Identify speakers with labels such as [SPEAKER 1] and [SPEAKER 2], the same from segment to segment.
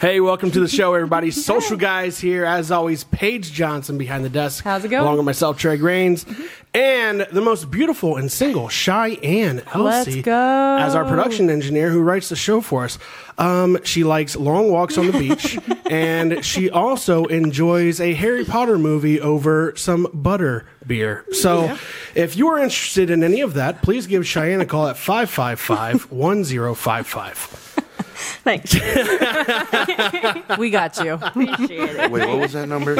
[SPEAKER 1] Hey, welcome to the show, everybody. Social guys here, as always. Paige Johnson behind the desk.
[SPEAKER 2] How's it going? Mm-hmm.
[SPEAKER 1] Along with myself, Trey Grains, and the most beautiful and single, Cheyenne Elsie,
[SPEAKER 2] Let's go.
[SPEAKER 1] as our production engineer who writes the show for us. Um, she likes long walks on the beach, and she also enjoys a Harry Potter movie over some butter beer. So, if you are interested in any of that, please give Cheyenne a call at 555 1055.
[SPEAKER 3] Thanks.
[SPEAKER 2] We got you.
[SPEAKER 3] Appreciate it.
[SPEAKER 4] Wait, what was that number?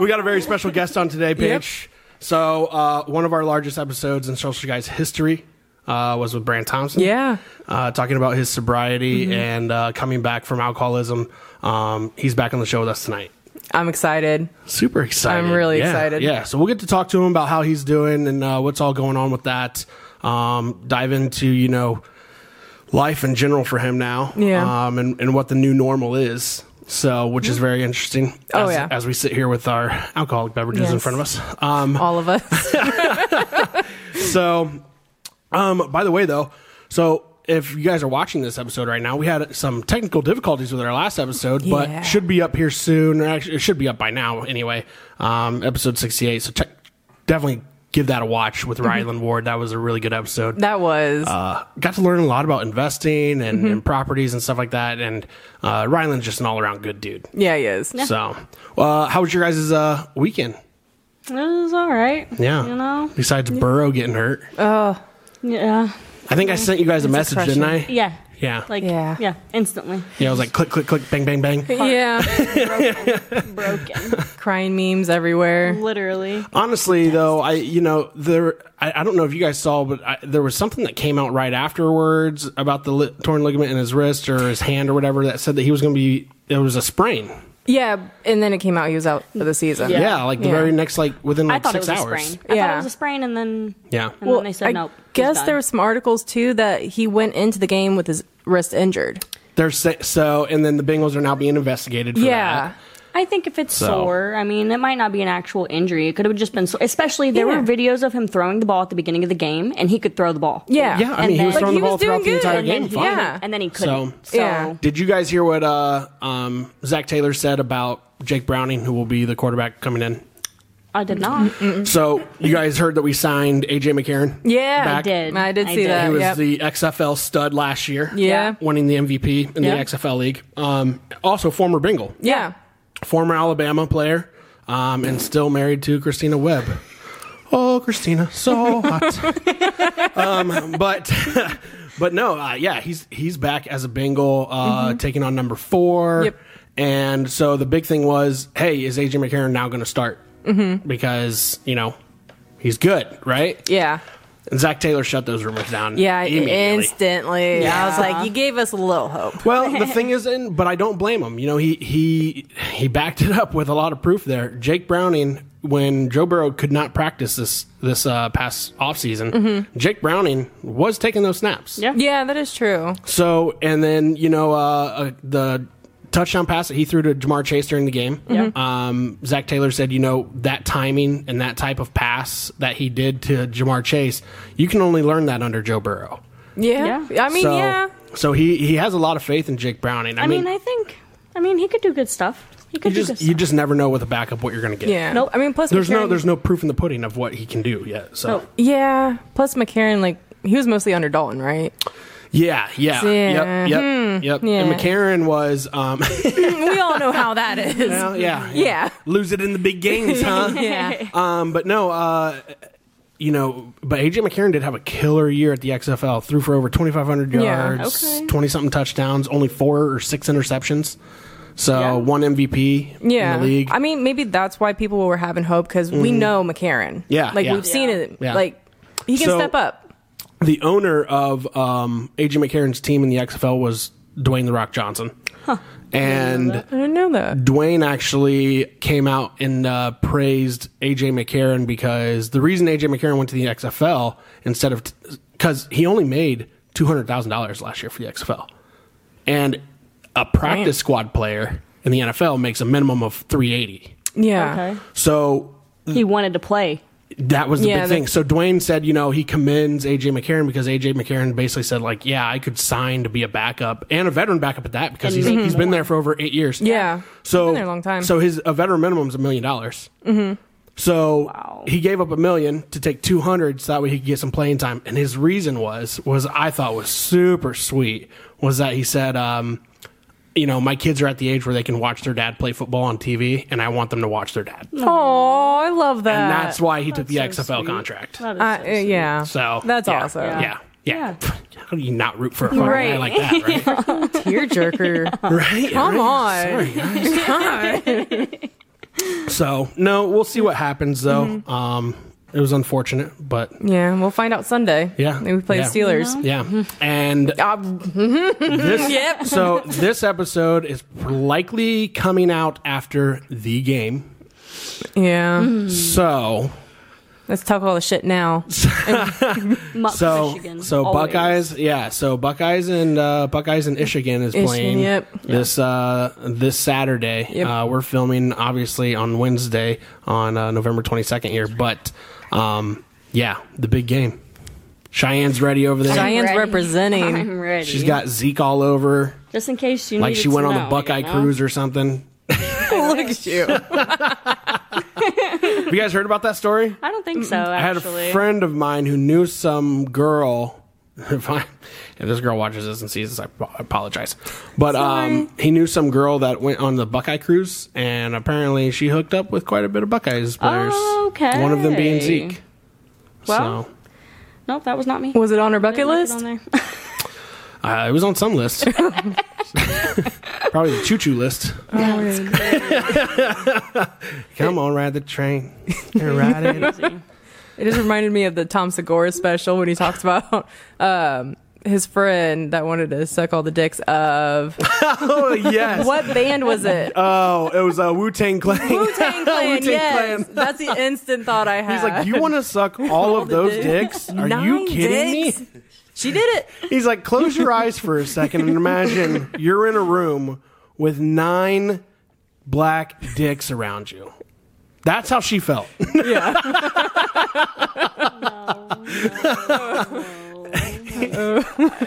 [SPEAKER 1] We got a very special guest on today, Paige. So, uh, one of our largest episodes in Social Guys history uh, was with Brant Thompson.
[SPEAKER 2] Yeah.
[SPEAKER 1] Uh, talking about his sobriety and uh, coming back from alcoholism. Um, he's back on the show with us tonight.
[SPEAKER 2] I'm excited.
[SPEAKER 1] Super excited.
[SPEAKER 2] I'm really
[SPEAKER 1] Yeah,
[SPEAKER 2] excited.
[SPEAKER 1] Yeah. So, we'll get to talk to him about how he's doing and uh, what's all going on with that. Um, dive into, you know, life in general for him now
[SPEAKER 2] Yeah.
[SPEAKER 1] um, and, and what the new normal is. So, which is very interesting
[SPEAKER 2] Oh,
[SPEAKER 1] as,
[SPEAKER 2] yeah.
[SPEAKER 1] as we sit here with our alcoholic beverages in
[SPEAKER 2] Yes.
[SPEAKER 1] front of us. Um,
[SPEAKER 2] All of us.
[SPEAKER 1] so, um, by the way, though, so if you guys are watching this episode right now, we had some technical difficulties with our last episode,
[SPEAKER 2] Yeah.
[SPEAKER 1] but should be up here soon. Or actually, it should be up by now anyway. Um, episode 68. So, check, definitely give that a watch with Ryland Ward. That was a really good episode
[SPEAKER 2] That was.
[SPEAKER 1] uh, got to learn a lot about investing and, and properties and stuff like that. And uh, Ryland's just an all around good dude.
[SPEAKER 2] yeah, he is.
[SPEAKER 1] So, uh, how was your guys' uh, weekend?
[SPEAKER 3] It was all right.
[SPEAKER 1] Yeah.
[SPEAKER 3] You know?
[SPEAKER 1] Besides Burrow getting hurt.
[SPEAKER 3] Yeah.
[SPEAKER 1] I think I sent you guys a message,
[SPEAKER 2] crushing.
[SPEAKER 1] didn't I?
[SPEAKER 3] Yeah.
[SPEAKER 1] Yeah.
[SPEAKER 3] Like,
[SPEAKER 2] Yeah.
[SPEAKER 3] yeah. Yeah. Instantly.
[SPEAKER 1] yeah, I was like, click, click, click, bang, bang, bang.
[SPEAKER 2] Yeah.
[SPEAKER 3] Broken.
[SPEAKER 2] Crying memes everywhere.
[SPEAKER 3] Literally.
[SPEAKER 1] Honestly, though, I, you know, there, I, I don't know if you guys saw, but I, there was something that came out right afterwards about the li- torn ligament in his wrist or his hand or whatever that said that he was going to be, it was a sprain.
[SPEAKER 2] Yeah. And then it came out he was out for the season.
[SPEAKER 1] Yeah,
[SPEAKER 3] Yeah.
[SPEAKER 1] like the
[SPEAKER 2] Yeah.
[SPEAKER 1] very next, like within
[SPEAKER 3] I
[SPEAKER 1] like
[SPEAKER 3] thought
[SPEAKER 1] six
[SPEAKER 3] it was
[SPEAKER 1] hours.
[SPEAKER 3] a sprain. Mm-hmm. I thought
[SPEAKER 2] Yeah.
[SPEAKER 3] it was a sprain, and then
[SPEAKER 1] Yeah.
[SPEAKER 3] and then they said
[SPEAKER 2] I
[SPEAKER 3] nope. he's
[SPEAKER 2] guess
[SPEAKER 3] done.
[SPEAKER 2] there were some articles too that he went into the game with his wrist injured.
[SPEAKER 1] They're sa- so, and then the Bengals are now being investigated. For
[SPEAKER 2] Yeah.
[SPEAKER 1] that.
[SPEAKER 3] I think if it's
[SPEAKER 1] So.
[SPEAKER 3] sore, I mean, it might not be an actual injury. It could have just been sore. Especially there
[SPEAKER 2] Yeah.
[SPEAKER 3] were videos of him throwing the ball at the beginning of the game, and he could throw the ball.
[SPEAKER 2] Yeah.
[SPEAKER 1] yeah. I
[SPEAKER 3] And
[SPEAKER 1] mean, he
[SPEAKER 3] then-
[SPEAKER 1] was
[SPEAKER 3] Like,
[SPEAKER 1] throwing
[SPEAKER 2] he
[SPEAKER 1] the ball
[SPEAKER 2] was
[SPEAKER 1] throughout the
[SPEAKER 2] doing good,
[SPEAKER 1] entire
[SPEAKER 3] And then,
[SPEAKER 1] game.
[SPEAKER 3] he
[SPEAKER 1] fine.
[SPEAKER 2] Yeah.
[SPEAKER 3] and then he couldn't. So,
[SPEAKER 2] Yeah.
[SPEAKER 1] Did you guys hear what uh, um, Zach Taylor said about Jake Browning, who will be the quarterback coming in?
[SPEAKER 3] I did not.
[SPEAKER 1] So you guys heard that we signed AJ McCarron.
[SPEAKER 2] Yeah.
[SPEAKER 1] Back.
[SPEAKER 3] I did.
[SPEAKER 2] I did
[SPEAKER 3] I
[SPEAKER 2] see
[SPEAKER 3] did.
[SPEAKER 2] that.
[SPEAKER 1] He was
[SPEAKER 2] yep.
[SPEAKER 1] the XFL stud last year.
[SPEAKER 2] Yeah.
[SPEAKER 1] Winning the MVP in
[SPEAKER 3] Yeah.
[SPEAKER 1] the XFL league. Um, also former Bengal,
[SPEAKER 2] yeah.
[SPEAKER 1] former Alabama player, um, and still married to Christina Webb. Oh, Christina, so hot. Um, but but no, uh, yeah, he's he's back as a Bengal, uh, taking on number four.
[SPEAKER 2] Mm-hmm. Yep.
[SPEAKER 1] And so the big thing was, hey, is AJ McCarron now going to start? Mm-hmm. Because you know he's good, right?
[SPEAKER 2] Yeah.
[SPEAKER 1] And Zach Taylor shut those rumors down.
[SPEAKER 2] Yeah.
[SPEAKER 1] immediately.
[SPEAKER 2] Instantly. I was
[SPEAKER 3] Yeah.
[SPEAKER 2] like, you gave us a little hope.
[SPEAKER 1] well, the thing is, in but I don't blame him. You know, he he he backed it up with a lot of proof there. Jake Browning, when Joe Burrow could not practice this this uh, past offseason,
[SPEAKER 2] Mm-hmm.
[SPEAKER 1] Jake Browning was taking those snaps.
[SPEAKER 3] Yeah.
[SPEAKER 2] Yeah, that is true.
[SPEAKER 1] So, and then you know uh, uh, the touchdown pass that he threw to Jamar Chase during the game.
[SPEAKER 3] Yeah.
[SPEAKER 1] Um, Zach Taylor said, you know, that timing and that type of pass that he did to Jamar Chase, you can only learn that under Joe Burrow.
[SPEAKER 2] Yeah. I mean,
[SPEAKER 1] so,
[SPEAKER 2] yeah.
[SPEAKER 1] So he he has a lot of faith in Jake Browning. I,
[SPEAKER 3] I
[SPEAKER 1] mean,
[SPEAKER 3] mean, I think. I mean, he could do good stuff. He could
[SPEAKER 1] you
[SPEAKER 3] do
[SPEAKER 1] just
[SPEAKER 3] good
[SPEAKER 1] you
[SPEAKER 3] stuff.
[SPEAKER 1] just never know with a backup what you're going to get.
[SPEAKER 2] Yeah.
[SPEAKER 3] Nope.
[SPEAKER 2] I mean, plus
[SPEAKER 1] There's no
[SPEAKER 2] McCarron-
[SPEAKER 1] there's no proof in the pudding of what he can do yet. So
[SPEAKER 2] Oh.
[SPEAKER 3] Nope.
[SPEAKER 2] Yeah. Plus McCarron, like he was mostly under Dalton, right?
[SPEAKER 1] yeah, yeah,
[SPEAKER 2] Yeah.
[SPEAKER 1] yep,
[SPEAKER 2] Hmm.
[SPEAKER 1] yep, yep. And
[SPEAKER 2] Yeah.
[SPEAKER 1] McCarron was um,
[SPEAKER 2] we all know how that is.
[SPEAKER 1] well, yeah,
[SPEAKER 2] Yeah.
[SPEAKER 1] lose it in the big games, huh?
[SPEAKER 2] Yeah.
[SPEAKER 1] Um, but no, uh, you know, but AJ McCarron did have a killer year at the XFL. Threw for over 2,500
[SPEAKER 2] Yeah.
[SPEAKER 1] yards,
[SPEAKER 3] Okay.
[SPEAKER 1] 20 something touchdowns, only four or six interceptions. So
[SPEAKER 3] Yeah.
[SPEAKER 1] one MVP
[SPEAKER 2] Yeah.
[SPEAKER 1] in the league. Mm-hmm.
[SPEAKER 2] I mean, maybe that's why people were having hope because we know McCarron.
[SPEAKER 1] Yeah,
[SPEAKER 2] Like
[SPEAKER 1] yeah.
[SPEAKER 2] we've seen it.
[SPEAKER 1] Yeah.
[SPEAKER 2] Like he can
[SPEAKER 1] So-
[SPEAKER 2] step up.
[SPEAKER 1] the owner of um, AJ McCarron's team in the XFL was Dwayne The Rock Johnson. And.
[SPEAKER 2] I didn't know that.
[SPEAKER 1] Dwayne actually came out and uh, praised AJ McCarron because the reason AJ McCarron went to the XFL instead of because he only made two hundred thousand dollars last year for the XFL, and a practice
[SPEAKER 2] Damn.
[SPEAKER 1] squad player in the NFL makes a minimum of three eighty.
[SPEAKER 2] Yeah.
[SPEAKER 3] Okay.
[SPEAKER 1] So
[SPEAKER 3] He wanted to play.
[SPEAKER 1] that was the
[SPEAKER 2] Yeah,
[SPEAKER 1] big
[SPEAKER 2] that-
[SPEAKER 1] thing. So Dwayne said, you know, he commends AJ McCarron because AJ McCarron basically said, like, yeah, I could sign to be a backup and a veteran backup at that because
[SPEAKER 3] And
[SPEAKER 1] he's,
[SPEAKER 3] make
[SPEAKER 1] he's been
[SPEAKER 3] more.
[SPEAKER 1] there for over eight years.
[SPEAKER 2] Yeah.
[SPEAKER 1] So
[SPEAKER 2] He's been there a long time. Mm-hmm.
[SPEAKER 1] So his a veteran minimum is a million dollars. So
[SPEAKER 3] Wow.
[SPEAKER 1] he gave up a million to take two hundred, so that way he could get some playing time. And his reason was was I thought was super sweet was that he said, um, you know, my kids are at the age where they can watch their dad play football on TV, and I want them to watch their dad.
[SPEAKER 2] Oh, I love that.
[SPEAKER 1] And that's why he took the
[SPEAKER 3] That's so
[SPEAKER 1] XFL
[SPEAKER 3] sweet.
[SPEAKER 1] contract.
[SPEAKER 3] That is
[SPEAKER 2] I-
[SPEAKER 3] so
[SPEAKER 2] uh,
[SPEAKER 3] sweet.
[SPEAKER 2] yeah.
[SPEAKER 1] So
[SPEAKER 2] that's
[SPEAKER 1] yeah,
[SPEAKER 2] awesome.
[SPEAKER 1] Yeah,
[SPEAKER 2] Yeah.
[SPEAKER 1] yeah. How do you not root for a fucking guy
[SPEAKER 2] Right.
[SPEAKER 1] like that, right?
[SPEAKER 2] Tearjerker.
[SPEAKER 1] right?
[SPEAKER 2] Come on.
[SPEAKER 1] Sorry, guys. So no, we'll see what happens though.
[SPEAKER 2] Mm-hmm.
[SPEAKER 1] Um, it was unfortunate, but
[SPEAKER 2] yeah, we'll find out Sunday.
[SPEAKER 1] Yeah.
[SPEAKER 2] Maybe we play
[SPEAKER 1] Yeah.
[SPEAKER 2] the Steelers.
[SPEAKER 1] yeah. And
[SPEAKER 2] Uh,
[SPEAKER 1] this,
[SPEAKER 2] Yep.
[SPEAKER 1] so this episode is likely coming out after the game.
[SPEAKER 2] yeah.
[SPEAKER 1] Mm-hmm. So
[SPEAKER 2] Let's talk all the shit now.
[SPEAKER 3] Muck
[SPEAKER 1] so
[SPEAKER 3] Michigan,
[SPEAKER 1] so
[SPEAKER 3] always.
[SPEAKER 1] Buckeyes, yeah. So Buckeyes and uh, Buckeyes and Michigan is
[SPEAKER 2] Michigan,
[SPEAKER 1] playing
[SPEAKER 2] yep.
[SPEAKER 1] this uh, this Saturday.
[SPEAKER 2] Yep.
[SPEAKER 1] Uh, we're filming obviously on Wednesday on uh, November twenty second here, but um, yeah, the big game. Cheyenne's ready over there.
[SPEAKER 2] Cheyenne- Diane's
[SPEAKER 3] ready.
[SPEAKER 2] representing.
[SPEAKER 3] I'm ready.
[SPEAKER 1] She's got Zeke all over,
[SPEAKER 3] just in case you
[SPEAKER 1] like
[SPEAKER 3] needed
[SPEAKER 1] she went
[SPEAKER 3] to
[SPEAKER 1] on
[SPEAKER 3] know,
[SPEAKER 1] the Buckeye
[SPEAKER 3] you know?
[SPEAKER 1] cruise or something.
[SPEAKER 2] Look at you.
[SPEAKER 1] Have you guys heard about that story?
[SPEAKER 3] I don't think so.
[SPEAKER 1] I had
[SPEAKER 3] Actually,
[SPEAKER 1] a friend of mine who knew some girl. If, I, if this girl watches this and sees this, I po- I apologize. But um, he knew some girl that went on the Buckeye cruise, and apparently she hooked up with quite a bit of Buckeyes players.
[SPEAKER 3] Okay.
[SPEAKER 1] One of them being Zeke.
[SPEAKER 3] Well,
[SPEAKER 1] so
[SPEAKER 3] nope, that was not me.
[SPEAKER 2] Was it on her bucket
[SPEAKER 3] Look it
[SPEAKER 2] list?
[SPEAKER 3] on there.
[SPEAKER 1] uh, it was on some list. Probably the choo choo list.
[SPEAKER 3] Oh,
[SPEAKER 1] Come on, ride the train. ride it.
[SPEAKER 3] Crazy.
[SPEAKER 2] It just reminded me of the Tom Segura special when he talks about um, his friend that wanted to suck all the dicks of.
[SPEAKER 1] Oh, yes.
[SPEAKER 2] What band was it?
[SPEAKER 1] Oh, it was uh, Wu Tang Clan.
[SPEAKER 2] Wu Tang Clan.
[SPEAKER 1] Wu-Tang
[SPEAKER 2] yes,
[SPEAKER 1] Clan.
[SPEAKER 2] that's the instant thought I had.
[SPEAKER 1] He's like, you want to suck all of
[SPEAKER 2] the
[SPEAKER 1] those
[SPEAKER 2] dicks.
[SPEAKER 1] dicks? Are you
[SPEAKER 2] Nine
[SPEAKER 1] kidding
[SPEAKER 2] dicks?
[SPEAKER 1] me?
[SPEAKER 2] She did it.
[SPEAKER 1] He's like, close your eyes for a second and imagine you're in a room with nine black dicks around you. That's how she felt.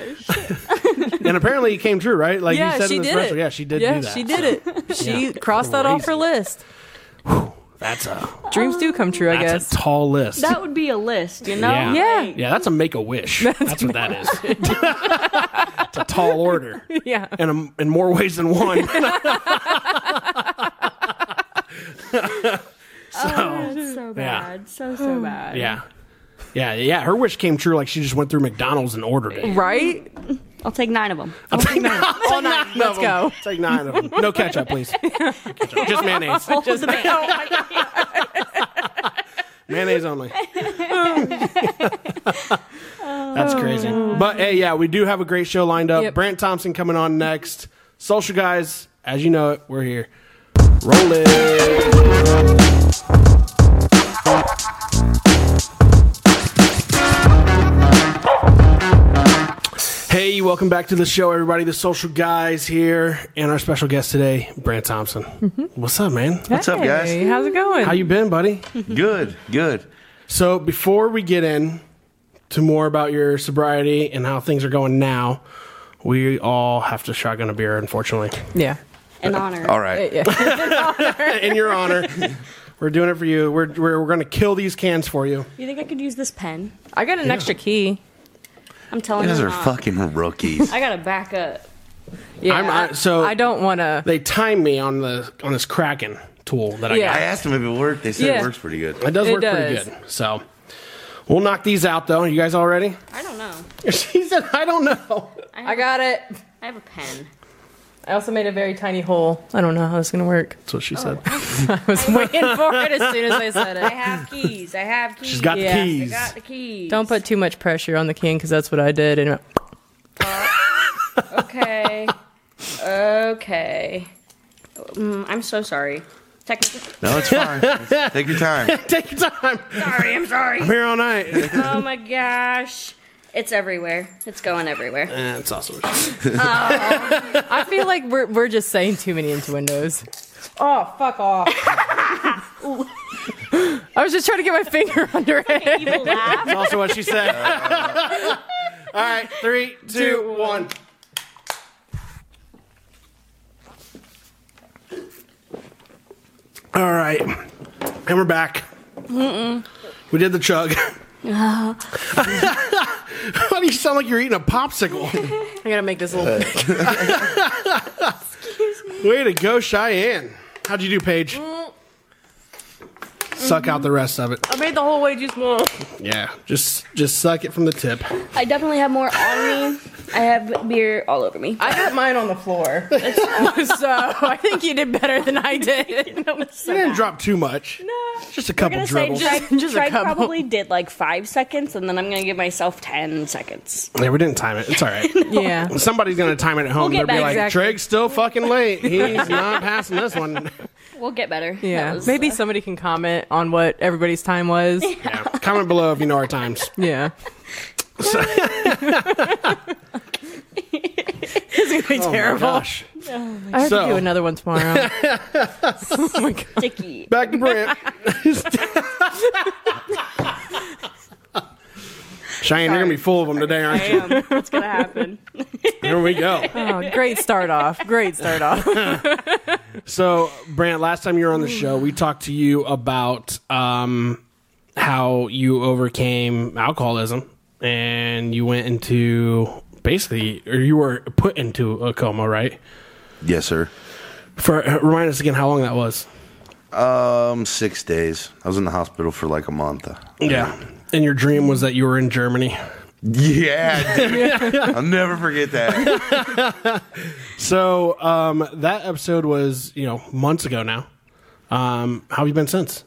[SPEAKER 1] and apparently it came true, right? Like you
[SPEAKER 2] Yeah,
[SPEAKER 1] said
[SPEAKER 2] she
[SPEAKER 1] in this
[SPEAKER 2] did
[SPEAKER 1] special.
[SPEAKER 2] it.
[SPEAKER 1] Yeah, she did
[SPEAKER 2] yeah,
[SPEAKER 1] do that.
[SPEAKER 2] she did it. She
[SPEAKER 1] Yeah.
[SPEAKER 2] crossed that off her
[SPEAKER 1] Crazy.
[SPEAKER 2] list.
[SPEAKER 1] That's a
[SPEAKER 2] Dreams do come true, I
[SPEAKER 1] that's
[SPEAKER 2] guess.
[SPEAKER 1] a tall list.
[SPEAKER 3] that would be a list, you know?
[SPEAKER 1] Yeah.
[SPEAKER 2] Yeah.
[SPEAKER 3] Like,
[SPEAKER 1] yeah, that's a make a wish. That's what that is. it's a tall order.
[SPEAKER 2] yeah.
[SPEAKER 1] in, a, in more ways than one.
[SPEAKER 3] Oh, that's so bad. So so bad.
[SPEAKER 1] yeah. Yeah, yeah. Her wish came true. Like she just went through McDonald's and ordered it.
[SPEAKER 2] Right?
[SPEAKER 3] I'll take nine of them.
[SPEAKER 1] I'll take nine. All nine. of
[SPEAKER 2] Let's
[SPEAKER 1] them.
[SPEAKER 2] go.
[SPEAKER 1] Take nine of them. No ketchup, please. No ketchup. Just mayonnaise.
[SPEAKER 3] Just
[SPEAKER 2] Oh
[SPEAKER 1] Mayonnaise only. That's crazy. But hey, yeah, we do have a great show lined up.
[SPEAKER 2] Yep.
[SPEAKER 1] Brant Thompson coming on next. Social guys, as you know it, we're here. Roll it. Hey, welcome back to the show, everybody. The Social Guys here, and our special guest today, Brant Thompson. What's up, man?
[SPEAKER 4] What's up, guys?
[SPEAKER 2] Hey, how's it going?
[SPEAKER 1] How you been, buddy?
[SPEAKER 4] Good, good.
[SPEAKER 1] So before we get in to more about your sobriety and how things are going now, we all have to shotgun a beer, unfortunately.
[SPEAKER 2] yeah.
[SPEAKER 3] in honor.
[SPEAKER 4] All right.
[SPEAKER 2] Yeah.
[SPEAKER 1] in your honor, we're doing it for you. We're we're, we're going to kill these cans for you.
[SPEAKER 3] You think I could use this pen?
[SPEAKER 2] I got an extra key.
[SPEAKER 3] I'm telling
[SPEAKER 4] You guys
[SPEAKER 3] you.
[SPEAKER 4] are
[SPEAKER 3] not.
[SPEAKER 4] fucking rookies.
[SPEAKER 3] I gotta back up.
[SPEAKER 2] Yeah.
[SPEAKER 1] I'm- I- so-
[SPEAKER 2] I don't want to.
[SPEAKER 1] They timed me on the on this Kraken tool that I
[SPEAKER 2] Yeah.
[SPEAKER 4] I asked them if it worked. They said
[SPEAKER 2] Yeah.
[SPEAKER 4] it works pretty good.
[SPEAKER 1] got. It does
[SPEAKER 2] It
[SPEAKER 1] work
[SPEAKER 2] does.
[SPEAKER 1] pretty good. So we'll knock these out though. you guys all ready?
[SPEAKER 3] I don't know.
[SPEAKER 1] she said, "I don't know."
[SPEAKER 2] I got it.
[SPEAKER 3] I have a pen.
[SPEAKER 2] I also made a very tiny hole. I don't know how it's going to work.
[SPEAKER 1] That's what she said.
[SPEAKER 2] I was waiting for it as soon as I said
[SPEAKER 3] I
[SPEAKER 2] it.
[SPEAKER 3] have keys. I have keys.
[SPEAKER 1] She's got
[SPEAKER 2] Yeah.
[SPEAKER 1] the
[SPEAKER 3] I
[SPEAKER 1] keys.
[SPEAKER 3] got the keys.
[SPEAKER 2] Don't put too much pressure on the king because that's what I did. And it-
[SPEAKER 3] Okay. okay. Mm, I'm so sorry. Technically,
[SPEAKER 4] No, it's fine. Take your time.
[SPEAKER 1] Take your time.
[SPEAKER 3] sorry. I'm sorry.
[SPEAKER 1] I'm here all night.
[SPEAKER 3] Oh my gosh. It's everywhere. It's going everywhere.
[SPEAKER 1] That's also what she said.
[SPEAKER 2] I feel like we're, we're just saying too many innuendos. Oh, fuck off. I was just trying to get my finger under it.
[SPEAKER 3] Evil laugh.
[SPEAKER 1] That's also what she said. All right, three, two, one. All right, and we're back. We did the chug. Why do you sound like you're eating a popsicle?
[SPEAKER 2] I gotta make this little.
[SPEAKER 1] Way to go, Cheyenne. How'd you do, Paige? Suck out the rest of it.
[SPEAKER 2] I made the whole way just one.
[SPEAKER 1] Yeah, just just suck it from the tip.
[SPEAKER 3] I definitely have more on me. I have beer all over me.
[SPEAKER 2] I got mine on the floor, so I think you did better than I did.
[SPEAKER 1] You didn't drop too much.
[SPEAKER 3] No.
[SPEAKER 1] Just a
[SPEAKER 3] I'm
[SPEAKER 1] couple
[SPEAKER 3] gonna say
[SPEAKER 1] dribbles.
[SPEAKER 3] Drake,
[SPEAKER 2] Just a
[SPEAKER 3] Drake
[SPEAKER 2] couple.
[SPEAKER 3] probably did like five seconds, and then I'm gonna give myself ten seconds.
[SPEAKER 1] Yeah, we didn't time it. It's all right.
[SPEAKER 2] Yeah.
[SPEAKER 1] Somebody's gonna time it at home.
[SPEAKER 3] We'll get
[SPEAKER 1] They'll be
[SPEAKER 3] back.
[SPEAKER 1] like,
[SPEAKER 2] Exactly.
[SPEAKER 1] "Treg's still fucking late. He's not passing this one."
[SPEAKER 3] We'll get better.
[SPEAKER 2] Yeah.
[SPEAKER 3] That was,
[SPEAKER 2] Maybe
[SPEAKER 3] uh,
[SPEAKER 2] somebody can comment on what everybody's time was.
[SPEAKER 1] Yeah. Comment below if you know our times.
[SPEAKER 2] Yeah. it's gonna be terrible.
[SPEAKER 1] Oh, Gosh.
[SPEAKER 2] I have
[SPEAKER 1] So-
[SPEAKER 2] to do another one tomorrow. oh my god.
[SPEAKER 3] sticky.
[SPEAKER 1] Back to Brent. Cheyenne, you're gonna be full of them today, aren't you?
[SPEAKER 3] Damn, what's gonna happen?
[SPEAKER 1] Here we go.
[SPEAKER 2] Oh, great start off. Great start off.
[SPEAKER 1] So, Brant, last time you were on the show, we talked to you about um, how you overcame alcoholism and you went into basically, or you were put into a coma, right?
[SPEAKER 4] Yes, sir.
[SPEAKER 1] For remind us again how long that was.
[SPEAKER 4] Um, six days. I was in the hospital for like a month.
[SPEAKER 1] Yeah, and your dream was that you were in Germany.
[SPEAKER 4] Yeah, dude. I'll never forget that.
[SPEAKER 1] So um, that episode was you know months ago now. Um, how have you been since?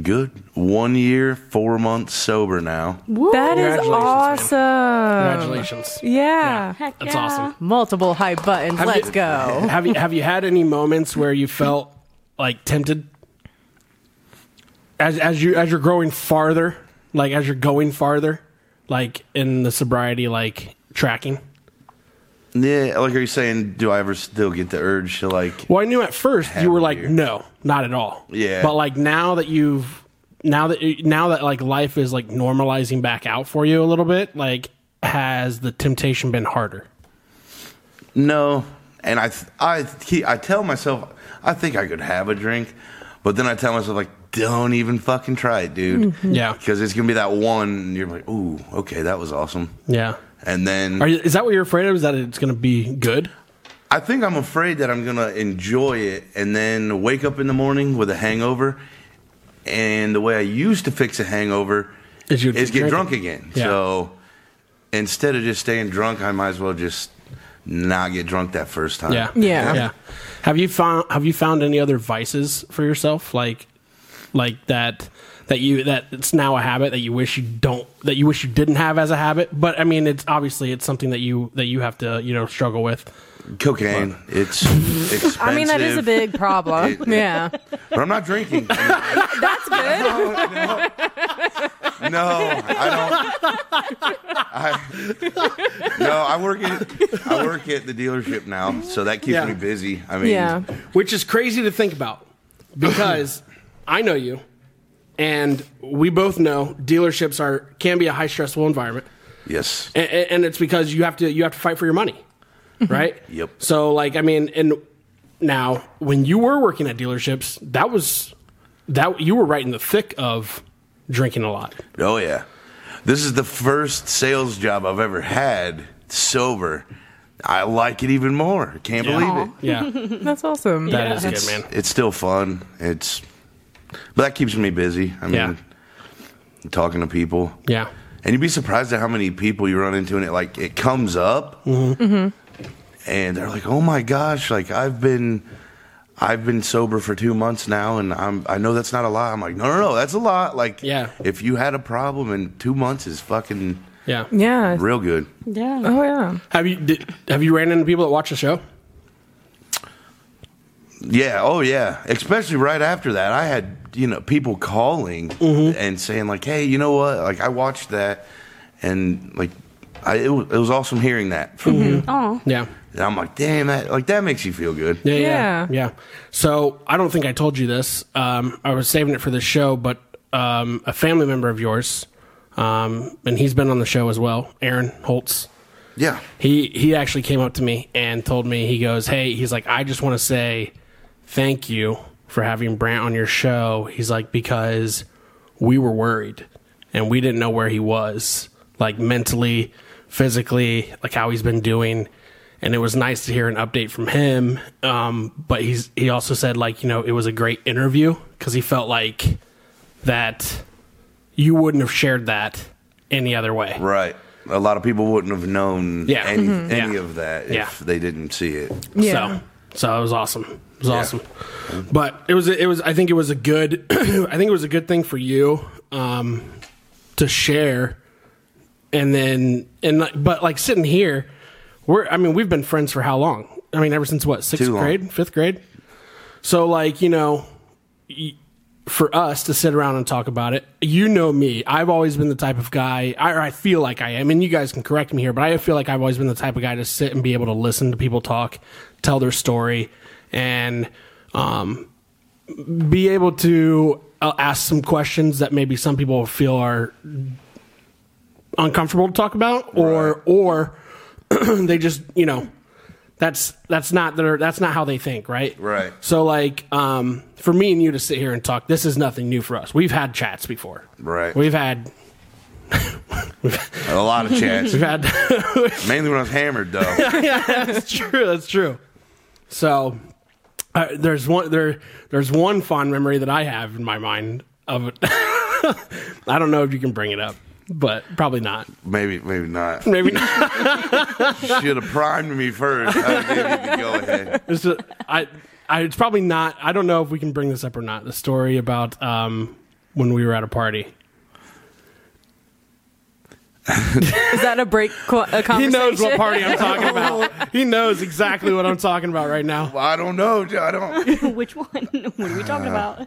[SPEAKER 4] Good. One year, four months sober now.
[SPEAKER 2] That is
[SPEAKER 1] Congratulations, man.
[SPEAKER 2] awesome.
[SPEAKER 1] Congratulations.
[SPEAKER 2] Yeah.
[SPEAKER 3] Heck
[SPEAKER 1] That's
[SPEAKER 3] yeah.
[SPEAKER 1] awesome.
[SPEAKER 2] Multiple high buttons.
[SPEAKER 1] Have
[SPEAKER 2] Let's
[SPEAKER 1] you-
[SPEAKER 2] go.
[SPEAKER 1] Have you have you had any moments where you felt like tempted as as you as you're growing farther, like as you're going farther, like in the sobriety like tracking?
[SPEAKER 4] Yeah, like are you saying, do I ever still get the urge to like?
[SPEAKER 1] Well, I knew at first you were like,
[SPEAKER 4] you?
[SPEAKER 1] no, not at all.
[SPEAKER 4] Yeah.
[SPEAKER 1] But like now that you've now that now that like life is like normalizing back out for you a little bit, like has the temptation been harder?
[SPEAKER 4] No, and I th- I keep, I tell myself I think I could have a drink, but then I tell myself like, don't even fucking try it, dude.
[SPEAKER 1] Yeah.
[SPEAKER 4] Because it's gonna be that one, and you're like, ooh, okay, that was awesome.
[SPEAKER 1] Yeah.
[SPEAKER 4] And then
[SPEAKER 1] Are you, is that what you're afraid of? Is that it's going to be good?
[SPEAKER 4] I think I'm afraid that I'm gonna enjoy it and then wake up in the morning with a hangover. And the way I used to fix a hangover
[SPEAKER 1] Is
[SPEAKER 4] is,
[SPEAKER 1] you
[SPEAKER 4] get
[SPEAKER 1] drinking.
[SPEAKER 4] drunk again.
[SPEAKER 1] Yeah.
[SPEAKER 4] So instead of just staying drunk, I might as well just not get drunk that first time.
[SPEAKER 1] Yeah.
[SPEAKER 2] Yeah.
[SPEAKER 1] Yeah. Have you found have you found any other vices for yourself like like that that you that it's now a habit that you wish you don't that you wish you didn't have as a habit but I mean it's obviously it's something that you that you have to you know struggle with.
[SPEAKER 4] Cocaine. It's expensive.
[SPEAKER 2] I mean, that is a big problem.
[SPEAKER 4] It-
[SPEAKER 2] yeah.
[SPEAKER 4] But I'm not drinking. That's good. No, no. I don't. I, no, I work at I work at the dealership now, so that keeps
[SPEAKER 1] Yeah.
[SPEAKER 4] me busy. I mean,
[SPEAKER 2] Yeah.
[SPEAKER 1] Which is crazy to think about because I know you and we both know dealerships are can be a high stressful environment.
[SPEAKER 4] yes,
[SPEAKER 1] and, and it's because you have to you have to fight for your money, right?
[SPEAKER 4] Yep.
[SPEAKER 1] So like I mean, and now when you were working at dealerships, that was that you were right in the thick of drinking a lot.
[SPEAKER 4] oh yeah. This is the first sales job I've ever had sober. I like it even more. Can't believe it.
[SPEAKER 1] Yeah, that is
[SPEAKER 2] That's awesome.
[SPEAKER 1] good, man.
[SPEAKER 4] It's still fun. It's but that keeps me busy. I mean,
[SPEAKER 1] Yeah.
[SPEAKER 4] talking to people.
[SPEAKER 1] Yeah,
[SPEAKER 4] And you'd be surprised at how many people you run into, and it like it comes up,
[SPEAKER 1] Mm-hmm.
[SPEAKER 4] and they're like, "Oh my gosh! Like I've been, I've been sober for two months now, and I'm I know that's not a lot." I'm like, "No, no, no, that's a lot. Like,
[SPEAKER 1] Yeah.
[SPEAKER 4] if you had a problem in two months, is fucking
[SPEAKER 1] yeah,
[SPEAKER 2] Yeah.
[SPEAKER 4] real good."
[SPEAKER 3] Yeah.
[SPEAKER 2] Oh yeah.
[SPEAKER 1] Have you did, have you ran into people that watch the show?
[SPEAKER 4] Yeah, oh yeah. Especially right after that, I had you know people calling
[SPEAKER 1] Mm-hmm.
[SPEAKER 4] and saying like, "Hey, you know what? Like I
[SPEAKER 1] Mm-hmm.
[SPEAKER 4] watched that, and like." I, it, was, it was awesome hearing that from you.
[SPEAKER 3] Oh.
[SPEAKER 1] Yeah,
[SPEAKER 4] And I'm like, damn that like that makes you feel good.
[SPEAKER 1] Yeah, yeah,
[SPEAKER 2] Yeah.
[SPEAKER 1] yeah. So I don't think I told you this. Um, I was saving it for this show, but um, a family member of yours, um, and he's been on the show as well, Aaron Holtz.
[SPEAKER 4] Yeah.
[SPEAKER 1] He he actually came up to me and told me he goes, "Hey, he's like, I just want to say thank you for having Brant on your show." He's like, because we were worried and we didn't know where he was, like mentally, physically, like how he's been doing. And it was nice to hear an update from him. Um, but he's he also said like you know it was a great interview because he felt like that you wouldn't have shared that any other way.
[SPEAKER 4] Right. A lot of people wouldn't have known
[SPEAKER 1] Yeah.
[SPEAKER 4] any,
[SPEAKER 1] Mhm.
[SPEAKER 4] any
[SPEAKER 1] Yeah.
[SPEAKER 4] of that if
[SPEAKER 1] Yeah.
[SPEAKER 4] they didn't see it.
[SPEAKER 2] Yeah.
[SPEAKER 1] So, so it was awesome. It was
[SPEAKER 4] Yeah.
[SPEAKER 1] awesome. But it was it was I think it was a good I think it was a good thing for you um to share and then and like- but like sitting here we're I mean we've been friends for how long? I mean ever since what? 6th
[SPEAKER 4] Too long.
[SPEAKER 1] grade, 5th grade. So like, you know, for us to sit around and talk about it. You know me. I've always been the type of guy, I- or I feel like I am, and you guys can correct me here, but I feel like I've always been the type of guy to sit and be able to listen to people talk, tell their story, and um, be able to uh, ask some questions that maybe some people feel are uncomfortable to talk about, or or they just you know that's that's not their that's not how they think, right?
[SPEAKER 4] Right.
[SPEAKER 1] So like, um, for me and you to sit here and talk, this is nothing new for us. We've had chats before.
[SPEAKER 4] Right.
[SPEAKER 1] We've had
[SPEAKER 4] A lot of chats.
[SPEAKER 1] we've had
[SPEAKER 4] Mainly when I was hammered though.
[SPEAKER 1] that's true. That's true. So uh, there's one there there's one fond memory that I have in my mind of it. I don't know if you can bring it up, but probably not.
[SPEAKER 4] maybe maybe not.
[SPEAKER 1] Maybe not.
[SPEAKER 4] Should have primed me first. I didn't even go ahead.
[SPEAKER 1] It's, just- I, I, it's probably not. I don't know if we can bring this up or not. The story about um, when we were at a party.
[SPEAKER 2] Is that a break co- a
[SPEAKER 1] He
[SPEAKER 2] conversation?
[SPEAKER 1] knows what party I'm talking about. he knows exactly what I'm talking about right now.
[SPEAKER 4] Well, I don't know. I don't
[SPEAKER 3] Which one? What are we talking about?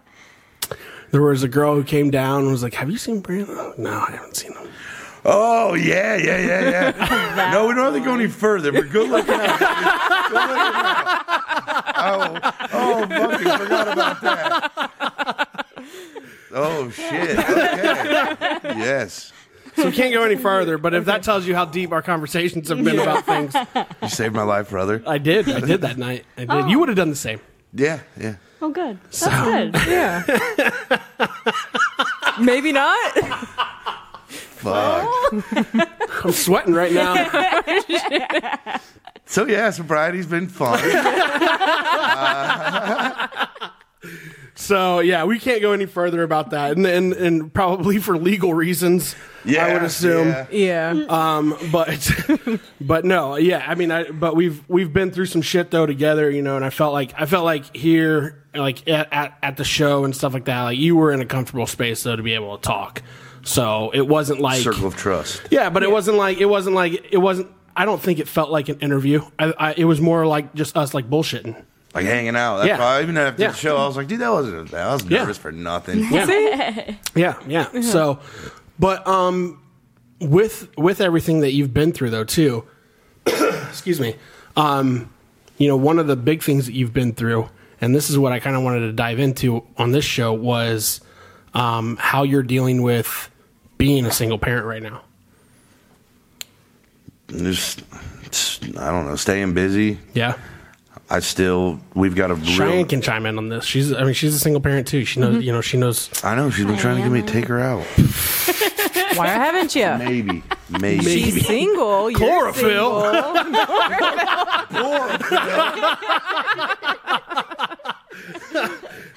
[SPEAKER 1] There was a girl who came down and was like, "Have you seen Brandon?" Oh, no, I haven't seen him.
[SPEAKER 4] Oh yeah, yeah, yeah, yeah. no, we don't have to go any further, but good looking out. Good looking out. Oh, oh fucking forgot about that. Oh shit. Okay. Yes.
[SPEAKER 1] So we can't go any further. But if that tells you how deep our conversations have been about things,
[SPEAKER 4] You saved my life, brother.
[SPEAKER 1] I did. I did that night. I did. You would have done the same.
[SPEAKER 4] Yeah, yeah.
[SPEAKER 3] Oh, good. That's good.
[SPEAKER 2] Yeah. Maybe not.
[SPEAKER 4] Fuck.
[SPEAKER 1] I'm sweating right now.
[SPEAKER 4] So yeah, sobriety's been fun.
[SPEAKER 1] So yeah, we can't go any further about that, and and, and probably for legal reasons.
[SPEAKER 4] Yeah,
[SPEAKER 1] I would assume.
[SPEAKER 4] yeah.
[SPEAKER 2] Yeah.
[SPEAKER 1] um but but no yeah i mean i but we've we've been through some shit though together you know and i felt like i felt like here like at, at, at the show and stuff like that like you were in a comfortable space though to be able to talk so it wasn't like
[SPEAKER 4] Circle of trust.
[SPEAKER 1] yeah but it wasn't like it wasn't like it wasn't i don't think it felt like an interview i, I it was more like just us like bullshitting
[SPEAKER 4] Like hanging out. That's
[SPEAKER 1] Yeah.
[SPEAKER 4] why even after
[SPEAKER 1] Yeah.
[SPEAKER 4] the show, I was like, dude, that wasn't that was
[SPEAKER 1] Yeah.
[SPEAKER 4] nervous for nothing.
[SPEAKER 1] yeah yeah yeah so but um with with everything that you've been through though too excuse me um you know one of the big things that you've been through and this is what i kind of wanted to dive into on this show was um how you're dealing with being a single parent right now
[SPEAKER 4] Just, it's- I don't know, staying busy.
[SPEAKER 1] yeah
[SPEAKER 4] I still we've got a
[SPEAKER 1] Cheyenne
[SPEAKER 4] real
[SPEAKER 1] can chime in on this. She's, I mean, she's a single parent too. She knows, you know, she knows.
[SPEAKER 4] I know she's been trying to get me to take her out.
[SPEAKER 2] Why haven't you?
[SPEAKER 4] Maybe, maybe.
[SPEAKER 2] She's single. You're
[SPEAKER 1] Chlorophyll.
[SPEAKER 2] single.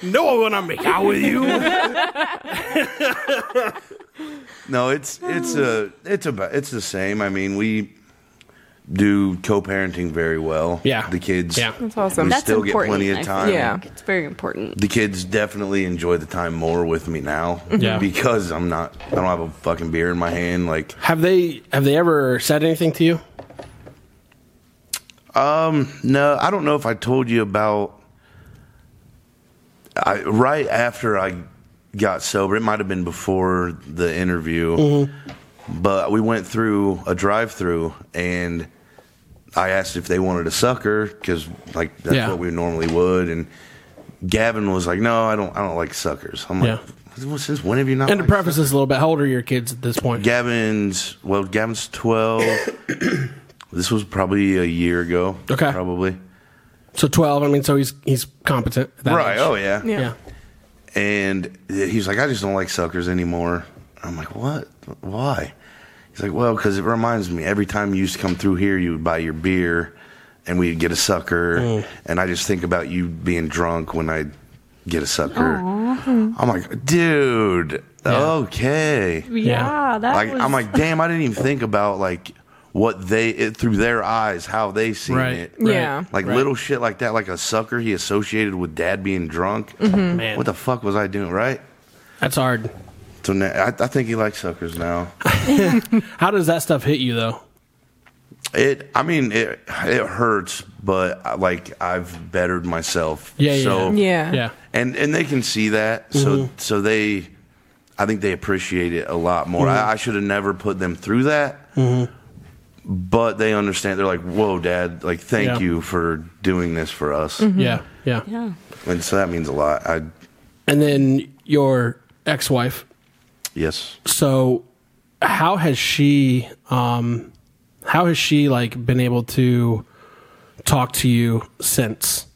[SPEAKER 1] No, I want to make out with you.
[SPEAKER 4] No, it's it's a it's about it's the same. I mean, we do co-parenting very well.
[SPEAKER 1] Yeah.
[SPEAKER 4] the kids.
[SPEAKER 1] Yeah. That's
[SPEAKER 2] awesome.
[SPEAKER 4] We
[SPEAKER 3] That's
[SPEAKER 4] still get
[SPEAKER 3] important.
[SPEAKER 4] plenty
[SPEAKER 3] I
[SPEAKER 4] of
[SPEAKER 3] feel
[SPEAKER 4] time.
[SPEAKER 2] Yeah.
[SPEAKER 3] like. It's very important.
[SPEAKER 4] The kids definitely enjoy the time more with me now.
[SPEAKER 1] Yeah.
[SPEAKER 4] Because I'm not. I don't have a fucking beer in my hand. Like
[SPEAKER 1] Have they, have they ever said anything to you?
[SPEAKER 4] No, I don't know if I told you about. I right after I got sober, it might have been before the
[SPEAKER 1] Mm-hmm.
[SPEAKER 4] interview, but we went through a drive-through and I asked if they wanted a sucker because like that's
[SPEAKER 1] Yeah.
[SPEAKER 4] what we normally would, and Gavin was like, "No, I don't. I don't like suckers." I'm like, "Since when have you not?"
[SPEAKER 1] And to
[SPEAKER 4] liked
[SPEAKER 1] preface this a little bit, how old are your kids at this point?
[SPEAKER 4] Gavin's well, Gavin's twelve. this was probably a year ago.
[SPEAKER 1] Okay.
[SPEAKER 4] probably
[SPEAKER 1] So twelve. I mean, so he's he's competent. at that
[SPEAKER 4] right.
[SPEAKER 1] age.
[SPEAKER 4] Oh yeah.
[SPEAKER 2] Yeah.
[SPEAKER 1] yeah.
[SPEAKER 4] And he's like, I just don't like suckers anymore. I'm like, what? Why? He's like, well, because it reminds me every time you used to come through here, you would buy your beer, and we'd get a sucker,
[SPEAKER 1] Mm.
[SPEAKER 4] and I just think about you being drunk when I get a sucker. I'm like, dude, okay.
[SPEAKER 1] Yeah.
[SPEAKER 3] Yeah, that
[SPEAKER 4] like
[SPEAKER 3] was.
[SPEAKER 4] I'm like, damn, I didn't even think about like what they it, through their eyes how they seen
[SPEAKER 1] Right.
[SPEAKER 4] it.
[SPEAKER 1] right.
[SPEAKER 2] Yeah.
[SPEAKER 4] Like
[SPEAKER 1] Right.
[SPEAKER 4] little shit like that, like a sucker he associated with dad being drunk.
[SPEAKER 3] Mm-hmm.
[SPEAKER 1] Man,
[SPEAKER 4] What the fuck was I doing, right?
[SPEAKER 1] that's hard.
[SPEAKER 4] So now, I, I think he likes suckers now.
[SPEAKER 1] How does that stuff hit you though?
[SPEAKER 4] It, I mean, it it hurts, but I- like I've bettered myself.
[SPEAKER 1] Yeah, yeah,
[SPEAKER 4] so,
[SPEAKER 1] yeah. Mm-hmm.
[SPEAKER 2] Yeah.
[SPEAKER 1] Yeah.
[SPEAKER 4] and and they can see that. So so they, I think they appreciate it a lot more.
[SPEAKER 1] Mm-hmm.
[SPEAKER 4] I, I should have never put them through that. But they understand. They're like, "Whoa, Dad! Like, thank
[SPEAKER 1] Yeah.
[SPEAKER 4] you for doing this for us."
[SPEAKER 1] Yeah. Yeah.
[SPEAKER 3] yeah.
[SPEAKER 4] And so that means a lot. I
[SPEAKER 1] And then your ex-wife.
[SPEAKER 4] yes,
[SPEAKER 1] So how has she um how has she like been able to talk to you since?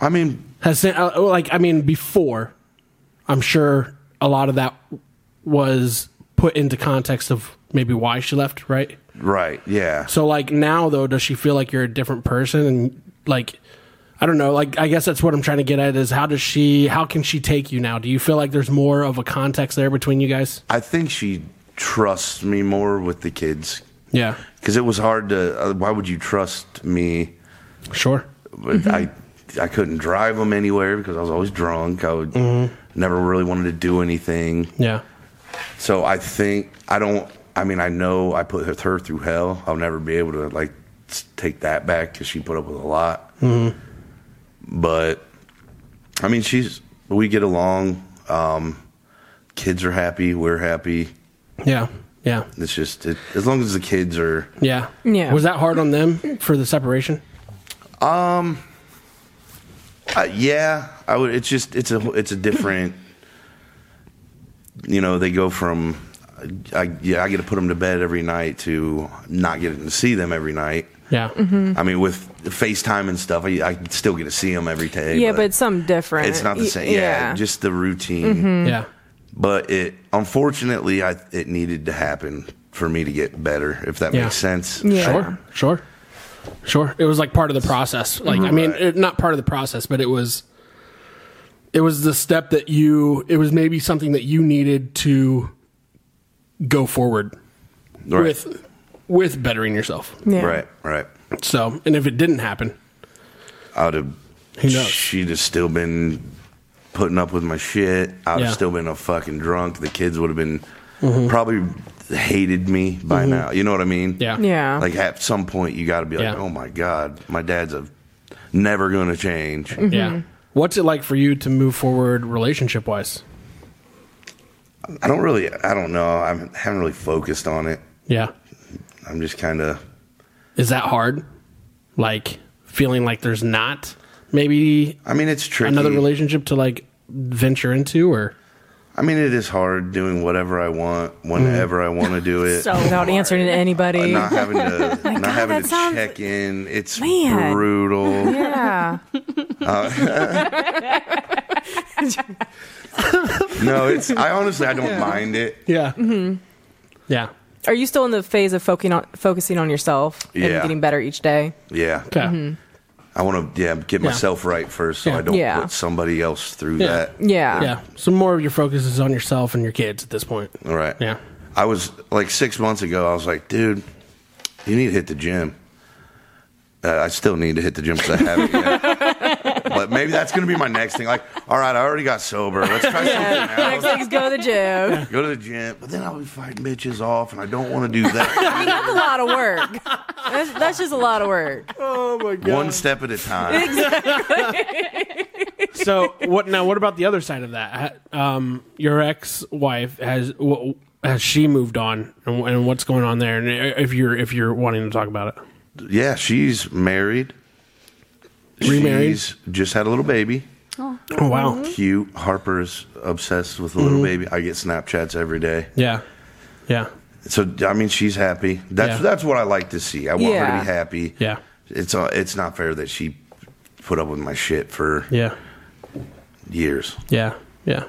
[SPEAKER 4] I mean,
[SPEAKER 1] Has sent, uh, like I mean before, I'm sure a lot of that was put into context of maybe why she left, right?
[SPEAKER 4] right? Yeah.
[SPEAKER 1] So like now though, does she feel like you're a different person and like I don't know, like I guess that's what I'm trying to get at is how does she how can she take you now? Do you feel like there's more of a context there between you guys?
[SPEAKER 4] I think she trusts me more with the kids
[SPEAKER 1] Yeah.
[SPEAKER 4] because it was hard to. Uh, why would you trust me?
[SPEAKER 1] Sure.
[SPEAKER 4] But I, I couldn't drive them anywhere because I was always drunk. I would never really wanted to do anything.
[SPEAKER 1] Yeah.
[SPEAKER 4] So I think I don't. I mean, I know I put her, her through hell. I'll never be able to like s- take that back because she put up with a lot. But I mean, she's we get along. Um, kids are happy. We're happy.
[SPEAKER 1] Yeah. Yeah.
[SPEAKER 4] It's just it, as long as the kids are.
[SPEAKER 1] Yeah.
[SPEAKER 2] Yeah.
[SPEAKER 1] Was that hard on them for the separation?
[SPEAKER 4] Uh, yeah, I would. It's just it's a it's a different. You know, they go from, I, yeah, I get to put them to bed every night to not getting to see them every night.
[SPEAKER 1] Yeah.
[SPEAKER 2] Mm-hmm.
[SPEAKER 4] I mean, with FaceTime and stuff, I, I still get to see them every day.
[SPEAKER 2] Yeah, but it's something different.
[SPEAKER 4] it's not the
[SPEAKER 2] Y- Mm-hmm.
[SPEAKER 4] same. Yeah, just the routine.
[SPEAKER 1] Yeah.
[SPEAKER 4] But it unfortunately, I it needed to happen for me to get better. If that
[SPEAKER 1] Yeah.
[SPEAKER 4] makes sense.
[SPEAKER 2] Yeah.
[SPEAKER 1] Sure. Sure. Sure. It was like part of the process. Like I mean,
[SPEAKER 4] Right.
[SPEAKER 1] it, not part of the process, but it was it was the step that you it was maybe something that you needed to go forward
[SPEAKER 4] Right.
[SPEAKER 1] with with bettering yourself.
[SPEAKER 2] Yeah.
[SPEAKER 4] Right. Right.
[SPEAKER 1] So, and if it didn't happen,
[SPEAKER 4] I'd have.
[SPEAKER 1] Who knows?
[SPEAKER 4] She'd have still been putting up with my shit. I'd
[SPEAKER 1] Yeah. Mm-hmm.
[SPEAKER 4] have still been a fucking drunk. The kids would have been probably hated me by now. You know what I mean?
[SPEAKER 1] Yeah.
[SPEAKER 2] Yeah.
[SPEAKER 4] Like at some point, you got to be like,
[SPEAKER 1] Yeah.
[SPEAKER 4] oh my god, my dad's a never going to change.
[SPEAKER 1] yeah. What's it like for you to move forward relationship wise?
[SPEAKER 4] I don't really. I don't know. I haven't really focused on it.
[SPEAKER 1] Yeah.
[SPEAKER 4] I'm just kind of.
[SPEAKER 1] Is that hard? Like feeling like there's not maybe
[SPEAKER 4] I mean, it's tricky.
[SPEAKER 1] another relationship to like venture into or
[SPEAKER 4] I mean, it is hard doing whatever I want whenever I want to do it.
[SPEAKER 3] So
[SPEAKER 2] Without
[SPEAKER 3] hard.
[SPEAKER 2] answering to
[SPEAKER 4] Uh,
[SPEAKER 2] anybody.
[SPEAKER 4] not having to not having
[SPEAKER 2] that
[SPEAKER 4] to
[SPEAKER 2] sounds-
[SPEAKER 4] check in. It's
[SPEAKER 2] Man.
[SPEAKER 4] brutal.
[SPEAKER 2] yeah.
[SPEAKER 4] No, it's. I honestly, I don't mind it.
[SPEAKER 1] Yeah. Yeah.
[SPEAKER 2] Are you still in the phase of focusing on, focusing on yourself and
[SPEAKER 4] Yeah.
[SPEAKER 2] getting better each day?
[SPEAKER 4] Yeah,
[SPEAKER 1] Okay.
[SPEAKER 4] I want to. Yeah, get myself right first, so
[SPEAKER 1] Yeah.
[SPEAKER 4] I don't
[SPEAKER 2] Yeah.
[SPEAKER 4] put somebody else through
[SPEAKER 1] Yeah.
[SPEAKER 4] that.
[SPEAKER 2] Yeah.
[SPEAKER 1] Yeah. So more of your focus is on yourself and your kids at this point.
[SPEAKER 4] All right.
[SPEAKER 1] Yeah.
[SPEAKER 4] I was like six months ago. I was like, dude, you need to hit the gym. Uh, I still need to hit the gym because I haven't yet. but maybe that's going to be my next thing. Like, all right, I already got sober. Let's try
[SPEAKER 2] Next
[SPEAKER 4] something else.
[SPEAKER 2] thing is go to the gym.
[SPEAKER 4] Go to the gym, but then I'll be fighting bitches off, and I don't want to do that.
[SPEAKER 2] That's a lot of work. That's, that's just a lot of work.
[SPEAKER 1] Oh my god.
[SPEAKER 4] One step at a time.
[SPEAKER 1] so what now what about the other side of that Ha- um your ex-wife has wh- has she moved on and, and what's going on there and if you're if you're wanting to talk about it
[SPEAKER 4] yeah, she's married.
[SPEAKER 1] Remarried?
[SPEAKER 4] She's just had a little baby.
[SPEAKER 1] Oh wow.
[SPEAKER 4] Cute. Harper is obsessed with the
[SPEAKER 1] Mm-hmm.
[SPEAKER 4] little baby. I get Snapchats every day.
[SPEAKER 1] Yeah. Yeah.
[SPEAKER 4] So I mean, she's happy. That's
[SPEAKER 1] Yeah.
[SPEAKER 4] that's what I like to see. I want her
[SPEAKER 2] Yeah.
[SPEAKER 4] to be happy.
[SPEAKER 1] Yeah.
[SPEAKER 4] It's uh, it's not fair that she put up with my shit for
[SPEAKER 1] Yeah.
[SPEAKER 4] years.
[SPEAKER 1] Yeah. Yeah.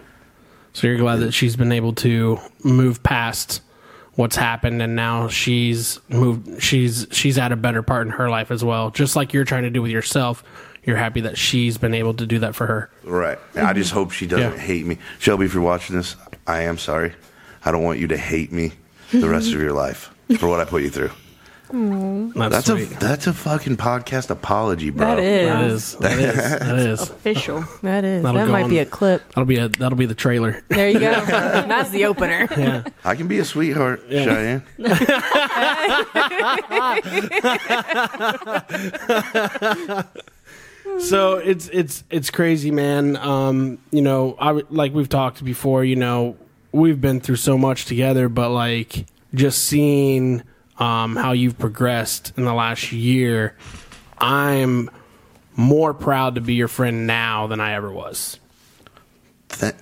[SPEAKER 1] So you're glad that she's been able to move past what's happened and now she's moved she's she's at a better part in her life as well. Just like you're trying to do with yourself, you're happy that she's been able to do that for her.
[SPEAKER 4] Right. And I just hope she doesn't
[SPEAKER 1] Yeah.
[SPEAKER 4] hate me. Shelby, if you're watching this, I am sorry. I don't want you to hate me the rest of your life for what I put you through.
[SPEAKER 1] That's,
[SPEAKER 4] That's
[SPEAKER 1] sweet.
[SPEAKER 4] a that's a fucking podcast apology, bro.
[SPEAKER 2] That is.
[SPEAKER 1] that is that is that is.
[SPEAKER 3] Official.
[SPEAKER 2] That is.
[SPEAKER 1] That'll
[SPEAKER 2] That
[SPEAKER 1] go
[SPEAKER 2] might be
[SPEAKER 1] on-
[SPEAKER 2] a clip.
[SPEAKER 1] That'll be a that'll be the trailer.
[SPEAKER 2] There you go. That's the opener.
[SPEAKER 1] Yeah.
[SPEAKER 4] I can be a sweetheart, Cheyenne.
[SPEAKER 1] so it's it's it's crazy man um you know i w- like we've talked before you know we've been through so much together but like just seeing um how you've progressed in the last year i'm more proud to be your friend now than i ever was
[SPEAKER 4] Th-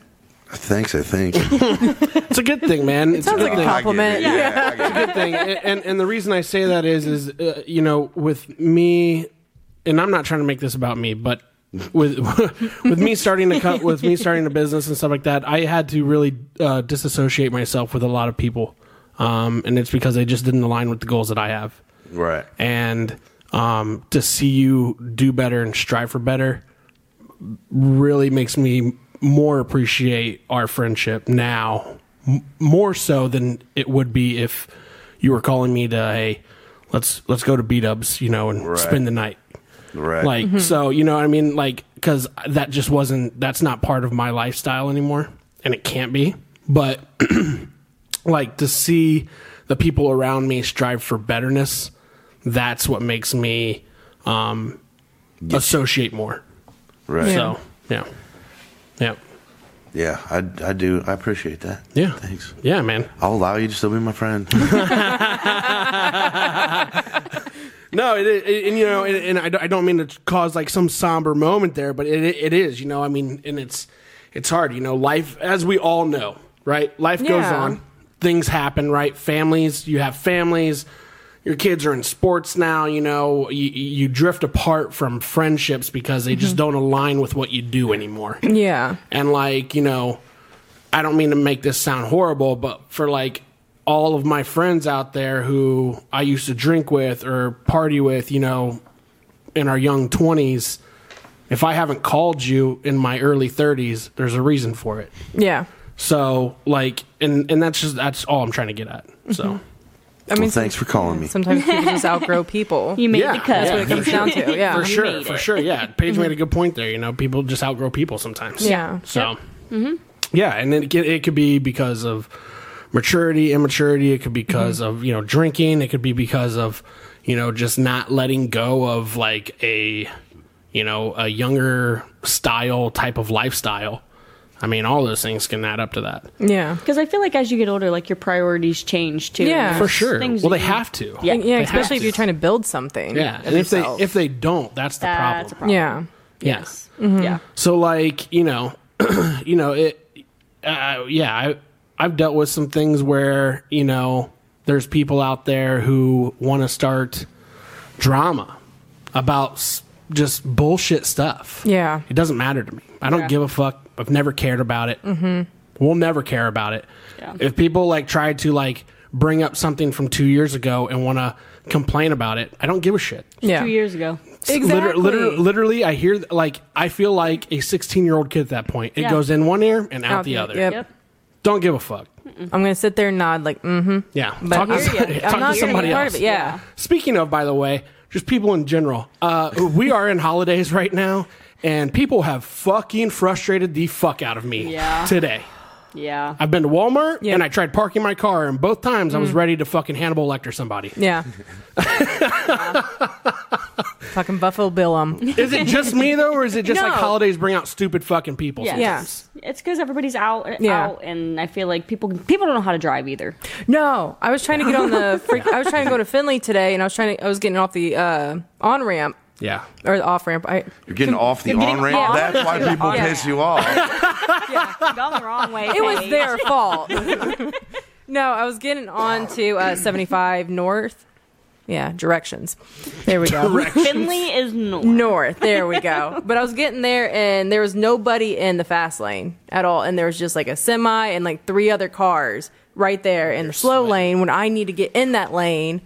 [SPEAKER 4] thanks, I think.
[SPEAKER 1] it's a good thing man it
[SPEAKER 2] sounds like a
[SPEAKER 4] I get it.
[SPEAKER 2] compliment.
[SPEAKER 4] Yeah, I get it.
[SPEAKER 1] good thing. And, and and the reason I say that is is uh, you know with me, and I'm not trying to make this about me, but with with me starting to cut with me starting a business and stuff like that, I had to really uh, disassociate myself with a lot of people, um, and it's because they just didn't align with the goals that I have
[SPEAKER 4] Right.
[SPEAKER 1] and um, to see you do better and strive for better really makes me more appreciate our friendship now m- more so than it would be if you were calling me to hey let's let's go to beat ups you know and
[SPEAKER 4] Right.
[SPEAKER 1] spend the night
[SPEAKER 4] Right.
[SPEAKER 1] like so you know what i mean like because that just wasn't that's not part of my lifestyle anymore and it can't be but like to see the people around me strive for betterness that's what makes me um associate more
[SPEAKER 4] right.
[SPEAKER 2] Yeah.
[SPEAKER 1] so yeah yeah
[SPEAKER 4] Yeah, I, I do. I appreciate that.
[SPEAKER 1] yeah
[SPEAKER 4] Thanks.
[SPEAKER 1] yeah man
[SPEAKER 4] I'll allow you to still be my friend.
[SPEAKER 1] No, it, it, and you know, and, and I, don't- I don't mean to cause like some somber moment there, but it, it is, you know, I mean, and it's it's hard, you know, life as we all know, right? Life goes
[SPEAKER 2] Yeah.
[SPEAKER 1] on, things happen, right? Families, you have families, your kids are in sports now, you know, you, you drift apart from friendships because they just don't align with what you do anymore.
[SPEAKER 2] Yeah.
[SPEAKER 1] And like, you know, I don't mean to make this sound horrible, but for like all of my friends out there who I used to drink with or party with, you know, in our young 20s, if I haven't called you in my early 30s, there's a reason for it.
[SPEAKER 2] Yeah.
[SPEAKER 1] So, like, and and that's just that's all I'm trying to get at. So,
[SPEAKER 2] I mean,
[SPEAKER 4] Well, thanks for calling me.
[SPEAKER 2] sometimes people just outgrow people.
[SPEAKER 3] You made
[SPEAKER 1] Yeah,
[SPEAKER 3] the cut.
[SPEAKER 1] that's what it
[SPEAKER 2] comes down to, yeah.
[SPEAKER 1] for
[SPEAKER 2] You
[SPEAKER 1] sure, for sure, yeah. Paige made a good point there. You know, people just outgrow people sometimes.
[SPEAKER 2] Yeah.
[SPEAKER 1] So, yeah, and it, could- it could be because of maturity, immaturity. It could be because of you know drinking. It could be because of you know just not letting go of like a you know a younger style type of lifestyle. I mean, all those things can add up to that
[SPEAKER 2] Yeah.
[SPEAKER 3] Because I feel like as you get older, like your priorities change too.
[SPEAKER 2] Yeah.
[SPEAKER 3] There's
[SPEAKER 1] for sure.
[SPEAKER 3] things
[SPEAKER 1] Well,
[SPEAKER 3] that
[SPEAKER 1] they
[SPEAKER 3] you-
[SPEAKER 1] have to.
[SPEAKER 3] Yeah.
[SPEAKER 2] Yeah,
[SPEAKER 1] They have
[SPEAKER 2] especially if
[SPEAKER 1] to.
[SPEAKER 2] you're trying to build something.
[SPEAKER 1] Yeah,
[SPEAKER 2] of
[SPEAKER 1] and if they
[SPEAKER 2] yourself.
[SPEAKER 1] if they don't, that's the problem.
[SPEAKER 3] That's a problem.
[SPEAKER 2] yeah. Mm-hmm.
[SPEAKER 1] Yes.
[SPEAKER 3] Yeah.
[SPEAKER 1] So like you know, you know it. Uh, yeah, I I've dealt with some things where you know there's people out there who want to start drama about s- just bullshit stuff.
[SPEAKER 2] Yeah.
[SPEAKER 1] it doesn't matter to me. I don't give a fuck. I've never cared about it. Mm-hmm. We'll never care about it.
[SPEAKER 3] Yeah.
[SPEAKER 1] If people like try to like bring up something from two years ago and want to complain about it, I don't give a shit.
[SPEAKER 2] Yeah.
[SPEAKER 3] Two years ago.
[SPEAKER 1] Liter-
[SPEAKER 2] Exactly.
[SPEAKER 1] liter- literally, I hear th- like I feel like a 16 year old kid at that point. It
[SPEAKER 3] Yeah.
[SPEAKER 1] goes in one ear and out,
[SPEAKER 2] Out
[SPEAKER 1] the
[SPEAKER 2] the-
[SPEAKER 1] other.
[SPEAKER 2] yep.
[SPEAKER 3] Yep.
[SPEAKER 1] Don't give a fuck.
[SPEAKER 2] I'm gonna sit there and nod like, mm-hmm.
[SPEAKER 1] Yeah,
[SPEAKER 2] But
[SPEAKER 1] talk to
[SPEAKER 2] here you-
[SPEAKER 1] somebody,
[SPEAKER 2] I'm
[SPEAKER 1] talk to
[SPEAKER 2] not gonna be
[SPEAKER 1] somebody
[SPEAKER 2] part
[SPEAKER 1] else.
[SPEAKER 2] of it. Yeah.
[SPEAKER 1] Speaking of, by the way, just people in general. Uh, we are in holidays right now, and people have fucking frustrated the fuck out of me
[SPEAKER 3] Yeah.
[SPEAKER 1] today.
[SPEAKER 3] Yeah.
[SPEAKER 1] I've been to Walmart
[SPEAKER 2] Yeah.
[SPEAKER 1] and I tried parking my car, and both
[SPEAKER 2] Mm.
[SPEAKER 1] times I was ready to fucking Hannibal Lecter somebody.
[SPEAKER 2] Yeah. Fucking Buffalo Bill um. 'em.
[SPEAKER 1] Is it just me though, or is it just
[SPEAKER 2] No.
[SPEAKER 1] like holidays bring out stupid fucking people?
[SPEAKER 3] Yeah.
[SPEAKER 2] Yeah.
[SPEAKER 3] It's because everybody's out, uh,
[SPEAKER 2] Yeah.
[SPEAKER 3] out, and I feel like people people don't know how to drive either.
[SPEAKER 2] No, I was trying to get on the. Freak, I was trying to go to Finley today, and I was trying to. I was getting off the uh, on ramp
[SPEAKER 1] Yeah.
[SPEAKER 2] or the off ramp. I
[SPEAKER 4] You're getting off the
[SPEAKER 3] You're getting
[SPEAKER 4] on ramp.
[SPEAKER 3] off
[SPEAKER 4] That's why
[SPEAKER 3] to the
[SPEAKER 4] people
[SPEAKER 3] on-ramp.
[SPEAKER 4] piss you off.
[SPEAKER 3] You've gone the wrong way.
[SPEAKER 2] it was
[SPEAKER 3] Paige.
[SPEAKER 2] their fault. no, I was getting on to uh, 75 north. Yeah, directions. There we go.
[SPEAKER 3] Finley is north.
[SPEAKER 2] north. There we go. But I was getting there, and there was nobody in the fast lane at all, and there was just like a semi and like three other cars right there in the slow lane when I need to get in that lane,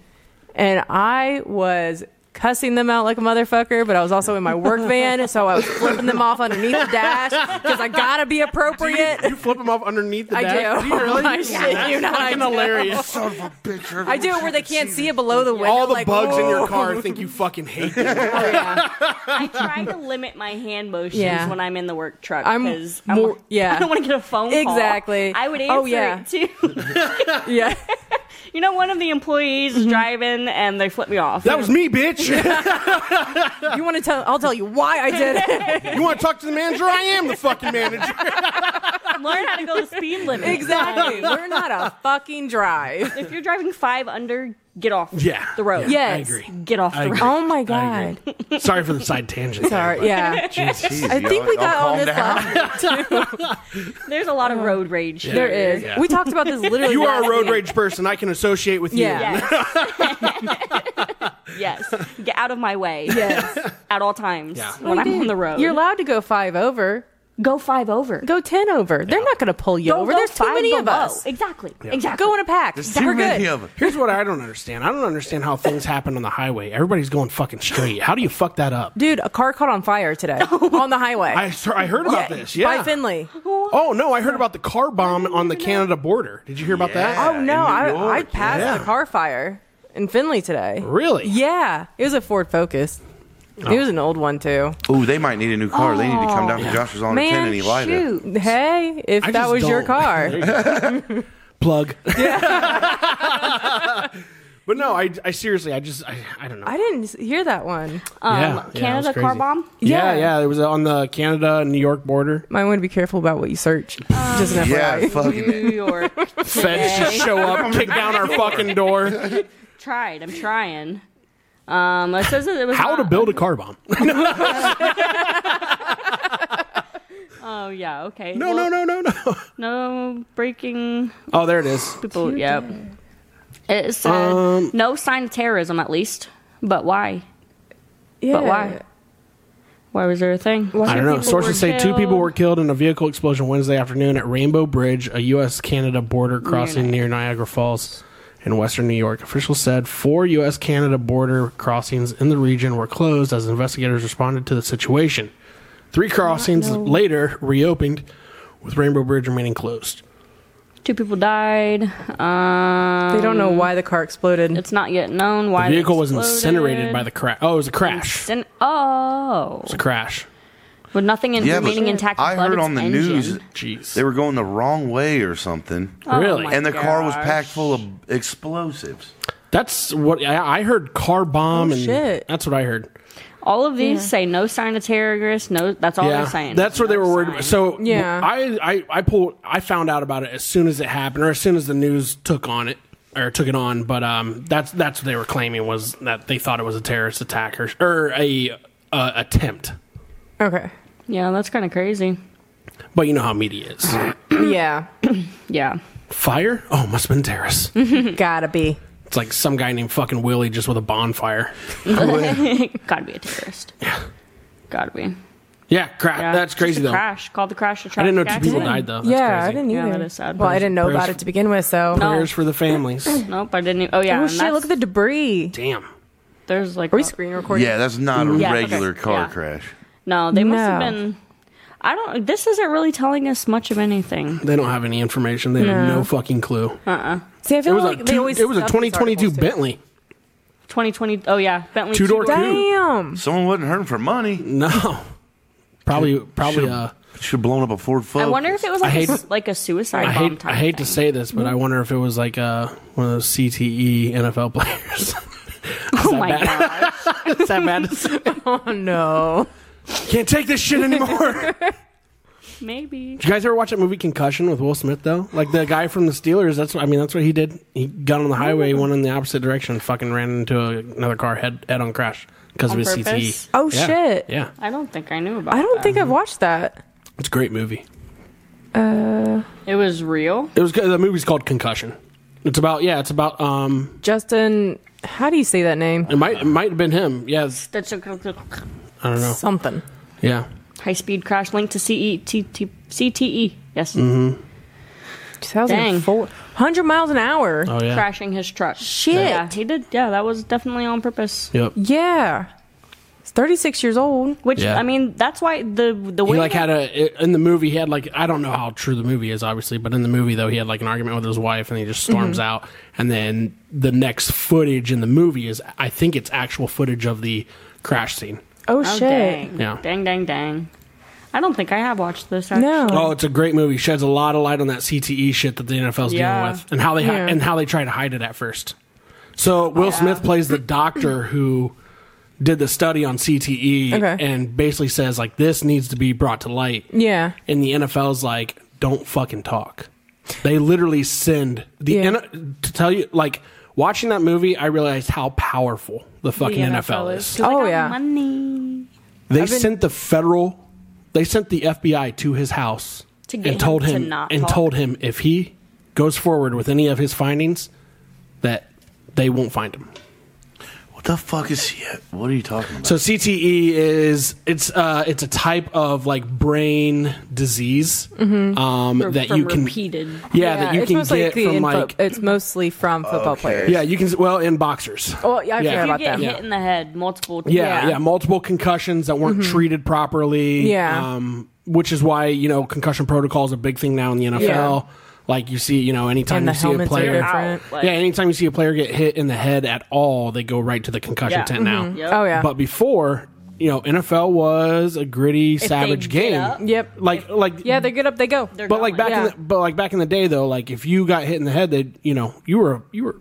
[SPEAKER 2] and I was. Cussing them out like a motherfucker, but I was also in my work van, so I was flipping them off underneath the dash because I gotta be appropriate.
[SPEAKER 1] You flip them off underneath the
[SPEAKER 2] I
[SPEAKER 1] dash?
[SPEAKER 2] do.
[SPEAKER 1] you really?
[SPEAKER 2] I shit you not, I
[SPEAKER 1] fucking
[SPEAKER 2] do.
[SPEAKER 1] hilarious.
[SPEAKER 4] Son of a bitch.
[SPEAKER 2] I do it where they can't see it below the window.
[SPEAKER 1] All the
[SPEAKER 2] like,
[SPEAKER 1] bugs in your
[SPEAKER 2] "Whoa."
[SPEAKER 1] car think you fucking hate them.
[SPEAKER 3] I try to limit my hand motions
[SPEAKER 2] Yeah.
[SPEAKER 3] when I'm in the work truck
[SPEAKER 2] I'm
[SPEAKER 3] because
[SPEAKER 2] more- yeah.
[SPEAKER 3] I don't want to get a phone call.
[SPEAKER 2] Exactly.
[SPEAKER 3] I would answer
[SPEAKER 2] Oh, yeah.
[SPEAKER 3] it too.
[SPEAKER 2] Yeah.
[SPEAKER 3] you know, one of the employees
[SPEAKER 2] Mm-hmm.
[SPEAKER 3] is driving and they flip me off.
[SPEAKER 1] That was me, bitch.
[SPEAKER 2] You want to tell? I'll tell you why I did it.
[SPEAKER 1] you want to talk to the manager? I am the fucking manager.
[SPEAKER 3] Learn how to go the speed limit.
[SPEAKER 2] exactly. We're not a fucking drive.
[SPEAKER 3] If you're driving five under, get off
[SPEAKER 1] Yeah.
[SPEAKER 3] the road.
[SPEAKER 2] Yeah.
[SPEAKER 1] I
[SPEAKER 2] Yes.
[SPEAKER 1] agree.
[SPEAKER 3] Get off
[SPEAKER 1] I
[SPEAKER 3] the road.
[SPEAKER 1] agree.
[SPEAKER 2] Oh my
[SPEAKER 1] I
[SPEAKER 2] god.
[SPEAKER 1] agree. Sorry for the side tangent.
[SPEAKER 2] Sorry. Yeah. I think we got on this last too.
[SPEAKER 3] There's a lot of road rage.
[SPEAKER 1] Yeah.
[SPEAKER 2] There is.
[SPEAKER 1] Yeah.
[SPEAKER 2] We talked about this literally.
[SPEAKER 1] You are a
[SPEAKER 2] last
[SPEAKER 1] road
[SPEAKER 2] week.
[SPEAKER 1] rage person. I can associate with you.
[SPEAKER 2] Yeah.
[SPEAKER 3] Yes. yes. Get out of my way
[SPEAKER 2] Yes.
[SPEAKER 3] at all times
[SPEAKER 1] Yeah.
[SPEAKER 3] when I'm on the road.
[SPEAKER 2] You're allowed to go five over.
[SPEAKER 3] go five over.
[SPEAKER 2] Go ten over. They're not going to pull you
[SPEAKER 3] Go-
[SPEAKER 2] over.
[SPEAKER 3] go
[SPEAKER 2] There's too
[SPEAKER 3] five
[SPEAKER 2] many of
[SPEAKER 3] below.
[SPEAKER 2] us.
[SPEAKER 3] Exactly. Exactly.
[SPEAKER 2] Go in a pack.
[SPEAKER 4] There's
[SPEAKER 2] We're
[SPEAKER 4] too many
[SPEAKER 2] good.
[SPEAKER 4] of them.
[SPEAKER 1] Here's what I don't understand. I don't understand how things happen on the highway. Everybody's going fucking straight. How do you fuck that up?
[SPEAKER 2] Dude, a car caught on fire today on the highway.
[SPEAKER 1] I, I heard about this. Yeah.
[SPEAKER 2] By Finley.
[SPEAKER 1] Oh no, I heard about the car bomb on the Canada border. Did you hear about
[SPEAKER 4] Yeah.
[SPEAKER 1] that?
[SPEAKER 2] Oh no,
[SPEAKER 4] in New
[SPEAKER 2] I,
[SPEAKER 4] York,
[SPEAKER 2] I passed
[SPEAKER 1] yeah.
[SPEAKER 2] the car fire in Finley today.
[SPEAKER 1] Really?
[SPEAKER 2] Yeah, it was a Ford Focus. It was an old one too.
[SPEAKER 4] Ooh, they might need a new car. They need to
[SPEAKER 2] Oh.
[SPEAKER 4] come down to Josh's on a 10 and he light it.
[SPEAKER 2] Hey, if
[SPEAKER 1] I
[SPEAKER 2] that
[SPEAKER 1] just
[SPEAKER 2] was your
[SPEAKER 1] don't.
[SPEAKER 2] car,
[SPEAKER 1] There you go. Plug. but no, I, I seriously, I just, I, I don't know.
[SPEAKER 2] I didn't s- hear that one.
[SPEAKER 3] Um,
[SPEAKER 1] Yeah, yeah, it
[SPEAKER 3] Canada
[SPEAKER 1] was
[SPEAKER 3] car
[SPEAKER 1] crazy.
[SPEAKER 3] bomb.
[SPEAKER 1] Yeah,
[SPEAKER 2] Yeah.
[SPEAKER 1] yeah, it was on the Canada New York border.
[SPEAKER 2] Might want to be careful about what you search.
[SPEAKER 3] Um,
[SPEAKER 2] Just an
[SPEAKER 4] Yeah,
[SPEAKER 2] FYI.
[SPEAKER 4] fucking.
[SPEAKER 3] New York.
[SPEAKER 1] Feds just show up, kick down our fucking door.
[SPEAKER 3] Tried. I'm trying. Um, it says that it was
[SPEAKER 1] How to
[SPEAKER 3] not-
[SPEAKER 1] build a car bomb?
[SPEAKER 3] Oh yeah. Okay.
[SPEAKER 1] No, no,
[SPEAKER 3] Well,
[SPEAKER 1] no, no, no.
[SPEAKER 3] No breaking
[SPEAKER 1] Oh, there it is.
[SPEAKER 3] people. Yep. It said
[SPEAKER 1] Um,
[SPEAKER 3] no sign of terrorism at least. But why?
[SPEAKER 2] Yeah.
[SPEAKER 3] But why? Why was there a thing?
[SPEAKER 1] I don't know.
[SPEAKER 2] People
[SPEAKER 1] Sources
[SPEAKER 3] were
[SPEAKER 1] say two people
[SPEAKER 3] killed.
[SPEAKER 1] were killed in a vehicle explosion Wednesday afternoon at Rainbow Bridge, a U.S. Canada border crossing
[SPEAKER 3] Ni-
[SPEAKER 1] near Niagara Falls in western New York. Officials said four U.S. Canada border crossings in the region were closed as investigators responded to the situation. Three crossings later reopened, with Rainbow Bridge remaining closed.
[SPEAKER 3] Two people died. Um,
[SPEAKER 2] They don't know why the car exploded.
[SPEAKER 3] It's not yet known why
[SPEAKER 1] The vehicle
[SPEAKER 3] they
[SPEAKER 1] was
[SPEAKER 3] exploded.
[SPEAKER 1] incinerated by the crash. Oh, it was a crash. It
[SPEAKER 3] Incin- oh,
[SPEAKER 1] was a crash.
[SPEAKER 3] with nothing in,
[SPEAKER 4] Yeah, but
[SPEAKER 3] remaining intact.
[SPEAKER 4] I
[SPEAKER 3] but
[SPEAKER 4] heard
[SPEAKER 3] its
[SPEAKER 4] on the
[SPEAKER 3] engine.
[SPEAKER 4] news
[SPEAKER 1] Jeez.
[SPEAKER 4] they were going the wrong way or something.
[SPEAKER 1] really?
[SPEAKER 3] Oh my
[SPEAKER 4] and the car was
[SPEAKER 3] gosh.
[SPEAKER 4] packed full of explosives.
[SPEAKER 1] That's what I I heard. Car bomb
[SPEAKER 2] Oh,
[SPEAKER 1] and
[SPEAKER 2] shit.
[SPEAKER 1] that's what I heard.
[SPEAKER 3] All of these say no sign of terrorists. No, that's all they're saying.
[SPEAKER 1] That's what they were worried about. So
[SPEAKER 2] Yeah.
[SPEAKER 1] I, I, I pulled I found out about it as soon as it happened or as soon as the news took on it or took it on, but um that's that's what they were claiming was that they thought it was a terrorist attack or or a uh, attempt.
[SPEAKER 2] Okay.
[SPEAKER 3] yeah, that's kind of crazy.
[SPEAKER 1] But you know how media is.
[SPEAKER 2] Yeah.
[SPEAKER 3] Yeah,
[SPEAKER 1] Fire? Oh, must have been terrorists.
[SPEAKER 3] Mm.
[SPEAKER 2] Gotta be.
[SPEAKER 1] it's like some guy named fucking Willie just with a bonfire.
[SPEAKER 3] gotta be a terrorist. Yeah, gotta be.
[SPEAKER 1] Yeah, crap.
[SPEAKER 3] Yeah.
[SPEAKER 1] That's
[SPEAKER 3] Just
[SPEAKER 1] crazy
[SPEAKER 3] a
[SPEAKER 1] though.
[SPEAKER 3] Crash. Call the crash a
[SPEAKER 1] I
[SPEAKER 3] traffic
[SPEAKER 1] didn't know two people
[SPEAKER 3] accident.
[SPEAKER 1] died though. Oh, That's
[SPEAKER 2] yeah,
[SPEAKER 1] crazy.
[SPEAKER 2] I didn't
[SPEAKER 3] Yeah,
[SPEAKER 2] either.
[SPEAKER 3] that is sad.
[SPEAKER 2] Well, I didn't know
[SPEAKER 1] Prayers-
[SPEAKER 2] about it to begin with, so.
[SPEAKER 3] No.
[SPEAKER 1] Prayers for the families.
[SPEAKER 3] Nope, I didn't. Even, oh yeah,
[SPEAKER 2] Oh
[SPEAKER 3] and
[SPEAKER 2] shit!
[SPEAKER 3] that's-
[SPEAKER 2] Look at the debris.
[SPEAKER 1] Damn.
[SPEAKER 3] There's like
[SPEAKER 2] Are we
[SPEAKER 3] a-
[SPEAKER 2] screen recording?
[SPEAKER 4] Yeah, that's not a
[SPEAKER 3] Mm, Yeah, okay.
[SPEAKER 4] regular car
[SPEAKER 3] Yeah.
[SPEAKER 4] crash.
[SPEAKER 3] no. They must have
[SPEAKER 2] No.
[SPEAKER 3] been. I don't. This isn't really telling us much of anything.
[SPEAKER 1] They don't have any information. They have
[SPEAKER 2] No.
[SPEAKER 1] no fucking clue.
[SPEAKER 2] See, I
[SPEAKER 1] It
[SPEAKER 2] feel
[SPEAKER 1] was
[SPEAKER 2] like
[SPEAKER 1] a
[SPEAKER 2] they
[SPEAKER 1] two,
[SPEAKER 2] always.
[SPEAKER 1] it was a
[SPEAKER 2] stuff these
[SPEAKER 1] 2022
[SPEAKER 2] articles, too.
[SPEAKER 1] Bentley.
[SPEAKER 3] 2020. Oh yeah, Bentley
[SPEAKER 1] Two-door
[SPEAKER 3] two-door.
[SPEAKER 1] coupe.
[SPEAKER 2] Damn.
[SPEAKER 4] Someone wasn't hurting for money.
[SPEAKER 1] No, probably probably.
[SPEAKER 4] Should've-
[SPEAKER 1] Uh,
[SPEAKER 4] Should've blown up a Ford Focus.
[SPEAKER 3] I wonder if it was like,
[SPEAKER 1] I
[SPEAKER 3] a
[SPEAKER 1] hate-
[SPEAKER 3] s like a suicide
[SPEAKER 1] I
[SPEAKER 3] bomb
[SPEAKER 1] hate
[SPEAKER 3] type.
[SPEAKER 1] I hate to
[SPEAKER 3] thing.
[SPEAKER 1] E say this, but I wonder if it was like uh, one of those CTE NFL players.
[SPEAKER 3] Oh my
[SPEAKER 1] bad?
[SPEAKER 3] god.
[SPEAKER 1] Is that bad to say?
[SPEAKER 2] Oh no.
[SPEAKER 1] Can't take this shit anymore. Did
[SPEAKER 3] Maybe.
[SPEAKER 1] you guys ever watch that movie Concussion with Will Smith though? Like the guy from the Steelers. That's what I mean. That's what he did. He got on the highway, went in the opposite direction, fucking ran into a, another car head head on crash because of
[SPEAKER 3] On
[SPEAKER 1] his
[SPEAKER 3] purpose?
[SPEAKER 1] CTE.
[SPEAKER 2] Oh,
[SPEAKER 1] Yeah.
[SPEAKER 2] shit.
[SPEAKER 1] Yeah,
[SPEAKER 3] I don't think I knew about
[SPEAKER 2] I don't
[SPEAKER 3] that.
[SPEAKER 2] think I've watched that.
[SPEAKER 1] it's a great movie.
[SPEAKER 3] it was real.
[SPEAKER 1] It was the movie's called Concussion. It's about yeah, it's about um,
[SPEAKER 2] Justin, how do you say that name?
[SPEAKER 1] it might it might have been him. Yeah, it's-
[SPEAKER 3] That's a
[SPEAKER 1] I don't know.
[SPEAKER 2] Something.
[SPEAKER 1] Yeah,
[SPEAKER 3] high speed crash linked to E, CET CTE. E. Yes.
[SPEAKER 2] Mm-hmm. 2004. 100 miles an hour.
[SPEAKER 1] oh yeah,
[SPEAKER 3] Crashing his truck.
[SPEAKER 2] Shit.
[SPEAKER 3] Yeah, he did. Yeah, that was definitely on purpose.
[SPEAKER 1] yep.
[SPEAKER 2] Yeah. He's 36 years old.
[SPEAKER 3] Which
[SPEAKER 1] Yeah.
[SPEAKER 3] I mean, that's why the the way
[SPEAKER 1] He like
[SPEAKER 3] that-
[SPEAKER 1] had a in the movie. He had like I don't know how true the movie is, obviously, but in the movie though, he had like an argument with his wife, and he just storms out. And then the next footage in the movie is I think it's actual footage of the crash scene.
[SPEAKER 2] Oh,
[SPEAKER 3] Oh,
[SPEAKER 2] shit.
[SPEAKER 3] dang.
[SPEAKER 1] Yeah.
[SPEAKER 3] Dang, dang, dang. I don't think I have watched this. Actually.
[SPEAKER 2] No.
[SPEAKER 1] Oh, it's a great movie. Sheds a lot of light on that CTE shit that the NFL's
[SPEAKER 3] Yeah.
[SPEAKER 1] dealing with, and how they hi-
[SPEAKER 2] Yeah.
[SPEAKER 1] and how they try to hide it at first. So Will Smith plays the doctor who did the study on CTE
[SPEAKER 2] Okay.
[SPEAKER 1] and basically says like this needs to be brought to light.
[SPEAKER 2] Yeah.
[SPEAKER 1] and the NFL's like, don't fucking talk. They literally send the
[SPEAKER 2] Yeah.
[SPEAKER 1] N- to tell you like watching that movie. I realized how powerful the fucking NFL, is.
[SPEAKER 3] 'Cause I
[SPEAKER 2] Oh,
[SPEAKER 3] got
[SPEAKER 2] yeah.
[SPEAKER 3] money.
[SPEAKER 1] They sent the federal, they sent the FBI to his house
[SPEAKER 3] To get
[SPEAKER 1] and told
[SPEAKER 3] him to
[SPEAKER 1] him,
[SPEAKER 3] not
[SPEAKER 1] and
[SPEAKER 3] talk.
[SPEAKER 1] told him if he goes forward with any of his findings, that they won't find him.
[SPEAKER 4] What the fuck is he? What are you talking about?
[SPEAKER 1] So CTE is it's uh it's a type of like brain disease um, that
[SPEAKER 3] from
[SPEAKER 1] you can
[SPEAKER 3] repeated.
[SPEAKER 1] yeah, that you
[SPEAKER 2] it's
[SPEAKER 1] can
[SPEAKER 2] mostly
[SPEAKER 1] get
[SPEAKER 2] the
[SPEAKER 1] from
[SPEAKER 2] info-
[SPEAKER 1] like
[SPEAKER 2] it's mostly from football
[SPEAKER 4] Okay.
[SPEAKER 2] players.
[SPEAKER 1] Yeah, you can. Well, in boxers.
[SPEAKER 2] Oh, yeah, I
[SPEAKER 1] Yeah.
[SPEAKER 2] forgot
[SPEAKER 1] You
[SPEAKER 2] about
[SPEAKER 3] You get
[SPEAKER 2] them.
[SPEAKER 3] hit in the head multiple times.
[SPEAKER 1] yeah, yeah, multiple concussions that weren't treated properly.
[SPEAKER 2] Yeah.
[SPEAKER 1] um, which is why you know concussion protocol is a big thing now in the NFL. Like you see, you know, anytime
[SPEAKER 2] And the
[SPEAKER 1] you see a
[SPEAKER 2] helmets are
[SPEAKER 1] player,
[SPEAKER 2] different.
[SPEAKER 3] Like-
[SPEAKER 1] yeah, anytime you see a player get hit in the head at all, they go right to the concussion
[SPEAKER 3] Yeah.
[SPEAKER 1] tent now.
[SPEAKER 3] Yep.
[SPEAKER 2] Oh, yeah.
[SPEAKER 1] But before, you know, NFL was a gritty,
[SPEAKER 3] they
[SPEAKER 1] savage
[SPEAKER 3] get
[SPEAKER 1] game.
[SPEAKER 3] up-
[SPEAKER 2] Yep.
[SPEAKER 1] Like, like,
[SPEAKER 2] Yeah, they get up, they go.
[SPEAKER 3] They're
[SPEAKER 1] But like
[SPEAKER 3] going.
[SPEAKER 1] back in
[SPEAKER 2] Yeah.
[SPEAKER 1] the, but like back in the day though, like if you got hit in the head, they you know you were you were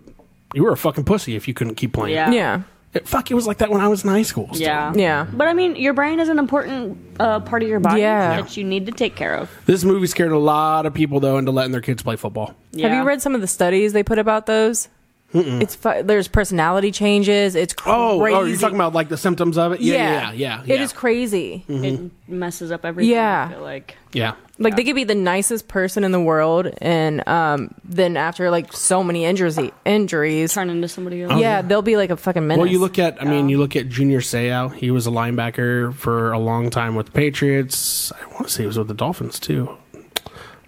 [SPEAKER 1] you were a fucking pussy if you couldn't keep playing.
[SPEAKER 3] Yeah.
[SPEAKER 2] yeah.
[SPEAKER 1] It, fuck, it was like that when I was in high school. still.
[SPEAKER 3] Yeah.
[SPEAKER 2] Yeah.
[SPEAKER 3] But I mean, your brain is an important uh, part of your body
[SPEAKER 2] Yeah.
[SPEAKER 3] that you need to take care of.
[SPEAKER 1] This movie scared a lot of people though into letting their kids play football.
[SPEAKER 2] Have you read some of the studies they put about those? It's fu- there's personality changes. It's crazy.
[SPEAKER 1] Oh, oh, you're talking about like the symptoms of it? Yeah, yeah, yeah. yeah,
[SPEAKER 2] It is crazy.
[SPEAKER 1] Mm-hmm.
[SPEAKER 3] It messes up everything.
[SPEAKER 2] Yeah.
[SPEAKER 3] I feel like.
[SPEAKER 1] Yeah.
[SPEAKER 2] Like they could be the nicest person in the world, and um, then after like so many injuries, injuries,
[SPEAKER 3] Turn into somebody else.
[SPEAKER 2] yeah, they'll be like a fucking menace.
[SPEAKER 1] Oh, Well, you look at, I mean, you look at Junior Seau. He was a linebacker for a long time with the Patriots. I want to say he was with the Dolphins too.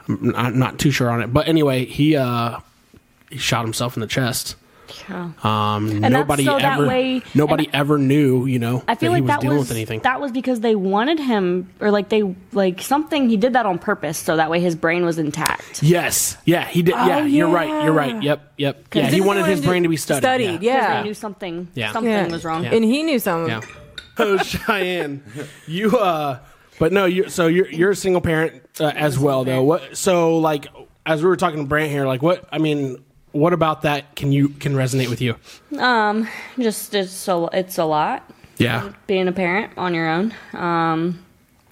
[SPEAKER 1] I'm I'm not too sure on it, but anyway, he uh he shot himself in the chest.
[SPEAKER 3] Yeah.
[SPEAKER 1] Um,
[SPEAKER 3] that's
[SPEAKER 1] nobody
[SPEAKER 3] so that
[SPEAKER 1] ever,
[SPEAKER 3] way-
[SPEAKER 1] nobody ever knew, you know,
[SPEAKER 3] I feel
[SPEAKER 1] that
[SPEAKER 3] like
[SPEAKER 1] he was
[SPEAKER 3] that
[SPEAKER 1] dealing
[SPEAKER 3] was
[SPEAKER 1] with anything.
[SPEAKER 3] that was because they wanted him, or like they like something. He did that on purpose, so that way his brain was intact.
[SPEAKER 1] yes, yeah, he did. Oh, yeah, you're right. You're
[SPEAKER 2] yeah.
[SPEAKER 1] right. Yep, yep. Yeah, he
[SPEAKER 2] didn't
[SPEAKER 1] wanted
[SPEAKER 2] want
[SPEAKER 1] his
[SPEAKER 2] him to-
[SPEAKER 1] brain to be studied.
[SPEAKER 2] studied, yeah.
[SPEAKER 3] 'Cause they knew something.
[SPEAKER 1] Yeah.
[SPEAKER 3] Something
[SPEAKER 2] Yeah.
[SPEAKER 3] was wrong.
[SPEAKER 2] and he knew some.
[SPEAKER 1] Yeah. oh, Cheyenne, you uh, but no, you. So you're you're a single parent uh, as well, though. What? So like, as we were talking to Brant here, like, what? I mean, what about that? Can you can resonate with you?
[SPEAKER 3] Um, just it's so it's a lot
[SPEAKER 1] Yeah.
[SPEAKER 3] being a parent on your own. Um,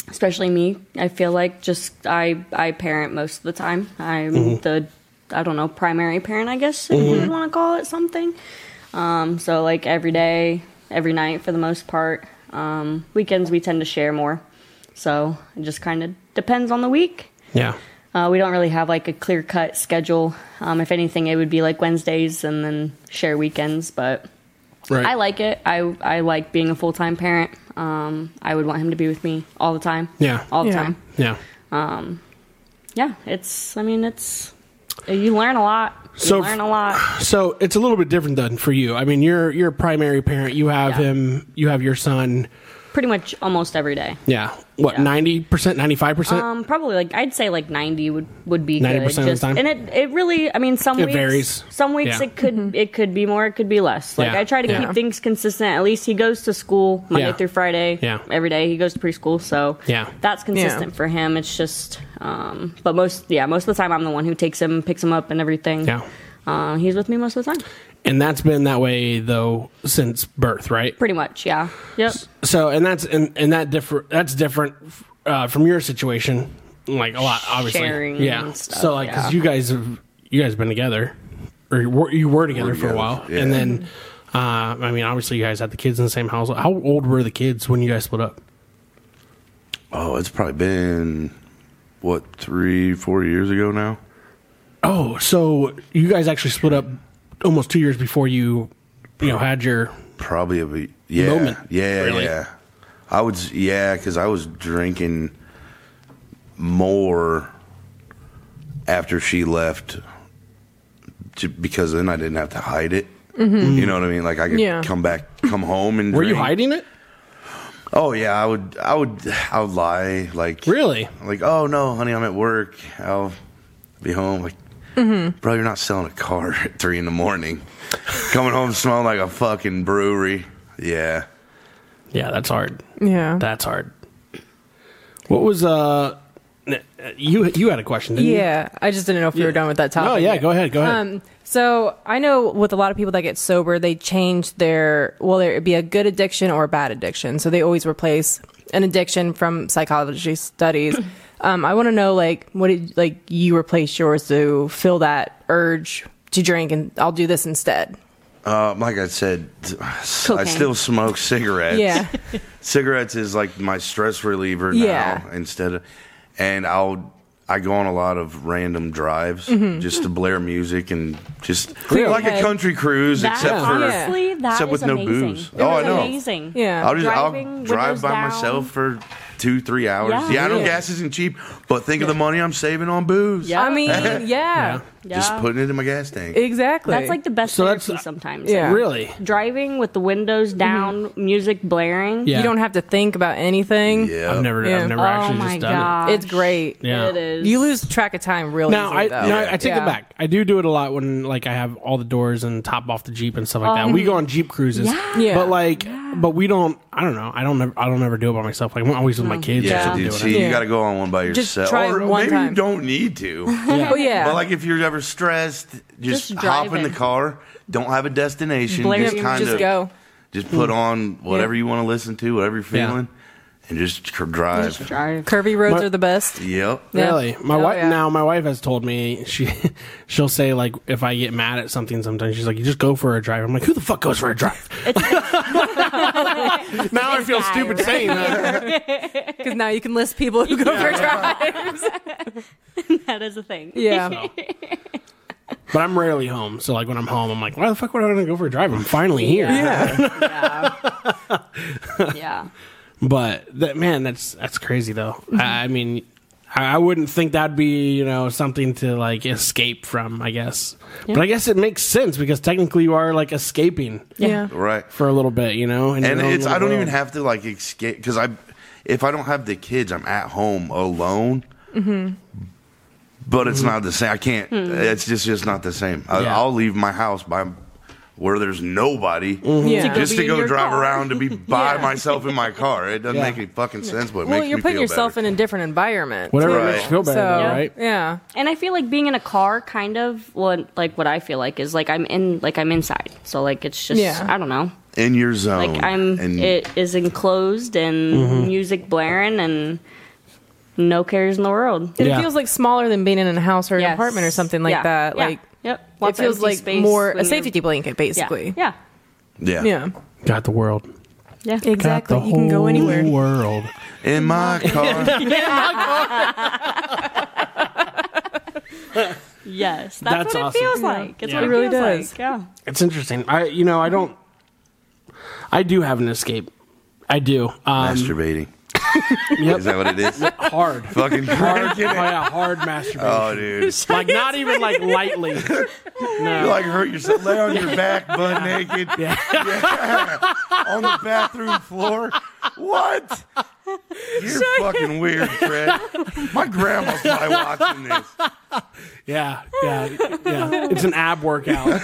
[SPEAKER 3] especially me. I feel like just I I parent most of the time. I'm
[SPEAKER 2] Mm-hmm.
[SPEAKER 3] the I don't know primary parent. I guess if you want to call it something. Um, so like every day, every night for the most part. Um, weekends we tend to share more. So it just kind of depends on the week.
[SPEAKER 1] Yeah.
[SPEAKER 3] Uh, we don't really have like a clear cut schedule. Um, if anything, it would be like Wednesdays and then share weekends. But
[SPEAKER 1] Right.
[SPEAKER 3] I like it. I I like being a full time parent. Um, I would want him to be with me all the time.
[SPEAKER 1] Yeah.
[SPEAKER 3] all the
[SPEAKER 2] Yeah.
[SPEAKER 3] time.
[SPEAKER 1] Yeah.
[SPEAKER 3] Yeah, it's. I mean, it's. You learn a lot. You
[SPEAKER 1] So-
[SPEAKER 3] learn a lot.
[SPEAKER 1] So it's a little bit different than for you. I mean, you're you're a primary parent. You have
[SPEAKER 3] Yeah.
[SPEAKER 1] him. You have your son.
[SPEAKER 3] Pretty much almost every day.
[SPEAKER 1] Yeah. What?
[SPEAKER 3] Yeah.
[SPEAKER 1] Ninety percent. Ninety five percent.
[SPEAKER 3] Um, probably like I'd say like ninety would would be
[SPEAKER 1] 90%
[SPEAKER 3] good.
[SPEAKER 1] of the time?
[SPEAKER 3] and it it really. I mean, some
[SPEAKER 1] It
[SPEAKER 3] weeks
[SPEAKER 1] varies.
[SPEAKER 3] Some weeks
[SPEAKER 1] Yeah.
[SPEAKER 3] it could it could be more. It could be less. Like
[SPEAKER 1] Yeah.
[SPEAKER 3] I try to
[SPEAKER 1] Yeah.
[SPEAKER 3] keep things consistent. At least he goes to school Monday
[SPEAKER 1] Yeah.
[SPEAKER 3] through Friday.
[SPEAKER 1] Yeah.
[SPEAKER 3] every day he goes to preschool. So
[SPEAKER 1] Yeah.
[SPEAKER 3] that's consistent for him. It's just. Um, but most yeah, most of the time I'm the one who takes him, picks him up, and everything.
[SPEAKER 1] Yeah.
[SPEAKER 3] Uh, he's with me most of the time.
[SPEAKER 1] And that's been that way though since birth, right?
[SPEAKER 3] Pretty much, yeah. Yep.
[SPEAKER 1] So, and that's and, and that differ that's different uh, from your situation, like a lot, obviously.
[SPEAKER 3] Sharing
[SPEAKER 1] yeah.
[SPEAKER 3] and stuff,
[SPEAKER 1] so, like, because
[SPEAKER 3] yeah.
[SPEAKER 1] you guys have you guys been together, or you were, you were together for a
[SPEAKER 4] together,
[SPEAKER 1] while,
[SPEAKER 4] yeah.
[SPEAKER 1] and then, uh, I mean, obviously, you guys had the kids in the same household. How old were the kids when you guys split up?
[SPEAKER 4] Oh, it's probably been what three, four years ago now.
[SPEAKER 1] Oh, so you guys actually split up almost two years before you, you know, had your
[SPEAKER 4] Probably a be- yeah,
[SPEAKER 1] Moment,
[SPEAKER 4] yeah,
[SPEAKER 1] really.
[SPEAKER 4] yeah. I would s- yeah, because I was drinking more after she left, j- because then I didn't have to hide it. You know what I mean? Like I could
[SPEAKER 2] Yeah.
[SPEAKER 4] come back, come home, and
[SPEAKER 1] Were Mm-hmm. you
[SPEAKER 4] drink.
[SPEAKER 1] hiding it?
[SPEAKER 4] Oh yeah, I would, I would, I would lie like
[SPEAKER 1] Really?
[SPEAKER 4] like, oh no, honey, I'm at work. I'll be home. Like, bro, you're not selling a car at three in the morning. Coming home smelling like a fucking brewery. Yeah.
[SPEAKER 1] Yeah, that's hard.
[SPEAKER 2] Yeah.
[SPEAKER 1] That's hard. What was uh n- you you had a question, didn't
[SPEAKER 2] yeah. I just didn't know if you were done with that
[SPEAKER 1] you?
[SPEAKER 2] topic.
[SPEAKER 1] Oh yeah, go ahead, go ahead.
[SPEAKER 2] Um, so I know with a lot of people that get sober, they change their well, there it'd be a good addiction or a bad addiction. So they always replace an addiction from psychology studies. Um, I want to know like what did like you replace yours to fill that urge to drink, and I'll do this instead.
[SPEAKER 4] Uh, like I said, I
[SPEAKER 3] Cocaine.
[SPEAKER 4] still smoke cigarettes.
[SPEAKER 2] Yeah.
[SPEAKER 4] cigarettes is like my stress reliever
[SPEAKER 2] Yeah.
[SPEAKER 4] now instead of, and I'll I go on a lot of random drives just to blare music and just
[SPEAKER 1] your
[SPEAKER 4] like a
[SPEAKER 2] head.
[SPEAKER 4] country cruise
[SPEAKER 3] That,
[SPEAKER 4] except for
[SPEAKER 3] honestly, that
[SPEAKER 4] except
[SPEAKER 3] is
[SPEAKER 4] with no
[SPEAKER 3] amazing.
[SPEAKER 4] booze.
[SPEAKER 3] It
[SPEAKER 4] Oh,
[SPEAKER 3] was
[SPEAKER 4] I know.
[SPEAKER 3] Amazing.
[SPEAKER 2] Yeah.
[SPEAKER 4] I'll just I'll
[SPEAKER 3] Driving,
[SPEAKER 4] drive
[SPEAKER 3] windows
[SPEAKER 4] by
[SPEAKER 3] down.
[SPEAKER 4] myself for two three hours. Yeah,
[SPEAKER 3] Yeah.
[SPEAKER 4] I know
[SPEAKER 3] Yeah.
[SPEAKER 4] gas isn't cheap, but think of the money I'm saving on booze.
[SPEAKER 3] Yeah.
[SPEAKER 2] I mean, yeah,
[SPEAKER 4] just
[SPEAKER 3] Yeah.
[SPEAKER 4] putting it in my gas tank.
[SPEAKER 2] exactly.
[SPEAKER 3] That's like the best
[SPEAKER 1] So that's-
[SPEAKER 3] therapy sometimes.
[SPEAKER 2] Yeah.
[SPEAKER 1] Really?
[SPEAKER 3] Driving with the
[SPEAKER 2] Mm-hmm.
[SPEAKER 3] windows down, music blaring.
[SPEAKER 1] Yeah.
[SPEAKER 2] you don't have to think about anything.
[SPEAKER 4] yeah,
[SPEAKER 1] I've never
[SPEAKER 2] Yeah.
[SPEAKER 1] I've never
[SPEAKER 3] Oh
[SPEAKER 1] actually
[SPEAKER 3] my
[SPEAKER 1] just done
[SPEAKER 3] god.
[SPEAKER 2] It's great.
[SPEAKER 1] Yeah.
[SPEAKER 3] It is.
[SPEAKER 2] You lose track of time
[SPEAKER 1] it.
[SPEAKER 2] really
[SPEAKER 1] Now I
[SPEAKER 2] easily, though.
[SPEAKER 1] no, I take
[SPEAKER 2] Yeah.
[SPEAKER 1] it back. I do do it a lot when like I have all the doors and top off the Jeep and stuff like that. We go on Jeep cruises.
[SPEAKER 3] Yeah.
[SPEAKER 2] Um, Yeah.
[SPEAKER 1] But like but we don't I don't know. I don't never I don't ever do it by myself. Like I'm always with my kids or
[SPEAKER 4] yeah,
[SPEAKER 1] something
[SPEAKER 4] dude.
[SPEAKER 1] doing
[SPEAKER 4] See,
[SPEAKER 1] it.
[SPEAKER 4] you
[SPEAKER 2] Yeah.
[SPEAKER 4] got to go on one by
[SPEAKER 2] Just
[SPEAKER 4] yourself,
[SPEAKER 2] try
[SPEAKER 4] or
[SPEAKER 2] it one
[SPEAKER 4] maybe you
[SPEAKER 2] time.
[SPEAKER 4] don't need to.
[SPEAKER 2] But yeah.
[SPEAKER 4] But like if you're ever stressed, just,
[SPEAKER 3] Just
[SPEAKER 4] hop in
[SPEAKER 3] driving.
[SPEAKER 4] the car. Don't have a destination.
[SPEAKER 3] Blare
[SPEAKER 4] just
[SPEAKER 3] music.
[SPEAKER 4] kind
[SPEAKER 2] just
[SPEAKER 4] of
[SPEAKER 2] go.
[SPEAKER 4] Just put on whatever you want to listen to, whatever you're
[SPEAKER 1] Yeah.
[SPEAKER 4] feeling, and just cr- drive.
[SPEAKER 3] Just drive.
[SPEAKER 2] Curvy roads
[SPEAKER 1] My-
[SPEAKER 2] are the best.
[SPEAKER 4] Yep.
[SPEAKER 2] Yeah.
[SPEAKER 1] Really, my
[SPEAKER 2] Oh,
[SPEAKER 1] wife
[SPEAKER 2] yeah.
[SPEAKER 1] now. My wife has told me she she'll say like if I get mad at something, sometimes she's like, "You just go for a drive." I'm like, "Who the fuck goes for a drive?" now I feel
[SPEAKER 3] guy,
[SPEAKER 1] stupid
[SPEAKER 3] right?
[SPEAKER 1] saying that.
[SPEAKER 2] Because now you can list people who go for drives.
[SPEAKER 3] that is a thing.
[SPEAKER 2] Yeah.
[SPEAKER 1] But I'm rarely home, so like when I'm home, I'm like, "Why the fuck would I want to go for a drive? I'm finally here."
[SPEAKER 3] Yeah. yeah.
[SPEAKER 1] But that man, that's that's crazy though.
[SPEAKER 2] Mm-hmm.
[SPEAKER 1] I, I mean, I, I wouldn't think that'd be you know something to like escape from. I guess, but I guess it makes sense because technically you are like escaping
[SPEAKER 2] Yeah.
[SPEAKER 4] Right.
[SPEAKER 1] for a little bit, you know. in
[SPEAKER 4] and
[SPEAKER 1] your own
[SPEAKER 4] it's I
[SPEAKER 1] little
[SPEAKER 4] don't even
[SPEAKER 1] world.
[SPEAKER 4] have to like escape because I if I don't have the kids, I'm at home alone.
[SPEAKER 1] Mm-hmm.
[SPEAKER 4] But it's not the same. I can't. It's just just not the same. I,
[SPEAKER 1] Hmm. Yeah.
[SPEAKER 4] I'll leave my house by where there's nobody
[SPEAKER 1] Mm-hmm.
[SPEAKER 2] Yeah. To go
[SPEAKER 4] just
[SPEAKER 3] be
[SPEAKER 4] to
[SPEAKER 3] in
[SPEAKER 4] go
[SPEAKER 3] your
[SPEAKER 4] drive
[SPEAKER 3] car.
[SPEAKER 4] around to be by
[SPEAKER 2] Yeah.
[SPEAKER 4] myself in my car. It doesn't
[SPEAKER 1] Yeah.
[SPEAKER 4] make any fucking sense. But it
[SPEAKER 2] Well,
[SPEAKER 4] makes
[SPEAKER 2] you're
[SPEAKER 4] me
[SPEAKER 2] putting
[SPEAKER 4] feel
[SPEAKER 2] yourself
[SPEAKER 4] better.
[SPEAKER 2] in a different environment.
[SPEAKER 1] whatever
[SPEAKER 4] Right.
[SPEAKER 1] makes you feel
[SPEAKER 2] So,
[SPEAKER 1] better, though, right?
[SPEAKER 2] yeah.
[SPEAKER 3] And I feel like being in a car, kind of, well, like what I feel like is like I'm in, like I'm inside. So like it's just,
[SPEAKER 2] Yeah.
[SPEAKER 3] I don't know.
[SPEAKER 4] in your zone.
[SPEAKER 1] Oh,
[SPEAKER 3] Like I'm,
[SPEAKER 4] and
[SPEAKER 3] it is enclosed and
[SPEAKER 1] Mm-hmm.
[SPEAKER 3] music blaring and no cares in the world.
[SPEAKER 2] And
[SPEAKER 1] Yeah.
[SPEAKER 2] It feels like smaller than being in a house or an
[SPEAKER 3] Yes.
[SPEAKER 2] apartment or something like
[SPEAKER 3] Yeah.
[SPEAKER 2] that.
[SPEAKER 3] Yeah.
[SPEAKER 2] Like
[SPEAKER 3] yep.
[SPEAKER 2] it
[SPEAKER 3] Lots of
[SPEAKER 2] feels
[SPEAKER 3] empty
[SPEAKER 2] like
[SPEAKER 3] space
[SPEAKER 2] more a
[SPEAKER 3] when you're-
[SPEAKER 2] safety blanket,
[SPEAKER 3] Yeah.
[SPEAKER 2] basically.
[SPEAKER 3] Yeah.
[SPEAKER 4] yeah.
[SPEAKER 2] Yeah.
[SPEAKER 1] Got the world.
[SPEAKER 3] Yeah.
[SPEAKER 2] Exactly.
[SPEAKER 1] Got the
[SPEAKER 2] You can go
[SPEAKER 1] whole
[SPEAKER 2] anywhere.
[SPEAKER 1] World.
[SPEAKER 4] In my car.
[SPEAKER 3] Yes. That's,
[SPEAKER 1] That's
[SPEAKER 3] what
[SPEAKER 1] awesome.
[SPEAKER 3] it feels
[SPEAKER 1] Yeah.
[SPEAKER 3] like. It's
[SPEAKER 1] Yeah.
[SPEAKER 3] what
[SPEAKER 1] It
[SPEAKER 3] it
[SPEAKER 2] really
[SPEAKER 3] really
[SPEAKER 2] does.
[SPEAKER 3] does. Like. Yeah.
[SPEAKER 1] It's interesting. I, you know, I don't. I do have an escape. I do. Um,
[SPEAKER 4] masturbating.
[SPEAKER 1] Yep.
[SPEAKER 4] Is that what it is?
[SPEAKER 1] hard.
[SPEAKER 4] fucking
[SPEAKER 1] Hard, oh, yeah, hard masturbation.
[SPEAKER 4] Oh, dude.
[SPEAKER 1] like not even like lightly.
[SPEAKER 4] You
[SPEAKER 1] No.
[SPEAKER 4] like hurt yourself. Lay on your back, butt naked. Yeah. on the bathroom floor. What? You're fucking weird, Fred. My grandma's probably watching this.
[SPEAKER 1] Yeah, yeah, yeah. It's an ab workout.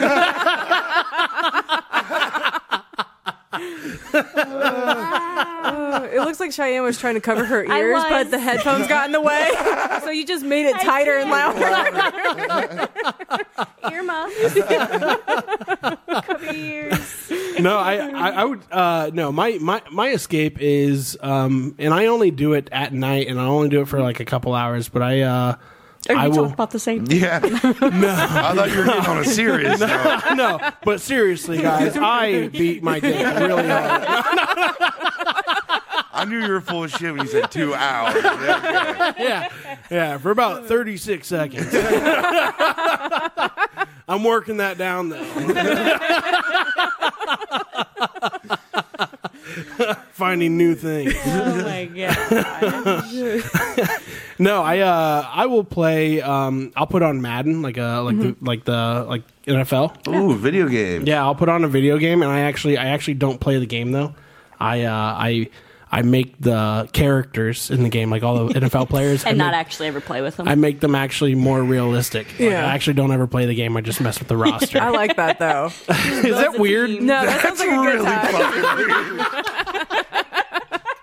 [SPEAKER 2] it looks like Cheyenne was trying to cover her
[SPEAKER 3] I
[SPEAKER 2] ears, but
[SPEAKER 3] was.
[SPEAKER 2] the headphones got in the way. So you just made it tighter and louder.
[SPEAKER 3] Earmuffs. Cover ears.
[SPEAKER 1] no, I, I, I would uh, no. My, my my escape is, um, and I only do it at night, and I only do it for like a couple hours. But I, uh, I
[SPEAKER 3] Are we
[SPEAKER 1] will
[SPEAKER 3] talking about the same?
[SPEAKER 4] Yeah. I thought you were getting on a serious note.
[SPEAKER 1] no. But seriously, guys, I beat my dick really hard.
[SPEAKER 4] I knew you were full of shit when you said two hours. Yeah, okay.
[SPEAKER 1] Yeah, yeah, for about thirty six seconds. I'm working that down though. Finding new things.
[SPEAKER 3] Oh my god.
[SPEAKER 1] No, I uh, I will play. Um, I'll put on Madden, like uh, like the,
[SPEAKER 3] Mm-hmm.
[SPEAKER 1] like the like NFL.
[SPEAKER 4] Ooh, video game.
[SPEAKER 1] Yeah, I'll put on a video game, and I actually I actually don't play the game though. I uh, I I make the characters in the game, like all the NFL players,
[SPEAKER 3] and
[SPEAKER 1] I
[SPEAKER 3] not
[SPEAKER 1] make,
[SPEAKER 3] actually ever play with them.
[SPEAKER 1] I make them actually more realistic. Like,
[SPEAKER 2] Yeah.
[SPEAKER 1] I actually don't ever play the game. I just mess with the roster.
[SPEAKER 2] I like that though.
[SPEAKER 1] Is that weird?
[SPEAKER 2] No, that sounds like a good
[SPEAKER 4] really
[SPEAKER 2] time.
[SPEAKER 4] fucking weird.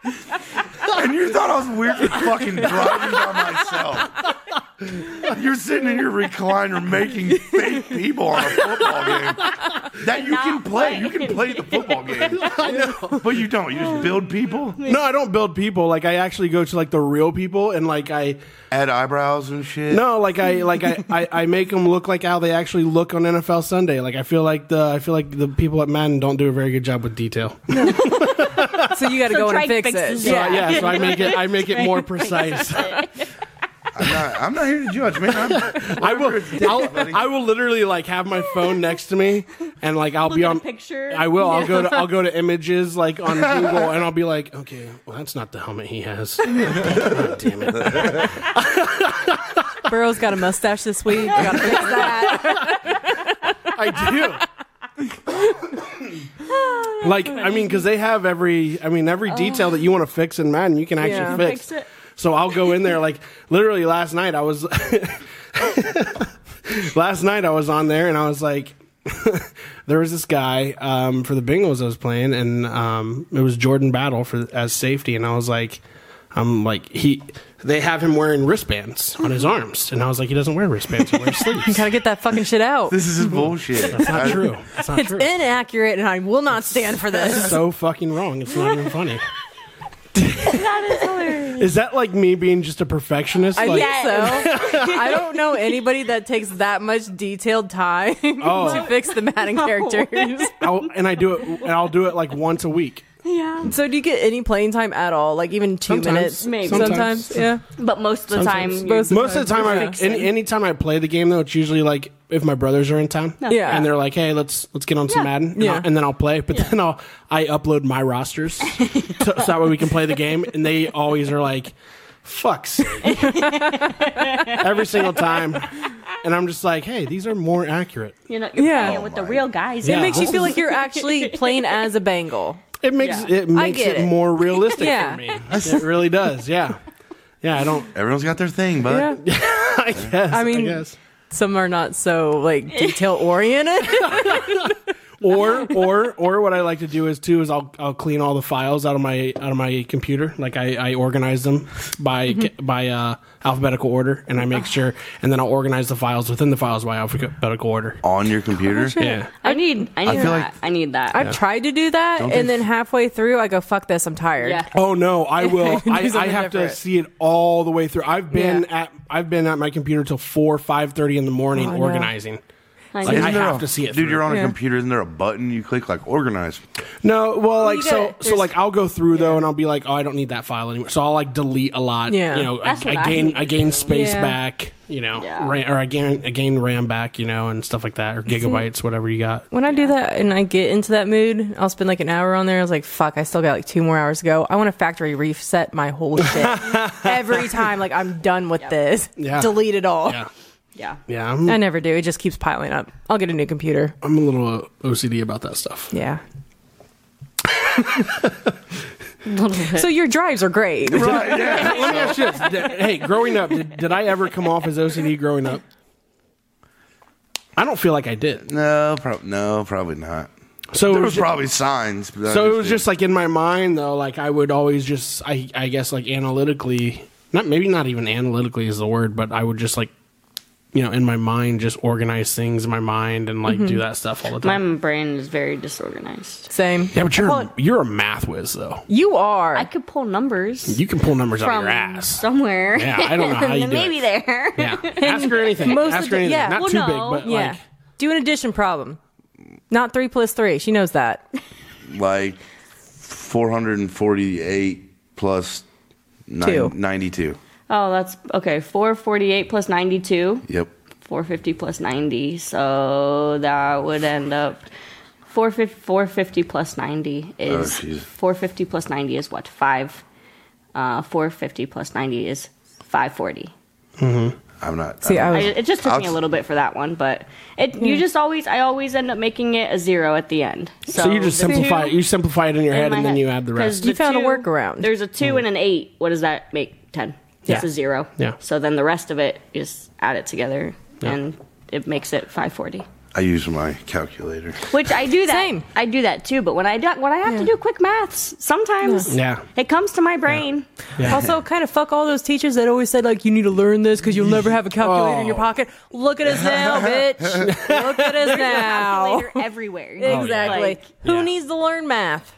[SPEAKER 4] and you thought I was weird for fucking driving by myself. You're sitting in your recliner making fake people on a football game that you can play. You can play the football game, but you don't. You just build people,
[SPEAKER 1] No, I don't build people. Like I actually go to like the real people, and like I
[SPEAKER 4] add eyebrows and shit.
[SPEAKER 1] No, like I like I, I, I make them look like how they actually look on NFL Sunday. Like I feel like the I feel like the people at Madden don't do a very good job with detail. So,
[SPEAKER 2] So you got to go in
[SPEAKER 3] try
[SPEAKER 2] and fix
[SPEAKER 3] fix
[SPEAKER 2] it.
[SPEAKER 3] this
[SPEAKER 1] yeah, so I make it I make it more precise.
[SPEAKER 4] I'm not, I'm not here to judge, man. I'm,
[SPEAKER 1] I will
[SPEAKER 4] buddy.
[SPEAKER 1] I'll, I will literally like have my phone next to me and like I'll be
[SPEAKER 3] at a
[SPEAKER 1] on
[SPEAKER 3] picture.
[SPEAKER 1] I will. I'll go to I'll go to images like on Google and I'll be like, okay, well that's not the helmet he has. God damn it.
[SPEAKER 2] Burrow's got a mustache this week. Got to fix that.
[SPEAKER 1] I do. like I mean, because they have every I mean every detail that you want to fix in Madden, you can actually
[SPEAKER 2] Yeah.
[SPEAKER 1] fix.
[SPEAKER 3] Fix it.
[SPEAKER 1] So I'll go in there like literally last night I was last night I was on there and I was like there was this guy um, for the Bengals I was playing and um, it was Jordan Battle for as safety and I was like I'm like he they have him wearing wristbands on his arms and I was like he doesn't wear wristbands he wears sleeves.
[SPEAKER 2] Got to get that fucking shit out.
[SPEAKER 4] This is bullshit. That's
[SPEAKER 1] It's not true. It's not
[SPEAKER 2] It's
[SPEAKER 1] true.
[SPEAKER 2] inaccurate, and I will not stand for this.
[SPEAKER 1] so fucking wrong. It's not even funny.
[SPEAKER 3] that is hilarious.
[SPEAKER 1] Is that like me being just a perfectionist?
[SPEAKER 2] I
[SPEAKER 1] Like,
[SPEAKER 2] think so. I don't know anybody that takes that much detailed time
[SPEAKER 1] Oh.
[SPEAKER 2] to fix the Madden characters.
[SPEAKER 1] I'll, and I do it. And I'll do it like once a week.
[SPEAKER 3] Yeah.
[SPEAKER 2] So do you get any playing time at all? Like even two
[SPEAKER 1] Sometimes.
[SPEAKER 2] minutes?
[SPEAKER 3] Maybe.
[SPEAKER 2] Sometimes. Mm-hmm. yeah.
[SPEAKER 3] But most of the
[SPEAKER 1] Sometimes.
[SPEAKER 3] time,
[SPEAKER 2] Most-
[SPEAKER 3] most
[SPEAKER 1] Most of the time, I,
[SPEAKER 2] Sometimes, yeah.
[SPEAKER 1] any, anytime I play the game though, it's usually like if my brothers are in town.
[SPEAKER 2] Yeah.
[SPEAKER 1] And they're like, "Hey, let's let's get on some
[SPEAKER 3] Yeah.
[SPEAKER 1] Madden," and,
[SPEAKER 2] Yeah.
[SPEAKER 1] I'll, and then I'll play. But then I'll I upload my rosters so, so that way we can play the game. And they always are like, "Fuck," every single time. And I'm just like, "Hey, these are more accurate."
[SPEAKER 3] you know, you're
[SPEAKER 2] Yeah.
[SPEAKER 3] playing with
[SPEAKER 4] Oh
[SPEAKER 3] the real guys.
[SPEAKER 1] Yeah.
[SPEAKER 2] It makes you
[SPEAKER 1] This
[SPEAKER 2] feel
[SPEAKER 1] is-
[SPEAKER 2] like you're actually playing as a Bengal.
[SPEAKER 1] It makes
[SPEAKER 3] Yeah.
[SPEAKER 1] it makes
[SPEAKER 2] get
[SPEAKER 1] it,
[SPEAKER 2] it.
[SPEAKER 1] more realistic
[SPEAKER 2] Yeah.
[SPEAKER 1] for me. It really does. Yeah. Yeah, I don't.
[SPEAKER 4] Everyone's got their thing, bud.
[SPEAKER 2] Yeah.
[SPEAKER 1] I guess. I
[SPEAKER 2] mean-
[SPEAKER 1] guess.
[SPEAKER 2] Some are not so like detail oriented.
[SPEAKER 1] or or or what I like to do is too is I'll I'll clean all the files out of my out of my computer. Like I, I organize them by
[SPEAKER 2] Mm-hmm.
[SPEAKER 1] by uh, alphabetical order, and I
[SPEAKER 2] Ah.
[SPEAKER 1] make sure, and then I'll organize the files within the files by alphabetical order.
[SPEAKER 4] On your computer.
[SPEAKER 1] Yeah.
[SPEAKER 3] I need. I need
[SPEAKER 4] feel
[SPEAKER 3] that.
[SPEAKER 4] like-
[SPEAKER 3] I need that.
[SPEAKER 2] I've tried to do that,
[SPEAKER 4] Don't
[SPEAKER 2] and
[SPEAKER 4] they-
[SPEAKER 2] then halfway through, I go, "Fuck this, I'm tired."
[SPEAKER 3] yeah.
[SPEAKER 1] Oh no, I will. I, I
[SPEAKER 2] something
[SPEAKER 1] have to
[SPEAKER 2] different.
[SPEAKER 1] see it all the way through. I've been
[SPEAKER 2] Yeah.
[SPEAKER 1] at I've been at my computer till four five thirty in the morning
[SPEAKER 2] Oh, no.
[SPEAKER 1] organizing.
[SPEAKER 3] I
[SPEAKER 1] Like,
[SPEAKER 3] need
[SPEAKER 1] I
[SPEAKER 4] there
[SPEAKER 1] have
[SPEAKER 4] a-
[SPEAKER 1] to see it.
[SPEAKER 4] Dude,
[SPEAKER 1] through.
[SPEAKER 4] you're on a
[SPEAKER 2] Yeah.
[SPEAKER 4] computer. Isn't there a button you click like organize?
[SPEAKER 1] No, well, like
[SPEAKER 2] you
[SPEAKER 1] so,
[SPEAKER 2] gotta-
[SPEAKER 1] so
[SPEAKER 2] there's-
[SPEAKER 1] like I'll go through though, and I'll be like, oh, I don't need that file anymore. So I'll like delete a lot.
[SPEAKER 2] Yeah.
[SPEAKER 1] you know, I,
[SPEAKER 3] That's
[SPEAKER 1] I
[SPEAKER 3] what I
[SPEAKER 1] gain
[SPEAKER 3] need
[SPEAKER 1] I
[SPEAKER 3] to
[SPEAKER 1] gain
[SPEAKER 3] do.
[SPEAKER 1] space
[SPEAKER 2] Yeah.
[SPEAKER 1] back, you know,
[SPEAKER 3] Yeah.
[SPEAKER 1] ra- or I gain I gain RAM back, you know, and stuff like that, or gigabytes, whatever you got.
[SPEAKER 2] When I do that and I get into that mood, I'll spend like an hour on there. I was like, fuck, I still got like two more hours to go. I want to factory reset my whole shit every time. Like, I'm done with this.
[SPEAKER 1] Yeah.
[SPEAKER 2] Delete it all.
[SPEAKER 1] Yeah,
[SPEAKER 3] Yeah.
[SPEAKER 1] yeah, I'm
[SPEAKER 2] I never do. It just keeps piling up. I'll get a new computer.
[SPEAKER 1] I'm a little uh, OCD about that stuff.
[SPEAKER 2] Yeah.
[SPEAKER 3] Little bit.
[SPEAKER 2] So your drives are great.
[SPEAKER 1] Right, yeah. Let me ask you this: Did- Hey, growing up, did, did I ever come off as OCD growing up? I don't feel like I did.
[SPEAKER 4] No, prob- no, probably not.
[SPEAKER 1] So
[SPEAKER 4] There
[SPEAKER 1] it
[SPEAKER 4] was
[SPEAKER 1] was ju-
[SPEAKER 4] probably signs. but I
[SPEAKER 1] so it was
[SPEAKER 4] didn't-
[SPEAKER 1] just like in my mind though, like I would always just I I guess like analytically not maybe not even analytically is the word, but I would just like you know, in my mind just organize things in my mind and like do that stuff all the
[SPEAKER 3] Mm-hmm. My
[SPEAKER 1] time.
[SPEAKER 3] brain is very disorganized.
[SPEAKER 2] Same.
[SPEAKER 1] yeah, but you're
[SPEAKER 2] Well,
[SPEAKER 1] you're a math whiz though.
[SPEAKER 2] you are.
[SPEAKER 3] I could pull numbers
[SPEAKER 1] You can pull numbers out of
[SPEAKER 3] from
[SPEAKER 1] your ass.
[SPEAKER 3] somewhere.
[SPEAKER 1] Yeah, I don't know how you do
[SPEAKER 3] maybe
[SPEAKER 1] it.
[SPEAKER 3] there.
[SPEAKER 1] Yeah. Ask her anything.
[SPEAKER 2] Most
[SPEAKER 1] Ask
[SPEAKER 2] of
[SPEAKER 1] her
[SPEAKER 2] the-
[SPEAKER 1] anything.
[SPEAKER 2] yeah,
[SPEAKER 1] Not
[SPEAKER 3] well,
[SPEAKER 1] too
[SPEAKER 3] no,
[SPEAKER 1] big, but
[SPEAKER 2] yeah.
[SPEAKER 1] like
[SPEAKER 2] Do an addition problem. Not three plus three. She knows that.
[SPEAKER 4] like 448 plus nine-
[SPEAKER 2] Two.
[SPEAKER 4] 92.
[SPEAKER 3] Oh, that's okay. 448 plus 92,
[SPEAKER 4] Yep.
[SPEAKER 3] 450 plus 90. So that would end up 450, 450 plus 90 is
[SPEAKER 4] jeez.
[SPEAKER 3] 450 plus 90 is what? 5. Uh, 450 plus 90 is 540.
[SPEAKER 4] I'm not.
[SPEAKER 2] See, I
[SPEAKER 4] don't-
[SPEAKER 3] I,
[SPEAKER 2] was-
[SPEAKER 3] it just took
[SPEAKER 4] I'll
[SPEAKER 3] me a
[SPEAKER 4] s-
[SPEAKER 3] little bit for that one, but it you just always I always end up making it a zero at the end. So,
[SPEAKER 1] So you just
[SPEAKER 3] the two
[SPEAKER 1] simplify it. You simplify it in your
[SPEAKER 3] in
[SPEAKER 1] head,
[SPEAKER 3] my
[SPEAKER 1] and then
[SPEAKER 3] head.
[SPEAKER 1] you add the
[SPEAKER 3] 'Cause
[SPEAKER 1] rest.
[SPEAKER 3] the
[SPEAKER 2] You found a workaround.
[SPEAKER 3] There's a two and an eight. What does that make? Ten.
[SPEAKER 1] Yeah.
[SPEAKER 3] It's a zero.
[SPEAKER 1] Yeah.
[SPEAKER 3] So then the rest of it, you just add it together, and it makes it 540.
[SPEAKER 4] I use my calculator.
[SPEAKER 3] Which I do that.
[SPEAKER 2] Same.
[SPEAKER 3] I do that too. But when I do, when I have to do quick maths, sometimes
[SPEAKER 1] Yeah.
[SPEAKER 3] it comes to my brain.
[SPEAKER 2] Also, kind of fuck all those teachers that always said like you need to learn this because you'll never have a calculator in your
[SPEAKER 1] Oh.
[SPEAKER 2] pocket. Look at us now, bitch. Look at us now.
[SPEAKER 3] Calculator everywhere.
[SPEAKER 2] Exactly.
[SPEAKER 3] Like,
[SPEAKER 2] Who
[SPEAKER 1] Oh, Yeah.
[SPEAKER 2] needs to learn math?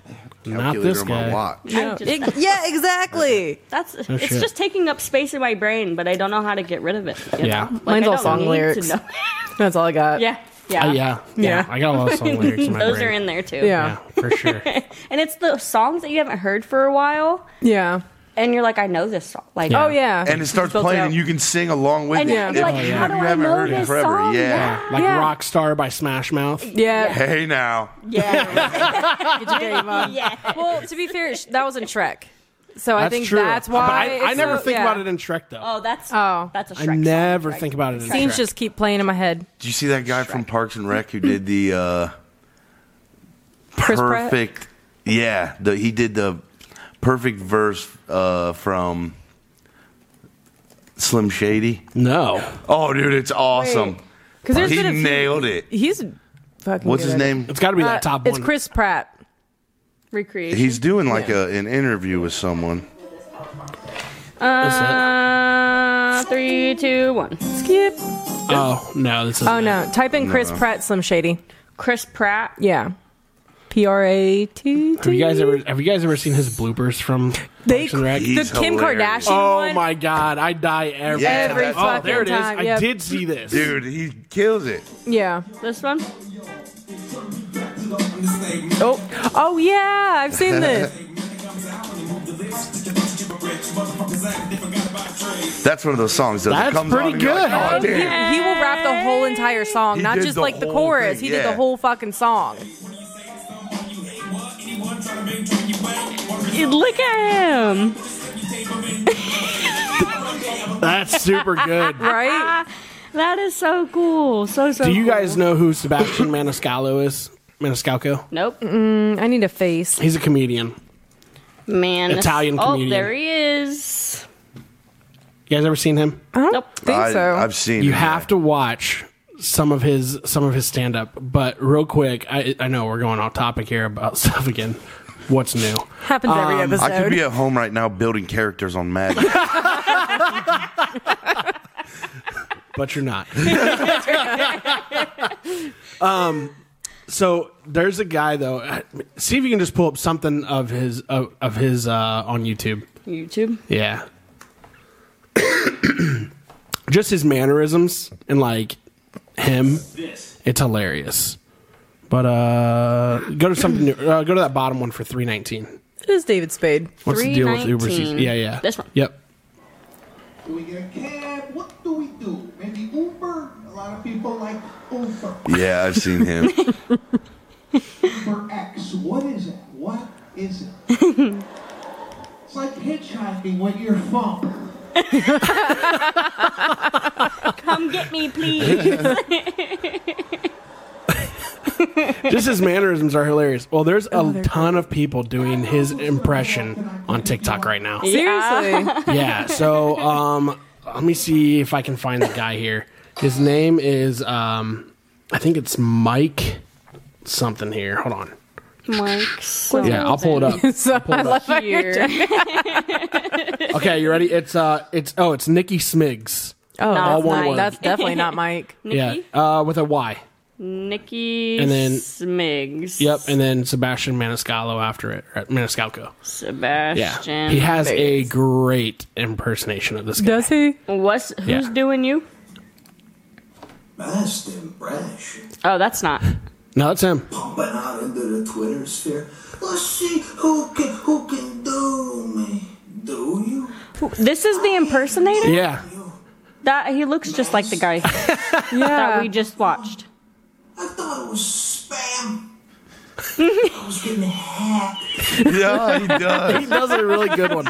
[SPEAKER 1] Not
[SPEAKER 4] Calculator
[SPEAKER 1] this
[SPEAKER 4] on my
[SPEAKER 1] guy.
[SPEAKER 4] watch.
[SPEAKER 3] I just-
[SPEAKER 2] Ex- yeah, exactly.
[SPEAKER 3] that's it's
[SPEAKER 1] Oh, shit.
[SPEAKER 3] just taking up space in my brain, but I don't know how to get rid of it. you
[SPEAKER 1] Yeah.
[SPEAKER 3] know? Like,
[SPEAKER 2] Mine's
[SPEAKER 3] I
[SPEAKER 2] all
[SPEAKER 3] don't
[SPEAKER 2] song
[SPEAKER 3] need to
[SPEAKER 2] lyrics.
[SPEAKER 3] know.
[SPEAKER 2] That's all I got.
[SPEAKER 3] yeah, yeah,
[SPEAKER 1] Uh, yeah, yeah.
[SPEAKER 2] Yeah.
[SPEAKER 1] I got a lot of song lyrics in my
[SPEAKER 3] Those
[SPEAKER 1] brain.
[SPEAKER 3] are in there too.
[SPEAKER 1] Yeah,
[SPEAKER 2] Yeah.
[SPEAKER 1] for sure.
[SPEAKER 3] And it's the songs that you haven't heard for a while,
[SPEAKER 2] Yeah.
[SPEAKER 3] and you're like, I know this song. Like,
[SPEAKER 1] Yeah.
[SPEAKER 2] Oh yeah.
[SPEAKER 4] And it starts
[SPEAKER 2] Built
[SPEAKER 4] playing,
[SPEAKER 2] out.
[SPEAKER 4] and you can sing along with
[SPEAKER 3] And
[SPEAKER 4] it.
[SPEAKER 3] you're
[SPEAKER 4] if-
[SPEAKER 3] like,
[SPEAKER 4] if
[SPEAKER 3] how do
[SPEAKER 4] you
[SPEAKER 3] I
[SPEAKER 4] haven't
[SPEAKER 3] know
[SPEAKER 4] heard it
[SPEAKER 3] this
[SPEAKER 4] forever.
[SPEAKER 3] song?
[SPEAKER 4] Yeah.
[SPEAKER 1] Like
[SPEAKER 3] Yeah.
[SPEAKER 1] Rockstar by Smash Mouth.
[SPEAKER 2] yeah.
[SPEAKER 4] Hey now.
[SPEAKER 3] yeah,
[SPEAKER 2] Get your game up.
[SPEAKER 3] oh, yeah.
[SPEAKER 2] Well, to be fair, sh- that was in Shrek, so I
[SPEAKER 1] That's
[SPEAKER 2] think
[SPEAKER 1] true.
[SPEAKER 2] that's why.
[SPEAKER 1] But I, I
[SPEAKER 2] it's
[SPEAKER 1] never
[SPEAKER 2] so-
[SPEAKER 1] think
[SPEAKER 2] yeah.
[SPEAKER 1] about it in Shrek though.
[SPEAKER 3] Oh, that's
[SPEAKER 2] Oh.
[SPEAKER 3] that's a Shrek
[SPEAKER 1] I
[SPEAKER 3] song.
[SPEAKER 1] never think about it in
[SPEAKER 2] Scenes
[SPEAKER 1] Shrek.
[SPEAKER 2] just keep playing in my head.
[SPEAKER 4] Do you see that guy from Parks and Rec who did the uh,
[SPEAKER 2] Chris Pratt?
[SPEAKER 4] perfect? Yeah, the, he did the perfect verse uh, from Slim Shady.
[SPEAKER 1] no.
[SPEAKER 4] Oh, dude, it's awesome.
[SPEAKER 2] Because there's
[SPEAKER 4] he
[SPEAKER 2] been a few-
[SPEAKER 4] nailed it.
[SPEAKER 2] He's fucking.
[SPEAKER 4] What's
[SPEAKER 2] good
[SPEAKER 4] his
[SPEAKER 2] at it.
[SPEAKER 4] name?
[SPEAKER 1] It's got to be
[SPEAKER 2] Uh,
[SPEAKER 1] that top
[SPEAKER 2] it's
[SPEAKER 1] one.
[SPEAKER 2] Chris Pratt.
[SPEAKER 3] Recreation.
[SPEAKER 4] He's doing like a, an interview with someone.
[SPEAKER 1] That's it.
[SPEAKER 3] Uh, three, two, one.
[SPEAKER 2] Skip.
[SPEAKER 1] Oh no, this is.
[SPEAKER 2] Oh no! Type in Chris Pratt Slim Shady.
[SPEAKER 3] Chris Pratt.
[SPEAKER 2] Yeah. P R A T.
[SPEAKER 1] Have you guys ever? Have you guys ever seen his bloopers from
[SPEAKER 2] They
[SPEAKER 1] Parks and Rec?
[SPEAKER 2] the
[SPEAKER 4] He's
[SPEAKER 2] Kim
[SPEAKER 4] hilarious.
[SPEAKER 2] Kardashian
[SPEAKER 1] Oh
[SPEAKER 2] one.
[SPEAKER 1] my god, I die every.
[SPEAKER 4] Yeah,
[SPEAKER 1] time.
[SPEAKER 2] Every
[SPEAKER 4] that's-
[SPEAKER 1] oh, there it
[SPEAKER 2] fucking
[SPEAKER 1] is.
[SPEAKER 2] time,
[SPEAKER 1] I
[SPEAKER 2] yep.
[SPEAKER 1] did see this.
[SPEAKER 4] Dude, he kills it.
[SPEAKER 2] Yeah.
[SPEAKER 3] This one.
[SPEAKER 2] Oh. Oh yeah! I've seen this.
[SPEAKER 4] That's one of those songs that
[SPEAKER 1] That's
[SPEAKER 4] comes
[SPEAKER 1] pretty
[SPEAKER 4] on and you're like,
[SPEAKER 1] good.
[SPEAKER 4] "Oh, damn."
[SPEAKER 2] He will rap the whole entire song,
[SPEAKER 4] He
[SPEAKER 2] not
[SPEAKER 4] did
[SPEAKER 2] just
[SPEAKER 4] the
[SPEAKER 2] like the
[SPEAKER 4] whole
[SPEAKER 2] chorus.
[SPEAKER 4] thing,
[SPEAKER 2] he did
[SPEAKER 4] yeah.
[SPEAKER 2] the whole fucking song.
[SPEAKER 3] Look at him.
[SPEAKER 1] That's super good.
[SPEAKER 2] Right?
[SPEAKER 1] Ah,
[SPEAKER 3] That is so cool. So so.
[SPEAKER 1] Do you
[SPEAKER 3] cool.
[SPEAKER 1] guys know who Sebastian Maniscalco is? Maniscalco.
[SPEAKER 3] Nope.
[SPEAKER 2] Mm, I need a face.
[SPEAKER 1] He's a comedian.
[SPEAKER 3] Man. this-
[SPEAKER 1] Italian
[SPEAKER 3] Oh,
[SPEAKER 1] comedian.
[SPEAKER 3] there he is.
[SPEAKER 1] You guys ever seen him?
[SPEAKER 2] I don't
[SPEAKER 3] Nope.
[SPEAKER 2] think
[SPEAKER 4] I,
[SPEAKER 2] so.
[SPEAKER 4] I've seen
[SPEAKER 1] You
[SPEAKER 4] it.
[SPEAKER 1] have to watch some of his some of his stand up. But real quick, I, I know we're going off topic here about stuff again. What's new?
[SPEAKER 2] Happens
[SPEAKER 1] Um,
[SPEAKER 2] every episode.
[SPEAKER 4] I could be at home right now building characters on Madden.
[SPEAKER 1] But you're not. um so there's a guy though. See if you can just pull up something of his of, of his uh, on YouTube.
[SPEAKER 3] YouTube.
[SPEAKER 1] Yeah. Just his mannerisms and like him. It's hilarious. But uh go to something new. Uh, go to that bottom one for 319.
[SPEAKER 2] it is David Spade.
[SPEAKER 1] What's the deal with Uber season?
[SPEAKER 3] 319.
[SPEAKER 1] Yeah, yeah.
[SPEAKER 3] This one.
[SPEAKER 1] Yep.
[SPEAKER 5] Do we get a cab? What do we do? Maybe Uber? A lot of people like Uber.
[SPEAKER 4] yeah, I've seen him.
[SPEAKER 5] Uber X. What is it? What is it? it's like hitchhiking with your phone.
[SPEAKER 3] Come get me, please.
[SPEAKER 1] Just his mannerisms are hilarious. Well, there's a ton of people doing his impression on TikTok right now.
[SPEAKER 2] Seriously.
[SPEAKER 1] Yeah. So, um, let me see if I can find the guy here. His name is, um, I think it's Mike something here. Hold on.
[SPEAKER 3] Mike. something.
[SPEAKER 6] Yeah, I'll pull it up.
[SPEAKER 2] So I love how you're
[SPEAKER 3] Here.
[SPEAKER 2] doing-
[SPEAKER 1] Okay, you ready? It's uh, it's oh, it's Nikki Smiggs.
[SPEAKER 2] Oh,
[SPEAKER 1] All
[SPEAKER 2] that's,
[SPEAKER 1] one
[SPEAKER 2] not-
[SPEAKER 1] word.
[SPEAKER 2] that's definitely not Mike.
[SPEAKER 1] Yeah,
[SPEAKER 3] Nikki?
[SPEAKER 1] uh, with a Y.
[SPEAKER 3] Nikki
[SPEAKER 1] And
[SPEAKER 3] and
[SPEAKER 1] then-
[SPEAKER 3] then, Smigs.
[SPEAKER 1] Yep, and then Sebastian Maniscalco after it. Or Maniscalco. Yeah,
[SPEAKER 3] Sebastian.
[SPEAKER 1] he has a
[SPEAKER 2] Smiggs.
[SPEAKER 1] great impersonation of this guy.
[SPEAKER 2] Does he?
[SPEAKER 3] What's who's
[SPEAKER 1] Yeah.
[SPEAKER 3] doing you?
[SPEAKER 7] Last impression.
[SPEAKER 3] Oh, that's not.
[SPEAKER 1] No, that's him.
[SPEAKER 7] Pumping out into the Twitter sphere. Let's see who can who can do me. Do you?
[SPEAKER 3] This is the impersonator.
[SPEAKER 1] Yeah,
[SPEAKER 3] That he looks just like the guy that we just watched.
[SPEAKER 7] I thought it was spam. I was getting hacked.
[SPEAKER 4] Yeah, he
[SPEAKER 1] he
[SPEAKER 4] does.
[SPEAKER 1] does a really good one.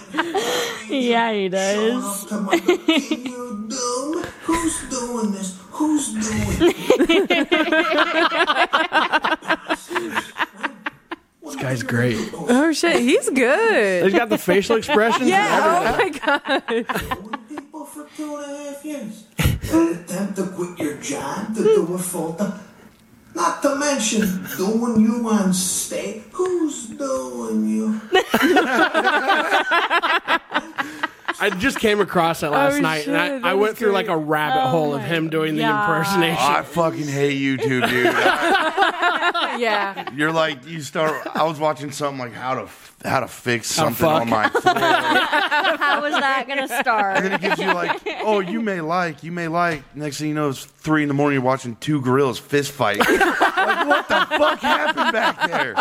[SPEAKER 3] Yeah, he does.
[SPEAKER 7] Off to my door. Can you do me? Who's doing this? Who's doing it?
[SPEAKER 1] This guy's great.
[SPEAKER 2] Oh shit, he's good.
[SPEAKER 1] He's got the facial expressions.
[SPEAKER 2] Yeah. Oh my god.
[SPEAKER 7] With people for two and a half years. An attempt to quit your job to do a full time. Not to mention doing you on stage. Who's doing you?
[SPEAKER 1] I just came across that last
[SPEAKER 2] Oh,
[SPEAKER 1] night,
[SPEAKER 2] shit,
[SPEAKER 1] and I, I
[SPEAKER 2] that
[SPEAKER 1] went
[SPEAKER 2] was
[SPEAKER 1] through like
[SPEAKER 2] great.
[SPEAKER 1] a rabbit
[SPEAKER 3] Oh
[SPEAKER 1] hole of
[SPEAKER 3] my
[SPEAKER 1] him doing the
[SPEAKER 3] God.
[SPEAKER 1] impersonation.
[SPEAKER 4] I fucking hate you two, dude.
[SPEAKER 2] Yeah.
[SPEAKER 4] You're like you start. I was watching something like how to f- how to fix
[SPEAKER 1] How
[SPEAKER 4] something
[SPEAKER 1] fuck.
[SPEAKER 4] on my floor,
[SPEAKER 3] How is that gonna
[SPEAKER 4] and
[SPEAKER 3] start?
[SPEAKER 4] then it gives you like, oh, you may like, you may like. Next thing you know, it's three in the morning. You're watching two gorillas fist fight. like what the fuck happened back there?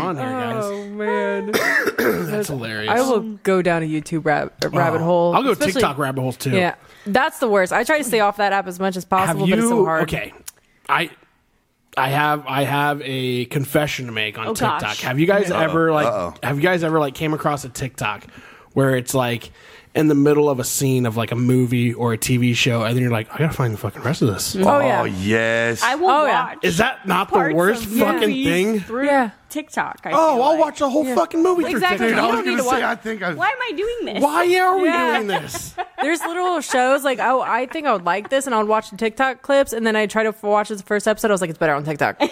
[SPEAKER 1] on here, guys.
[SPEAKER 2] Oh man.
[SPEAKER 1] That's hilarious.
[SPEAKER 2] I will go down a YouTube rab- a rabbit hole.
[SPEAKER 1] Oh. I'll go
[SPEAKER 2] especially-
[SPEAKER 1] TikTok rabbit holes too.
[SPEAKER 2] Yeah. That's the worst. I try to stay off that app as much as
[SPEAKER 1] Have
[SPEAKER 2] possible,
[SPEAKER 1] you?
[SPEAKER 2] but it's so hard.
[SPEAKER 1] Okay. I. I have I have a confession to make on
[SPEAKER 3] Oh,
[SPEAKER 1] TikTok.
[SPEAKER 3] gosh.
[SPEAKER 1] Have you guys ever like
[SPEAKER 4] Uh-oh.
[SPEAKER 1] have you guys ever like came across a TikTok where it's like in the middle of a scene of like a movie or a TV show and then you're like I got to find the fucking rest of this.
[SPEAKER 2] Oh yeah.
[SPEAKER 4] Oh yes.
[SPEAKER 3] I will
[SPEAKER 2] Oh, yeah.
[SPEAKER 3] watch.
[SPEAKER 1] Is that not the
[SPEAKER 3] parts
[SPEAKER 1] worst
[SPEAKER 3] of
[SPEAKER 1] fucking
[SPEAKER 3] movies
[SPEAKER 1] thing?
[SPEAKER 3] through
[SPEAKER 2] Yeah.
[SPEAKER 3] TikTok. I
[SPEAKER 1] Oh,
[SPEAKER 3] feel
[SPEAKER 1] I'll
[SPEAKER 3] like.
[SPEAKER 1] watch the whole fucking movie through
[SPEAKER 2] Exactly.
[SPEAKER 1] TikTok.
[SPEAKER 4] Dude, I
[SPEAKER 2] You
[SPEAKER 4] was
[SPEAKER 2] don't need
[SPEAKER 4] gonna
[SPEAKER 2] to
[SPEAKER 4] say, I
[SPEAKER 2] watch-
[SPEAKER 4] think I.
[SPEAKER 3] Why am I doing this?
[SPEAKER 1] Why are we
[SPEAKER 2] Yeah.
[SPEAKER 1] doing this?
[SPEAKER 2] There's little shows like oh I think I would like this and I would watch the TikTok clips and then I try to f- watch the first episode I was like it's better on TikTok so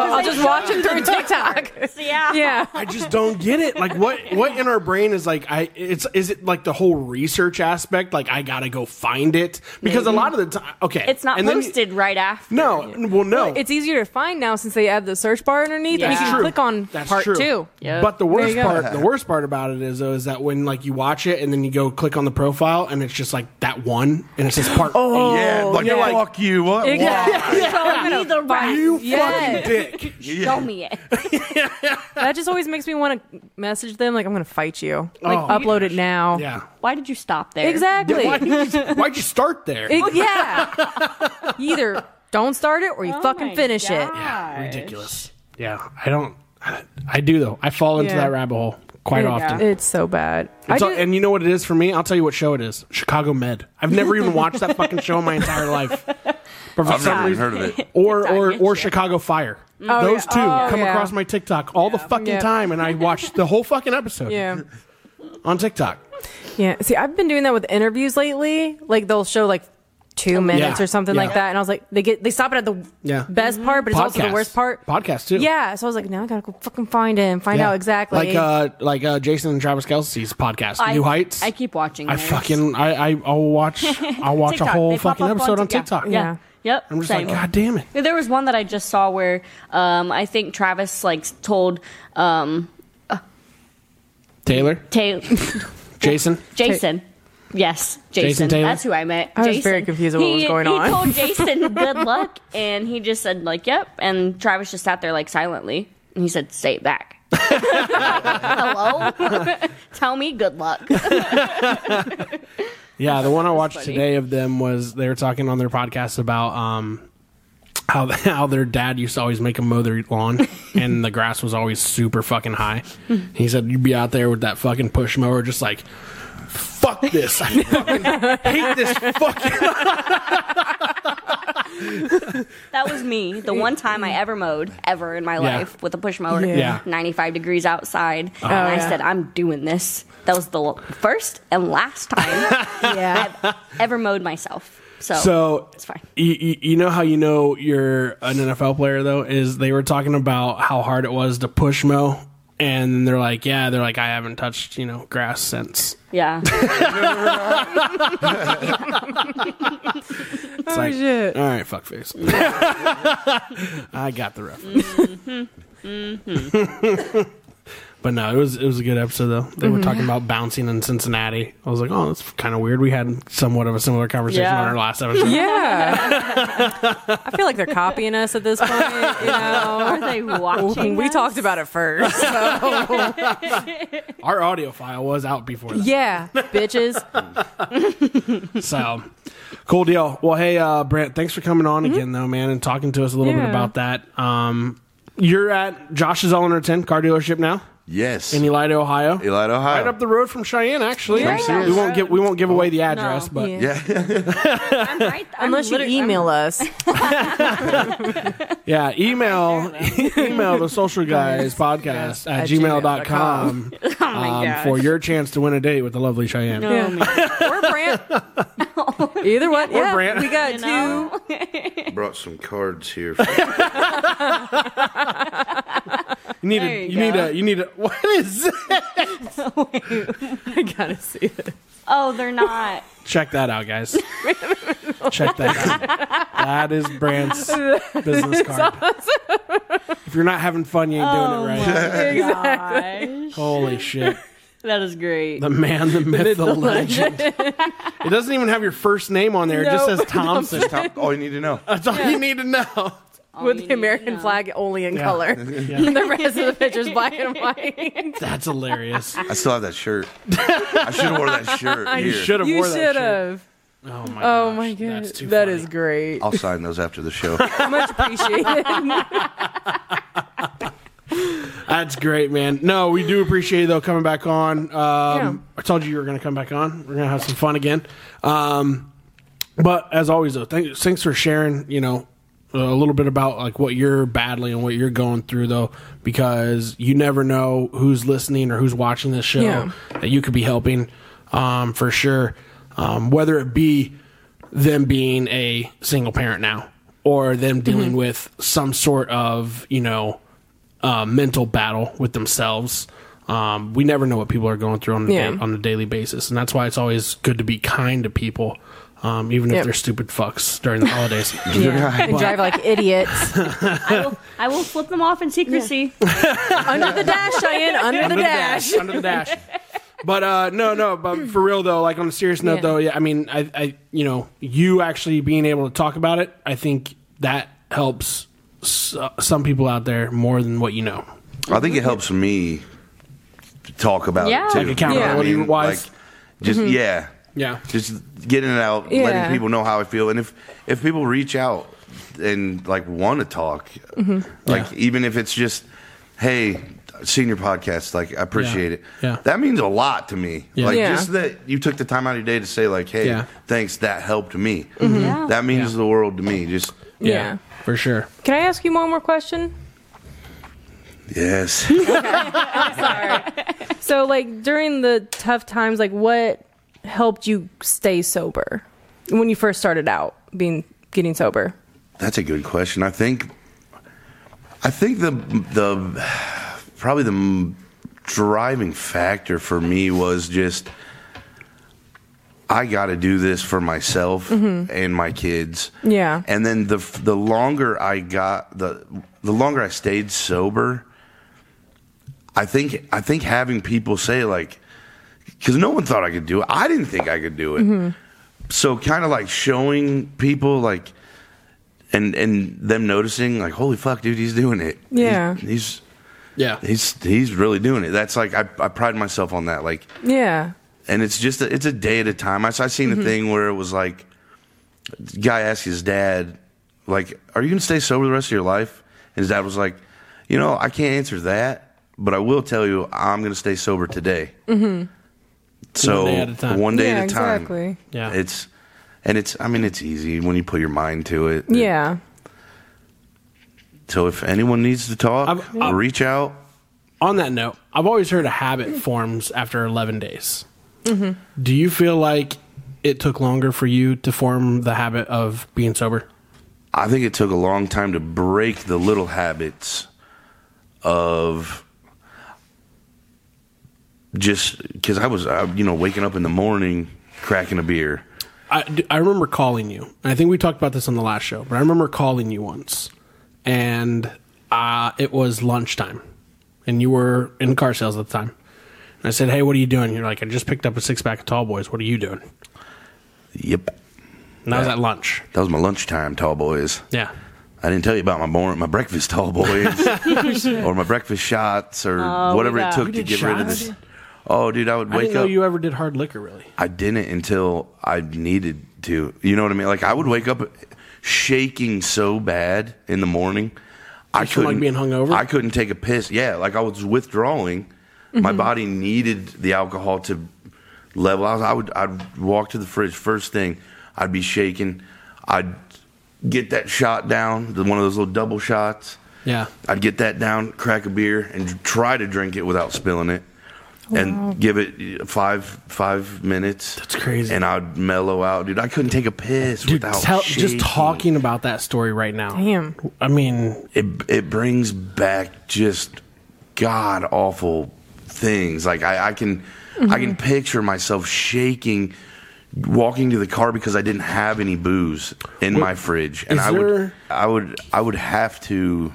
[SPEAKER 1] Oh.
[SPEAKER 2] I'll just watch it through TikTok
[SPEAKER 3] Yeah.
[SPEAKER 2] yeah
[SPEAKER 1] I just don't get it. Like what what in our brain is like I it's is it like the whole research aspect like I got to go find it because a lot of the time okay
[SPEAKER 3] It's not
[SPEAKER 1] and then you-
[SPEAKER 3] posted right after.
[SPEAKER 1] no, well no.
[SPEAKER 2] Well, it's easier to find now since they have the search bar underneath and you
[SPEAKER 3] That's
[SPEAKER 2] can
[SPEAKER 1] true.
[SPEAKER 2] click on
[SPEAKER 1] That's
[SPEAKER 2] part
[SPEAKER 1] true.
[SPEAKER 2] two
[SPEAKER 1] But the worst
[SPEAKER 2] you go.
[SPEAKER 1] part the worst part about it is though is that when like you watch it and then you go click on the profile and it's just like that one and it's just part oh,
[SPEAKER 4] Yeah, like
[SPEAKER 1] yeah.
[SPEAKER 4] fuck you. What?
[SPEAKER 2] Exactly.
[SPEAKER 4] Why?
[SPEAKER 3] Show me the right.
[SPEAKER 1] You
[SPEAKER 2] Yeah.
[SPEAKER 1] fucking dick.
[SPEAKER 3] Show me it.
[SPEAKER 2] that just always makes me want to message them like I'm gonna fight you like
[SPEAKER 1] Oh.
[SPEAKER 2] upload it now
[SPEAKER 1] Yeah.
[SPEAKER 3] Why did you stop there?
[SPEAKER 2] exactly
[SPEAKER 1] Why would you, why'd you start there?
[SPEAKER 2] It- yeah either don't start it or you
[SPEAKER 3] Oh
[SPEAKER 2] fucking
[SPEAKER 3] my
[SPEAKER 2] finish it
[SPEAKER 3] gosh.
[SPEAKER 1] Ridiculous. Yeah, I don't. I, I do though. I fall into
[SPEAKER 2] Yeah.
[SPEAKER 1] that rabbit hole quite
[SPEAKER 3] Yeah.
[SPEAKER 1] often.
[SPEAKER 2] It's so bad. I
[SPEAKER 1] It's all-
[SPEAKER 2] do-
[SPEAKER 1] and you know what it is for me? I'll tell you what show it is. Chicago Med. I've never even watched that fucking show in my entire life. But for
[SPEAKER 4] I've
[SPEAKER 1] some
[SPEAKER 4] never even
[SPEAKER 1] reason,
[SPEAKER 4] heard of it.
[SPEAKER 1] or or
[SPEAKER 3] gets
[SPEAKER 1] or
[SPEAKER 3] you.
[SPEAKER 1] Chicago Fire.
[SPEAKER 2] Oh,
[SPEAKER 1] Those
[SPEAKER 2] yeah.
[SPEAKER 1] two
[SPEAKER 2] Oh,
[SPEAKER 1] come
[SPEAKER 2] yeah.
[SPEAKER 1] across my TikTok all the fucking
[SPEAKER 2] Yeah.
[SPEAKER 1] time, and I watch the whole fucking episode
[SPEAKER 2] yeah.
[SPEAKER 1] on TikTok.
[SPEAKER 2] Yeah. See, I've been doing that with interviews lately. Like they'll show like two minutes
[SPEAKER 1] Yeah.
[SPEAKER 2] or something like
[SPEAKER 1] Yeah.
[SPEAKER 2] that, and I was like, they get they stop it at the
[SPEAKER 1] Yeah.
[SPEAKER 2] best part, but it's also the
[SPEAKER 1] Podcasts.
[SPEAKER 2] worst part.
[SPEAKER 1] Podcast too.
[SPEAKER 2] Yeah. So I was like, now I gotta go fucking find it and find
[SPEAKER 1] Yeah.
[SPEAKER 2] out exactly.
[SPEAKER 1] Like uh, like uh, Jason and Travis Kelsey's podcast,
[SPEAKER 3] I-
[SPEAKER 1] New Heights.
[SPEAKER 3] I keep watching.
[SPEAKER 1] I
[SPEAKER 3] theirs.
[SPEAKER 1] fucking I, I I'll watch I'll watch
[SPEAKER 3] TikTok.
[SPEAKER 1] a whole
[SPEAKER 3] They pop
[SPEAKER 1] fucking
[SPEAKER 3] up
[SPEAKER 1] episode on
[SPEAKER 3] onto- yeah.
[SPEAKER 1] TikTok.
[SPEAKER 3] Yeah. Yep.
[SPEAKER 1] I'm just
[SPEAKER 3] same.
[SPEAKER 1] like, God damn it.
[SPEAKER 3] There was one that I just saw where um, I think Travis like told um,
[SPEAKER 1] Taylor,
[SPEAKER 3] Ta-
[SPEAKER 1] Jason.
[SPEAKER 3] Jason. Yes, Jason.
[SPEAKER 1] Taylor?
[SPEAKER 3] That's who I met.
[SPEAKER 2] I was
[SPEAKER 3] Jason.
[SPEAKER 2] very confused at what
[SPEAKER 3] he,
[SPEAKER 2] was going
[SPEAKER 3] he
[SPEAKER 2] on.
[SPEAKER 3] told Jason good luck, and he just said like, "Yep." And Travis just sat there like silently, and he said, "Say it back." Hello. Tell me good luck.
[SPEAKER 1] Yeah, the one I watched
[SPEAKER 3] funny.
[SPEAKER 1] today of them was they were talking on their podcast about um how how their dad used to always make them mow their lawn and the grass was always super fucking high. He said you'd be out there with that fucking push mower just like fuck this. I fucking hate this fucking
[SPEAKER 3] That was me. The one time I ever mowed ever in my
[SPEAKER 1] Yeah.
[SPEAKER 3] life with a push mower,
[SPEAKER 1] Yeah. Oh,
[SPEAKER 3] 95 degrees outside, and I
[SPEAKER 2] yeah.
[SPEAKER 3] said, "I'm doing this." That was the first and last time
[SPEAKER 2] yeah.
[SPEAKER 3] ever mowed myself. So,
[SPEAKER 1] So
[SPEAKER 3] it's fine.
[SPEAKER 1] You, you, you know how you know you're an NFL player though is they were talking about how hard it was to push Mo, and they're like, yeah, they're like, I haven't touched you know grass since.
[SPEAKER 3] yeah.
[SPEAKER 1] It's like,
[SPEAKER 2] Oh, shit.
[SPEAKER 1] all right, fuckface. I got the reference.
[SPEAKER 2] Mm-hmm,
[SPEAKER 1] but no, it was it was a good episode though. They
[SPEAKER 2] Mm-hmm.
[SPEAKER 1] were talking about bouncing in Cincinnati. I was like, oh, that's kind of weird. We had somewhat of a similar conversation
[SPEAKER 3] Yeah.
[SPEAKER 1] on our last episode.
[SPEAKER 2] Yeah. I feel like they're copying us at this point. You know,
[SPEAKER 3] Are they watching?
[SPEAKER 2] we
[SPEAKER 3] us?
[SPEAKER 2] talked about it first. so-
[SPEAKER 1] Our audio file was out before that.
[SPEAKER 2] yeah, bitches.
[SPEAKER 1] So cool deal. Well, hey, uh, Brent, thanks for coming on again though, man, and talking to us a little bit
[SPEAKER 2] Mm-hmm. Yeah.
[SPEAKER 1] about that. Um, you're at Josh's All Under Ten Car Dealership now
[SPEAKER 4] Yes.
[SPEAKER 1] in Elida, Ohio.
[SPEAKER 4] Elida, Ohio.
[SPEAKER 1] Right up the road from Cheyenne, actually.
[SPEAKER 3] Yeah. From
[SPEAKER 1] We won't give we won't give away the address,
[SPEAKER 3] No.
[SPEAKER 1] but yeah.
[SPEAKER 4] yeah.
[SPEAKER 3] I'm right, I'm
[SPEAKER 2] Unless you
[SPEAKER 3] literally- I'm-
[SPEAKER 2] email us.
[SPEAKER 1] email email the social guys podcast at,
[SPEAKER 2] At
[SPEAKER 1] gmail.com,
[SPEAKER 2] gmail.com.
[SPEAKER 1] com
[SPEAKER 3] Oh my
[SPEAKER 1] um,
[SPEAKER 3] gosh.
[SPEAKER 1] for your chance to win a date with the lovely Cheyenne.
[SPEAKER 3] Oh my
[SPEAKER 2] or Brant. Either one. Yeah,
[SPEAKER 1] Brant.
[SPEAKER 2] We got
[SPEAKER 3] You know?
[SPEAKER 2] two.
[SPEAKER 4] Brought some cards here. For-
[SPEAKER 1] You need
[SPEAKER 3] There
[SPEAKER 1] a
[SPEAKER 3] you
[SPEAKER 1] you need
[SPEAKER 3] go.
[SPEAKER 1] a you need a what is that?
[SPEAKER 2] I gotta see it.
[SPEAKER 3] Oh, they're not.
[SPEAKER 1] Check that out, guys. Check that out. That is Brandt's business card. If you're not having fun, you ain't
[SPEAKER 3] Oh
[SPEAKER 1] doing it right.
[SPEAKER 3] Exactly.
[SPEAKER 1] Holy shit.
[SPEAKER 3] That is great.
[SPEAKER 1] The man, the myth, the legend. It doesn't even have your first name on there. It just
[SPEAKER 2] Nope.
[SPEAKER 1] says Thompson.
[SPEAKER 4] Tom, all you need to know.
[SPEAKER 1] That's all you need to know.
[SPEAKER 3] All you
[SPEAKER 2] With
[SPEAKER 3] need
[SPEAKER 2] the
[SPEAKER 3] to
[SPEAKER 2] American
[SPEAKER 3] know.
[SPEAKER 2] flag only in
[SPEAKER 1] Yeah.
[SPEAKER 2] color.
[SPEAKER 1] Yeah.
[SPEAKER 2] the rest of the picture's black and white.
[SPEAKER 1] That's hilarious.
[SPEAKER 4] I still have that shirt. I should have worn that shirt.
[SPEAKER 1] You
[SPEAKER 4] here.
[SPEAKER 1] should have
[SPEAKER 2] You
[SPEAKER 1] wore that
[SPEAKER 2] should
[SPEAKER 1] shirt.
[SPEAKER 2] have.
[SPEAKER 1] Oh my
[SPEAKER 2] Oh
[SPEAKER 1] gosh,
[SPEAKER 2] my god,
[SPEAKER 1] That's too
[SPEAKER 2] that
[SPEAKER 1] funny.
[SPEAKER 2] is great.
[SPEAKER 4] I'll sign those after the show.
[SPEAKER 2] Much appreciated.
[SPEAKER 1] That's great, man. No, we do appreciate you though coming back on. Um, I told you you were going to come back on. We're going to have some fun again. Um, but as always, though, thanks, thanks for sharing. You know, a little bit about like what you're battling and what you're going through, though, because you never know who's listening or who's watching this show
[SPEAKER 2] Yeah.
[SPEAKER 1] that you could be helping um, for sure. Um, whether it be them being a single parent now or
[SPEAKER 2] Mm-hmm.
[SPEAKER 1] them dealing with some sort of you know uh, mental battle with themselves. Um, we never know what people are going through on the
[SPEAKER 2] Yeah.
[SPEAKER 1] day, on a daily basis, and that's why it's always good to be kind to people, um, even if
[SPEAKER 2] Yep.
[SPEAKER 1] they're stupid fucks during the holidays.
[SPEAKER 2] and drive like idiots.
[SPEAKER 3] I will, I will flip them off in secrecy.
[SPEAKER 2] under the dash, Cheyenne. Under the dash.
[SPEAKER 1] under the dash. But uh, no, no. But for real though, like on a serious note
[SPEAKER 2] Yeah.
[SPEAKER 1] though, yeah. I mean, I, I, you know, you actually being able to talk about it, I think that helps s- uh, some people out there more than what you know.
[SPEAKER 4] I think it helps me to talk about
[SPEAKER 3] Yeah.
[SPEAKER 4] it too.
[SPEAKER 3] Like
[SPEAKER 1] accountability
[SPEAKER 4] You know what I mean?
[SPEAKER 1] wise?
[SPEAKER 4] Like, just yeah,
[SPEAKER 1] Yeah.
[SPEAKER 4] just getting it out,
[SPEAKER 2] Mm-hmm. Yeah.
[SPEAKER 4] letting people know how I feel, and if if people reach out and like want to talk, like
[SPEAKER 2] Mm-hmm.
[SPEAKER 1] Yeah.
[SPEAKER 4] even if it's just hey, senior podcast, like I appreciate
[SPEAKER 1] Yeah.
[SPEAKER 4] it.
[SPEAKER 1] Yeah.
[SPEAKER 4] that means a lot to me.
[SPEAKER 1] Yeah.
[SPEAKER 4] Like
[SPEAKER 2] Yeah.
[SPEAKER 4] just that you took the time out of your day to say like, hey,
[SPEAKER 1] Yeah.
[SPEAKER 4] thanks, that helped me.
[SPEAKER 2] Mm-hmm.
[SPEAKER 3] Yeah.
[SPEAKER 4] That means
[SPEAKER 1] Yeah.
[SPEAKER 4] the world to me. Just
[SPEAKER 2] Yeah.
[SPEAKER 1] for sure.
[SPEAKER 2] Can I ask you one more question?
[SPEAKER 4] yes.
[SPEAKER 2] So, like during the tough times, like what helped you stay sober when you first started out being getting sober?
[SPEAKER 4] That's a good question. I think, I think the the probably the m- driving factor for me was just I got to do this for myself and my kids.
[SPEAKER 2] Yeah.
[SPEAKER 4] And then the f- the longer I got the the longer I stayed sober, I think I think having people say like, because no one thought I could do it. I didn't think I could do it. So kind of like showing people like and and them noticing like holy fuck dude he's doing it
[SPEAKER 2] Yeah.
[SPEAKER 4] he's he's
[SPEAKER 1] Yeah.
[SPEAKER 4] he's, he's really doing it that's like I, I pride myself on that like
[SPEAKER 2] Yeah.
[SPEAKER 4] and it's just a, it's a day at a time i, I seen
[SPEAKER 2] Mm-hmm.
[SPEAKER 4] a thing where it was like guy asked his dad like are you gonna stay sober the rest of your life and his dad was like you know i can't answer that but i will tell you i'm gonna stay sober today mm-hmm. so
[SPEAKER 1] One day at a time.
[SPEAKER 4] one day
[SPEAKER 2] Yeah,
[SPEAKER 4] at a time
[SPEAKER 2] exactly.
[SPEAKER 1] Yeah.
[SPEAKER 4] it's and it's i mean it's easy when you put your mind to it
[SPEAKER 2] Yeah.
[SPEAKER 4] So if anyone needs to talk,
[SPEAKER 1] I've- I've-
[SPEAKER 4] reach out.
[SPEAKER 1] On that note,
[SPEAKER 2] Mm-hmm.
[SPEAKER 1] I've always heard a habit forms after 11 days. Do you feel like it took longer for you to form the habit of being sober?
[SPEAKER 4] I think it took a long time to break the little habits of just because I was, uh, you know, waking up in the morning, cracking a beer.
[SPEAKER 1] I, d- I remember calling you. And I think we talked about this on the last show, but I remember calling you once, and uh, it was lunchtime, and you were in car sales at the time. And I said, "Hey, what are you doing?" You're like, "I just picked up a six pack of Tall Boys. What are you doing?"
[SPEAKER 4] Yep,
[SPEAKER 1] And that was at lunch.
[SPEAKER 4] that was my lunchtime, tall boys.
[SPEAKER 1] Yeah,
[SPEAKER 4] I didn't tell you about my mor- my breakfast tall boys or my breakfast shots or whatever
[SPEAKER 2] yeah.
[SPEAKER 4] it took
[SPEAKER 2] You
[SPEAKER 4] to
[SPEAKER 1] Oh, did
[SPEAKER 4] get rid of
[SPEAKER 1] shots?
[SPEAKER 4] this. Oh, dude, I would
[SPEAKER 1] I
[SPEAKER 4] wake
[SPEAKER 1] didn't know
[SPEAKER 4] up.
[SPEAKER 1] you ever did hard liquor. Really,
[SPEAKER 4] I didn't until I needed to. You know what I mean? Like I would wake up shaking so bad in the morning. I
[SPEAKER 1] from, like,
[SPEAKER 4] couldn't
[SPEAKER 1] being hungover?
[SPEAKER 4] I couldn't take a piss. Yeah, like I was withdrawing.
[SPEAKER 1] Mm-hmm.
[SPEAKER 4] My body needed the alcohol to level. I, was, I would I'd walk to the fridge first thing. I'd be shaking. I'd get that shot down, the- one of those little double shots.
[SPEAKER 1] yeah.
[SPEAKER 4] I'd get that down, crack a beer, and try to drink it without spilling it, and give it five five minutes.
[SPEAKER 1] That's crazy.
[SPEAKER 4] And I'd mellow out, dude. I couldn't take a piss
[SPEAKER 1] Dude,
[SPEAKER 4] without
[SPEAKER 1] tell,
[SPEAKER 4] shaking.
[SPEAKER 1] just talking about that story right now.
[SPEAKER 2] Damn.
[SPEAKER 1] I mean,
[SPEAKER 4] It it brings back just god awful things. Like I, I can I can
[SPEAKER 1] Mm-hmm.
[SPEAKER 4] picture myself shaking. Walking to the car because I didn't have any booze in my fridge, and
[SPEAKER 1] is
[SPEAKER 4] I
[SPEAKER 1] there-
[SPEAKER 4] would, I would, I would have to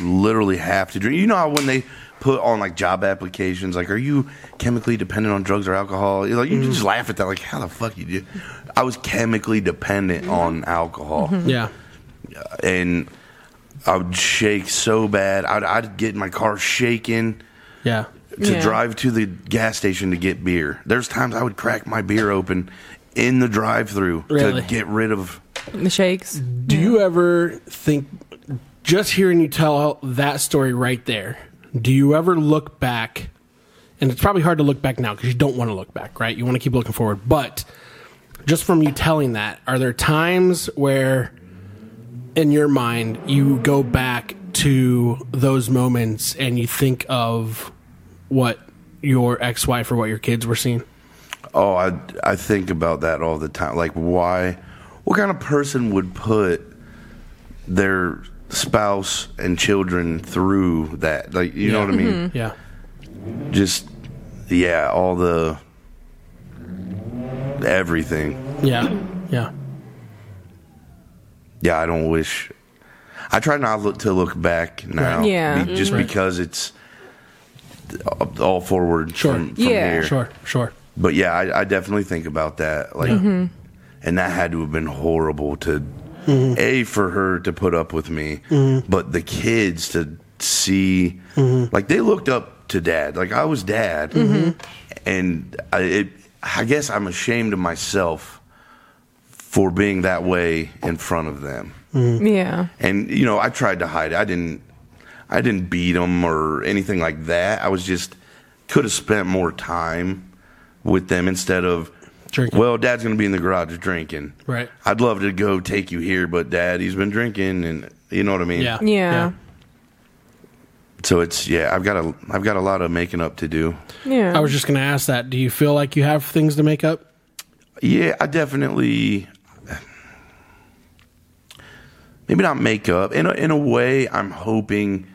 [SPEAKER 4] literally have to drink. You know how when they put on like job applications, like, are you chemically dependent on drugs or alcohol? You're Like, you
[SPEAKER 1] Mm-hmm.
[SPEAKER 4] just laugh at that. Like, how the fuck you do? I was chemically dependent
[SPEAKER 1] Mm-hmm.
[SPEAKER 4] on alcohol,
[SPEAKER 1] yeah.
[SPEAKER 4] and I would shake so bad. I'd, I'd get my car shaking
[SPEAKER 1] Yeah.
[SPEAKER 4] to
[SPEAKER 2] Yeah.
[SPEAKER 4] drive to the gas station to get beer. There's times I would crack my beer open in the drive-through
[SPEAKER 1] Really?
[SPEAKER 4] to get rid of.
[SPEAKER 2] The shakes.
[SPEAKER 1] Do you ever think, just hearing you tell that story right there, do you ever look back? And it's probably hard to look back now because you don't want to look back, right? You want to keep looking forward. But just from you telling that, are there times where, in your mind, you go back to those moments and you think of what your ex wife or what your kids were seeing?
[SPEAKER 4] Oh, I I think about that all the time. Like, why? What kind of person would put their spouse and children through that? Like, you know
[SPEAKER 1] Yeah. Mm-hmm.
[SPEAKER 4] what I mean?
[SPEAKER 1] Yeah.
[SPEAKER 4] Just yeah, all the everything.
[SPEAKER 1] Yeah. Yeah.
[SPEAKER 4] yeah, I don't wish. I try not look to look back now,
[SPEAKER 2] Right. Yeah.
[SPEAKER 4] be- just because it's up- all forward
[SPEAKER 1] Sure.
[SPEAKER 4] from, from
[SPEAKER 2] Yeah.
[SPEAKER 4] here.
[SPEAKER 1] Sure. Sure.
[SPEAKER 4] But yeah, I, I definitely think about that. Like,
[SPEAKER 2] Mm-hmm.
[SPEAKER 4] and that had to have been horrible to a for her to put up with me, but the kids to see like they looked up to dad. Like I was dad,
[SPEAKER 2] Mm-hmm.
[SPEAKER 4] and I, it, I guess I'm ashamed of myself for being that way in front of them
[SPEAKER 1] Mm-hmm.
[SPEAKER 2] Yeah.
[SPEAKER 4] and you know i tried to hide it i didn't i didn't beat them or anything like that i was just could have spent more time with them instead of
[SPEAKER 1] Drinking.
[SPEAKER 4] well dad's gonna be in the garage drinking
[SPEAKER 1] Right.
[SPEAKER 4] i'd love to go take you here but dad he's been drinking and you know what i mean
[SPEAKER 1] Yeah.
[SPEAKER 2] Yeah.
[SPEAKER 4] so it's yeah i've got a i've got a lot of making up to do
[SPEAKER 2] Yeah.
[SPEAKER 1] I was just going to ask that. Do you feel like you have things to make up?
[SPEAKER 4] yeah i definitely maybe not make up in a, in a way i'm hoping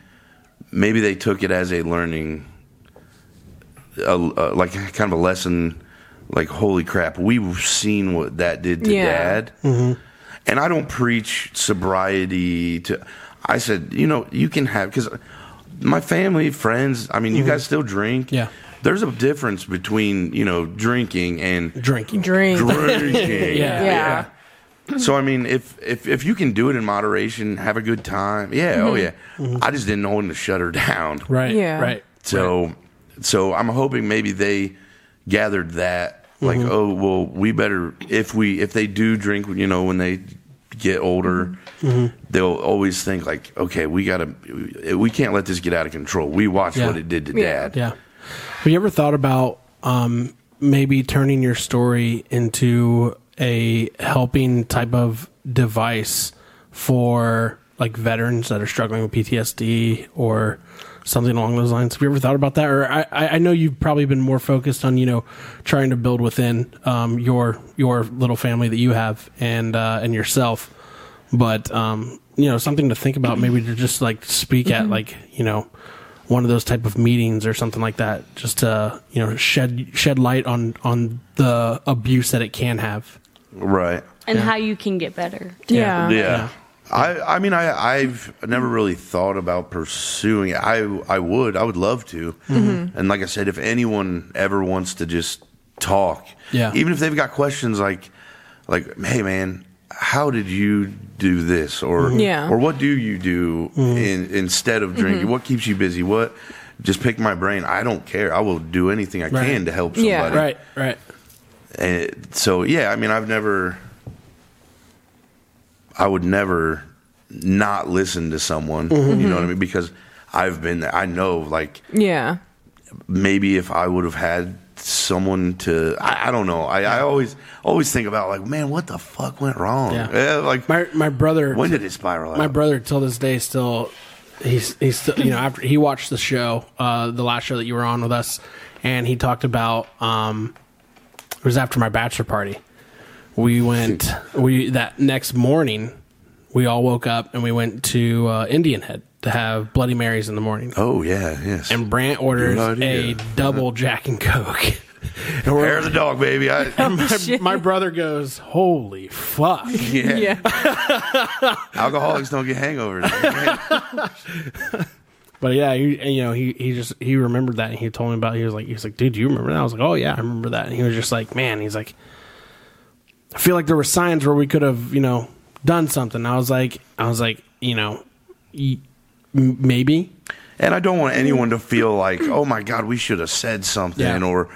[SPEAKER 4] maybe they took it as a learning a, a- like kind of a lesson like holy crap we've seen what that did to
[SPEAKER 2] Yeah.
[SPEAKER 4] dad mm-hmm. and i don't preach sobriety to i said you know you can have because my family friends i mean you guys still drink
[SPEAKER 1] Mm-hmm. Yeah.
[SPEAKER 4] there's a difference between you know drinking and
[SPEAKER 1] Drinking.
[SPEAKER 2] Drink.
[SPEAKER 4] drinking
[SPEAKER 1] Yeah.
[SPEAKER 2] Yeah.
[SPEAKER 4] so I mean, if if if you can do it in moderation, have a good time. Yeah, oh yeah. I just didn't know when to shut her down.
[SPEAKER 1] Mm-hmm. Right.
[SPEAKER 2] Yeah.
[SPEAKER 1] Right.
[SPEAKER 4] So so I'm hoping maybe they gathered that like
[SPEAKER 1] Mm-hmm.
[SPEAKER 4] oh well we better if we if they do drink you know when they get older
[SPEAKER 1] Mm-hmm.
[SPEAKER 4] they'll always think like okay we gotta we can't let this get out of control we watched
[SPEAKER 1] Yeah.
[SPEAKER 4] what it did to
[SPEAKER 2] Yeah.
[SPEAKER 4] dad
[SPEAKER 1] Yeah. Have you ever thought about um, maybe turning your story into a helping type of device for like veterans that are struggling with PTSD or something along those lines. Have you ever thought about that? Or I, I I know you've probably been more focused on you know trying to build within um, your your little family that you have and uh, and yourself, but um, you know something to think about maybe to just like speak at like you know one of those type of meetings or something like that, just to you know shed shed light on on the abuse that it can have.
[SPEAKER 4] Right.
[SPEAKER 3] and how you can get better.
[SPEAKER 2] Yeah.
[SPEAKER 4] Yeah. I, I mean I I've never really thought about pursuing it. I I would I would love to.
[SPEAKER 2] Mm-hmm.
[SPEAKER 4] And like I said, if anyone ever wants to just talk,
[SPEAKER 1] Yeah.
[SPEAKER 4] even if they've got questions like like hey man, how did you do this or
[SPEAKER 2] Mm-hmm. Yeah. Mm-hmm.
[SPEAKER 4] or what do you do
[SPEAKER 1] Mm-hmm.
[SPEAKER 4] in, instead of drinking? What keeps you busy? What just pick my brain. I don't care. I will do anything I
[SPEAKER 1] Right.
[SPEAKER 4] can to help somebody.
[SPEAKER 2] Yeah.
[SPEAKER 1] Right. Right.
[SPEAKER 4] And so yeah, I mean, I've never, I would never not listen to someone. You know what I mean? Because I've been there. I know, like
[SPEAKER 2] Yeah.
[SPEAKER 4] maybe if I would have had someone to, I, I don't know. I, I always always think about like, man, what the fuck went wrong?
[SPEAKER 1] Yeah.
[SPEAKER 4] like
[SPEAKER 1] My my brother.
[SPEAKER 4] when did it spiral out?
[SPEAKER 1] my brother till this day still he's he's still, you know after he watched the show uh the last show that you were on with us and he talked about um it was after my bachelor party we went we that next morning we all woke up and we went to uh, indian head to have bloody marys in the morning
[SPEAKER 4] oh yeah, yes.
[SPEAKER 1] and brant orders
[SPEAKER 4] Good
[SPEAKER 1] a
[SPEAKER 4] idea.
[SPEAKER 1] double jack and coke and we're-
[SPEAKER 4] Hair of the dog, baby. I,
[SPEAKER 1] my, my brother goes holy fuck
[SPEAKER 4] yeah.
[SPEAKER 2] Yeah.
[SPEAKER 4] Alcoholics don't get hangovers.
[SPEAKER 1] But yeah, he, and, you know, he, he just he remembered that and he told me about. It. He was like, he was like, dude, do you remember that? I was like, oh yeah, I remember that. And he was just like, man, he's like, I feel like there were signs where we could have, you know, done something. I was like, I was like, you know, y- m- maybe,
[SPEAKER 4] And I don't want anyone
[SPEAKER 2] Mm.
[SPEAKER 4] to feel like, oh my God, we should have said something
[SPEAKER 1] Yeah.
[SPEAKER 4] or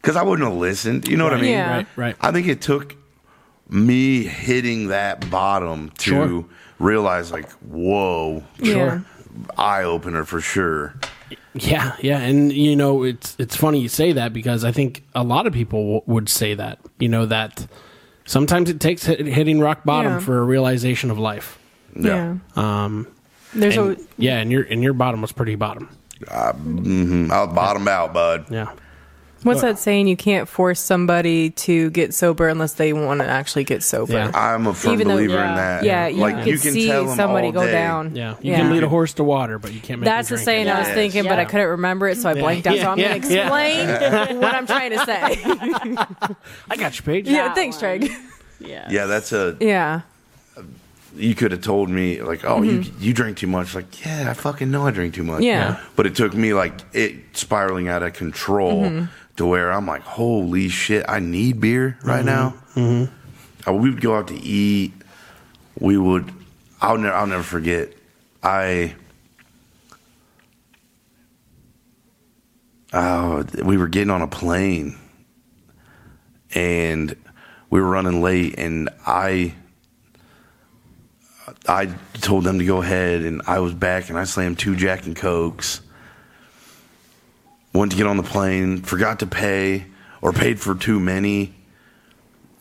[SPEAKER 4] because I wouldn't have listened. You know what I mean?
[SPEAKER 2] Yeah.
[SPEAKER 1] right, right,
[SPEAKER 4] I think it took me hitting that bottom to
[SPEAKER 1] Sure.
[SPEAKER 4] realize, like, whoa,
[SPEAKER 2] Yeah.
[SPEAKER 4] eye opener for sure.
[SPEAKER 1] yeah, yeah. And you know, it's it's funny you say that because I think a lot of people w- would say that. You know that sometimes it takes hit- hitting rock bottom
[SPEAKER 2] Yeah.
[SPEAKER 1] for a realization of life.
[SPEAKER 2] Yeah. Um, there's
[SPEAKER 1] Uh, And,
[SPEAKER 2] a
[SPEAKER 1] yeah, and your and your bottom was pretty bottom.
[SPEAKER 4] Mm, I'll bottom out, bud.
[SPEAKER 1] Yeah.
[SPEAKER 2] what's that saying? You can't force somebody to get sober unless they want to actually get sober.
[SPEAKER 1] Yeah.
[SPEAKER 4] I'm a firm
[SPEAKER 2] Even though-
[SPEAKER 4] believer in
[SPEAKER 3] yeah.
[SPEAKER 4] that.
[SPEAKER 2] Yeah, you
[SPEAKER 4] like
[SPEAKER 2] can,
[SPEAKER 4] you can
[SPEAKER 2] see
[SPEAKER 4] tell 'em
[SPEAKER 2] somebody
[SPEAKER 4] all
[SPEAKER 2] go
[SPEAKER 4] day.
[SPEAKER 2] down.
[SPEAKER 1] Yeah, you can lead a horse to water, but you can't make.
[SPEAKER 2] That's
[SPEAKER 1] him
[SPEAKER 2] the
[SPEAKER 1] drink
[SPEAKER 2] saying
[SPEAKER 1] it.
[SPEAKER 2] I was
[SPEAKER 4] Yes.
[SPEAKER 2] thinking, but I
[SPEAKER 3] Yeah.
[SPEAKER 2] couldn't remember it, so I blanked out.
[SPEAKER 1] Yeah,
[SPEAKER 2] So I'm
[SPEAKER 1] yeah,
[SPEAKER 2] going to explain what I'm trying to say.
[SPEAKER 1] I got you, Paige.
[SPEAKER 2] yeah,
[SPEAKER 3] That
[SPEAKER 2] thanks,
[SPEAKER 3] one.
[SPEAKER 2] Treg.
[SPEAKER 3] Yeah.
[SPEAKER 4] Yeah, that's a.
[SPEAKER 2] Yeah.
[SPEAKER 4] You could have told me like, oh, you you drink too much. Like, yeah, I fucking know I drink too much.
[SPEAKER 2] Yeah.
[SPEAKER 4] But it took me like it spiraling out of control to where I'm like, holy shit, I need beer right now. Uh, we would go out to eat. We would. I'll never. I'll never forget. I. Oh, we were getting on a plane, and we were running late, and I. I told them to go ahead, and I was back, and I slammed two Jack and Cokes. Went to get on the plane, forgot to pay, or paid for too many.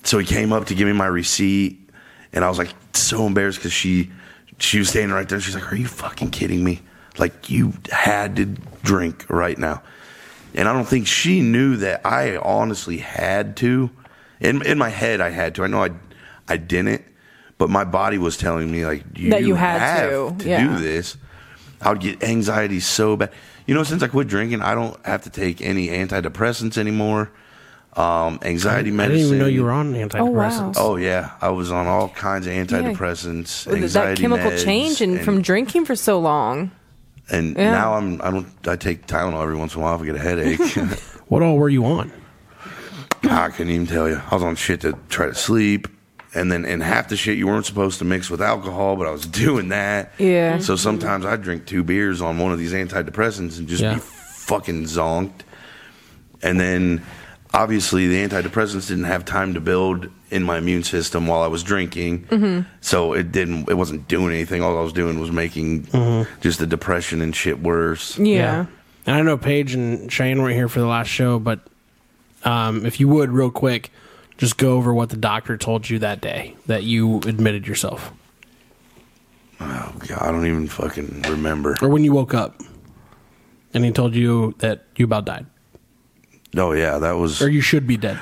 [SPEAKER 4] So he came up to give me my receipt, and I was like so embarrassed because she she was standing right there. She's like, "Are you fucking kidding me? Like you had to drink right now." And I don't think she knew that I honestly had to. In in my head, I had to. I know I I didn't, but my body was telling me like you,
[SPEAKER 2] That you had
[SPEAKER 4] have
[SPEAKER 2] to,
[SPEAKER 4] to
[SPEAKER 2] yeah.
[SPEAKER 4] do this. I would get anxiety so bad. You know, since I quit drinking, I don't have to take any antidepressants anymore. Um, anxiety
[SPEAKER 1] I
[SPEAKER 4] medicine.
[SPEAKER 1] didn't even know you were on antidepressants.
[SPEAKER 4] Oh yeah, I was on all kinds of antidepressants,
[SPEAKER 2] Th-
[SPEAKER 4] anxiety
[SPEAKER 2] that chemical
[SPEAKER 4] meds,
[SPEAKER 2] change and, from drinking for so long.
[SPEAKER 4] and
[SPEAKER 2] yeah.
[SPEAKER 4] now I'm I don't I take Tylenol every once in a while if I get a headache.
[SPEAKER 1] What all were you on?
[SPEAKER 4] I couldn't even tell you. I was on shit to try to sleep, and then and half the shit you weren't supposed to mix with alcohol, but I was doing that.
[SPEAKER 2] Yeah.
[SPEAKER 4] So sometimes I'd drink two beers on one of these antidepressants and just
[SPEAKER 1] Yeah.
[SPEAKER 4] be fucking zonked. And then obviously the antidepressants didn't have time to build in my immune system while I was drinking.
[SPEAKER 2] Mm-hmm.
[SPEAKER 4] So it didn't it wasn't doing anything. All I was doing was making just the depression and shit worse.
[SPEAKER 2] Yeah.
[SPEAKER 1] And I know Paige and Cheyenne weren't here for the last show, but um, if you would, real quick, just go over what the doctor told you that day that you admitted yourself,
[SPEAKER 4] Oh god, I don't even fucking remember.
[SPEAKER 1] or when you woke up. and he told you that you about died
[SPEAKER 4] Oh yeah, that was
[SPEAKER 1] or you should be dead.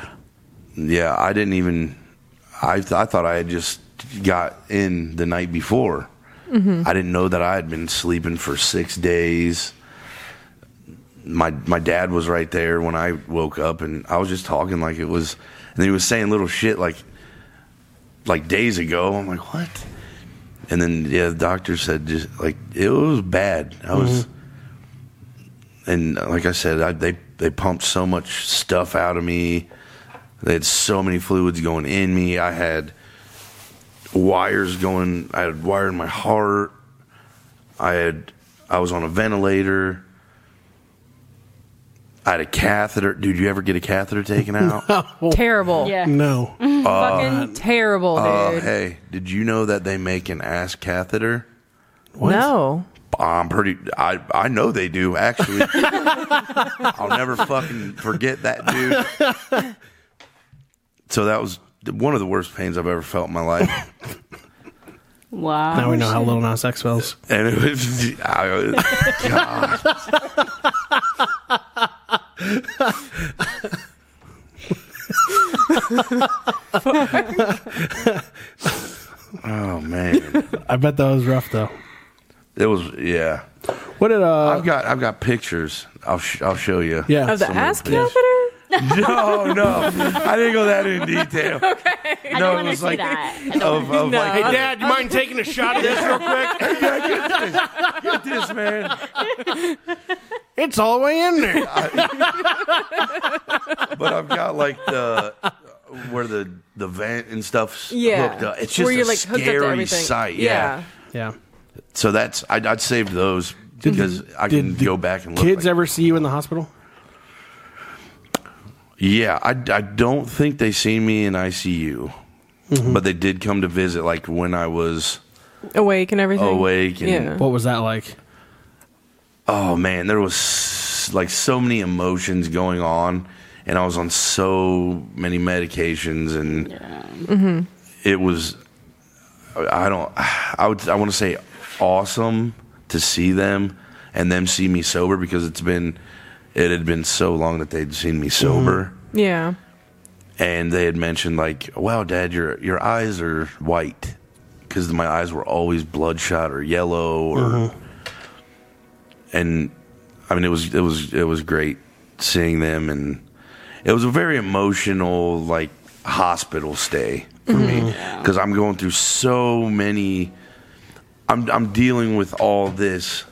[SPEAKER 4] yeah. I didn't even. I th- I thought I had just got in the night before. I didn't know that I had been sleeping for six days. My my dad was right there when I woke up, and I was just talking like it was, and he was saying little shit like like days ago. I'm like, what? And then yeah, the doctor said just like it was bad. I was, and uh, like I said, I, they they pumped so much stuff out of me. They had so many fluids going in me. I had wires going. I had wire in my heart. I had. I was on a ventilator. I had a catheter. Dude, you ever get a catheter taken out?
[SPEAKER 2] Terrible.
[SPEAKER 3] Yeah.
[SPEAKER 1] No.
[SPEAKER 2] Fucking terrible,
[SPEAKER 4] Uh,
[SPEAKER 2] dude.
[SPEAKER 4] hey, did you know that they make an ass catheter?
[SPEAKER 2] no.
[SPEAKER 4] I'm pretty. I I know they do. Actually, I'll never fucking forget that dude. So that was one of the worst pains I've ever felt in my life,
[SPEAKER 3] Wow.
[SPEAKER 1] Now we know how Lil Nas X feels.
[SPEAKER 4] and it was. I, God. oh man,
[SPEAKER 1] I bet that was rough though.
[SPEAKER 4] it was yeah.
[SPEAKER 1] What did uh?
[SPEAKER 4] I've got I've got pictures. I'll sh- I'll show you.
[SPEAKER 1] yeah.
[SPEAKER 2] Of the
[SPEAKER 4] Someone
[SPEAKER 2] ass
[SPEAKER 4] please.
[SPEAKER 2] catheter?
[SPEAKER 4] No, no, I didn't go that in detail.
[SPEAKER 3] I
[SPEAKER 4] No,
[SPEAKER 3] don't
[SPEAKER 4] it
[SPEAKER 3] want to
[SPEAKER 4] was
[SPEAKER 3] see
[SPEAKER 4] like-
[SPEAKER 3] that.
[SPEAKER 4] Of, of like,
[SPEAKER 1] Hey, Dad, you mind taking a shot of this real quick?
[SPEAKER 4] get this man.
[SPEAKER 1] It's all the way in there.
[SPEAKER 4] But I've got like the where the the vent and stuff's
[SPEAKER 2] Yeah.
[SPEAKER 4] hooked up. It's just
[SPEAKER 2] Where
[SPEAKER 4] a
[SPEAKER 2] you're, like, hooked up to
[SPEAKER 4] scary
[SPEAKER 2] everything.
[SPEAKER 4] sight.
[SPEAKER 2] Yeah.
[SPEAKER 4] Yeah.
[SPEAKER 1] Yeah.
[SPEAKER 4] So that's I, I'd save those because I can
[SPEAKER 1] Did the
[SPEAKER 4] go back and look.
[SPEAKER 1] Kids
[SPEAKER 4] like-
[SPEAKER 1] ever see you in the hospital?
[SPEAKER 4] yeah, I, I don't think they see me in ICU,
[SPEAKER 1] Mm-hmm.
[SPEAKER 4] but they did come to visit like when I was
[SPEAKER 2] Awake and everything.
[SPEAKER 4] awake and
[SPEAKER 2] Yeah.
[SPEAKER 1] What was that like?
[SPEAKER 4] oh man, there was s- like so many emotions going on, and I was on so many medications, and Mm-hmm. it was I I don't I would I want to say awesome to see them and them see me sober because it's been it had been so long that they'd seen me sober.
[SPEAKER 2] Yeah.
[SPEAKER 4] And they had mentioned like, "Wow, Dad, your your eyes are white," because my eyes were always bloodshot or yellow, or and I mean, it was it was it was great seeing them, and it was a very emotional like hospital stay for
[SPEAKER 2] Mm-hmm.
[SPEAKER 4] me because I'm going through so many. I'm I'm dealing with all this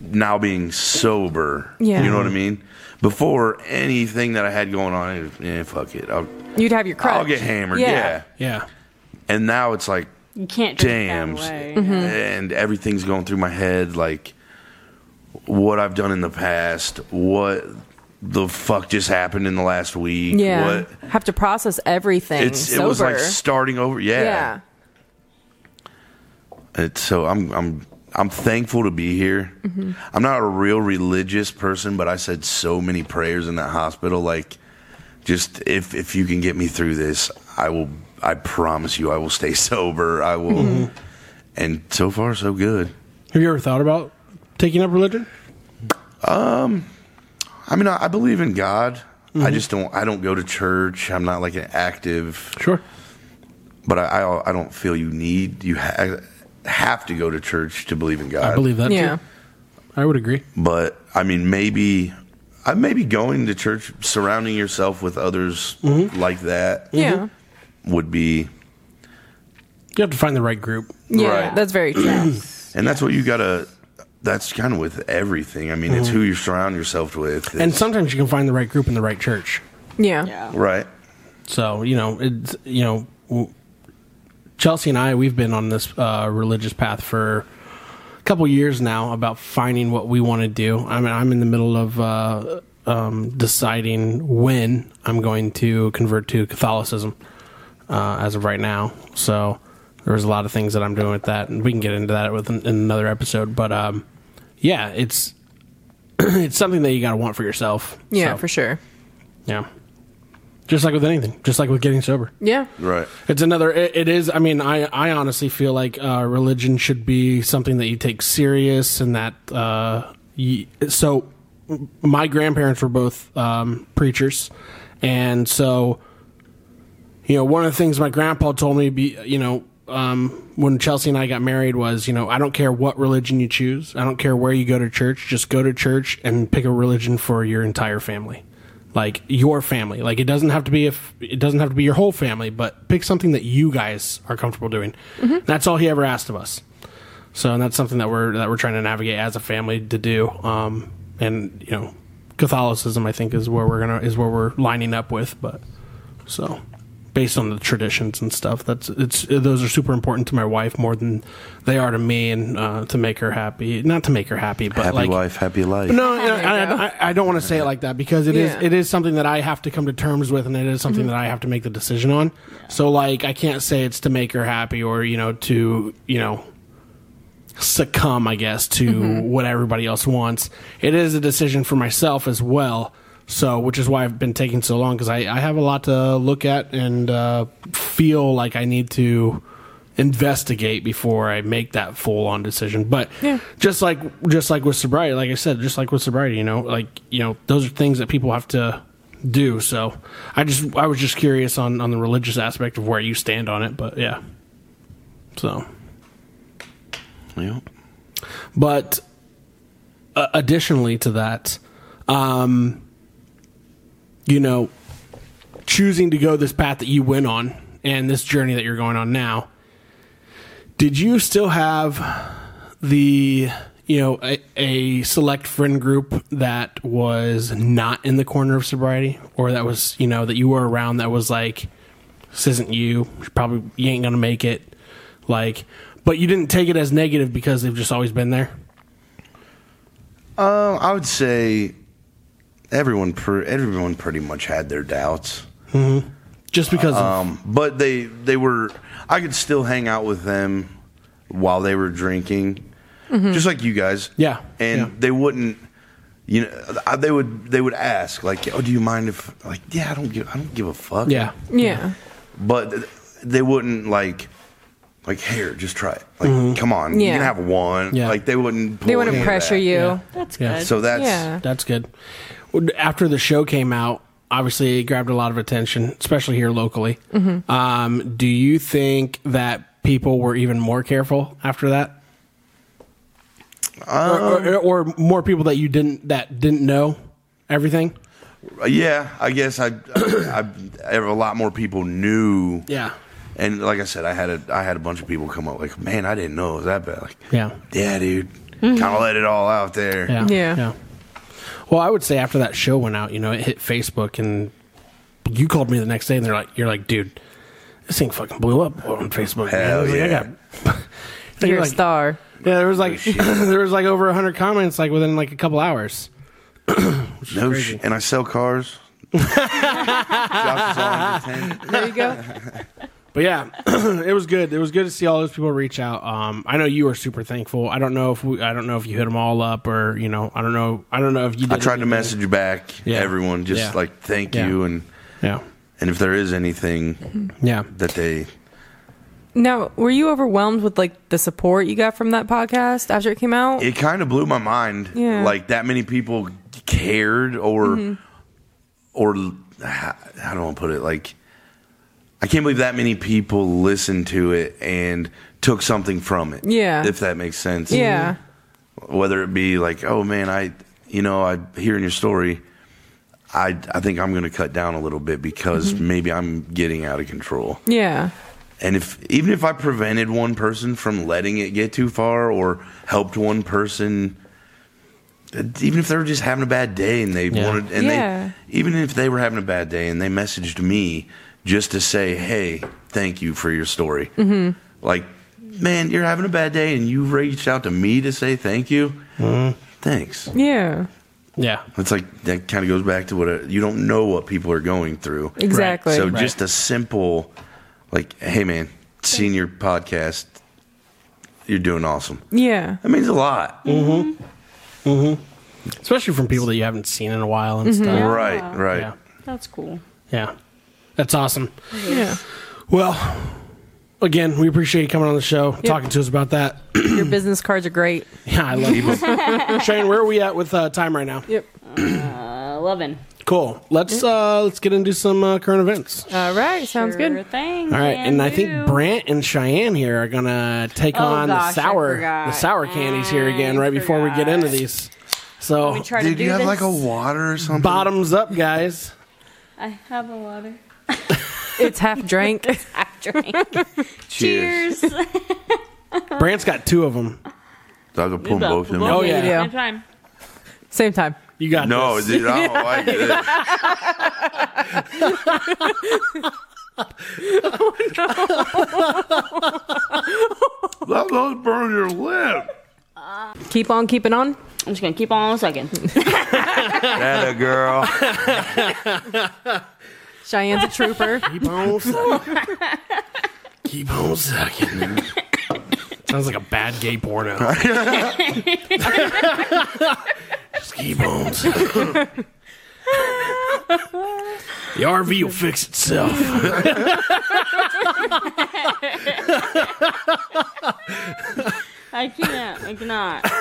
[SPEAKER 4] now being sober.
[SPEAKER 2] Yeah.
[SPEAKER 4] you know what I mean. Before anything that I had going on, it was, eh, fuck it, I'll,
[SPEAKER 2] You'd have your crutch.
[SPEAKER 4] I'll get hammered.
[SPEAKER 2] Yeah.
[SPEAKER 4] Yeah.
[SPEAKER 1] Yeah.
[SPEAKER 4] and now it's like
[SPEAKER 3] You can't drink
[SPEAKER 4] damn,
[SPEAKER 3] that away.
[SPEAKER 4] and everything's going through my head like what I've done in the past, what the fuck just happened in the last week.
[SPEAKER 2] Yeah.
[SPEAKER 4] what
[SPEAKER 2] Have to process everything.
[SPEAKER 4] it's
[SPEAKER 2] sober.
[SPEAKER 4] it was like starting over. Yeah.
[SPEAKER 2] yeah.
[SPEAKER 4] It's so I'm I'm I'm thankful to be here.
[SPEAKER 2] Mm-hmm.
[SPEAKER 4] I'm not a real religious person, but I said so many prayers in that hospital. Like, just if if you can get me through this, I will. I promise you, I will stay sober. I will.
[SPEAKER 2] Mm-hmm.
[SPEAKER 4] And so far, so good.
[SPEAKER 1] Have you ever thought about taking up religion?
[SPEAKER 4] I mean, I, I believe in God. I
[SPEAKER 1] Mm-hmm.
[SPEAKER 4] just don't. I don't go to church. I'm not like an active.
[SPEAKER 1] Sure.
[SPEAKER 4] But I I, I don't feel you need you ha- have to go to church to believe in God.
[SPEAKER 1] I believe that.
[SPEAKER 2] Yeah.
[SPEAKER 1] Too. I would agree.
[SPEAKER 4] but I mean, maybe I maybe going to church, surrounding yourself with others
[SPEAKER 1] Mm-hmm.
[SPEAKER 4] like that,
[SPEAKER 2] Yeah.
[SPEAKER 4] would be,
[SPEAKER 1] You have to find the right group.
[SPEAKER 2] Yeah.
[SPEAKER 4] Right.
[SPEAKER 2] That's very true.
[SPEAKER 4] and that's what you gotta. That's kind of with everything. I mean, it's who you surround yourself with,
[SPEAKER 1] Mm-hmm. And
[SPEAKER 4] It's-
[SPEAKER 1] sometimes you can find the right group in the right church.
[SPEAKER 2] yeah.
[SPEAKER 3] Yeah.
[SPEAKER 4] right?
[SPEAKER 1] So you know, it's you know, w- Chelsea and I we've been on this uh, religious path for a couple years now about finding what we want to do. I mean, I'm in the middle of uh, um, deciding when I'm going to convert to Catholicism uh, as of right now. So there's a lot of things that I'm doing with that, and we can get into that with in another episode. But um, yeah, it's it's something that you got to want for yourself.
[SPEAKER 2] Yeah,
[SPEAKER 1] So,
[SPEAKER 2] for sure.
[SPEAKER 1] Yeah. Just like with anything, just like with getting sober.
[SPEAKER 2] Yeah.
[SPEAKER 4] Right.
[SPEAKER 1] It's another. It, it is. I mean, I I honestly feel like uh, religion should be something that you take serious, and that uh, you, so my grandparents were both um, preachers, and so you know one of the things my grandpa told me, be, you know, um, when Chelsea and I got married was, you know, I don't care what religion you choose, I don't care where you go to church, just go to church and pick a religion for your entire family. Like your family, like it doesn't have to be if it doesn't have to be your whole family, but pick something that you guys are comfortable doing. That's all he ever asked of us. So, and that's something that we're that we're trying to navigate as a family to do. Um, and you know, Catholicism, I think, is where we're gonna is where we're lining up with. But so, based on the traditions and stuff, that's it's those are super important to my wife more than they are to me, and uh, to make her happy. Not to make her happy, but
[SPEAKER 4] Happy
[SPEAKER 1] like,
[SPEAKER 4] wife, happy life.
[SPEAKER 1] no, no,
[SPEAKER 2] you go.
[SPEAKER 1] I, I, I don't want to say it like that because it is
[SPEAKER 2] Yeah.
[SPEAKER 1] it is something that I have to come to terms with, and it is something that I have to make the decision on. So like, I can't say it's to make her happy or you know to you know succumb, I guess, to what everybody else wants. It is a decision for myself as well. So, which is why I've been taking so long because I, I have a lot to look at and uh, feel like I need to investigate before I make that full on decision. But just like just like with sobriety, like I said, just like with sobriety, you know, like you know, those are things that people have to do. So, I just I was just curious on on the religious aspect of where you stand on it, but yeah. So.
[SPEAKER 4] Yeah.
[SPEAKER 1] But uh, additionally to that, um, you know, choosing to go this path that you went on and this journey that you're going on now, did you still have the, you know, a, a select friend group that was not in the corner of sobriety or that was, you know, that you were around that was like, this isn't you, you probably you ain't gonna make it, like, but you didn't take it as negative because they've just always been there.
[SPEAKER 4] Um, I would say everyone pre- everyone pretty much had their doubts,
[SPEAKER 1] Just because
[SPEAKER 4] Um,
[SPEAKER 1] of
[SPEAKER 4] but they they were I could still hang out with them while they were drinking, just like you guys.
[SPEAKER 1] Mm-hmm. Yeah,
[SPEAKER 4] and
[SPEAKER 1] yeah.
[SPEAKER 4] they wouldn't. You know, I- they would they would ask like, "Oh, do you mind if?" Like, yeah, I don't give I don't give a fuck.
[SPEAKER 1] yeah,
[SPEAKER 2] Yeah.
[SPEAKER 4] but th- they wouldn't like. Like here, just try it. Like, come on, you
[SPEAKER 2] Yeah.
[SPEAKER 4] can have one.
[SPEAKER 1] Mm-hmm. Yeah.
[SPEAKER 4] Like they wouldn't.
[SPEAKER 2] They
[SPEAKER 4] pull
[SPEAKER 2] want
[SPEAKER 4] any
[SPEAKER 2] to
[SPEAKER 4] of
[SPEAKER 2] pressure
[SPEAKER 4] that.
[SPEAKER 2] you.
[SPEAKER 1] Yeah.
[SPEAKER 3] That's
[SPEAKER 1] Yeah.
[SPEAKER 3] good.
[SPEAKER 4] So that's
[SPEAKER 2] Yeah.
[SPEAKER 1] that's good. Well, After the show came out, obviously it grabbed a lot of attention, especially here locally.
[SPEAKER 3] Mm-hmm.
[SPEAKER 1] Um, do you think that people were even more careful after that, Or- or, or more people that you didn't that didn't know everything?
[SPEAKER 4] Uh, Yeah, I guess I, I, I a lot more people knew.
[SPEAKER 1] Yeah,
[SPEAKER 4] and like I said, I had a I had a bunch of people come up like, man, I didn't know it was that bad. Like,
[SPEAKER 1] yeah,
[SPEAKER 4] yeah, Mm-hmm. dude, kind of let it all out there.
[SPEAKER 1] yeah,
[SPEAKER 2] Yeah.
[SPEAKER 1] Well, I would say after that show went out, you know, it hit Facebook, and you called me the next day, and they're like, "You're like, dude, this thing fucking blew up on Facebook." man."
[SPEAKER 4] Hell
[SPEAKER 1] I was like, I
[SPEAKER 4] yeah. Oh,
[SPEAKER 1] got-
[SPEAKER 2] You're a
[SPEAKER 1] like-
[SPEAKER 2] star.
[SPEAKER 1] Yeah, there was like
[SPEAKER 4] shit.
[SPEAKER 1] there was like over hundred comments like within like a couple hours.
[SPEAKER 4] No sh- and I sell cars. Josh is all in pretend.
[SPEAKER 2] There you go.
[SPEAKER 1] But yeah, it was good. It was good to see all those people reach out. Um, I know you were super thankful. I don't know if we, I don't know if you hit them all up or you know I don't know I don't know if you. Did
[SPEAKER 4] I tried to
[SPEAKER 1] anything.
[SPEAKER 4] message you back
[SPEAKER 1] Yeah.
[SPEAKER 4] everyone, just
[SPEAKER 1] Yeah.
[SPEAKER 4] like thank
[SPEAKER 1] Yeah.
[SPEAKER 4] you and
[SPEAKER 1] Yeah,
[SPEAKER 4] and if there is anything
[SPEAKER 1] yeah.
[SPEAKER 4] that they
[SPEAKER 2] Now, were you overwhelmed with like the support you got from that podcast after it came out?
[SPEAKER 4] it kind of blew my mind.
[SPEAKER 2] Yeah. Mm-hmm.
[SPEAKER 4] Like that many people cared or or how how do I put it? Like I can't believe that many people listened to it and took something from it.
[SPEAKER 2] Yeah.
[SPEAKER 4] If that makes sense. Mm-hmm.
[SPEAKER 2] yeah.
[SPEAKER 4] Whether it be like, oh man, I you know, I hearing your story, I I think I'm gonna cut down a little bit because
[SPEAKER 2] Mm-hmm.
[SPEAKER 4] maybe I'm getting out of control
[SPEAKER 2] Yeah.
[SPEAKER 4] and if even if I prevented one person from letting it get too far or helped one person even if they were just having a bad day and they
[SPEAKER 1] Yeah.
[SPEAKER 4] wanted and
[SPEAKER 2] Yeah.
[SPEAKER 4] they even if they were having a bad day and they messaged me just to say hey thank you for your story mm-hmm. like man you're having a bad day and you reached out to me to say thank you thanks
[SPEAKER 2] Yeah.
[SPEAKER 1] Yeah,
[SPEAKER 4] it's like that kind of goes back to what uh you don't know what people are going through
[SPEAKER 2] Exactly.
[SPEAKER 4] so just a simple, like, hey man, seeing your podcast, you're doing awesome.
[SPEAKER 2] yeah.
[SPEAKER 4] That means a lot.
[SPEAKER 1] Mm. especially from people that you haven't seen in a while and
[SPEAKER 2] Mm-hmm.
[SPEAKER 1] stuff.
[SPEAKER 4] Right, right.
[SPEAKER 1] Yeah,
[SPEAKER 3] That's cool.
[SPEAKER 1] yeah. That's awesome.
[SPEAKER 2] Yeah.
[SPEAKER 1] Well, again, we appreciate you coming on the show, talking to us about that.
[SPEAKER 2] Your business cards are great.
[SPEAKER 1] Yeah, I love you. Shane, where are we at with uh, time right now?
[SPEAKER 2] Yep.
[SPEAKER 3] Uh, Eleven.
[SPEAKER 1] Cool. Let's uh, let's get into some uh, current events.
[SPEAKER 2] All right, sounds
[SPEAKER 3] Sure
[SPEAKER 2] good.
[SPEAKER 3] Thing.
[SPEAKER 1] All right,
[SPEAKER 3] can
[SPEAKER 1] and I
[SPEAKER 3] do.
[SPEAKER 1] think Brant and Cheyenne here are gonna take
[SPEAKER 3] Oh,
[SPEAKER 1] on
[SPEAKER 3] gosh,
[SPEAKER 1] the
[SPEAKER 3] I
[SPEAKER 1] sour
[SPEAKER 3] forgot.
[SPEAKER 1] the sour candies here again
[SPEAKER 3] I
[SPEAKER 1] right before we get
[SPEAKER 3] forgot.
[SPEAKER 1] into these. So
[SPEAKER 3] Let me try to
[SPEAKER 4] Did
[SPEAKER 3] do
[SPEAKER 4] Oh, you have
[SPEAKER 3] this.
[SPEAKER 4] like a water or something?
[SPEAKER 1] bottoms up, guys.
[SPEAKER 3] I have a water.
[SPEAKER 2] It's half drank.
[SPEAKER 3] I drink.
[SPEAKER 4] Cheers.
[SPEAKER 3] Cheers.
[SPEAKER 1] Brant's got two of them.
[SPEAKER 4] I could pull both in.
[SPEAKER 1] Oh,
[SPEAKER 4] one.
[SPEAKER 1] yeah.
[SPEAKER 3] Same time.
[SPEAKER 2] Same time.
[SPEAKER 1] You got
[SPEAKER 4] No,
[SPEAKER 1] this.
[SPEAKER 4] dude, I don't like this. That does burn your lip.
[SPEAKER 2] Keep on keeping on.
[SPEAKER 3] I'm just gonna keep on sucking.
[SPEAKER 4] That a girl.
[SPEAKER 2] Cheyenne's a trooper.
[SPEAKER 1] Keep on sucking. Keep on sucking. Sounds like a bad gay porno. Just keep on sucking. The RV will fix itself.
[SPEAKER 3] I can't. I cannot.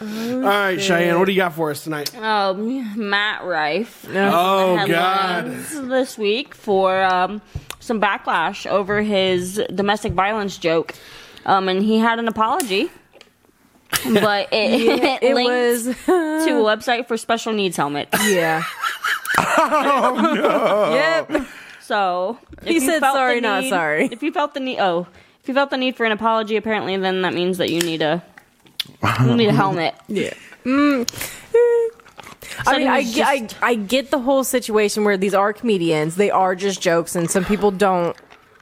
[SPEAKER 1] All right, Cheyenne, what do you got for us tonight?
[SPEAKER 3] Oh, Matt Rife.
[SPEAKER 1] Oh,
[SPEAKER 3] headlines This week for um, some backlash over his domestic violence joke, um, and he had an apology, but it, it, uh,
[SPEAKER 2] It
[SPEAKER 3] linked
[SPEAKER 2] was.
[SPEAKER 3] to a website for special needs helmets.
[SPEAKER 2] Yeah. oh no. Yep.
[SPEAKER 3] So if
[SPEAKER 2] He
[SPEAKER 3] you
[SPEAKER 2] said
[SPEAKER 3] felt the
[SPEAKER 2] sorry, not
[SPEAKER 3] need-
[SPEAKER 2] sorry.
[SPEAKER 3] If you felt the need, oh, if you felt the need for an apology, apparently, then that means that you need a you need a helmet.
[SPEAKER 2] Yeah. I mean, I,
[SPEAKER 3] Sometimes
[SPEAKER 2] ge- I,
[SPEAKER 3] just-
[SPEAKER 2] I get the whole situation where these are comedians. They are just jokes, and some people don't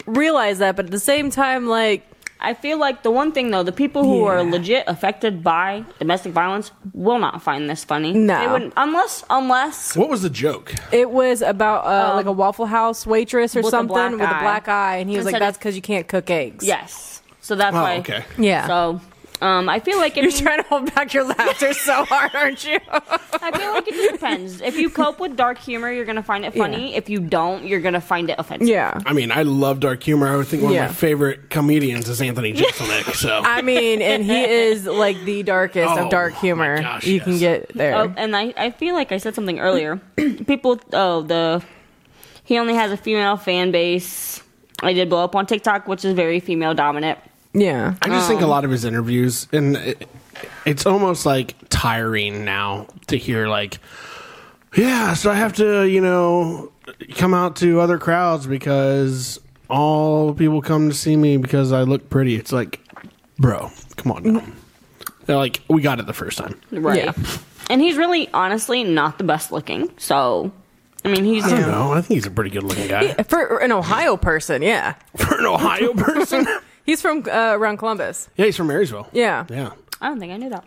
[SPEAKER 2] realize that. But at the same time, like,
[SPEAKER 3] I feel like the one thing though, the people who are
[SPEAKER 2] Yeah.
[SPEAKER 3] legit affected by domestic violence will not find this funny.
[SPEAKER 2] No.
[SPEAKER 3] they wouldn't, unless unless
[SPEAKER 1] What was the joke?
[SPEAKER 2] it was about uh,
[SPEAKER 3] Um,
[SPEAKER 2] like a Waffle House waitress or
[SPEAKER 3] with a
[SPEAKER 2] something
[SPEAKER 3] black
[SPEAKER 2] with a
[SPEAKER 3] eye.
[SPEAKER 2] black eye, and he was
[SPEAKER 3] And
[SPEAKER 2] like,
[SPEAKER 3] said
[SPEAKER 2] "That's
[SPEAKER 3] it-
[SPEAKER 2] because you can't cook eggs."
[SPEAKER 3] yes. So that's
[SPEAKER 1] Oh,
[SPEAKER 3] why.
[SPEAKER 1] okay.
[SPEAKER 2] Yeah.
[SPEAKER 3] So. Um, I feel like if
[SPEAKER 2] You're
[SPEAKER 3] you-
[SPEAKER 2] trying to hold back your laughter so hard, aren't you?
[SPEAKER 3] I feel like it just depends. If you cope with dark humor, you're gonna find it funny. If you don't, you're gonna find it offensive.
[SPEAKER 2] yeah.
[SPEAKER 1] I mean, I love dark humor. I would think one
[SPEAKER 2] Yeah.
[SPEAKER 1] of my favorite comedians is Anthony Jeselnik. So
[SPEAKER 2] I mean, and he is like the darkest
[SPEAKER 1] Oh,
[SPEAKER 2] of dark
[SPEAKER 1] my
[SPEAKER 2] humor
[SPEAKER 1] gosh,
[SPEAKER 2] you can
[SPEAKER 1] yes.
[SPEAKER 2] get there.
[SPEAKER 3] Oh, and I, I feel like I said something earlier. People, oh, the he only has a female fan base. I did blow up on TikTok, which is very female dominant.
[SPEAKER 2] yeah.
[SPEAKER 1] I just think a lot of his interviews, and it, it's almost like tiring now to hear like, yeah, so I have to, you know, come out to other crowds because all people come to see me because I look pretty. It's like, bro, come on
[SPEAKER 2] Mm-hmm.
[SPEAKER 1] now. They're like, we got it the first time.
[SPEAKER 3] Right.
[SPEAKER 2] Yeah.
[SPEAKER 3] And he's really, honestly, not the best looking. So, I mean, he's
[SPEAKER 1] I don't know. I think he's a pretty good looking guy
[SPEAKER 2] For an Ohio person, yeah.
[SPEAKER 1] for an Ohio person.
[SPEAKER 2] He's from uh, around Columbus.
[SPEAKER 1] yeah, he's from Marysville.
[SPEAKER 2] Yeah.
[SPEAKER 1] yeah.
[SPEAKER 3] I don't think I knew that.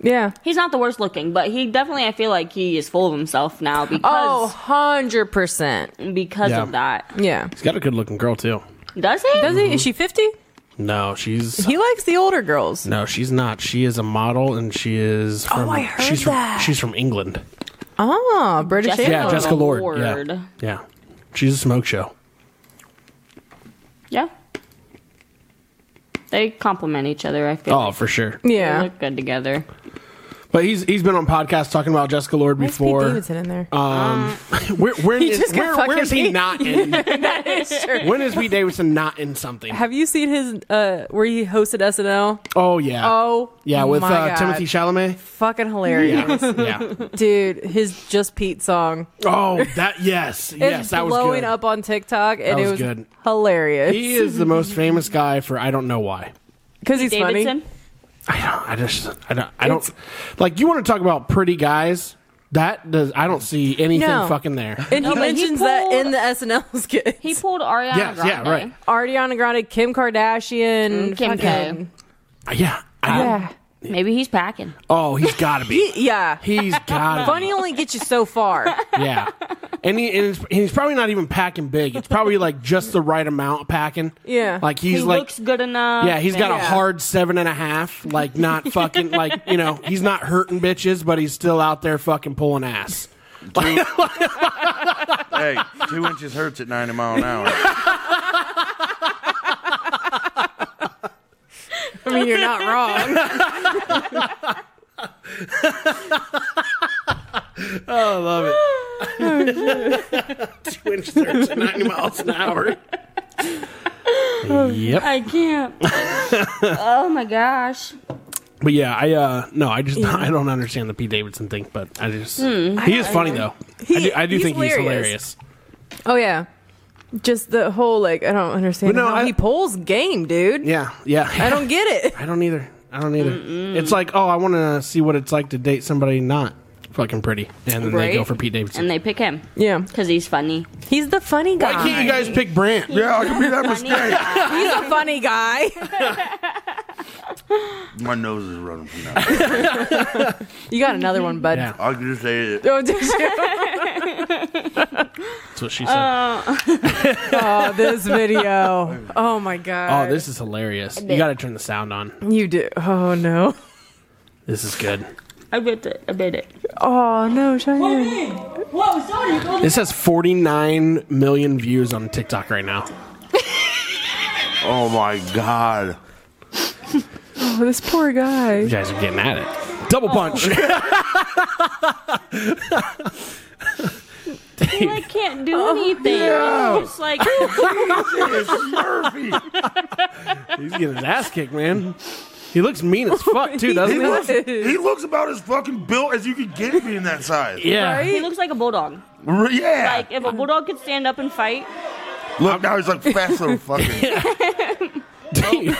[SPEAKER 2] Yeah.
[SPEAKER 3] He's not the worst looking, but he definitely, I feel like he is full of himself now
[SPEAKER 2] Oh,
[SPEAKER 3] because
[SPEAKER 2] 100%.
[SPEAKER 3] because
[SPEAKER 1] Yeah.
[SPEAKER 3] of that.
[SPEAKER 2] Yeah.
[SPEAKER 1] He's got a good looking girl too.
[SPEAKER 3] Does he?
[SPEAKER 2] Does he? Is she 50?
[SPEAKER 1] No, she's
[SPEAKER 2] He likes the older girls.
[SPEAKER 1] No, she's not. She is a model, and she is. From,
[SPEAKER 2] Oh, I heard
[SPEAKER 1] she's
[SPEAKER 2] that.
[SPEAKER 1] From, she's from England.
[SPEAKER 2] Oh, British
[SPEAKER 3] Jessica.
[SPEAKER 1] Yeah,
[SPEAKER 2] Airways.
[SPEAKER 1] Jessica Lord. Yeah,
[SPEAKER 3] Lord.
[SPEAKER 1] yeah. She's a smoke show.
[SPEAKER 3] Yeah. They complement each other. I feel.
[SPEAKER 1] Oh, for sure.
[SPEAKER 3] They
[SPEAKER 2] Yeah.
[SPEAKER 3] look good together.
[SPEAKER 1] But he's he's been on podcasts talking about Jessica Lord
[SPEAKER 2] Where's Pete
[SPEAKER 1] before.
[SPEAKER 2] Davidson in there?
[SPEAKER 1] Um, where where
[SPEAKER 2] He
[SPEAKER 1] is-
[SPEAKER 2] just got
[SPEAKER 1] where- where is he
[SPEAKER 2] fucking-
[SPEAKER 1] not in? When is Pete Davidson not in something?
[SPEAKER 2] Have you seen his, uh, where he hosted SNL?
[SPEAKER 1] Oh yeah.
[SPEAKER 2] Oh,
[SPEAKER 1] yeah, with
[SPEAKER 2] my
[SPEAKER 1] uh,
[SPEAKER 2] God.
[SPEAKER 1] Timothy Chalamet.
[SPEAKER 2] Fucking hilarious.
[SPEAKER 1] Yeah.
[SPEAKER 2] Dude, his Just Pete song.
[SPEAKER 1] Oh, that yes, yes,
[SPEAKER 2] it's
[SPEAKER 1] that was
[SPEAKER 2] blowing
[SPEAKER 1] good.
[SPEAKER 2] up on TikTok, and
[SPEAKER 1] That
[SPEAKER 2] it
[SPEAKER 1] was
[SPEAKER 2] was
[SPEAKER 1] good.
[SPEAKER 2] hilarious.
[SPEAKER 1] He is the most famous guy for I don't know why.
[SPEAKER 2] Because he's
[SPEAKER 3] Davidson.
[SPEAKER 2] funny.
[SPEAKER 1] I don't. I just. I don't. I don't like you want to talk about pretty guys. That does. I don't see anything
[SPEAKER 2] No.
[SPEAKER 1] fucking there.
[SPEAKER 2] And he
[SPEAKER 3] but he
[SPEAKER 2] mentions that
[SPEAKER 3] pulled-
[SPEAKER 2] in the SNL skit.
[SPEAKER 3] He pulled Ariana
[SPEAKER 1] Yes,
[SPEAKER 3] Grande.
[SPEAKER 1] yeah, right.
[SPEAKER 2] Ariana Grande, Kim Kardashian,
[SPEAKER 3] Kim
[SPEAKER 2] fucking-
[SPEAKER 1] Uh, Yeah. I don't-
[SPEAKER 2] Yeah.
[SPEAKER 3] Maybe he's packing.
[SPEAKER 1] Oh, he's got to be.
[SPEAKER 2] Yeah.
[SPEAKER 1] He's got to.
[SPEAKER 2] Funny only gets you so far.
[SPEAKER 1] Yeah. And, he, and, it's, and he's probably not even packing big. It's probably like just the right amount packing.
[SPEAKER 2] Yeah.
[SPEAKER 1] Like he's
[SPEAKER 3] he
[SPEAKER 1] like.
[SPEAKER 3] looks good enough.
[SPEAKER 1] yeah, he's got a
[SPEAKER 2] Yeah.
[SPEAKER 1] hard seven and a half. Like not fucking. like you know, he's not hurting bitches, but he's still out there fucking pulling ass.
[SPEAKER 4] hey, two inches hurts at 90 mile an hour.
[SPEAKER 2] I mean, you're not wrong.
[SPEAKER 1] I love it. Twin starts at 90 miles an hour. Yep.
[SPEAKER 3] I can't. oh my gosh.
[SPEAKER 1] But yeah, I uh no, I just I don't understand the Pete Davidson thing, but I just
[SPEAKER 2] Hmm.
[SPEAKER 1] he is funny though. I do, I do
[SPEAKER 2] he's
[SPEAKER 1] think he's
[SPEAKER 2] hilarious.
[SPEAKER 1] hilarious.
[SPEAKER 2] Oh yeah, just the whole like I don't understand
[SPEAKER 1] But no,
[SPEAKER 2] how
[SPEAKER 1] I-
[SPEAKER 2] he pulls game, dude.
[SPEAKER 1] Yeah, yeah.
[SPEAKER 2] I don't get it.
[SPEAKER 1] I don't either. I don't either. It's like, oh, I want to see what it's like to date somebody not fucking pretty, and then
[SPEAKER 2] Right.
[SPEAKER 1] they go for Pete Davidson.
[SPEAKER 3] And they pick him
[SPEAKER 2] Yeah,
[SPEAKER 3] because he's funny.
[SPEAKER 2] he's the funny guy.
[SPEAKER 1] Why can't you guys pick Brant?
[SPEAKER 4] Yeah, I can be that mistake.
[SPEAKER 2] he's a funny guy.
[SPEAKER 4] My nose is running from that.
[SPEAKER 2] you got another one, bud.
[SPEAKER 1] Yeah,
[SPEAKER 4] I can just say it.
[SPEAKER 2] Oh, did you?
[SPEAKER 1] that's what she said.
[SPEAKER 2] Uh, Oh, this video. Oh my god.
[SPEAKER 1] oh, this is hilarious. You got to turn the sound on.
[SPEAKER 2] You do. Oh no.
[SPEAKER 1] This is good.
[SPEAKER 3] I bet it. I bet it.
[SPEAKER 2] Oh no, Cheyenne.
[SPEAKER 1] This has 49 million views on TikTok right now.
[SPEAKER 4] Oh my god.
[SPEAKER 2] Oh, this poor guy.
[SPEAKER 1] You guys are getting at it. Double punch.
[SPEAKER 3] He like can't do anything.
[SPEAKER 4] yeah.
[SPEAKER 3] He's just like
[SPEAKER 4] Murphy.
[SPEAKER 1] He's getting his ass kicked, man. He looks mean as fuck too, doesn't
[SPEAKER 4] He
[SPEAKER 1] he?
[SPEAKER 4] looks, he looks about as fucking built as you could get being that size.
[SPEAKER 1] Yeah.
[SPEAKER 3] he looks like a bulldog.
[SPEAKER 4] R- Yeah.
[SPEAKER 3] Like if a bulldog could stand up and fight,
[SPEAKER 4] Look, now he's like fast little fucking.
[SPEAKER 1] Dude,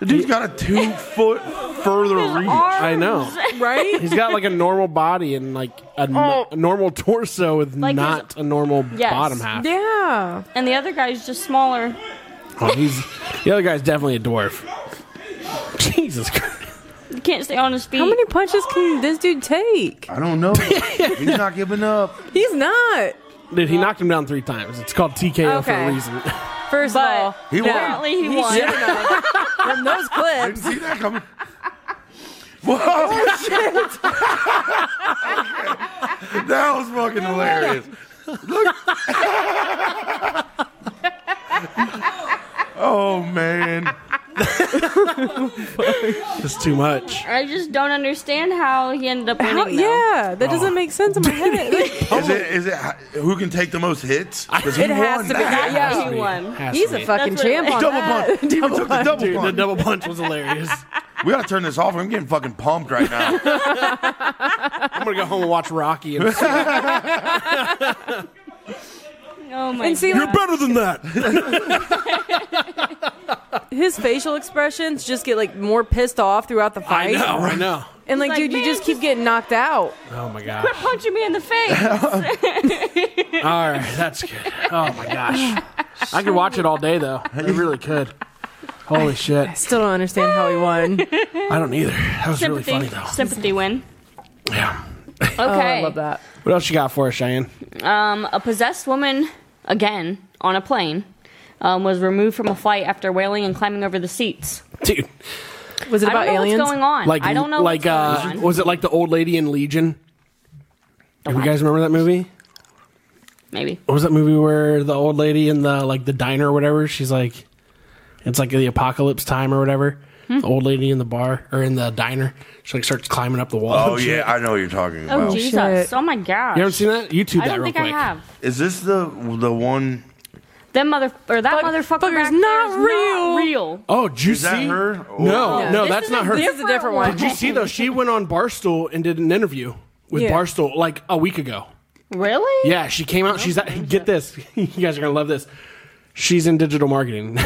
[SPEAKER 4] The dude's got a two foot further reach.
[SPEAKER 1] I know.
[SPEAKER 2] Right?
[SPEAKER 1] He's got like a normal body and like a, n-
[SPEAKER 3] Oh.
[SPEAKER 1] a normal torso with
[SPEAKER 3] Like his-
[SPEAKER 1] not a normal
[SPEAKER 3] Yes.
[SPEAKER 1] bottom half.
[SPEAKER 2] Yeah.
[SPEAKER 3] and the other guy's just smaller.
[SPEAKER 1] Oh, he's the other guy's definitely a dwarf. Jesus Christ.
[SPEAKER 3] He can't stay on his feet.
[SPEAKER 2] How many punches can this dude take?
[SPEAKER 4] I don't know. he's not giving up.
[SPEAKER 2] He's not.
[SPEAKER 1] Dude, he knocked him down three times. It's called TKO for a
[SPEAKER 2] Okay.
[SPEAKER 1] reason.
[SPEAKER 2] First
[SPEAKER 3] But-
[SPEAKER 2] of all,
[SPEAKER 4] He
[SPEAKER 2] no.
[SPEAKER 4] won.
[SPEAKER 3] Apparently he, won.
[SPEAKER 2] should have. From those
[SPEAKER 4] Didn't
[SPEAKER 2] clips.
[SPEAKER 4] see that coming.
[SPEAKER 1] Oh,
[SPEAKER 4] Whoa, shit. that was fucking hilarious. Look. oh, man.
[SPEAKER 1] It's too much.
[SPEAKER 3] I just don't understand how he ended up winning.
[SPEAKER 2] How-
[SPEAKER 3] though.
[SPEAKER 2] yeah, that doesn't make sense in my head. Like,
[SPEAKER 4] Is it, is it who can take the most hits? 'Cause he
[SPEAKER 2] It has
[SPEAKER 4] won
[SPEAKER 2] to be-
[SPEAKER 4] that.
[SPEAKER 3] Yeah,
[SPEAKER 1] Has to
[SPEAKER 3] he
[SPEAKER 1] be.
[SPEAKER 3] won.
[SPEAKER 1] Has to
[SPEAKER 2] he's a
[SPEAKER 1] be.
[SPEAKER 2] fucking
[SPEAKER 3] That's what it
[SPEAKER 2] champ
[SPEAKER 3] is.
[SPEAKER 2] on
[SPEAKER 4] Double
[SPEAKER 2] that.
[SPEAKER 4] punch. He took the double
[SPEAKER 1] Dude, the
[SPEAKER 4] punch.
[SPEAKER 1] double punch was hilarious.
[SPEAKER 4] We gotta turn this off. I'm getting fucking pumped right now.
[SPEAKER 1] I'm gonna go home and watch Rocky. And
[SPEAKER 3] Oh my.
[SPEAKER 2] And see, like,
[SPEAKER 1] better than that.
[SPEAKER 2] his facial expressions just get like more pissed off throughout the
[SPEAKER 1] I
[SPEAKER 2] fight.
[SPEAKER 1] know. I know.
[SPEAKER 2] And like,
[SPEAKER 3] He's like,
[SPEAKER 2] dude, you
[SPEAKER 3] "Man,
[SPEAKER 2] just keep
[SPEAKER 3] just-
[SPEAKER 2] getting knocked out.
[SPEAKER 1] Oh my gosh.
[SPEAKER 3] punching me in the face.
[SPEAKER 1] All right, that's good. Oh my gosh. I could watch it all day though. I really could. Holy shit.
[SPEAKER 2] Still don't understand how he won.
[SPEAKER 1] I don't either. That was really funny
[SPEAKER 3] Sympathy.
[SPEAKER 1] though.
[SPEAKER 3] Sympathy win.
[SPEAKER 1] Yeah.
[SPEAKER 3] Okay.
[SPEAKER 2] Oh, I love that.
[SPEAKER 1] What else you got for us, Cheyenne?
[SPEAKER 3] Um, a possessed woman, again, on a plane, um, was removed from a flight after wailing and climbing over the seats.
[SPEAKER 1] Dude,
[SPEAKER 2] Was it
[SPEAKER 3] I
[SPEAKER 2] about
[SPEAKER 3] don't know
[SPEAKER 2] aliens?
[SPEAKER 3] what's going on.
[SPEAKER 1] like,
[SPEAKER 3] I don't know
[SPEAKER 1] like,
[SPEAKER 3] what's
[SPEAKER 1] uh,
[SPEAKER 3] going on.
[SPEAKER 1] was it like the old lady in Legion? Do you guys remember that movie?
[SPEAKER 3] Maybe.
[SPEAKER 1] What was that movie where the old lady in the like the diner or whatever? She's like, it's like the apocalypse time or whatever.
[SPEAKER 3] Hmm.
[SPEAKER 1] The old lady in the bar or in the diner, she like starts climbing up the wall.
[SPEAKER 4] Oh
[SPEAKER 1] and shit.
[SPEAKER 4] yeah, I know what you're talking
[SPEAKER 3] Oh,
[SPEAKER 4] about.
[SPEAKER 3] Jesus.
[SPEAKER 2] shit.
[SPEAKER 3] Oh, my gosh.
[SPEAKER 1] you haven't seen that? YouTube
[SPEAKER 3] I
[SPEAKER 1] that
[SPEAKER 3] don't
[SPEAKER 1] real
[SPEAKER 3] think
[SPEAKER 1] quick.
[SPEAKER 3] I have.
[SPEAKER 4] Is this the the one?
[SPEAKER 3] That mother or that
[SPEAKER 2] Fuck-
[SPEAKER 3] motherfucker
[SPEAKER 2] fucker's
[SPEAKER 3] back there
[SPEAKER 2] not
[SPEAKER 3] is
[SPEAKER 2] real.
[SPEAKER 3] Not real.
[SPEAKER 1] Oh, did you
[SPEAKER 4] Is that
[SPEAKER 1] see
[SPEAKER 4] her? Or-
[SPEAKER 1] No, no,
[SPEAKER 2] This
[SPEAKER 1] that's
[SPEAKER 3] is
[SPEAKER 1] not
[SPEAKER 3] a
[SPEAKER 1] her.
[SPEAKER 2] This is a different one.
[SPEAKER 1] Did you see though? She went on Barstool and did an interview with
[SPEAKER 2] Yeah.
[SPEAKER 1] Barstool like a week ago.
[SPEAKER 3] Really?
[SPEAKER 1] Yeah, she came out. She's at, get this. You guys are gonna love this. She's in digital
[SPEAKER 3] Oh,
[SPEAKER 1] marketing.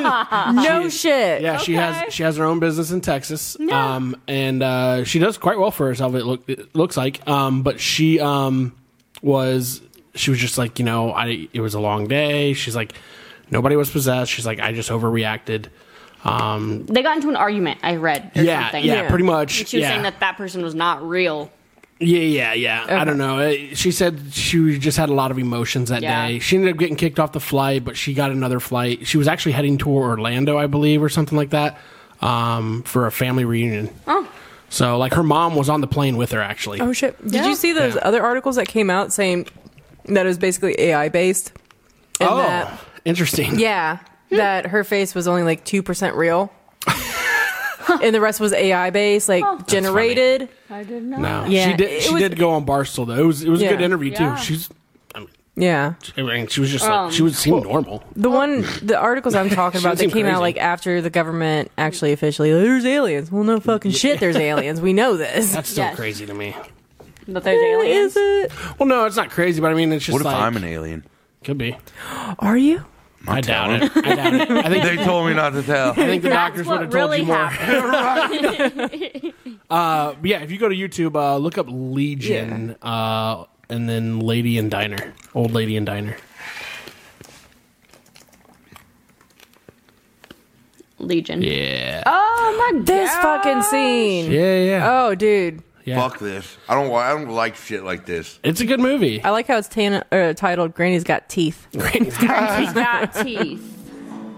[SPEAKER 2] No shit.
[SPEAKER 1] yeah, she
[SPEAKER 3] Okay.
[SPEAKER 1] has she has her own business in Texas. Um, and uh, she does quite well for herself. It, look, it looks like. Um, but she um was she was just like you know I it was a long day. She's like nobody was possessed. She's like I just overreacted. Um,
[SPEAKER 3] They got into an argument. I read. Or
[SPEAKER 1] yeah,
[SPEAKER 3] something.
[SPEAKER 1] yeah,
[SPEAKER 2] Yeah.
[SPEAKER 1] pretty much.
[SPEAKER 3] And she was
[SPEAKER 1] yeah.
[SPEAKER 3] saying that that person was not real.
[SPEAKER 1] Yeah, yeah, yeah. I don't know. Uh, She said she just had a lot of emotions that
[SPEAKER 3] Yeah.
[SPEAKER 1] day. She ended up getting kicked off the flight, but she got another flight. She was actually heading toward Orlando, I believe, or something like that, um, for a family reunion.
[SPEAKER 3] Oh.
[SPEAKER 1] So, like, her mom was on the plane with her, actually.
[SPEAKER 2] Oh shit. Did you see those other articles that came out saying that it was basically AI based? And
[SPEAKER 1] Oh,
[SPEAKER 2] that
[SPEAKER 1] interesting.
[SPEAKER 3] Hmm.
[SPEAKER 2] Yeah. That her face was only like two percent real. and the rest was AI based, like
[SPEAKER 3] Oh. That's
[SPEAKER 2] generated.
[SPEAKER 3] I did not.
[SPEAKER 1] No,
[SPEAKER 2] Yeah,
[SPEAKER 1] she did.
[SPEAKER 2] it
[SPEAKER 1] She
[SPEAKER 2] was-
[SPEAKER 1] did go on Barstool though. It was it was a good
[SPEAKER 2] Yeah.
[SPEAKER 1] interview
[SPEAKER 3] Yeah.
[SPEAKER 1] too. She's,
[SPEAKER 2] Yeah,
[SPEAKER 1] I mean, she was just
[SPEAKER 3] Um,
[SPEAKER 1] like she was seemed normal.
[SPEAKER 2] the one
[SPEAKER 3] Oh.
[SPEAKER 2] the articles I'm talking
[SPEAKER 1] She
[SPEAKER 2] about that
[SPEAKER 1] seemed
[SPEAKER 2] came out
[SPEAKER 1] crazy.
[SPEAKER 2] like after the government actually officially like, there's aliens. Well, no fucking shit, there's aliens. We know this.
[SPEAKER 1] That's still
[SPEAKER 3] Yes.
[SPEAKER 1] crazy to me.
[SPEAKER 3] But there's
[SPEAKER 2] Is
[SPEAKER 3] aliens.
[SPEAKER 2] it?
[SPEAKER 1] Well, no, it's not crazy, but I mean, it's just
[SPEAKER 4] What if
[SPEAKER 1] like
[SPEAKER 4] I'm an alien?
[SPEAKER 1] could be.
[SPEAKER 2] Are you?
[SPEAKER 1] I doubt it. I doubt it. I think
[SPEAKER 4] They told me not to tell.
[SPEAKER 1] I think the doctors would have told you more.
[SPEAKER 3] happened.
[SPEAKER 1] Uh, but yeah, if you go to YouTube, uh, look up Legion, uh, and then Lady and Diner, Old Lady and Diner.
[SPEAKER 3] Legion.
[SPEAKER 1] Yeah,
[SPEAKER 3] Oh my god.
[SPEAKER 2] This fucking scene.
[SPEAKER 1] yeah, yeah.
[SPEAKER 2] Oh, dude.
[SPEAKER 1] yeah.
[SPEAKER 4] Fuck this. I don't. wa- I don't like shit like this.
[SPEAKER 1] It's a good movie.
[SPEAKER 2] I like how it's tan- uh, titled "Granny's Got Teeth."
[SPEAKER 3] got teeth.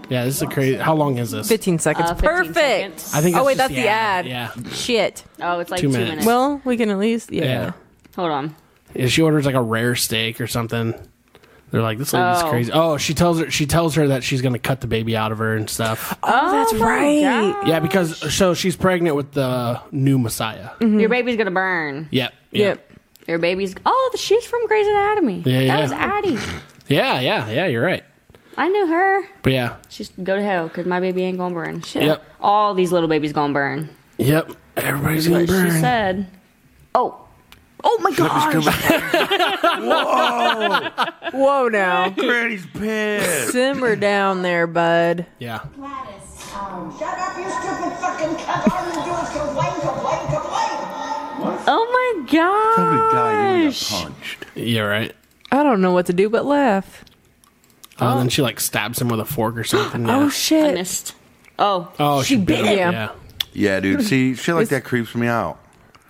[SPEAKER 1] Yeah, this is a crazy. How long is this?
[SPEAKER 2] Fifteen seconds.
[SPEAKER 3] Uh, 15
[SPEAKER 2] Perfect.
[SPEAKER 3] seconds.
[SPEAKER 1] I think.
[SPEAKER 2] Oh wait,
[SPEAKER 1] just
[SPEAKER 2] that's the ad.
[SPEAKER 1] Yeah.
[SPEAKER 2] Shit.
[SPEAKER 3] Oh, it's like
[SPEAKER 1] Two
[SPEAKER 3] two,
[SPEAKER 1] minutes.
[SPEAKER 3] minutes.
[SPEAKER 2] Well, we can at least yeah.
[SPEAKER 1] yeah,
[SPEAKER 3] hold on.
[SPEAKER 1] Yeah, She orders like a rare steak or something. They're like, this lady's
[SPEAKER 3] Oh.
[SPEAKER 1] crazy. Oh, she tells her she tells her that she's gonna cut the baby out of her and stuff.
[SPEAKER 2] Oh, that's right.
[SPEAKER 1] Yeah, because so she's pregnant with the new Messiah.
[SPEAKER 3] Your baby's gonna burn.
[SPEAKER 1] Yep.
[SPEAKER 2] Mm-hmm. Yep.
[SPEAKER 3] Your baby's. Oh, she's from Grey's Anatomy.
[SPEAKER 1] Yeah,
[SPEAKER 3] that
[SPEAKER 1] yeah.
[SPEAKER 3] was Addie.
[SPEAKER 1] Yeah. Yeah. Yeah. You're right.
[SPEAKER 3] I knew her.
[SPEAKER 1] But yeah.
[SPEAKER 3] She's go to hell because my baby ain't gonna burn. Shit.
[SPEAKER 1] Yep.
[SPEAKER 3] All these little babies gonna burn.
[SPEAKER 1] Yep. Everybody's gonna
[SPEAKER 3] But she
[SPEAKER 1] burn.
[SPEAKER 3] said, "Oh,
[SPEAKER 2] Oh my god. Whoa now.
[SPEAKER 4] Granny's pissed.
[SPEAKER 2] Simmer down there, bud.
[SPEAKER 1] Yeah.
[SPEAKER 6] Gladys. Oh, shut up, you stupid fucking cunt. All you do is complain, complain, complain.
[SPEAKER 3] oh my
[SPEAKER 4] Tell the guy you got
[SPEAKER 3] gosh."
[SPEAKER 4] punched.
[SPEAKER 1] You're right.
[SPEAKER 2] I don't know what to do but laugh.
[SPEAKER 1] Uh, And then she like stabs him with a fork or something. Yeah.
[SPEAKER 2] Oh
[SPEAKER 3] I
[SPEAKER 2] shit.
[SPEAKER 3] missed. Oh,
[SPEAKER 1] Oh, she, bit him.
[SPEAKER 2] him.
[SPEAKER 1] Yeah.
[SPEAKER 4] Yeah, dude. See, shit like that creeps me out.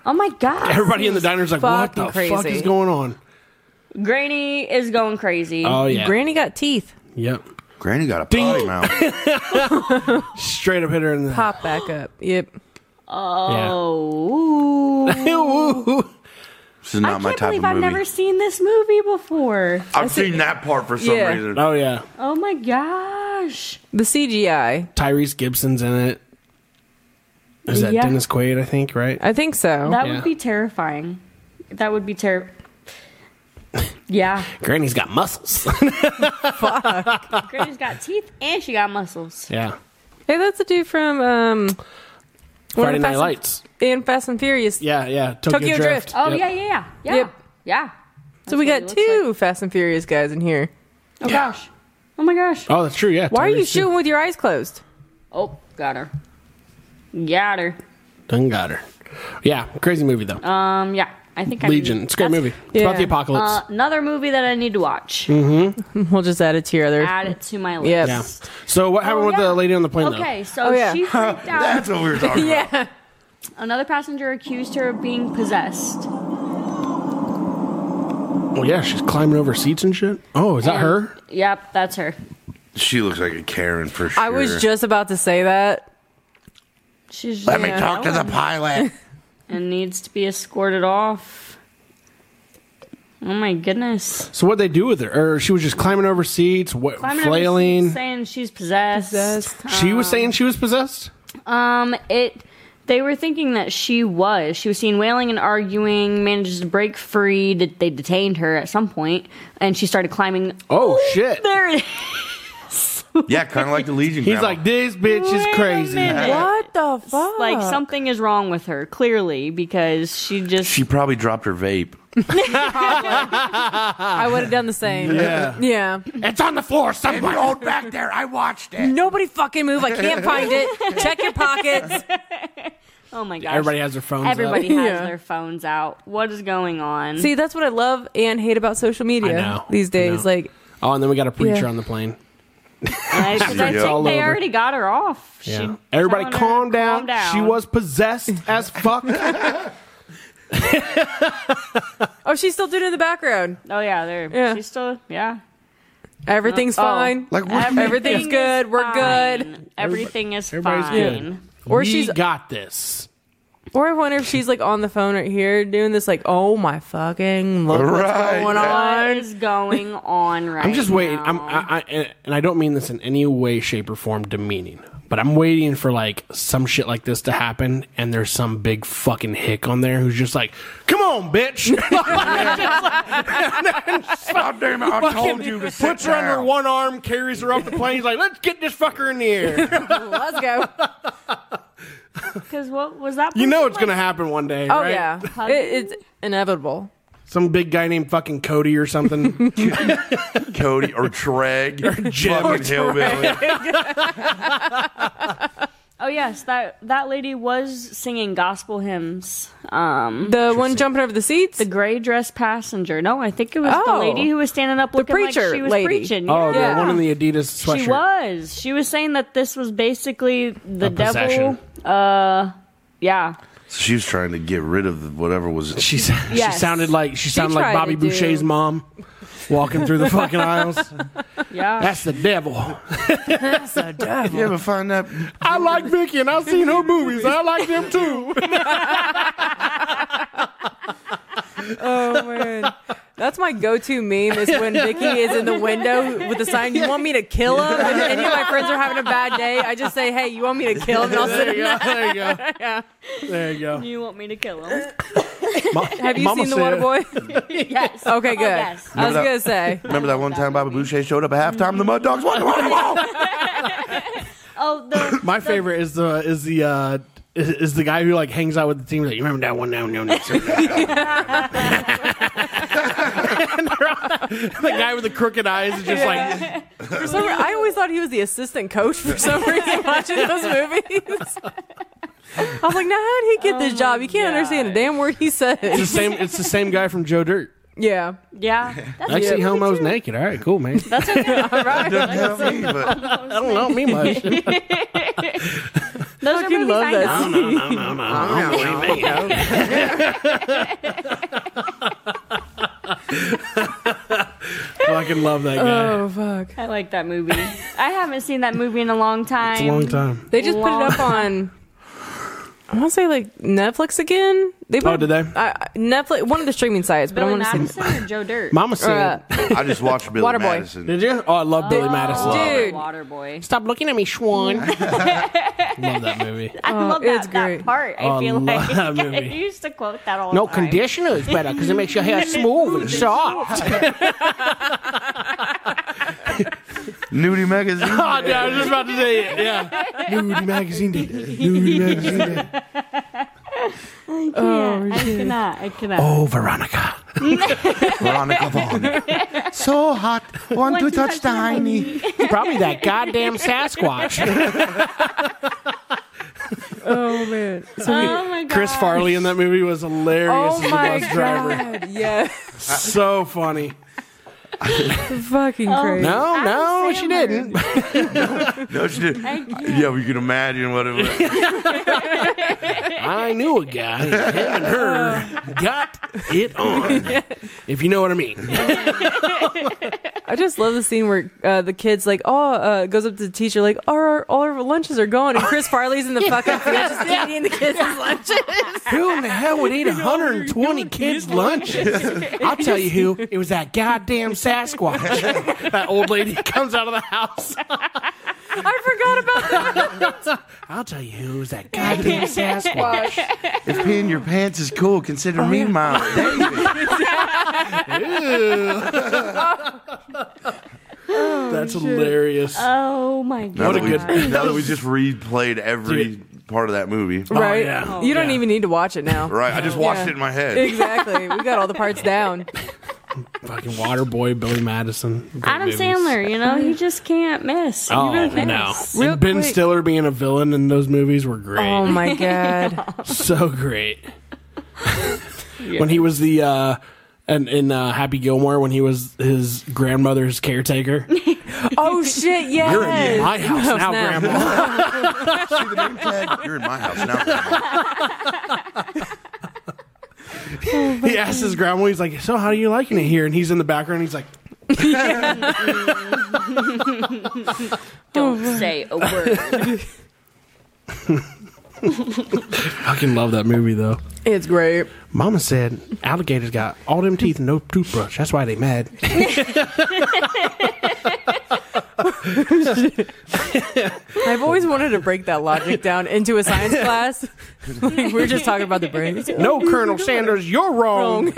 [SPEAKER 3] oh my god.
[SPEAKER 1] Everybody in the diner's like, what
[SPEAKER 2] Fucking
[SPEAKER 1] the fuck
[SPEAKER 2] crazy.
[SPEAKER 1] is going on?
[SPEAKER 3] Granny is going crazy.
[SPEAKER 1] Oh yeah.
[SPEAKER 2] Granny got teeth.
[SPEAKER 1] Yep.
[SPEAKER 4] Granny got a potty mouth.
[SPEAKER 1] Straight up hit her in the.
[SPEAKER 2] Pop back up. Yep.
[SPEAKER 3] oh.
[SPEAKER 1] Yeah. Ooh.
[SPEAKER 4] This is
[SPEAKER 3] I
[SPEAKER 4] not
[SPEAKER 3] can't
[SPEAKER 4] my type of
[SPEAKER 3] believe
[SPEAKER 4] movie.
[SPEAKER 3] I've never seen this movie before.
[SPEAKER 4] I've seen that part for some
[SPEAKER 2] Yeah.
[SPEAKER 4] reason.
[SPEAKER 1] oh yeah.
[SPEAKER 3] Oh my gosh.
[SPEAKER 2] The CGI.
[SPEAKER 1] Tyrese Gibson's in it. Is that
[SPEAKER 3] Yeah.
[SPEAKER 1] Dennis Quaid? I think right.
[SPEAKER 2] I think so.
[SPEAKER 3] That
[SPEAKER 1] Yeah.
[SPEAKER 3] would be terrifying. That would be ter Yeah.
[SPEAKER 1] Granny's got muscles.
[SPEAKER 3] Granny's got teeth and she got muscles.
[SPEAKER 1] yeah.
[SPEAKER 2] hey, that's the dude from um one
[SPEAKER 1] Friday
[SPEAKER 2] of
[SPEAKER 1] Night
[SPEAKER 2] Fast
[SPEAKER 1] Lights.
[SPEAKER 2] And, and Fast and Furious.
[SPEAKER 1] Yeah, yeah. Tokyo,
[SPEAKER 2] Tokyo
[SPEAKER 1] Drift.
[SPEAKER 2] Drift.
[SPEAKER 3] Oh
[SPEAKER 1] Yep.
[SPEAKER 3] yeah, yeah, yeah. Yeah.
[SPEAKER 2] Yep.
[SPEAKER 3] Yeah.
[SPEAKER 2] so we
[SPEAKER 3] That's
[SPEAKER 2] got
[SPEAKER 3] what he looks
[SPEAKER 2] two Fast and Furious guys in here.
[SPEAKER 3] Oh gosh. Oh my gosh.
[SPEAKER 1] Oh, that's true. Yeah.
[SPEAKER 2] Why are you
[SPEAKER 1] Tyrese
[SPEAKER 2] shooting with your eyes closed?
[SPEAKER 3] Oh, got her. Got her.
[SPEAKER 1] Done got her. Yeah, crazy movie though.
[SPEAKER 3] Um yeah. I think I
[SPEAKER 1] Legion. It's a great
[SPEAKER 3] that's-
[SPEAKER 1] movie. It's about
[SPEAKER 2] Yeah.
[SPEAKER 1] the apocalypse.
[SPEAKER 3] Uh, another movie that I need to watch.
[SPEAKER 2] We'll just add it to your other.
[SPEAKER 3] Add it to my list.
[SPEAKER 2] Yep.
[SPEAKER 1] yeah. So what happened
[SPEAKER 3] Oh,
[SPEAKER 1] with
[SPEAKER 3] yeah.
[SPEAKER 1] the lady on the plane
[SPEAKER 3] Okay, so
[SPEAKER 2] Oh, yeah.
[SPEAKER 3] she freaked out.
[SPEAKER 4] That's what we were talking about.
[SPEAKER 2] Yeah.
[SPEAKER 3] Another passenger accused her of being possessed.
[SPEAKER 1] though? Well, Oh, yeah, she's climbing over seats and shit. Oh, is that
[SPEAKER 3] And-
[SPEAKER 1] her?
[SPEAKER 3] Yep, that's her.
[SPEAKER 4] She looks like a Karen for sure.
[SPEAKER 2] I was just about to say that.
[SPEAKER 3] She's
[SPEAKER 4] Let me
[SPEAKER 3] yeah,
[SPEAKER 4] talk to the pilot.
[SPEAKER 3] and needs to be escorted off. Oh my goodness!
[SPEAKER 1] So what they do with her? Or she was just climbing over seats, what,
[SPEAKER 3] Climbing over
[SPEAKER 1] flailing.
[SPEAKER 3] seats, saying she's possessed.
[SPEAKER 2] Possessed.
[SPEAKER 1] she was saying she was possessed.
[SPEAKER 3] Um, it. They were thinking that she was. She was seen wailing and arguing. Manages to break free. D- They detained her at some point, and she started climbing.
[SPEAKER 1] Oh shit!
[SPEAKER 3] There it is.
[SPEAKER 4] Yeah, kind of like the Legion.
[SPEAKER 1] He's
[SPEAKER 4] grandma.
[SPEAKER 1] like, this bitch is
[SPEAKER 3] Wait a
[SPEAKER 1] crazy.
[SPEAKER 3] minute.
[SPEAKER 2] What the fuck?
[SPEAKER 3] Like something is wrong with her, clearly, because she just
[SPEAKER 4] She probably dropped her vape.
[SPEAKER 2] I would have done the same.
[SPEAKER 1] Yeah.
[SPEAKER 2] Yeah.
[SPEAKER 1] It's on the floor somewhere.
[SPEAKER 4] rolled back there. I watched it.
[SPEAKER 2] Nobody fucking move. I can't find it. Check your pockets.
[SPEAKER 3] Oh my gosh.
[SPEAKER 1] Everybody has their phones. up.
[SPEAKER 3] Everybody has
[SPEAKER 2] Yeah.
[SPEAKER 3] their phones out. What is going on?
[SPEAKER 2] See, that's what I love and hate about social media
[SPEAKER 1] I know.
[SPEAKER 2] these days.
[SPEAKER 1] I know.
[SPEAKER 2] Like,
[SPEAKER 1] Oh, and then we got a preacher
[SPEAKER 2] Yeah.
[SPEAKER 1] on the plane.
[SPEAKER 3] I, 'cause I
[SPEAKER 4] It's
[SPEAKER 3] think
[SPEAKER 1] all
[SPEAKER 3] they
[SPEAKER 1] over.
[SPEAKER 3] already got her off. She-
[SPEAKER 1] Yeah. Everybody
[SPEAKER 3] telling her,
[SPEAKER 1] calm down.
[SPEAKER 3] calm down.
[SPEAKER 1] She was possessed as fuck.
[SPEAKER 2] oh, she's still doing it in the background.
[SPEAKER 3] Oh yeah, there.
[SPEAKER 2] Yeah.
[SPEAKER 3] She's still. Yeah.
[SPEAKER 2] Everything's
[SPEAKER 3] Oh.
[SPEAKER 2] fine.
[SPEAKER 4] Like, what do you
[SPEAKER 2] Everything's
[SPEAKER 3] Everything
[SPEAKER 2] good.
[SPEAKER 3] is
[SPEAKER 2] We're good.
[SPEAKER 3] fine. Everything is
[SPEAKER 1] Everybody's
[SPEAKER 3] fine.
[SPEAKER 1] good.
[SPEAKER 2] Or
[SPEAKER 1] we
[SPEAKER 2] she's-
[SPEAKER 1] got this.
[SPEAKER 2] Or I wonder if she's like on the phone right here doing this, like, oh my fucking look
[SPEAKER 4] Right.
[SPEAKER 2] what's going
[SPEAKER 3] What
[SPEAKER 2] on.
[SPEAKER 3] is going on right
[SPEAKER 1] I'm just waiting.
[SPEAKER 3] now?
[SPEAKER 1] I'm, I, I, and I don't mean this in any way, shape, or form demeaning, but I'm waiting for like some shit like this to happen, and there's some big fucking hick on there who's just like, "Come on, bitch!"
[SPEAKER 4] God damn it! I told you to sit
[SPEAKER 1] puts her under
[SPEAKER 4] down.
[SPEAKER 1] one arm, carries her up the plane. He's like, "Let's get this fucker in the air."
[SPEAKER 2] Let's go.
[SPEAKER 3] Because what was that?
[SPEAKER 1] You know it's
[SPEAKER 3] person
[SPEAKER 1] gonna happen one day,
[SPEAKER 2] Oh
[SPEAKER 1] right?
[SPEAKER 2] yeah,
[SPEAKER 3] Hug-
[SPEAKER 2] it, it's inevitable.
[SPEAKER 1] Some big guy named fucking Cody or something.
[SPEAKER 4] Cody or Treg,
[SPEAKER 1] Jim.
[SPEAKER 4] fucking hillbilly.
[SPEAKER 3] like? Oh yes, that that lady was singing gospel hymns. Um,
[SPEAKER 2] The one jumping over the seats.
[SPEAKER 3] the gray dress passenger. No, I think it was the
[SPEAKER 2] Oh.
[SPEAKER 3] lady who was standing up looking like
[SPEAKER 2] preacher
[SPEAKER 3] she was
[SPEAKER 2] lady.
[SPEAKER 3] preaching.
[SPEAKER 1] Oh,
[SPEAKER 3] yeah.
[SPEAKER 1] the one in the Adidas sweatshirt.
[SPEAKER 3] She was. She was saying that this was basically the
[SPEAKER 1] A
[SPEAKER 3] devil.
[SPEAKER 1] possession.
[SPEAKER 3] Uh, yeah.
[SPEAKER 4] She was trying to get rid of whatever was.
[SPEAKER 1] She, s- she
[SPEAKER 3] Yes.
[SPEAKER 1] sounded like she sounded like
[SPEAKER 2] tried to
[SPEAKER 1] Bobby
[SPEAKER 2] do-
[SPEAKER 1] Boucher's mom walking through the fucking aisles.
[SPEAKER 3] Yeah.
[SPEAKER 1] That's the devil.
[SPEAKER 4] You ever find that?
[SPEAKER 1] I like Vicky and I've seen her movies. I like them too.
[SPEAKER 2] Oh man, that's my go-to meme is when Vicky is in the window with the sign. You want me to kill him? If any of my friends are having a bad day, I just say, "Hey, you want me to kill him?" And I'll sit.
[SPEAKER 1] There you go. There you go. There you go.
[SPEAKER 3] you want me to kill him?
[SPEAKER 2] Have you seen the Water
[SPEAKER 1] said-
[SPEAKER 2] Boy?
[SPEAKER 3] yes.
[SPEAKER 2] Okay, good.
[SPEAKER 3] yes.
[SPEAKER 2] I was
[SPEAKER 4] Remember that-
[SPEAKER 2] gonna say.
[SPEAKER 4] Remember that one time Bobby Boucher showed up at halftime? The Mud Dogs won the Super Bowl.
[SPEAKER 3] Oh, the,
[SPEAKER 1] My favorite is the is the uh is, is the guy who like hangs out with the team. Like, you remember that one? Down, down, down. the guy with the crooked eyes is just like
[SPEAKER 2] For some, I always thought he was the assistant coach for some reason watching those movies. I was like, now how did he get
[SPEAKER 3] Oh
[SPEAKER 2] this job? You can't understand a damn word he
[SPEAKER 1] it's the
[SPEAKER 2] says.
[SPEAKER 1] same. It's the same guy from Joe Dirt.
[SPEAKER 2] Yeah.
[SPEAKER 3] yeah. That's
[SPEAKER 1] I see homos naked. All right, cool, man. That
[SPEAKER 4] Tell me, but
[SPEAKER 1] don't know me much.
[SPEAKER 3] Those are movies I
[SPEAKER 2] love
[SPEAKER 3] know.
[SPEAKER 1] Fucking Oh, love that guy.
[SPEAKER 2] Oh fuck.
[SPEAKER 3] I like that movie. I haven't seen that movie in a long time.
[SPEAKER 1] it's a long time.
[SPEAKER 2] They just put it up on. I want to say like Netflix again. They put
[SPEAKER 1] Oh, did they?
[SPEAKER 2] I- Netflix, one of the streaming sites, but I
[SPEAKER 3] Billy
[SPEAKER 2] want to say.
[SPEAKER 3] Madison or Joe Dirt?
[SPEAKER 1] Mama said.
[SPEAKER 2] Uh,
[SPEAKER 4] I just watched Billy
[SPEAKER 2] Waterboy.
[SPEAKER 4] Madison.
[SPEAKER 1] Did you? Oh, I love Billy Madison.
[SPEAKER 4] Love it.
[SPEAKER 2] dude,
[SPEAKER 3] Waterboy.
[SPEAKER 1] Stop looking at me, Schwan. love that movie.
[SPEAKER 3] I love that,
[SPEAKER 2] it's great.
[SPEAKER 3] that part. I
[SPEAKER 1] Oh,
[SPEAKER 3] feel
[SPEAKER 1] love
[SPEAKER 3] like
[SPEAKER 1] that
[SPEAKER 3] I
[SPEAKER 1] movie.
[SPEAKER 3] used to quote that all
[SPEAKER 1] No
[SPEAKER 3] the time.
[SPEAKER 1] conditioner is better because it makes your hair smooth and soft.
[SPEAKER 4] Nudie magazine.
[SPEAKER 1] Oh, yeah, I was just about to say it. Yeah. Nudie magazine day. Nudie magazine day.
[SPEAKER 3] Yeah, I cannot. I cannot.
[SPEAKER 1] Oh, Veronica.
[SPEAKER 4] Veronica Vaughn. So hot. Want to touch the hiney.
[SPEAKER 1] It's probably that goddamn Sasquatch.
[SPEAKER 2] oh man.
[SPEAKER 3] Oh my god.
[SPEAKER 1] Chris Farley in that movie was hilarious
[SPEAKER 2] Oh
[SPEAKER 1] as a
[SPEAKER 2] my
[SPEAKER 1] bus driver.
[SPEAKER 2] god. Yeah.
[SPEAKER 1] So funny.
[SPEAKER 2] Fucking crazy.
[SPEAKER 1] No, no, she
[SPEAKER 3] Sandler.
[SPEAKER 1] didn't.
[SPEAKER 4] No, she did. Yeah, we can imagine what it was.
[SPEAKER 1] I knew a guy. Him and her got it on. If you know what I mean.
[SPEAKER 2] I just love the scene where uh, the kid's like, oh, uh, goes up to the teacher, like, all our, all our lunches are gone. And Chris Farley's in the fucking field just eating the kids' lunches.
[SPEAKER 1] Who in the hell would eat 120 kids' lunches? I'll tell you who. It was that goddamn Sasquatch. that old lady comes out of the house.
[SPEAKER 2] I forgot about that.
[SPEAKER 1] I'll tell you who. It was that goddamn Sasquatch.
[SPEAKER 4] If peeing your pants is cool,
[SPEAKER 2] Oh,
[SPEAKER 4] consider me mine.
[SPEAKER 2] Oh,
[SPEAKER 1] That's hilarious.
[SPEAKER 2] Uh,
[SPEAKER 3] Oh my god.
[SPEAKER 4] Now that
[SPEAKER 1] a
[SPEAKER 4] we-
[SPEAKER 1] good-
[SPEAKER 4] Now that we just replayed every part of that movie.
[SPEAKER 2] Right?
[SPEAKER 1] yeah.
[SPEAKER 2] You don't
[SPEAKER 1] Yeah.
[SPEAKER 2] even need to watch it now.
[SPEAKER 4] Oh, Right, I just watched
[SPEAKER 2] Yeah.
[SPEAKER 4] it in my head.
[SPEAKER 2] Exactly. We got all the parts down.
[SPEAKER 1] Fucking Waterboy, Billy Madison. Great
[SPEAKER 3] Adam
[SPEAKER 1] movies.
[SPEAKER 3] Sandler, you know, he just can't miss.
[SPEAKER 1] Oh,
[SPEAKER 3] he really
[SPEAKER 1] no.
[SPEAKER 3] miss.
[SPEAKER 2] Real
[SPEAKER 1] And ben
[SPEAKER 2] quick-
[SPEAKER 1] Stiller being a villain in those movies were great.
[SPEAKER 2] Oh my god.
[SPEAKER 1] so great. when he was the uh and in uh, Happy Gilmore when he was his grandmother's caretaker.
[SPEAKER 2] Oh shit, yes.
[SPEAKER 1] You're in my house now,
[SPEAKER 2] now.
[SPEAKER 1] grandma.
[SPEAKER 4] See the name tag? You're in my house now. Grandma.
[SPEAKER 1] he asks his grandma, he's like, So how are you liking it here? And he's in the background, he's like,
[SPEAKER 3] Don't say a word.
[SPEAKER 1] Fucking love that movie though.
[SPEAKER 2] It's great.
[SPEAKER 1] Mama said alligators got all them teeth and no toothbrush. That's why they mad.
[SPEAKER 2] I've always wanted to break that logic down into a science class. Like, we're just talking about the brain.
[SPEAKER 1] No, Colonel Sanders, you're wrong.
[SPEAKER 2] Wrong.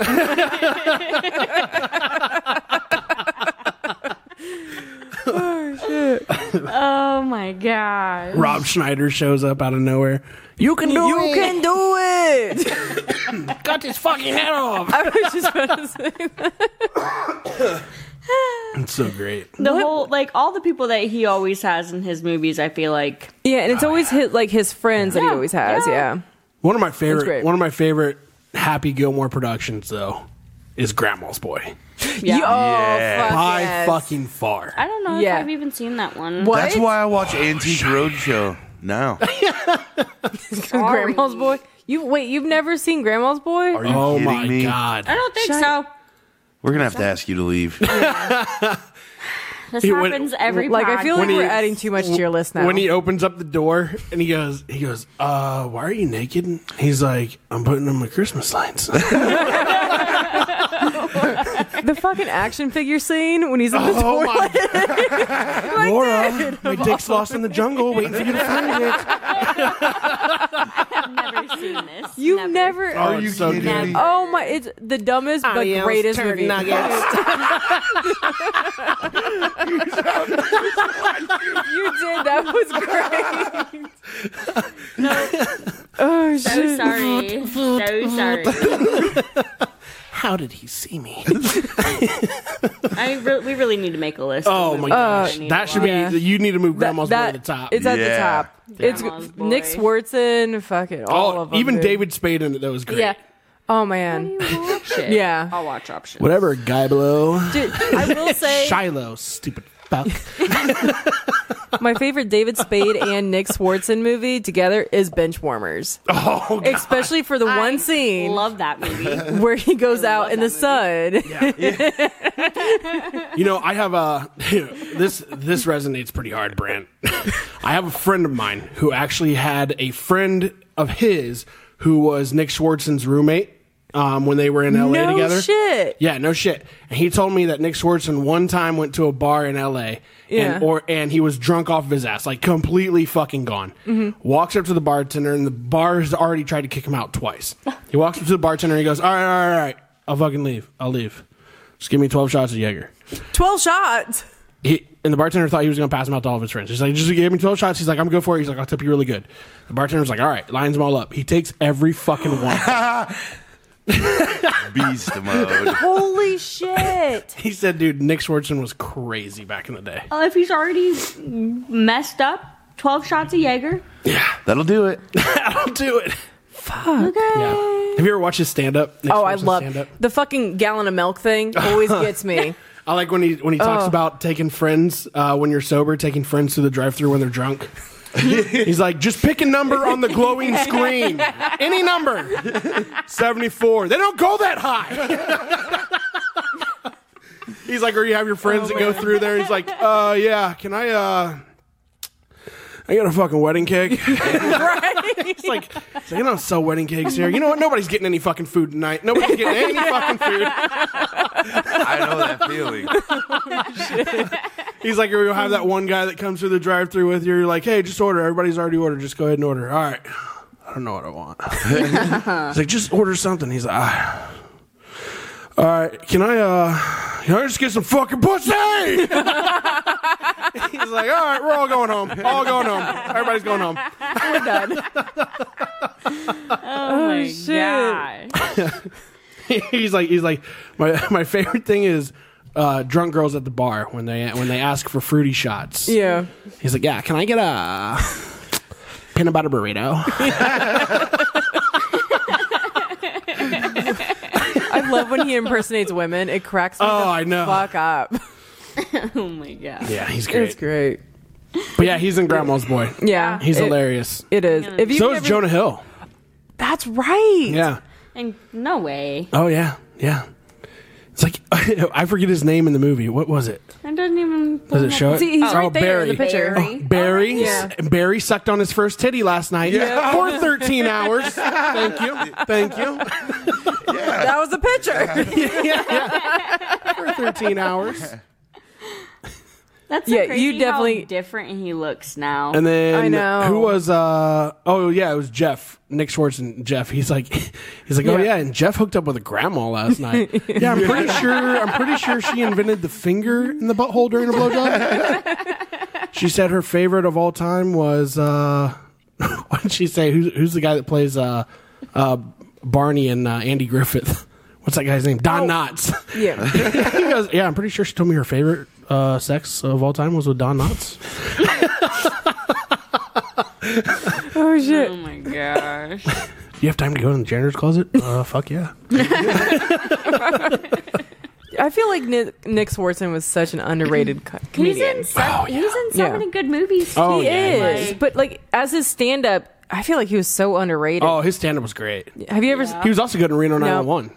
[SPEAKER 3] Oh my god.
[SPEAKER 1] Rob Schneider shows up out of nowhere. You can do
[SPEAKER 2] You
[SPEAKER 1] it.
[SPEAKER 2] can do it.
[SPEAKER 1] cut his fucking head off.
[SPEAKER 2] I was just about to say that.
[SPEAKER 1] It's so great.
[SPEAKER 3] The whole like all the people that he always has in his movies, I feel like
[SPEAKER 2] Yeah, and it's always his, like his friends that he
[SPEAKER 3] Yeah,
[SPEAKER 2] always has.
[SPEAKER 3] yeah.
[SPEAKER 2] Yeah.
[SPEAKER 1] One of my
[SPEAKER 2] It's
[SPEAKER 1] favorite.
[SPEAKER 2] great.
[SPEAKER 1] One of my favorite Happy Gilmore productions though is Grandma's Boy.
[SPEAKER 3] Yeah.
[SPEAKER 2] You- oh,
[SPEAKER 4] Yeah.
[SPEAKER 2] fuck
[SPEAKER 1] By
[SPEAKER 2] yes.
[SPEAKER 1] fucking far.
[SPEAKER 3] I don't know
[SPEAKER 2] Yeah.
[SPEAKER 3] if I've even seen that one.
[SPEAKER 2] What?
[SPEAKER 4] That's why I watch Antique Roadshow now.
[SPEAKER 2] Grandma's boy. You wait. You've never seen Grandma's boy?
[SPEAKER 4] Are you
[SPEAKER 1] oh
[SPEAKER 4] kidding
[SPEAKER 1] my
[SPEAKER 4] me?
[SPEAKER 1] god.
[SPEAKER 3] I don't think so.
[SPEAKER 4] We're gonna have to ask you to leave.
[SPEAKER 3] This
[SPEAKER 1] He went-
[SPEAKER 3] happens every
[SPEAKER 2] like I feel like
[SPEAKER 1] When
[SPEAKER 2] we're
[SPEAKER 1] he-
[SPEAKER 2] adding too much to your list now.
[SPEAKER 1] When he opens up the door and he goes, he goes, uh, why are you naked? He's like, I'm putting on my Christmas lights.
[SPEAKER 2] the fucking action figure scene when he's in the
[SPEAKER 1] Oh
[SPEAKER 2] toilet.
[SPEAKER 1] my Laura, um, my dick's lost in the jungle waiting for you to find it.
[SPEAKER 3] I've never seen this.
[SPEAKER 2] You've never.
[SPEAKER 1] Are you kidding me?
[SPEAKER 2] Oh my! It's the dumbest but greatest movie. You did. That was great. oh
[SPEAKER 3] So
[SPEAKER 2] shit!
[SPEAKER 3] sorry. so sorry.
[SPEAKER 1] How did he see me?
[SPEAKER 3] I re- we really need to make a list. of
[SPEAKER 1] Oh
[SPEAKER 3] movies
[SPEAKER 1] my gosh.
[SPEAKER 3] we need
[SPEAKER 1] That
[SPEAKER 3] to
[SPEAKER 1] should be,
[SPEAKER 2] Uh, Yeah.
[SPEAKER 1] you need to move
[SPEAKER 2] That-
[SPEAKER 1] Grandma's Boy
[SPEAKER 2] that-
[SPEAKER 1] to the top.
[SPEAKER 2] It's at the
[SPEAKER 4] Yeah.
[SPEAKER 2] top.
[SPEAKER 3] Grandma's
[SPEAKER 2] It's
[SPEAKER 3] Boy.
[SPEAKER 2] Nick Swartzen. Fuck it. All,
[SPEAKER 1] All-
[SPEAKER 2] of them.
[SPEAKER 1] Oh, even
[SPEAKER 2] dude.
[SPEAKER 1] David Spade in it, that was great.
[SPEAKER 2] Yeah. Oh man.
[SPEAKER 3] watch. You watch it.
[SPEAKER 2] Yeah.
[SPEAKER 3] I'll watch options.
[SPEAKER 1] Whatever, Guy Below.
[SPEAKER 2] Dude, I will say
[SPEAKER 1] Shiloh, stupid fuck.
[SPEAKER 2] my favorite David Spade and Nick Swartzen movie together is Benchwarmers.
[SPEAKER 1] Oh, God.
[SPEAKER 2] Especially for the one scene
[SPEAKER 3] Love that movie.
[SPEAKER 2] where he goes
[SPEAKER 3] I
[SPEAKER 2] out
[SPEAKER 3] love
[SPEAKER 2] in the sun.
[SPEAKER 1] You know, I have a this this resonates pretty hard, Brant. I have a friend of mine who actually had a friend of his who was Nick Swartzen's roommate um, when they were in L.A.
[SPEAKER 2] No
[SPEAKER 1] together.
[SPEAKER 2] shit.
[SPEAKER 1] Yeah, no shit. And he told me that Nick Swartzen one time went to a bar in L.A.
[SPEAKER 2] Yeah.
[SPEAKER 1] and or and he was drunk off of his ass, like completely fucking gone.
[SPEAKER 2] Mm-hmm.
[SPEAKER 1] Walks up to the bartender, and the bar's already tried to kick him out twice. he walks up to the bartender, and he goes, "All right, all right, all right, I'll fucking leave. I'll leave. Just give me twelve shots of Jaeger."
[SPEAKER 2] Twelve shots.
[SPEAKER 1] he and the bartender thought he was going to pass him out to all of his friends. He's like, just give me 12 shots. He's like, I'm good for it. He's like, I'll tip you really good. The bartender's like, all right, lines them all up. He takes every fucking one.
[SPEAKER 4] Beast mode.
[SPEAKER 2] Holy shit.
[SPEAKER 1] he said, dude, Nick Swartzen was crazy back in the day.
[SPEAKER 2] Uh,
[SPEAKER 3] Oh, if he's already messed up, twelve shots of Jaeger.
[SPEAKER 4] That'll do it.
[SPEAKER 1] I'll do it.
[SPEAKER 3] Okay.
[SPEAKER 1] Yeah. Have you ever watched his stand up?
[SPEAKER 2] Oh, I love the fucking gallon of milk thing always gets me.
[SPEAKER 1] I like when he when he talks
[SPEAKER 2] Oh.
[SPEAKER 1] about taking friends uh, when you're sober, taking friends to the drive through when they're drunk. He's like, just pick a number on the glowing screen, any number, seventy four. They don't go that high. He's like, or you have your friends that go through there. He's like, uh, yeah, can I? uh I got a fucking wedding cake. It's like, so you don't sell wedding cakes here. You know what? Nobody's getting any fucking food tonight. Nobody's getting any fucking food.
[SPEAKER 4] I know that feeling.
[SPEAKER 1] He's like, you'll have that one guy that comes through the drive through with you. You're like, hey, just order. Everybody's already ordered. Just go ahead and order. All right. I don't know what I want. He's like, just order something. He's like, "Ah." all right. Can I, uh, can I just get some fucking pussy? He's like, all right, we're all going home. All going home. Everybody's going home.
[SPEAKER 3] Oh, my
[SPEAKER 2] shit.
[SPEAKER 3] god.
[SPEAKER 1] he's like he's like my my favorite thing is uh, drunk girls at the bar when they when they ask for fruity shots.
[SPEAKER 2] Yeah.
[SPEAKER 1] He's like, yeah, can I get a peanut butter burrito?
[SPEAKER 2] I love when he impersonates women. It cracks me
[SPEAKER 1] Oh,
[SPEAKER 2] the
[SPEAKER 1] I know.
[SPEAKER 2] fuck up.
[SPEAKER 3] Oh my god.
[SPEAKER 1] Yeah, he's great.
[SPEAKER 2] It's great.
[SPEAKER 1] But yeah, he's in Grandma's Boy.
[SPEAKER 2] Yeah.
[SPEAKER 1] He's
[SPEAKER 2] it,
[SPEAKER 1] hilarious.
[SPEAKER 2] It is. If you
[SPEAKER 1] So is Jonah Hill.
[SPEAKER 2] That's right.
[SPEAKER 1] Yeah.
[SPEAKER 3] And no way.
[SPEAKER 1] Oh yeah. Yeah. It's It's like I forget his name in the movie. What was it?
[SPEAKER 3] I didn't even.
[SPEAKER 1] Does it show it?
[SPEAKER 2] See, he's
[SPEAKER 1] Oh,
[SPEAKER 2] right there in the
[SPEAKER 1] Barry.
[SPEAKER 2] picture.
[SPEAKER 1] Oh, Barry, Barry sucked on his first titty last night for 13 hours. Thank you, thank you.
[SPEAKER 2] That was the picture.
[SPEAKER 1] yeah, yeah. for 13 hours,
[SPEAKER 3] That's
[SPEAKER 2] Yeah,
[SPEAKER 3] yeah.
[SPEAKER 2] you
[SPEAKER 3] Crazy
[SPEAKER 2] definitely-
[SPEAKER 3] how different he looks now.
[SPEAKER 1] and then
[SPEAKER 2] I know.
[SPEAKER 1] who was? uh Oh yeah, it was Jeff, Nick Schwartz, and Jeff. He's like, he's like, oh yeah,
[SPEAKER 2] Yeah.
[SPEAKER 1] and Jeff hooked up with a grandma last night. yeah, I'm pretty sure. I'm pretty sure she invented the finger in the butthole during a blowjob. she said her favorite of all time was. uh What did she say? Who's who's the guy that plays? uh uh Barney and uh, Andy Griffith. What's that guy's name? Don
[SPEAKER 2] Oh.
[SPEAKER 1] Knotts.
[SPEAKER 2] yeah.
[SPEAKER 1] he goes, yeah, I'm pretty sure she told me her favorite uh, sex of all time was with Don Knotts.
[SPEAKER 2] Oh shit.
[SPEAKER 3] oh my gosh.
[SPEAKER 1] You have time to go in the janitor's closet? Uh, fuck yeah.
[SPEAKER 2] I feel like Nick, Nick Swartzen was such an underrated co-
[SPEAKER 3] He's
[SPEAKER 2] comedian.
[SPEAKER 3] in so, he's in so
[SPEAKER 2] Yeah.
[SPEAKER 3] many good movies.
[SPEAKER 1] Oh,
[SPEAKER 3] too.
[SPEAKER 2] he
[SPEAKER 1] yeah,
[SPEAKER 2] is, but like as his stand up, I feel like he was so underrated.
[SPEAKER 1] Oh, his stand up was great.
[SPEAKER 2] Have you ever s
[SPEAKER 1] He was also good in Reno 911.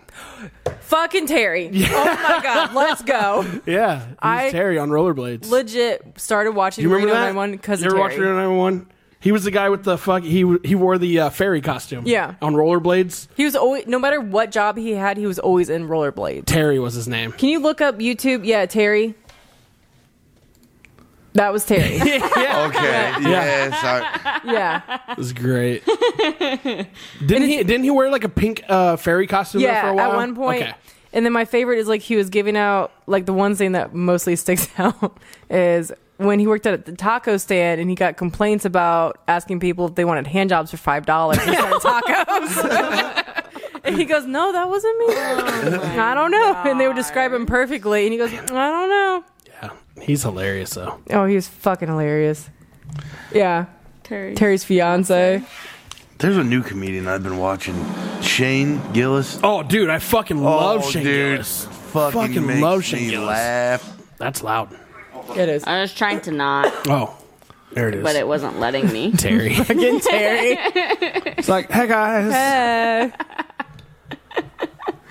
[SPEAKER 2] fucking Terry? Oh my god, let's go.
[SPEAKER 1] Yeah. He was
[SPEAKER 2] I-
[SPEAKER 1] Terry on rollerblades.
[SPEAKER 2] Legit started watching
[SPEAKER 1] you remember
[SPEAKER 2] Reno
[SPEAKER 1] that?
[SPEAKER 2] 911 because
[SPEAKER 1] you
[SPEAKER 2] of
[SPEAKER 1] ever
[SPEAKER 2] Terry.
[SPEAKER 1] watched Reno 911? He was the guy with the fuck. He w- he wore the uh, fairy costume.
[SPEAKER 2] Yeah.
[SPEAKER 1] On rollerblades.
[SPEAKER 2] He was always, no matter what job he had, he was always in rollerblades.
[SPEAKER 1] Terry was his name.
[SPEAKER 2] Can you look up YouTube? Yeah, Terry. That was Terry.
[SPEAKER 4] Okay. Yes. I,
[SPEAKER 2] yeah.
[SPEAKER 1] It was great. didn't he,
[SPEAKER 2] he-
[SPEAKER 1] Didn't he wear like a pink uh, fairy costume there for a
[SPEAKER 2] Yeah,
[SPEAKER 1] while?
[SPEAKER 2] at one point.
[SPEAKER 1] Okay.
[SPEAKER 2] And then my favorite is like he was giving out like the one thing that mostly sticks out is when he worked at the taco stand and he got complaints about asking people if they wanted hand jobs for five dollars instead of tacos. and he goes, "No, that wasn't me.
[SPEAKER 1] Oh
[SPEAKER 2] I don't know." And they would describe him perfectly, and he goes, "I don't know."
[SPEAKER 1] Yeah. He's hilarious though.
[SPEAKER 2] Oh, he was fucking hilarious. Yeah,
[SPEAKER 3] Terry.
[SPEAKER 2] Terry's fiance.
[SPEAKER 4] there's a new comedian I've been watching, Shane Gillis. Oh,
[SPEAKER 1] Oh, dude, I fucking love Shane
[SPEAKER 4] dude,
[SPEAKER 1] Gillis.
[SPEAKER 4] Fucking,
[SPEAKER 1] Fucking
[SPEAKER 4] makes
[SPEAKER 1] love
[SPEAKER 4] me
[SPEAKER 1] Shane Gillis.
[SPEAKER 4] laugh.
[SPEAKER 1] That's loud.
[SPEAKER 2] It is.
[SPEAKER 3] I was trying to not,
[SPEAKER 1] Oh, there it is.
[SPEAKER 3] but it wasn't letting me.
[SPEAKER 1] Terry.
[SPEAKER 2] Fucking Terry.
[SPEAKER 1] it's like, hey guys.
[SPEAKER 2] Uh,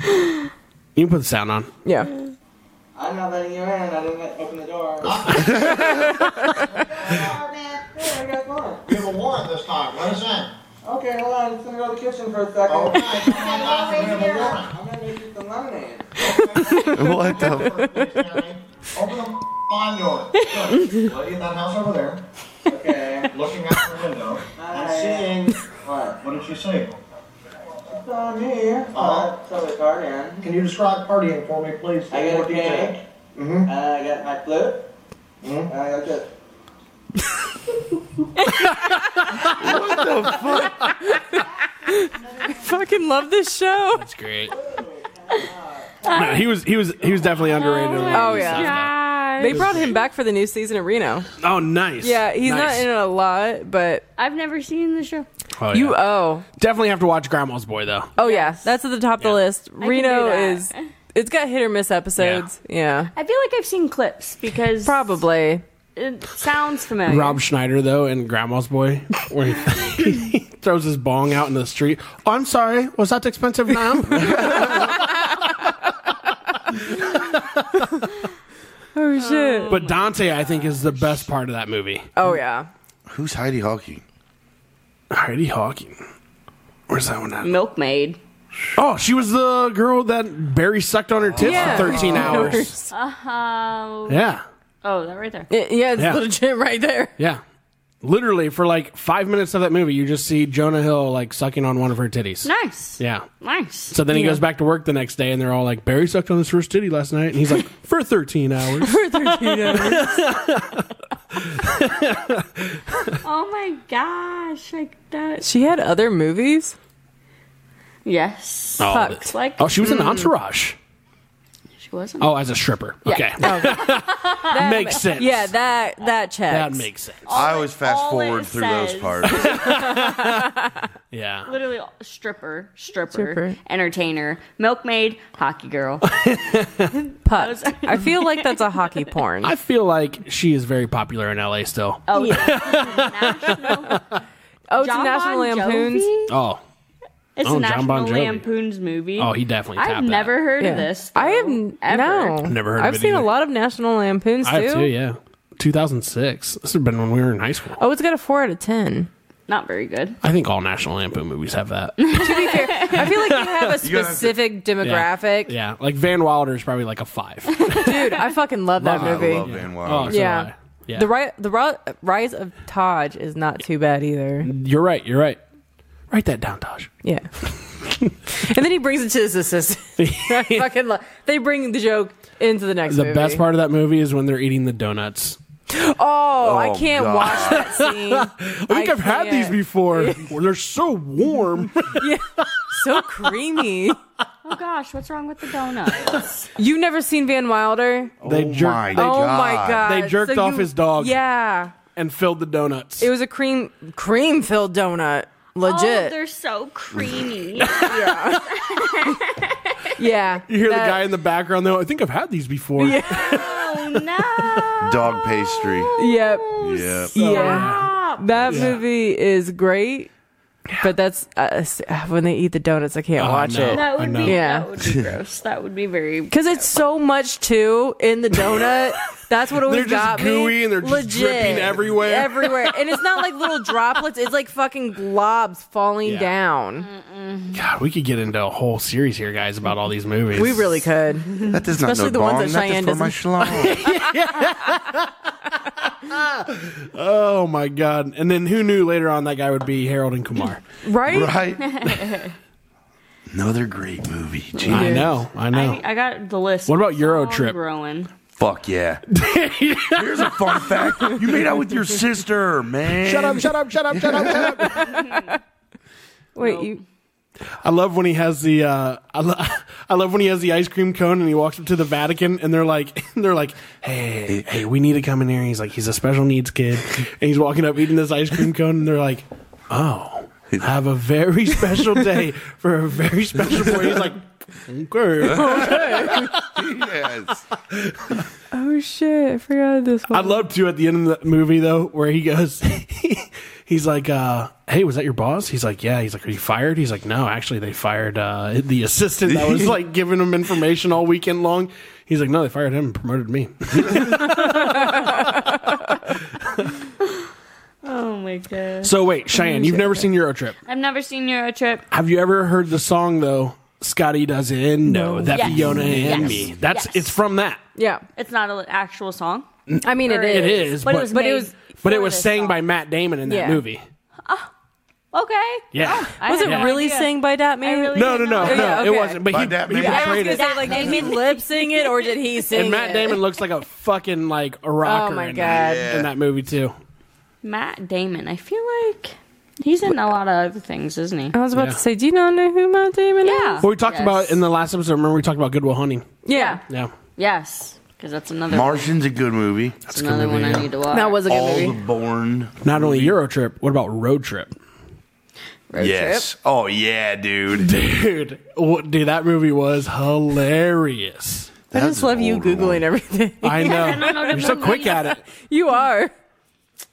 [SPEAKER 1] You can put the sound on.
[SPEAKER 2] yeah.
[SPEAKER 5] I'm not letting you in. I didn't let- open the door. Hey, I got a door.
[SPEAKER 8] We have a warrant this time. Let us in.
[SPEAKER 5] Okay, hold on. Just gonna go to the kitchen for a second.
[SPEAKER 8] All right. Come on out. We have a warrant.
[SPEAKER 5] I'm gonna make you some lemonade.
[SPEAKER 4] What the?
[SPEAKER 8] Open the barn door. Good. Lady in that house over there,
[SPEAKER 5] Okay.
[SPEAKER 8] looking out her window and seeing.
[SPEAKER 5] What?
[SPEAKER 8] What did she see?
[SPEAKER 5] It's on me. Uh, so the card in.
[SPEAKER 8] Can you describe partying for me, please?
[SPEAKER 5] I got a
[SPEAKER 8] What do you
[SPEAKER 5] panic.
[SPEAKER 8] think?
[SPEAKER 5] Mm-hmm. I got my flute. Mm-hmm. And I got this.
[SPEAKER 2] Fucking love this show.
[SPEAKER 1] That's great. No, he was he was he was definitely underrated.
[SPEAKER 2] Oh yeah. They brought him back for the new season of Reno.
[SPEAKER 1] Oh nice.
[SPEAKER 2] Yeah, he's not
[SPEAKER 1] Nice.
[SPEAKER 2] in it a lot, but
[SPEAKER 3] I've never seen the show.
[SPEAKER 1] Oh, yeah.
[SPEAKER 2] you oh
[SPEAKER 1] definitely have to watch Grandma's Boy though.
[SPEAKER 2] oh yeah, that's at the top of the list. Reno
[SPEAKER 3] that.
[SPEAKER 2] is it's got hit or miss episodes. Yeah,
[SPEAKER 3] I feel like I've seen clips because
[SPEAKER 2] probably.
[SPEAKER 3] it sounds familiar.
[SPEAKER 1] Rob Schneider though in Grandma's Boy, where he, he throws his bong out in the street. Oh, I'm sorry, was that expensive now?
[SPEAKER 2] Oh shit.
[SPEAKER 1] but Dante, I think, is the best part of that movie.
[SPEAKER 2] Oh yeah.
[SPEAKER 4] Who's Heidi Hawking?
[SPEAKER 1] Heidi Hawking. Where's that one at?
[SPEAKER 3] Milkmaid.
[SPEAKER 1] Oh, she was the girl that Barry sucked on her tits
[SPEAKER 2] Yeah.
[SPEAKER 1] for 13 hours.
[SPEAKER 2] Uh-huh.
[SPEAKER 3] Oh,
[SPEAKER 1] Yeah.
[SPEAKER 3] oh, that right there.
[SPEAKER 2] Y- Yeah, it's
[SPEAKER 1] Yeah.
[SPEAKER 2] legit right there.
[SPEAKER 1] Yeah. Literally, for like five minutes of that movie, you just see Jonah Hill like sucking on one of her titties.
[SPEAKER 3] Nice.
[SPEAKER 1] Yeah.
[SPEAKER 3] Nice.
[SPEAKER 1] So then he goes back to work the next day and they're all like, Barry sucked on his first titty last night. And he's like, for 13 hours.
[SPEAKER 3] Oh my gosh, like that.
[SPEAKER 2] She had other movies.
[SPEAKER 3] Yes.
[SPEAKER 1] Oh,
[SPEAKER 2] Fuck.
[SPEAKER 1] th-
[SPEAKER 3] Like
[SPEAKER 1] oh, she was in Entourage.
[SPEAKER 3] she wasn't.
[SPEAKER 1] Oh, as a stripper. Oh, Okay.
[SPEAKER 2] That
[SPEAKER 1] Makes sense.
[SPEAKER 2] Yeah, that that checks.
[SPEAKER 1] That makes sense.
[SPEAKER 4] I always fast
[SPEAKER 3] all
[SPEAKER 4] forward
[SPEAKER 3] it
[SPEAKER 4] through those
[SPEAKER 3] says.
[SPEAKER 4] parts.
[SPEAKER 1] Yeah.
[SPEAKER 3] Literally stripper, stripper,
[SPEAKER 2] Stripper.
[SPEAKER 3] entertainer, milkmaid, hockey girl.
[SPEAKER 2] pucks. I feel like that's a hockey porn.
[SPEAKER 1] I feel like she is very popular in LA still. Oh,
[SPEAKER 3] Oh yeah. National-
[SPEAKER 2] oh, it's
[SPEAKER 3] John
[SPEAKER 2] National
[SPEAKER 3] Bon
[SPEAKER 2] Lampoon's.
[SPEAKER 3] Jovi?
[SPEAKER 1] oh.
[SPEAKER 3] It's
[SPEAKER 1] Oh,
[SPEAKER 3] a
[SPEAKER 1] John
[SPEAKER 3] National
[SPEAKER 1] Bon Jovi.
[SPEAKER 3] Lampoon's movie.
[SPEAKER 1] Oh, he definitely
[SPEAKER 3] I've
[SPEAKER 1] tapped that.
[SPEAKER 3] never heard
[SPEAKER 2] Yeah.
[SPEAKER 3] of this.
[SPEAKER 2] I have
[SPEAKER 3] though,
[SPEAKER 2] n-
[SPEAKER 3] ever.
[SPEAKER 2] No.
[SPEAKER 1] Never heard of
[SPEAKER 2] I've
[SPEAKER 1] it
[SPEAKER 2] seen
[SPEAKER 1] either.
[SPEAKER 2] a lot of National Lampoons
[SPEAKER 1] I
[SPEAKER 2] too.
[SPEAKER 1] have too, yeah. 2006. This has been when we were in high school.
[SPEAKER 2] Oh, it's got a four out of ten.
[SPEAKER 3] Not very good.
[SPEAKER 1] I think all National Lampoon movies have that.
[SPEAKER 2] To be fair, I feel like you have a
[SPEAKER 4] You gotta have to-
[SPEAKER 2] specific
[SPEAKER 1] Yeah.
[SPEAKER 2] demographic.
[SPEAKER 1] Yeah. Like Van Wilder is probably like a five.
[SPEAKER 2] Dude, I fucking love that
[SPEAKER 4] I
[SPEAKER 2] movie.
[SPEAKER 4] love Van
[SPEAKER 1] Oh,
[SPEAKER 4] Wilder.
[SPEAKER 1] so
[SPEAKER 2] Yeah.
[SPEAKER 1] do I. Yeah.
[SPEAKER 2] The ri- the ri- rise of Taj is not too bad either.
[SPEAKER 1] You're right. You're right. Write that down, Tosh.
[SPEAKER 2] Yeah. and then he brings it to his assistant. I fucking love. They bring the joke into the next
[SPEAKER 1] The
[SPEAKER 2] movie.
[SPEAKER 1] best part of that movie is when they're eating the donuts.
[SPEAKER 2] Oh, I
[SPEAKER 4] Oh,
[SPEAKER 2] can't
[SPEAKER 4] God.
[SPEAKER 2] watch that scene. I
[SPEAKER 1] I think I have had these
[SPEAKER 2] can't.
[SPEAKER 1] before. they're so warm.
[SPEAKER 2] So creamy.
[SPEAKER 3] Oh gosh, what's wrong with the donut?
[SPEAKER 2] You've never seen Van Wilder?
[SPEAKER 1] They
[SPEAKER 4] oh
[SPEAKER 1] jerk-
[SPEAKER 4] my
[SPEAKER 1] they-
[SPEAKER 2] oh my god.
[SPEAKER 1] They jerked off his dog.
[SPEAKER 2] Yeah.
[SPEAKER 1] and filled the donuts.
[SPEAKER 2] It was a cream cream filled donut.
[SPEAKER 3] oh,
[SPEAKER 2] Legit.
[SPEAKER 3] they're so creamy.
[SPEAKER 2] yeah.
[SPEAKER 1] you hear the guy in the background though. I think I've had these before.
[SPEAKER 3] oh no.
[SPEAKER 4] Dog pastry.
[SPEAKER 2] Yep.
[SPEAKER 4] Yeah.
[SPEAKER 2] Yeah.
[SPEAKER 3] Stop.
[SPEAKER 2] That
[SPEAKER 1] Yeah.
[SPEAKER 2] movie is great. But that's uh, when they eat the donuts. I can't
[SPEAKER 1] Oh,
[SPEAKER 2] watch
[SPEAKER 1] no.
[SPEAKER 2] it.
[SPEAKER 3] That
[SPEAKER 1] I
[SPEAKER 3] would
[SPEAKER 1] know.
[SPEAKER 3] be
[SPEAKER 2] Yeah.
[SPEAKER 3] that would be gross. That would be very
[SPEAKER 2] Cause it's so much too in the donut. That's what always
[SPEAKER 1] They're just
[SPEAKER 2] got me.
[SPEAKER 1] gooey and they're just dripping everywhere.
[SPEAKER 2] everywhere, and it's not like little droplets. It's like fucking globs falling
[SPEAKER 1] Yeah. Mm.
[SPEAKER 2] down.
[SPEAKER 1] God, we could get into a whole series here, guys, about all these movies.
[SPEAKER 2] We really could.
[SPEAKER 4] That does not
[SPEAKER 2] Especially the
[SPEAKER 4] know
[SPEAKER 2] ones that
[SPEAKER 4] bong. That
[SPEAKER 2] Cheyenne
[SPEAKER 4] is for my schlong.
[SPEAKER 1] Oh my god! And then who knew later on that guy would be Harold and Kumar?
[SPEAKER 2] Right?
[SPEAKER 4] right? Another great movie. Gee.
[SPEAKER 1] I know, I know.
[SPEAKER 3] I, I got the list.
[SPEAKER 1] What about Euro
[SPEAKER 3] It's all
[SPEAKER 1] Trip?
[SPEAKER 3] Growing.
[SPEAKER 4] Fuck yeah. Here's a fun fact. You made out with your sister, man.
[SPEAKER 1] shut up! Shut up! Shut up! Shut up! Shut up!
[SPEAKER 2] Wait,
[SPEAKER 3] Nope.
[SPEAKER 2] you
[SPEAKER 1] I love when he has the uh, I, lo- I love when he has the ice cream cone and he walks up to the Vatican and they're like they're like hey hey we need to come in here. He's like he's a special needs kid and he's walking up eating this ice cream cone and they're like oh have a very special day for a very special boy. He's like okay.
[SPEAKER 4] Yes.
[SPEAKER 2] oh shit, I forgot this one.
[SPEAKER 1] I'd love to at the end of the movie though, where he goes, he's like, uh, "Hey, was that your boss?" He's like, "Yeah." He's like, "Are you fired?" He's like, "No, actually, they fired uh, the assistant that was like giving him information all weekend long." He's like, "No, they fired him and promoted me."
[SPEAKER 3] Oh my god.
[SPEAKER 1] So wait, Cheyenne, you've never seen Euro Trip.
[SPEAKER 3] I've never seen Euro Trip.
[SPEAKER 1] Have you ever heard the song though? Scotty does it. No, that
[SPEAKER 3] Yes.
[SPEAKER 1] Fiona and
[SPEAKER 3] Yes.
[SPEAKER 1] me. That's
[SPEAKER 3] Yes.
[SPEAKER 1] it's from that.
[SPEAKER 2] yeah,
[SPEAKER 3] It's not an actual song.
[SPEAKER 2] I mean it
[SPEAKER 3] Or
[SPEAKER 2] is.
[SPEAKER 1] It is,
[SPEAKER 3] But,
[SPEAKER 1] but-
[SPEAKER 3] it was.
[SPEAKER 2] but it
[SPEAKER 3] made
[SPEAKER 2] was-
[SPEAKER 1] But
[SPEAKER 3] for
[SPEAKER 1] it was
[SPEAKER 3] this
[SPEAKER 1] sang
[SPEAKER 3] song.
[SPEAKER 1] by Matt Damon in that
[SPEAKER 2] Yeah. Ah,
[SPEAKER 1] movie.
[SPEAKER 3] Okay.
[SPEAKER 1] Yeah.
[SPEAKER 3] I
[SPEAKER 2] Was
[SPEAKER 3] had
[SPEAKER 2] it
[SPEAKER 3] no
[SPEAKER 2] really
[SPEAKER 3] idea.
[SPEAKER 2] sang by Datman?
[SPEAKER 3] I really
[SPEAKER 1] no, no, no,
[SPEAKER 3] Yeah,
[SPEAKER 1] no.
[SPEAKER 2] okay.
[SPEAKER 1] It wasn't. But
[SPEAKER 4] By
[SPEAKER 1] he,
[SPEAKER 4] Matt
[SPEAKER 1] he
[SPEAKER 4] Damon.
[SPEAKER 2] I was
[SPEAKER 1] portrayed
[SPEAKER 2] gonna
[SPEAKER 1] it.
[SPEAKER 2] say, like, did he lip sing it or did he sing
[SPEAKER 1] And Matt
[SPEAKER 2] it?
[SPEAKER 1] Damon looks like a fucking like a rocker.
[SPEAKER 2] Oh my
[SPEAKER 1] in
[SPEAKER 2] God.
[SPEAKER 1] That, in that movie too.
[SPEAKER 3] Matt Damon. I feel like he's in a lot of other things, isn't he?
[SPEAKER 2] I was about
[SPEAKER 1] Yeah.
[SPEAKER 2] to say, do you not know who Matt Damon
[SPEAKER 3] Yeah.
[SPEAKER 2] is?
[SPEAKER 1] Well, we talked
[SPEAKER 3] Yes.
[SPEAKER 1] about in the last episode. Remember we talked about Goodwill Hunting?
[SPEAKER 2] Yeah,
[SPEAKER 1] Yeah,
[SPEAKER 3] Yes, because that's another.
[SPEAKER 4] Martian's a good movie.
[SPEAKER 3] that's another one
[SPEAKER 1] uh,
[SPEAKER 3] I need to watch.
[SPEAKER 2] that was a good
[SPEAKER 4] All
[SPEAKER 2] movie.
[SPEAKER 4] the Born.
[SPEAKER 1] not only Euro Trip. What about Road Trip?
[SPEAKER 4] yes. Oh yeah, dude.
[SPEAKER 1] Dude, what, dude, that movie was hilarious.
[SPEAKER 2] I just love you googling everything.
[SPEAKER 1] I know
[SPEAKER 3] know
[SPEAKER 1] you're so quick at it.
[SPEAKER 2] You are.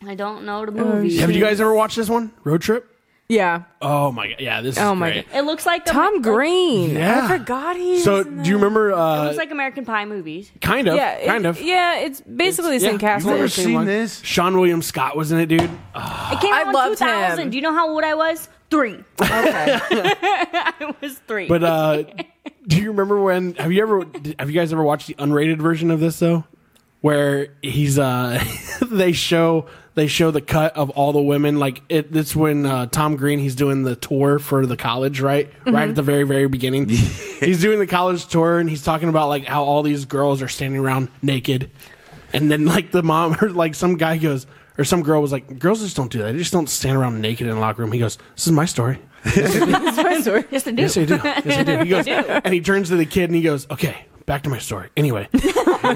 [SPEAKER 3] I don't know
[SPEAKER 2] Oh,
[SPEAKER 3] the movie.
[SPEAKER 1] Have you guys ever watched this one? Road Trip?
[SPEAKER 2] Yeah.
[SPEAKER 1] Oh my god, yeah, this is
[SPEAKER 2] Oh my
[SPEAKER 1] great.
[SPEAKER 3] It looks like a-
[SPEAKER 2] Tom Green.
[SPEAKER 1] Yeah.
[SPEAKER 2] I forgot he.
[SPEAKER 1] So,
[SPEAKER 2] was in
[SPEAKER 1] do you
[SPEAKER 2] that.
[SPEAKER 1] remember?
[SPEAKER 3] It
[SPEAKER 1] Uh,
[SPEAKER 3] looks like American Pie movies.
[SPEAKER 1] kind of,
[SPEAKER 2] Yeah, it-
[SPEAKER 1] kind of.
[SPEAKER 2] Yeah, it's basically the
[SPEAKER 1] Yeah.
[SPEAKER 2] same cast.
[SPEAKER 4] You've never
[SPEAKER 2] as-
[SPEAKER 4] seen this?
[SPEAKER 1] Sean William Scott was in it, dude. Ah.
[SPEAKER 3] It came out
[SPEAKER 2] I
[SPEAKER 3] in
[SPEAKER 2] loved
[SPEAKER 3] 2000.
[SPEAKER 2] him.
[SPEAKER 3] Do you know how old I was? Three.
[SPEAKER 2] Okay.
[SPEAKER 3] I was three.
[SPEAKER 1] But uh, do you remember when? Have you ever? Have you guys ever watched the unrated version of this though, where he's uh, they show they show the cut of all the women like it. That's when uh, Tom Green he's doing the tour for the college, right? Right at the very very beginning, he's doing the college tour and he's talking about like how all these girls are standing around naked, and then like the mom or like some guy goes. Or some girl was like, "Girls just don't do that. They just don't stand around naked in the locker room." He goes, "This is my story.
[SPEAKER 3] yes, I do.
[SPEAKER 1] Yes, I do. Yes, I do. He goes, and he turns to the kid and he goes, "Okay, back to my story." Anyway, they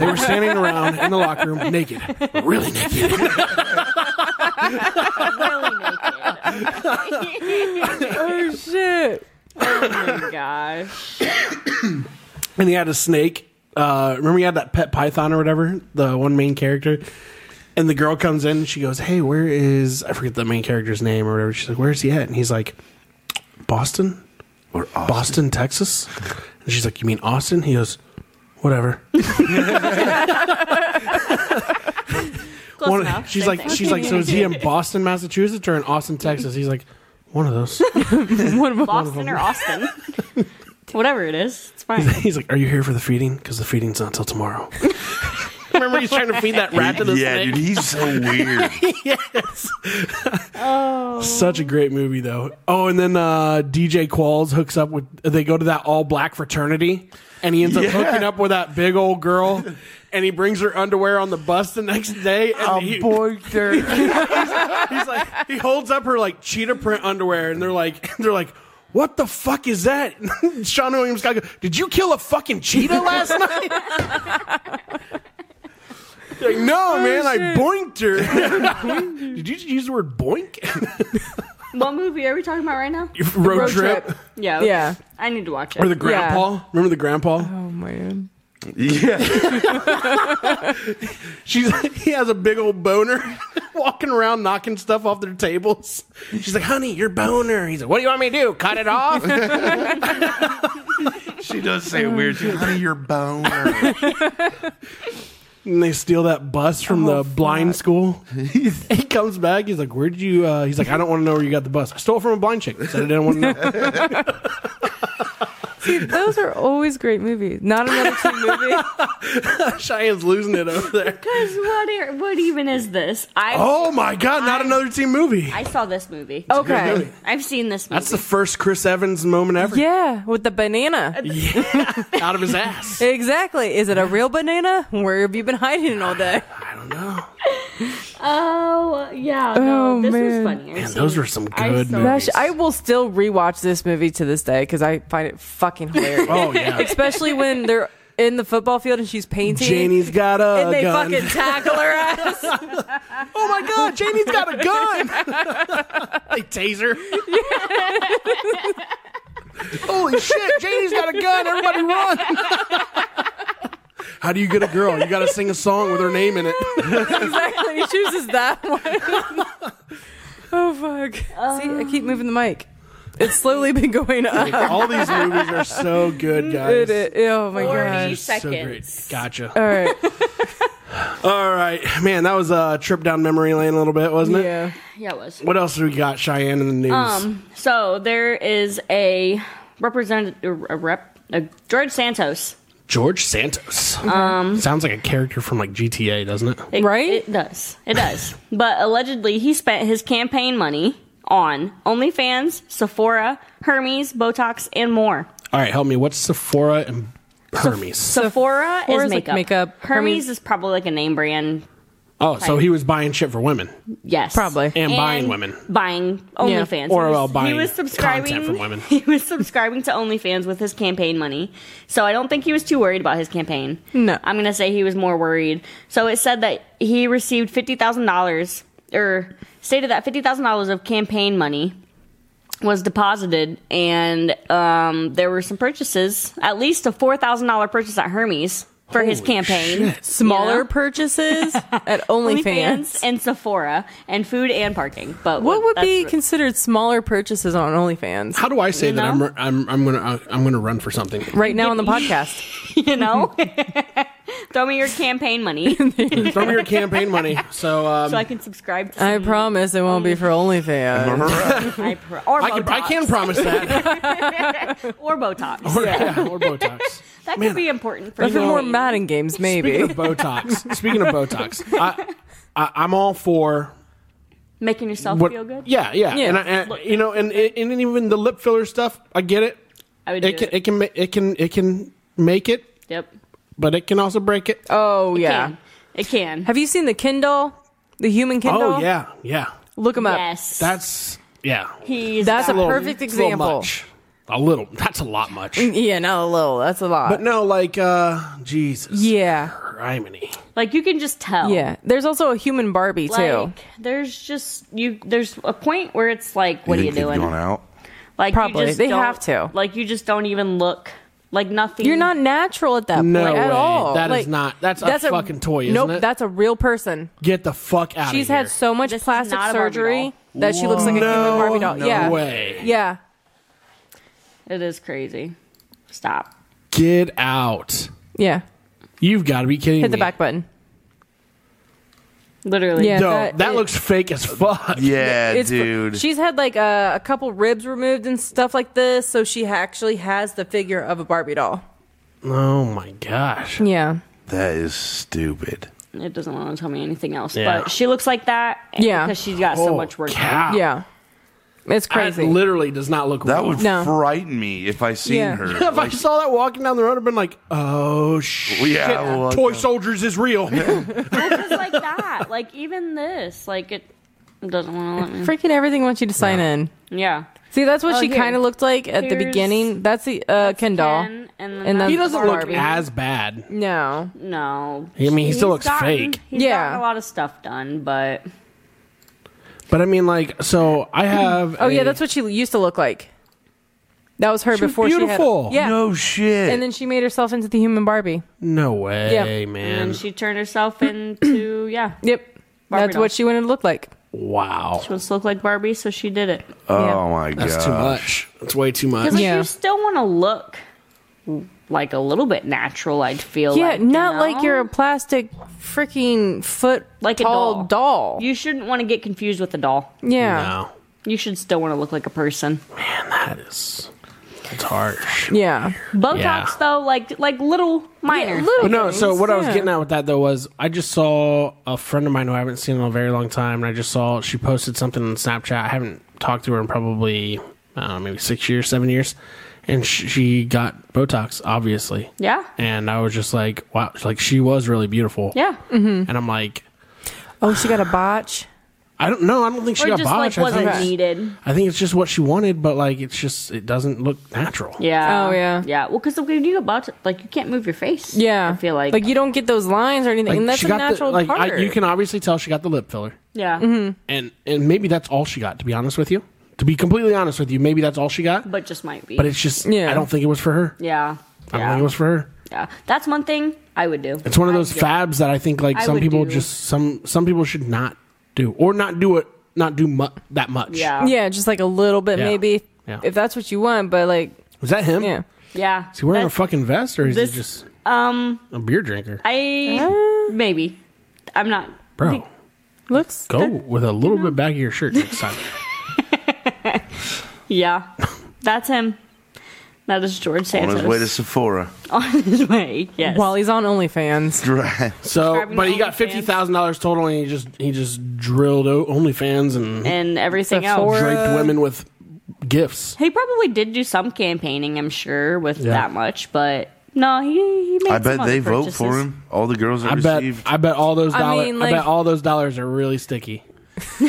[SPEAKER 1] were standing around in the locker room, naked, really naked.
[SPEAKER 3] really naked.
[SPEAKER 2] oh shit.
[SPEAKER 3] oh my gosh.
[SPEAKER 1] And he had a snake. Uh, remember, he had that pet python or whatever, the one main character. And the girl comes in and she goes, "Hey, where is I forget the main character's name or whatever?" She's like, "Where's he at?" And he's like, "Boston."
[SPEAKER 4] Or Austin.
[SPEAKER 1] Boston, Texas? And she's like, You mean Austin? He goes, Whatever.
[SPEAKER 3] Close
[SPEAKER 1] One-
[SPEAKER 3] enough.
[SPEAKER 1] she's
[SPEAKER 3] Same
[SPEAKER 1] like
[SPEAKER 3] thing.
[SPEAKER 1] she's like, So is he in Boston, Massachusetts or in Austin, Texas? He's like, One of those.
[SPEAKER 3] Boston or Austin. Whatever it is, it's fine.
[SPEAKER 1] He's like, Are you here for the feeding? Because the feeding's not till tomorrow. Remember he's trying to feed that rat to the
[SPEAKER 4] yeah,
[SPEAKER 1] snake?
[SPEAKER 4] dude, he's so weird.
[SPEAKER 1] yes. Such a great movie, though. Oh, and then uh, DJ Qualls hooks up with. They go to that all black fraternity, and he ends up
[SPEAKER 4] Yeah.
[SPEAKER 1] hooking up with that big old girl, and he brings her underwear on the bus the next day. And he, he's like, he holds up her like cheetah print underwear, and they're like, they're like. What the fuck is that? Sean Williams Scott goes, Did you kill a fucking cheetah last night? like, no, man, I boinked her. Oh, Did you just use the word boink?
[SPEAKER 3] What movie are we talking about right now?
[SPEAKER 1] road,
[SPEAKER 2] Road
[SPEAKER 1] trip.
[SPEAKER 2] trip.
[SPEAKER 3] Yeah. okay.
[SPEAKER 2] Yeah.
[SPEAKER 3] I need to watch it.
[SPEAKER 1] or the grandpa. Remember the grandpa?
[SPEAKER 2] Oh man.
[SPEAKER 4] yeah,
[SPEAKER 1] She's he has a big old boner, walking around knocking stuff off their tables. She's like, "Honey, your boner." He's like, "What do you want me to do? Cut it off?"
[SPEAKER 4] she does say it weird. She's out of your boner.
[SPEAKER 1] and they steal that bus from the blind school. he comes back. He's like, "Where'd you?" Uh, he's like, "I don't want to know where you got the bus. I stole it from a blind chick. Said I didn't want to know."
[SPEAKER 2] Those are always great movies. Not another two movie.
[SPEAKER 1] Cheyenne's losing it over there.
[SPEAKER 3] Because what, are, what even is this? I
[SPEAKER 1] Oh my god! Not another team movie.
[SPEAKER 3] I saw this movie.
[SPEAKER 2] Okay.
[SPEAKER 3] I've seen this movie.
[SPEAKER 1] That's the first Chris Evans moment ever.
[SPEAKER 2] Yeah, with the banana.
[SPEAKER 1] Out of his ass.
[SPEAKER 2] Exactly. Is it a real banana? Where have you been hiding it all day?
[SPEAKER 1] I don't know.
[SPEAKER 3] oh yeah. No,
[SPEAKER 2] Oh,
[SPEAKER 3] this
[SPEAKER 2] man.
[SPEAKER 3] was funnier.
[SPEAKER 1] Man, those were some
[SPEAKER 3] I
[SPEAKER 1] good
[SPEAKER 3] saw-
[SPEAKER 1] movies.
[SPEAKER 2] Gosh, I will still rewatch this movie to this day because I find it fucking hilarious.
[SPEAKER 1] oh yeah.
[SPEAKER 2] Especially when they're in the football field and she's painting.
[SPEAKER 1] Janie's got a
[SPEAKER 2] and they
[SPEAKER 1] gun.
[SPEAKER 2] fucking tackle her ass.
[SPEAKER 1] oh my god, Janie's got a gun. they taser. Holy shit, Janie's got a gun. Everybody run. How do you get a girl? You got to sing a song with her name in it.
[SPEAKER 2] exactly. He chooses that one. oh fuck. See, I keep moving the mic. It's slowly been going up.
[SPEAKER 1] All these movies are so good, guys.
[SPEAKER 2] It, it, oh my
[SPEAKER 3] Forty
[SPEAKER 2] gosh.
[SPEAKER 1] So great.
[SPEAKER 3] seconds.
[SPEAKER 1] Gotcha.
[SPEAKER 2] All right.
[SPEAKER 1] All right, man, that was a trip down memory lane a little bit, wasn't it?
[SPEAKER 2] Yeah.
[SPEAKER 3] yeah, it was.
[SPEAKER 1] What else do we got, Cheyenne, in the news?
[SPEAKER 3] Um, so there is a representative, a rep, a George Santos.
[SPEAKER 1] George Santos.
[SPEAKER 3] Mm-hmm.
[SPEAKER 1] Um, Sounds like a character from like GTA, doesn't it?
[SPEAKER 3] It-
[SPEAKER 2] Right?
[SPEAKER 3] It does. It does. but allegedly, he spent his campaign money on OnlyFans, Sephora, Hermes, Botox, and more.
[SPEAKER 1] All right, help me. What's Sephora and Hermes?
[SPEAKER 3] Sephora
[SPEAKER 2] Sephora's
[SPEAKER 3] is
[SPEAKER 2] like
[SPEAKER 3] makeup.
[SPEAKER 2] makeup.
[SPEAKER 3] Hermes
[SPEAKER 2] Hermes-
[SPEAKER 3] is probably like a name brand.
[SPEAKER 1] oh, so he was buying shit for women
[SPEAKER 3] Yes,
[SPEAKER 2] Probably.
[SPEAKER 1] and,
[SPEAKER 3] And
[SPEAKER 1] buying women.
[SPEAKER 3] Buying OnlyFans.
[SPEAKER 1] Or
[SPEAKER 3] He was-
[SPEAKER 1] well, buying
[SPEAKER 3] he was subscribing
[SPEAKER 1] content from women.
[SPEAKER 3] He was subscribing to OnlyFans with his campaign money, so I don't think he was too worried about his campaign.
[SPEAKER 2] No.
[SPEAKER 3] I'm gonna say he was more worried. So it said that he received fifty thousand dollars, or stated that fifty thousand dollars of campaign money was deposited, and um, there were some purchases, at least a four thousand dollar purchase at Hermes for his
[SPEAKER 1] Holy
[SPEAKER 3] campaign.
[SPEAKER 1] shit.
[SPEAKER 2] Smaller
[SPEAKER 3] Yeah.
[SPEAKER 2] purchases at OnlyFans.
[SPEAKER 3] OnlyFans and Sephora and food and parking. But
[SPEAKER 2] What would
[SPEAKER 3] that's-
[SPEAKER 2] be considered smaller purchases on OnlyFans?
[SPEAKER 1] How do I say that
[SPEAKER 3] know?
[SPEAKER 1] I'm I'm I'm gonna uh, I'm gonna run for something?
[SPEAKER 2] Right now on the podcast.
[SPEAKER 3] you know? Throw me your campaign money
[SPEAKER 1] Throw me your campaign money. So, um,
[SPEAKER 3] so I can subscribe to
[SPEAKER 2] I promise it won't be for OnlyFans.
[SPEAKER 3] I pro- or
[SPEAKER 1] I can
[SPEAKER 3] Botox.
[SPEAKER 1] I can promise that
[SPEAKER 3] or Botox.
[SPEAKER 1] or, yeah, or Botox.
[SPEAKER 3] That
[SPEAKER 1] Man,
[SPEAKER 3] could be important for
[SPEAKER 2] But for
[SPEAKER 3] you.
[SPEAKER 2] more Madden games,
[SPEAKER 1] Speaking
[SPEAKER 2] maybe.
[SPEAKER 1] of Botox, speaking of Botox, I, I, I'm all for
[SPEAKER 3] making yourself
[SPEAKER 1] what.
[SPEAKER 3] feel good.
[SPEAKER 1] Yeah, yeah,
[SPEAKER 2] Yeah.
[SPEAKER 1] and, I, and you know, and, and even the lip filler stuff. I get it.
[SPEAKER 3] I would
[SPEAKER 1] It
[SPEAKER 3] do
[SPEAKER 1] can
[SPEAKER 3] it.
[SPEAKER 1] it can ma- it can it can make it,
[SPEAKER 3] Yep.
[SPEAKER 1] but it can also break it.
[SPEAKER 2] Oh, yeah.
[SPEAKER 3] Can. It can.
[SPEAKER 2] Have you seen the Kindle? The human Kindle?
[SPEAKER 1] Oh yeah, yeah.
[SPEAKER 2] Look them up.
[SPEAKER 3] yes.
[SPEAKER 1] That's yeah.
[SPEAKER 3] He's
[SPEAKER 2] That's a
[SPEAKER 3] got-
[SPEAKER 2] perfect
[SPEAKER 1] It's a little
[SPEAKER 2] example. Mm,
[SPEAKER 1] much. A little. That's a lot much.
[SPEAKER 2] Yeah, not a little. That's a lot.
[SPEAKER 1] But no, like uh Jesus.
[SPEAKER 2] yeah.
[SPEAKER 1] Criminy.
[SPEAKER 3] like you can just tell.
[SPEAKER 2] Yeah. There's also a human Barbie, too.
[SPEAKER 3] Like there's just you there's a point where it's like what are you
[SPEAKER 4] Think you've
[SPEAKER 3] doing?
[SPEAKER 4] Gone out.
[SPEAKER 3] Like
[SPEAKER 2] Probably.
[SPEAKER 3] you just
[SPEAKER 2] They
[SPEAKER 3] don't-
[SPEAKER 2] have to.
[SPEAKER 3] Like you just don't even look like nothing.
[SPEAKER 2] You're not natural at that
[SPEAKER 1] No
[SPEAKER 2] point at
[SPEAKER 1] way.
[SPEAKER 2] all.
[SPEAKER 1] That is
[SPEAKER 2] That is
[SPEAKER 1] not- that's a fucking toy, isn't
[SPEAKER 2] nope,
[SPEAKER 1] it?
[SPEAKER 2] that's a real person.
[SPEAKER 1] Get the fuck out
[SPEAKER 2] She's
[SPEAKER 1] of here.
[SPEAKER 2] had so much
[SPEAKER 3] This is
[SPEAKER 2] plastic
[SPEAKER 3] not a Barbie
[SPEAKER 2] surgery
[SPEAKER 3] doll.
[SPEAKER 2] that she looks like a
[SPEAKER 1] no,
[SPEAKER 2] human Barbie doll.
[SPEAKER 1] no
[SPEAKER 2] yeah.
[SPEAKER 1] way.
[SPEAKER 2] Yeah.
[SPEAKER 3] It is crazy. Stop.
[SPEAKER 1] Get out.
[SPEAKER 2] Yeah.
[SPEAKER 1] You've got to be kidding me.
[SPEAKER 2] Hit the back button.
[SPEAKER 3] Literally.
[SPEAKER 2] Yeah.
[SPEAKER 1] No, that,
[SPEAKER 2] That- it-
[SPEAKER 1] looks fake as fuck.
[SPEAKER 4] Yeah,
[SPEAKER 2] It's-
[SPEAKER 4] dude.
[SPEAKER 2] She's had like a, a couple ribs removed and stuff like this, so she actually has the figure of a Barbie doll.
[SPEAKER 1] Oh my gosh.
[SPEAKER 2] Yeah.
[SPEAKER 4] that is stupid.
[SPEAKER 3] It doesn't want to tell me anything else.
[SPEAKER 1] Yeah.
[SPEAKER 3] But she looks like that
[SPEAKER 2] Yeah.
[SPEAKER 3] because she's got so
[SPEAKER 1] Oh,
[SPEAKER 3] much work.
[SPEAKER 1] cow.
[SPEAKER 2] Yeah. It's
[SPEAKER 1] That
[SPEAKER 2] crazy.
[SPEAKER 1] literally does not look.
[SPEAKER 4] That
[SPEAKER 1] real.
[SPEAKER 4] would
[SPEAKER 2] No.
[SPEAKER 4] frighten me if I seen
[SPEAKER 2] Yeah.
[SPEAKER 4] her.
[SPEAKER 1] if I
[SPEAKER 4] Like,
[SPEAKER 1] saw that walking down the road, I've been like, "Oh shit,
[SPEAKER 4] yeah, well,
[SPEAKER 1] toy soldiers is real."
[SPEAKER 3] Just like that. Like even this. Like it doesn't want to let
[SPEAKER 2] Mm.
[SPEAKER 3] me.
[SPEAKER 2] Freaking everything wants you to sign in.
[SPEAKER 3] Yeah.
[SPEAKER 2] See, that's what
[SPEAKER 3] Oh,
[SPEAKER 2] she
[SPEAKER 3] here.
[SPEAKER 2] kind of looked like at the
[SPEAKER 3] Here's-
[SPEAKER 2] beginning. That's the uh, Ken doll.
[SPEAKER 3] Ken, and then
[SPEAKER 2] And then-
[SPEAKER 1] he doesn't look
[SPEAKER 2] Barbie.
[SPEAKER 1] as bad.
[SPEAKER 2] No.
[SPEAKER 3] No.
[SPEAKER 1] I mean, he still looks fake.
[SPEAKER 3] yeah.
[SPEAKER 2] Yeah.
[SPEAKER 3] a lot of stuff done, but
[SPEAKER 1] But I mean, like, so I have.
[SPEAKER 2] Oh yeah, that's what she used to look like. That was her
[SPEAKER 1] was
[SPEAKER 2] before
[SPEAKER 1] beautiful.
[SPEAKER 2] she had. Yeah.
[SPEAKER 4] no shit.
[SPEAKER 2] And then she made herself into the human Barbie.
[SPEAKER 1] no way,
[SPEAKER 2] Yeah.
[SPEAKER 1] man.
[SPEAKER 3] and she turned herself into yeah.
[SPEAKER 2] Yep.
[SPEAKER 3] Barbie
[SPEAKER 2] that's
[SPEAKER 3] doll.
[SPEAKER 2] what she wanted to look like.
[SPEAKER 1] wow,
[SPEAKER 3] Supposed to look like Barbie, so she did it.
[SPEAKER 1] Uh,
[SPEAKER 4] oh
[SPEAKER 2] Yeah.
[SPEAKER 4] my god,
[SPEAKER 1] that's too much. That's way too much.
[SPEAKER 3] Because like,
[SPEAKER 2] Yeah.
[SPEAKER 3] you still want to look like a little bit natural. I'd feel
[SPEAKER 2] Yeah,
[SPEAKER 3] like, you
[SPEAKER 2] not
[SPEAKER 3] know?
[SPEAKER 2] like you're a plastic freaking foot
[SPEAKER 3] Like a
[SPEAKER 2] tall
[SPEAKER 3] doll.
[SPEAKER 2] doll.
[SPEAKER 3] You shouldn't want to get confused with a doll.
[SPEAKER 2] yeah.
[SPEAKER 1] No,
[SPEAKER 3] You should still want to look like a person.
[SPEAKER 1] that is that's harsh.
[SPEAKER 2] Yeah.
[SPEAKER 3] Botox
[SPEAKER 1] Yeah.
[SPEAKER 3] though, like like little minor.
[SPEAKER 1] But no, so what I was
[SPEAKER 2] yeah.
[SPEAKER 1] getting at with that though was I just saw a friend of mine who I haven't seen in a very long time, and I just saw she posted something on Snapchat. I haven't talked to her in probably I don't know, maybe six years, seven years, and sh- she got Botox, obviously.
[SPEAKER 3] yeah.
[SPEAKER 1] And I was just like, wow, like she was really beautiful.
[SPEAKER 3] Yeah.
[SPEAKER 1] And I'm like,
[SPEAKER 2] Oh, she got a botch.
[SPEAKER 1] I don't know. I don't think she got
[SPEAKER 3] Or just like
[SPEAKER 1] botched. I,
[SPEAKER 3] wasn't
[SPEAKER 1] think it's-
[SPEAKER 3] needed.
[SPEAKER 1] I think it's just what she wanted, but like it's just it doesn't look natural.
[SPEAKER 3] Yeah.
[SPEAKER 2] Oh, yeah.
[SPEAKER 3] Yeah. Well, because when you get Botox, like you can't move your face.
[SPEAKER 2] Yeah.
[SPEAKER 3] I feel like
[SPEAKER 2] like you don't get those lines or anything.
[SPEAKER 1] Like,
[SPEAKER 2] and that's
[SPEAKER 1] she
[SPEAKER 2] a
[SPEAKER 1] got the-
[SPEAKER 2] natural
[SPEAKER 1] like, I-
[SPEAKER 2] part.
[SPEAKER 1] you can obviously tell she got the lip filler.
[SPEAKER 3] yeah.
[SPEAKER 2] mm-hmm.
[SPEAKER 1] and and maybe that's all she got to be honest with you to be completely honest with you maybe that's all she got
[SPEAKER 3] But just might be.
[SPEAKER 1] but it's just
[SPEAKER 2] Yeah.
[SPEAKER 1] i don't think it was for her
[SPEAKER 3] yeah.
[SPEAKER 1] i don't think
[SPEAKER 3] Yeah.
[SPEAKER 1] it was for her
[SPEAKER 3] yeah. That's one thing I would do.
[SPEAKER 1] it's one of those fabs that i think like
[SPEAKER 3] I
[SPEAKER 1] some
[SPEAKER 3] would
[SPEAKER 1] people
[SPEAKER 3] do-
[SPEAKER 1] just some some people should not do or not do it not do mu- that much
[SPEAKER 3] Yeah.
[SPEAKER 2] yeah, just like a little bit
[SPEAKER 1] Yeah.
[SPEAKER 2] maybe
[SPEAKER 1] Yeah.
[SPEAKER 2] if that's what you want, but like
[SPEAKER 1] was that him
[SPEAKER 2] yeah.
[SPEAKER 3] Yeah.
[SPEAKER 1] is he wearing a
[SPEAKER 3] That's-
[SPEAKER 1] fucking vest or is
[SPEAKER 3] this-
[SPEAKER 1] he just
[SPEAKER 3] Um.
[SPEAKER 1] a beer drinker
[SPEAKER 3] I
[SPEAKER 2] Uh.
[SPEAKER 3] maybe. I'm not.
[SPEAKER 1] bro
[SPEAKER 2] Looks
[SPEAKER 1] go with a little bit back of your shirt next time
[SPEAKER 3] Yeah. That's him. That is George
[SPEAKER 4] On
[SPEAKER 3] Santos.
[SPEAKER 4] his way to Sephora.
[SPEAKER 3] On his way, Yes.
[SPEAKER 2] while he's on OnlyFans.
[SPEAKER 4] Right.
[SPEAKER 1] so
[SPEAKER 3] Subscribing
[SPEAKER 1] but he
[SPEAKER 3] to
[SPEAKER 1] got
[SPEAKER 3] OnlyFans.
[SPEAKER 1] $50000 total and he just he just drilled o- onlyfans and
[SPEAKER 3] and everything else.
[SPEAKER 2] Sephora.
[SPEAKER 1] draped women with gifts
[SPEAKER 3] He probably did do some campaigning, I'm sure, with
[SPEAKER 1] Yeah.
[SPEAKER 3] that much, but no, he, he made
[SPEAKER 4] I
[SPEAKER 3] some
[SPEAKER 4] bet
[SPEAKER 3] other
[SPEAKER 4] they vote
[SPEAKER 3] purchases.
[SPEAKER 4] for him. All the girls that
[SPEAKER 1] I bet
[SPEAKER 4] received.
[SPEAKER 1] I bet all those
[SPEAKER 2] I
[SPEAKER 1] dollars I,
[SPEAKER 2] mean, like-
[SPEAKER 1] bet all those dollars are really sticky.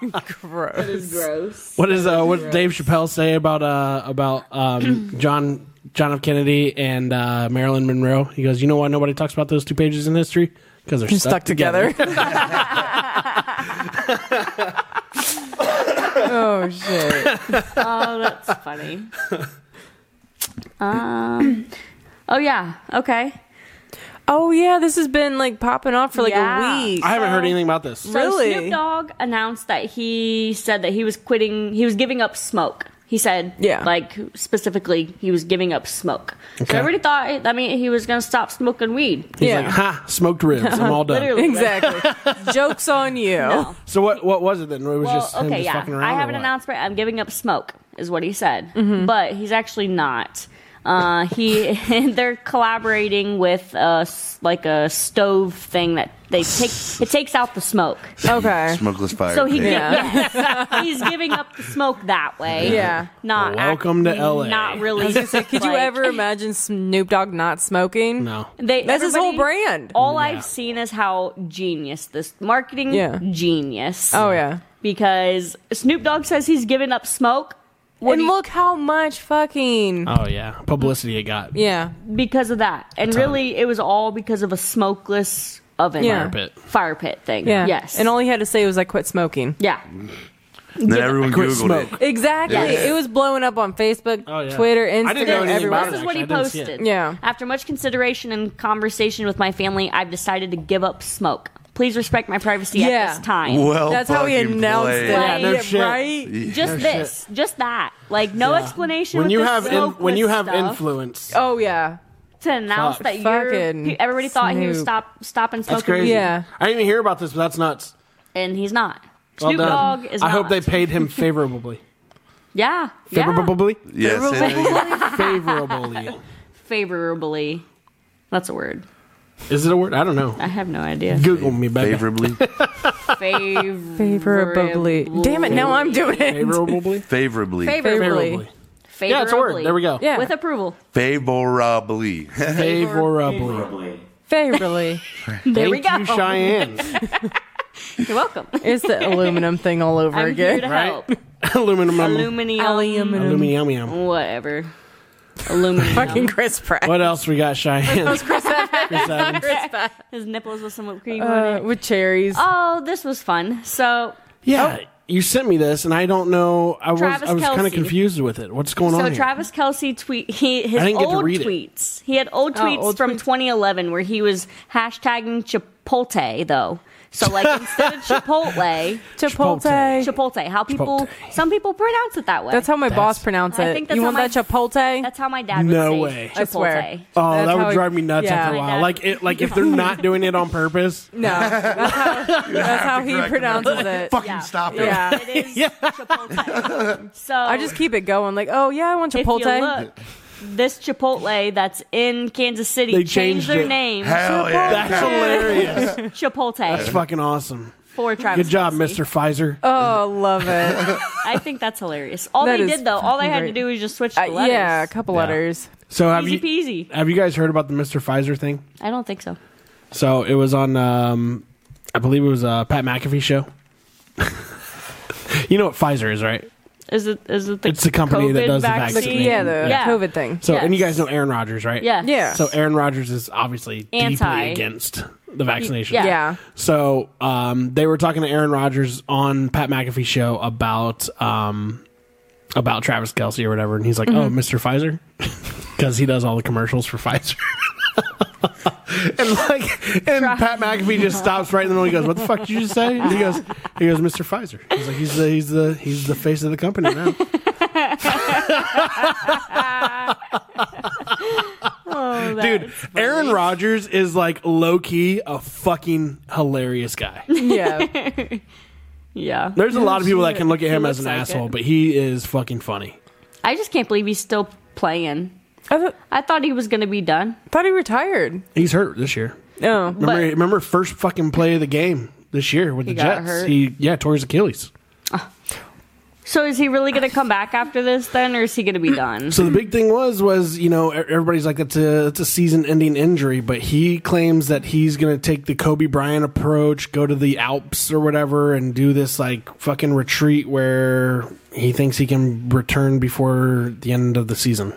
[SPEAKER 3] Gross.
[SPEAKER 1] What is uh, what did Dave Chappelle say about uh about um John John F Kennedy and uh, Marilyn Monroe? He goes, "You know why nobody talks about those two pages in history? Because they're stuck,
[SPEAKER 2] Stuck
[SPEAKER 1] together."
[SPEAKER 2] together. oh shit.
[SPEAKER 3] Oh, that's funny. um, oh, yeah. Okay.
[SPEAKER 2] Oh yeah, this has been like popping off for like
[SPEAKER 3] Yeah.
[SPEAKER 2] a week.
[SPEAKER 1] I haven't heard anything about this.
[SPEAKER 3] So
[SPEAKER 2] Really?
[SPEAKER 3] Snoop Dogg announced that he said that he was quitting, he was giving up smoke. He said,
[SPEAKER 2] Yeah.
[SPEAKER 3] like specifically, he was giving up smoke.
[SPEAKER 1] Okay.
[SPEAKER 3] So everybody thought that mean he was going to stop smoking weed.
[SPEAKER 1] He's
[SPEAKER 2] yeah.
[SPEAKER 1] like, "Ha, smoked ribs. I'm all done."
[SPEAKER 3] Literally.
[SPEAKER 2] Exactly. Joke's on you.
[SPEAKER 1] So what what was it then? It was
[SPEAKER 3] Well,
[SPEAKER 1] just him
[SPEAKER 3] okay,
[SPEAKER 1] just
[SPEAKER 3] yeah.
[SPEAKER 1] fucking around.
[SPEAKER 3] I
[SPEAKER 1] or
[SPEAKER 3] have an
[SPEAKER 1] what?
[SPEAKER 3] announcement. I'm giving up smoke, is what he said.
[SPEAKER 2] Mm-hmm.
[SPEAKER 3] But he's actually not. Uh, he they're collaborating with a s- like a stove thing that they take. It takes out the smoke,
[SPEAKER 2] Okay.
[SPEAKER 4] Smokeless fire.
[SPEAKER 3] so he
[SPEAKER 4] pit.
[SPEAKER 2] Yeah.
[SPEAKER 3] get- yes. he's giving up the smoke that way.
[SPEAKER 2] Yeah.
[SPEAKER 3] not
[SPEAKER 1] Welcome to LA.
[SPEAKER 3] Not really.
[SPEAKER 2] Could you
[SPEAKER 3] like-
[SPEAKER 2] ever imagine Snoop Dogg not smoking?
[SPEAKER 1] No.
[SPEAKER 3] They,
[SPEAKER 2] That's his whole
[SPEAKER 3] everybody-
[SPEAKER 2] brand.
[SPEAKER 3] All
[SPEAKER 1] Yeah.
[SPEAKER 3] I've seen is how genius this marketing
[SPEAKER 2] Yeah.
[SPEAKER 3] genius.
[SPEAKER 2] Oh yeah.
[SPEAKER 3] because Snoop Dogg says he's given up smoke. What
[SPEAKER 2] and
[SPEAKER 3] do you-
[SPEAKER 2] look how much fucking
[SPEAKER 1] Oh yeah, publicity it got.
[SPEAKER 2] yeah.
[SPEAKER 3] because of that. And
[SPEAKER 1] ton.
[SPEAKER 3] really, it was all because of a smokeless oven.
[SPEAKER 2] Yeah.
[SPEAKER 1] Fire pit.
[SPEAKER 3] Fire pit thing.
[SPEAKER 2] Yeah.
[SPEAKER 3] Yes.
[SPEAKER 2] And all he had to say was I quit smoking.
[SPEAKER 3] Yeah.
[SPEAKER 4] Then everyone
[SPEAKER 1] Quit
[SPEAKER 4] googled
[SPEAKER 1] smoke.
[SPEAKER 4] it.
[SPEAKER 2] Exactly.
[SPEAKER 4] Yeah.
[SPEAKER 2] It was blowing up on Facebook,
[SPEAKER 1] Oh, yeah.
[SPEAKER 2] Twitter,
[SPEAKER 1] I didn't know
[SPEAKER 2] Instagram,
[SPEAKER 1] anything about
[SPEAKER 2] everywhere.
[SPEAKER 3] This
[SPEAKER 1] it,
[SPEAKER 3] is what he
[SPEAKER 1] actually. I didn't see it.
[SPEAKER 3] posted.
[SPEAKER 2] Yeah.
[SPEAKER 3] After much consideration and conversation with my family, I've decided to give up smoke. please respect my privacy
[SPEAKER 2] Yeah.
[SPEAKER 3] at this time.
[SPEAKER 4] Well,
[SPEAKER 2] That's how he
[SPEAKER 4] fucking
[SPEAKER 2] announced
[SPEAKER 4] played.
[SPEAKER 2] it.
[SPEAKER 3] Yeah, no
[SPEAKER 1] shit.
[SPEAKER 2] Right?
[SPEAKER 3] Just this, just that. Like no explanation.
[SPEAKER 1] when
[SPEAKER 3] with
[SPEAKER 1] you
[SPEAKER 3] this
[SPEAKER 1] have in, when
[SPEAKER 3] smokeless
[SPEAKER 1] you have
[SPEAKER 3] stuff.
[SPEAKER 1] influence.
[SPEAKER 2] Oh yeah.
[SPEAKER 3] to announce
[SPEAKER 1] Fuck.
[SPEAKER 3] that you're
[SPEAKER 2] Fucking
[SPEAKER 3] pe- everybody thought he was
[SPEAKER 2] Snoop.
[SPEAKER 3] stop stopping smoking
[SPEAKER 1] That's crazy.
[SPEAKER 3] weed,
[SPEAKER 2] Yeah.
[SPEAKER 1] I didn't even hear about this, but that's nuts.
[SPEAKER 3] and he's not.
[SPEAKER 1] Well
[SPEAKER 3] Snoop
[SPEAKER 1] done.
[SPEAKER 3] Dogg is.
[SPEAKER 1] I
[SPEAKER 3] not.
[SPEAKER 1] hope they paid him favorably.
[SPEAKER 3] Yeah. Yeah.
[SPEAKER 1] Favorably?
[SPEAKER 4] Yes, and-
[SPEAKER 1] favorably.
[SPEAKER 3] Favorably. That's a word.
[SPEAKER 1] Is it a word? I don't know.
[SPEAKER 3] I have no idea.
[SPEAKER 1] Google me, baby.
[SPEAKER 4] favorably,
[SPEAKER 3] Favorably.
[SPEAKER 2] Favorably. Damn it, now I'm doing it.
[SPEAKER 1] Favorably?
[SPEAKER 4] favorably,
[SPEAKER 1] Favorably.
[SPEAKER 3] Favorably.
[SPEAKER 1] Yeah, it's a word. There we go.
[SPEAKER 2] Yeah.
[SPEAKER 3] With approval.
[SPEAKER 4] favorably.
[SPEAKER 1] Favorably.
[SPEAKER 2] Favorably.
[SPEAKER 3] There we
[SPEAKER 1] Thank
[SPEAKER 3] go.
[SPEAKER 1] you, Cheyenne.
[SPEAKER 3] You're welcome.
[SPEAKER 2] It's the aluminum thing all over
[SPEAKER 3] I'm here
[SPEAKER 2] again.
[SPEAKER 3] to
[SPEAKER 1] Right?
[SPEAKER 3] help.
[SPEAKER 1] Aluminum. Aluminum.
[SPEAKER 3] Aluminum.
[SPEAKER 2] Aluminum.
[SPEAKER 1] Aluminum.
[SPEAKER 3] Whatever. Aluminum.
[SPEAKER 2] Fucking Chris Pratt. Uh,
[SPEAKER 1] What else we got, Cheyenne? Um,
[SPEAKER 2] Chris Evans.
[SPEAKER 1] Chris Evans.
[SPEAKER 3] His nipples with some whipped cream on
[SPEAKER 2] Uh,
[SPEAKER 3] it.
[SPEAKER 2] with cherries.
[SPEAKER 3] Oh, this was fun. So
[SPEAKER 1] Yeah, you sent me this, and I don't know. I was
[SPEAKER 3] Travis
[SPEAKER 1] I was kind of
[SPEAKER 3] Kelce.
[SPEAKER 1] confused with it. What's going on?
[SPEAKER 3] So
[SPEAKER 1] here?
[SPEAKER 3] Travis Kelsey tweet he his
[SPEAKER 1] I didn't get to
[SPEAKER 3] old
[SPEAKER 1] read it.
[SPEAKER 3] tweets. He had old
[SPEAKER 2] Oh,
[SPEAKER 3] tweets
[SPEAKER 2] old
[SPEAKER 3] from
[SPEAKER 2] tweets.
[SPEAKER 3] 2011 where he was hashtagging Chipotle though. So like instead of Chipotle,
[SPEAKER 2] Chipotle.
[SPEAKER 1] Chipotle.
[SPEAKER 3] Chipotle. How people
[SPEAKER 1] Chipotle.
[SPEAKER 3] some people pronounce it that way.
[SPEAKER 2] That's how my boss pronounced it.
[SPEAKER 3] I think that's
[SPEAKER 2] you
[SPEAKER 3] how
[SPEAKER 2] want
[SPEAKER 3] my-
[SPEAKER 2] that Chipotle?
[SPEAKER 3] That's how my dad would
[SPEAKER 1] No
[SPEAKER 3] say
[SPEAKER 1] way.
[SPEAKER 3] Chipotle.
[SPEAKER 2] I swear.
[SPEAKER 1] Oh,
[SPEAKER 2] That's
[SPEAKER 1] that
[SPEAKER 2] how
[SPEAKER 1] would
[SPEAKER 2] it-
[SPEAKER 1] drive me nuts
[SPEAKER 2] yeah.
[SPEAKER 1] after a
[SPEAKER 3] My
[SPEAKER 1] while.
[SPEAKER 3] dad-
[SPEAKER 1] Like it, like if they're not doing it on purpose.
[SPEAKER 2] no. That's how, that's how he
[SPEAKER 4] correct him.
[SPEAKER 2] pronounces it.
[SPEAKER 4] Fucking stop it.
[SPEAKER 2] Yeah.
[SPEAKER 3] It is Chipotle. So
[SPEAKER 2] I just keep it going. Like, oh yeah, I want
[SPEAKER 3] if
[SPEAKER 2] Chipotle.
[SPEAKER 3] you look, this Chipotle that's in Kansas City
[SPEAKER 1] They
[SPEAKER 3] changed,
[SPEAKER 1] changed
[SPEAKER 3] their
[SPEAKER 1] it.
[SPEAKER 3] name
[SPEAKER 4] Hell yeah!
[SPEAKER 1] That's hilarious.
[SPEAKER 3] Chipotle
[SPEAKER 1] That's fucking awesome.
[SPEAKER 3] for Travis.
[SPEAKER 1] Good job,
[SPEAKER 3] Kelce.
[SPEAKER 1] Mister Pfizer.
[SPEAKER 2] oh, love it.
[SPEAKER 3] I think that's hilarious. All
[SPEAKER 2] That
[SPEAKER 3] they
[SPEAKER 2] is
[SPEAKER 3] did though, all they
[SPEAKER 2] fucking
[SPEAKER 3] had
[SPEAKER 2] great.
[SPEAKER 3] to do was just switch the
[SPEAKER 2] Uh,
[SPEAKER 3] letters.
[SPEAKER 2] yeah, a couple letters.
[SPEAKER 1] so have
[SPEAKER 3] easy
[SPEAKER 1] you
[SPEAKER 3] peasy.
[SPEAKER 1] have you guys heard about the Mister Pfizer thing?
[SPEAKER 3] I don't think so.
[SPEAKER 1] So it was on, um, I believe it was uh, Pat McAfee show. you know what Pfizer is, right?
[SPEAKER 3] Is it? Is it the?
[SPEAKER 1] It's the company that
[SPEAKER 3] COVID
[SPEAKER 1] does the
[SPEAKER 3] vaccine?
[SPEAKER 1] vaccine.
[SPEAKER 2] Yeah, the
[SPEAKER 3] Yeah.
[SPEAKER 2] COVID thing.
[SPEAKER 1] So and you
[SPEAKER 3] Yes.
[SPEAKER 1] guys know Aaron Rodgers, right?
[SPEAKER 3] Yes.
[SPEAKER 2] Yeah.
[SPEAKER 1] So Aaron Rodgers is obviously
[SPEAKER 3] Anti.
[SPEAKER 1] deeply against the vaccination.
[SPEAKER 3] Yeah.
[SPEAKER 2] yeah.
[SPEAKER 1] So um, they were talking to Aaron Rodgers on Pat McAfee's show about um, about Travis Kelsey or whatever, and he's like,
[SPEAKER 3] Mm-hmm.
[SPEAKER 1] "Oh, Mister Pfizer," because he does all the commercials for Pfizer. and like, and Pat McAfee just stops right in the middle. He goes, "What the fuck did you just say?" And he goes, "He goes, Mister Pfizer." He's like, "He's the he's the he's the face of the company now."
[SPEAKER 3] Oh, that-
[SPEAKER 1] Dude, Aaron Rodgers is like low key a fucking hilarious guy.
[SPEAKER 2] Yeah.
[SPEAKER 3] Yeah.
[SPEAKER 1] There's a lot of people that can look at him
[SPEAKER 3] He
[SPEAKER 1] as an
[SPEAKER 3] looks like
[SPEAKER 1] asshole,
[SPEAKER 3] it.
[SPEAKER 1] but he is fucking funny.
[SPEAKER 3] I just can't believe he's still playing.
[SPEAKER 2] I th-
[SPEAKER 3] I thought he was gonna be done.
[SPEAKER 2] thought he retired.
[SPEAKER 1] He's hurt this year.
[SPEAKER 2] No.
[SPEAKER 1] Remember,
[SPEAKER 3] But-
[SPEAKER 1] remember first fucking play of the game this year with
[SPEAKER 3] He
[SPEAKER 1] the
[SPEAKER 3] got
[SPEAKER 1] Jets.
[SPEAKER 3] hurt.
[SPEAKER 1] He yeah tore his Achilles.
[SPEAKER 3] So is he really gonna come back after this then, or is he gonna be done?
[SPEAKER 1] So the big thing was was you know e- everybody's like that's a that's a season ending injury, but he claims that he's gonna take the Kobe Bryant approach, go to the Alps or whatever, and do this like fucking retreat where he thinks he can return before the end of the season.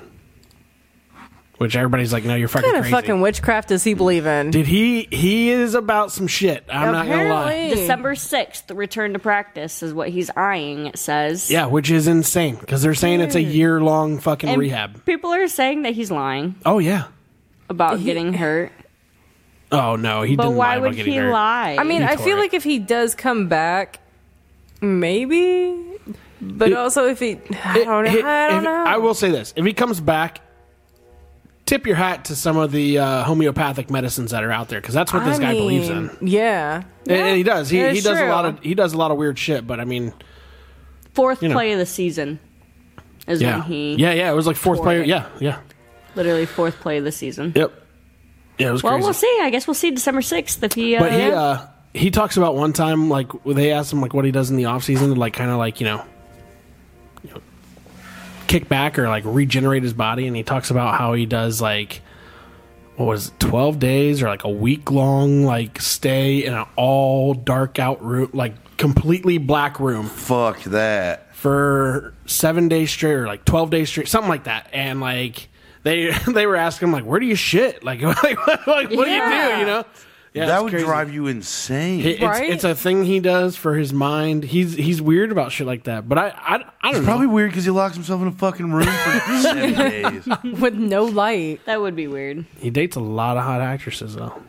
[SPEAKER 1] Which everybody's like, no, you're fucking
[SPEAKER 2] What kind of
[SPEAKER 1] crazy.
[SPEAKER 2] fucking witchcraft does he believe in?
[SPEAKER 1] Did he? He is about some shit. I'm not gonna lie.
[SPEAKER 2] Apparently.
[SPEAKER 3] December sixth, return to practice is what he's eyeing. It says.
[SPEAKER 1] Yeah, which is insane because they're saying it's a year long fucking
[SPEAKER 3] And
[SPEAKER 1] rehab.
[SPEAKER 3] People are saying that he's lying
[SPEAKER 1] Oh yeah.
[SPEAKER 3] about getting hurt,
[SPEAKER 1] Oh no, he
[SPEAKER 3] but
[SPEAKER 1] didn't lie
[SPEAKER 3] why
[SPEAKER 1] about
[SPEAKER 3] would
[SPEAKER 1] getting
[SPEAKER 3] he
[SPEAKER 1] hurt.
[SPEAKER 3] lie?
[SPEAKER 2] I mean,
[SPEAKER 1] He
[SPEAKER 2] I
[SPEAKER 1] tore
[SPEAKER 2] feel
[SPEAKER 1] it.
[SPEAKER 2] like if he does come back, maybe. But
[SPEAKER 1] It-
[SPEAKER 2] also, if he, I don't,
[SPEAKER 1] Hit-
[SPEAKER 2] I don't
[SPEAKER 1] if-
[SPEAKER 2] know.
[SPEAKER 1] I will say this: if he comes back, tip your hat to some of the uh, homeopathic medicines that are out there because that's what this
[SPEAKER 2] I
[SPEAKER 1] guy
[SPEAKER 2] mean,
[SPEAKER 1] believes in, and,
[SPEAKER 2] Yeah,
[SPEAKER 1] and he does. He,
[SPEAKER 2] Yeah,
[SPEAKER 1] he
[SPEAKER 2] it's
[SPEAKER 1] does a
[SPEAKER 2] true.
[SPEAKER 1] lot of he does a lot of weird shit. But I mean,
[SPEAKER 3] fourth
[SPEAKER 1] you know.
[SPEAKER 3] play of the season is
[SPEAKER 1] yeah,
[SPEAKER 3] when he
[SPEAKER 1] yeah, yeah. It was like fourth
[SPEAKER 3] tore
[SPEAKER 1] player.
[SPEAKER 3] it.
[SPEAKER 1] Yeah, yeah,
[SPEAKER 3] literally fourth play of the season.
[SPEAKER 1] yep. Yeah, it was
[SPEAKER 3] Well,
[SPEAKER 1] crazy.
[SPEAKER 3] we'll see. I guess we'll see December sixth if he. Uh,
[SPEAKER 1] But he uh, he talks about one time like they asked him like what he does in the off season to like kind of like you know, you know, kick back or like regenerate his body, and he talks about how he does like what was it, twelve days or like a week long like stay in an all dark out room like completely black room
[SPEAKER 4] Fuck that.
[SPEAKER 1] for seven days straight or like twelve days straight, something like that, and like. They, they were asking him like where do you shit like, like, what do you do
[SPEAKER 3] Yeah.
[SPEAKER 1] you know yeah,
[SPEAKER 4] that
[SPEAKER 1] it's
[SPEAKER 4] would
[SPEAKER 1] crazy.
[SPEAKER 4] drive you insane.
[SPEAKER 1] It- it's,
[SPEAKER 2] Right?
[SPEAKER 1] it's a thing he does for his mind. He's he's weird about shit like that. But I I, I don't
[SPEAKER 4] it's
[SPEAKER 1] know.
[SPEAKER 4] probably weird because he locks himself in a fucking room for seven days.
[SPEAKER 2] with no light.
[SPEAKER 3] that would be weird.
[SPEAKER 1] he dates a lot of hot actresses though.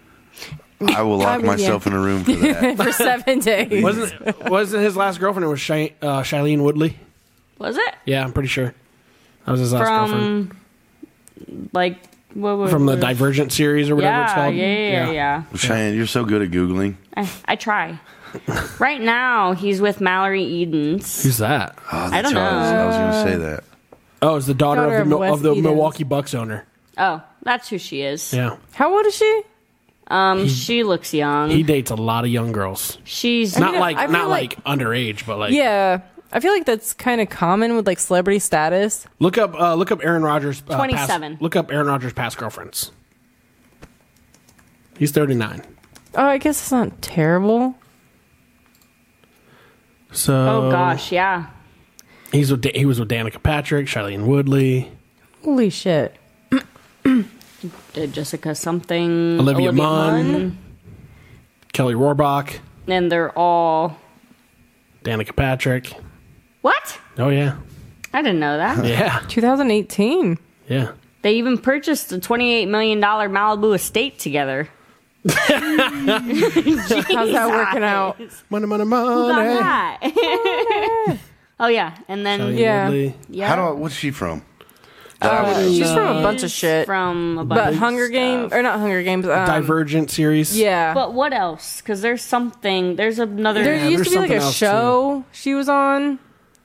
[SPEAKER 4] I will lock
[SPEAKER 2] would, yeah.
[SPEAKER 4] myself in a room for that.
[SPEAKER 2] for seven days.
[SPEAKER 1] Wasn't wasn't his last girlfriend? It was Shay, uh, Shailene Woodley.
[SPEAKER 3] Was it
[SPEAKER 1] Yeah, I'm pretty sure. That was his last girlfriend
[SPEAKER 3] from like what was
[SPEAKER 1] from the Divergent series or whatever it's
[SPEAKER 3] Yeah, yeah,
[SPEAKER 1] called.
[SPEAKER 3] yeah, yeah, yeah.
[SPEAKER 4] Cheyenne, you're so good at Googling.
[SPEAKER 3] I, I try. right now, he's with Mallory Edens.
[SPEAKER 1] Who's that?
[SPEAKER 4] Oh,
[SPEAKER 3] I
[SPEAKER 4] that's what
[SPEAKER 3] don't
[SPEAKER 4] was- I was, going to say that.
[SPEAKER 1] Oh, it's the daughter,
[SPEAKER 2] Daughter
[SPEAKER 1] of the,
[SPEAKER 2] of
[SPEAKER 1] Mil- of
[SPEAKER 2] Wes
[SPEAKER 1] the
[SPEAKER 2] Edens.
[SPEAKER 1] Milwaukee Bucks owner.
[SPEAKER 3] Oh, that's who she is.
[SPEAKER 1] Yeah,
[SPEAKER 2] How old is she?
[SPEAKER 3] Um, she looks young.
[SPEAKER 1] he dates a lot of young girls.
[SPEAKER 3] She's
[SPEAKER 1] Not
[SPEAKER 2] mean,
[SPEAKER 1] like
[SPEAKER 2] I feel
[SPEAKER 1] not like,
[SPEAKER 2] like-
[SPEAKER 1] underage, but like
[SPEAKER 2] Yeah. I feel like that's kind of common with like celebrity status.
[SPEAKER 1] Look up uh, look up Aaron Rodgers. Uh, past-
[SPEAKER 3] 27.
[SPEAKER 1] look up Aaron Rodgers' past girlfriends. He's 39.
[SPEAKER 2] Oh, I guess it's not terrible.
[SPEAKER 1] So
[SPEAKER 3] Oh gosh, yeah.
[SPEAKER 1] he's with, Da- he was with Danica Patrick, Charlene Woodley,
[SPEAKER 2] Holy shit.
[SPEAKER 3] Did Jessica something.
[SPEAKER 1] Olivia Munn. Kelly Rohrbach,
[SPEAKER 3] And they're all.
[SPEAKER 1] Danica Patrick.
[SPEAKER 3] What?
[SPEAKER 1] Oh yeah,
[SPEAKER 3] I didn't know that.
[SPEAKER 1] yeah,
[SPEAKER 2] 2018.
[SPEAKER 1] yeah.
[SPEAKER 3] they even purchased a $28 million Malibu estate together.
[SPEAKER 2] How's that working out?
[SPEAKER 1] Money, money,
[SPEAKER 3] About
[SPEAKER 1] money.
[SPEAKER 3] that. oh, yeah. And then.
[SPEAKER 1] Shailene
[SPEAKER 2] Yeah.
[SPEAKER 1] Woodley.
[SPEAKER 3] Yeah.
[SPEAKER 4] How do I, what's she from?
[SPEAKER 2] She's from a bunch of shit.
[SPEAKER 3] From a bunch
[SPEAKER 2] but
[SPEAKER 3] of
[SPEAKER 2] Hunger Games, or not Hunger Games. Um,
[SPEAKER 1] Divergent series.
[SPEAKER 2] Yeah.
[SPEAKER 3] But what else? Because there's something. There's another.
[SPEAKER 2] there
[SPEAKER 1] Yeah,
[SPEAKER 2] used
[SPEAKER 1] there's
[SPEAKER 2] to be like
[SPEAKER 1] something
[SPEAKER 2] a
[SPEAKER 1] else,
[SPEAKER 2] show she was on.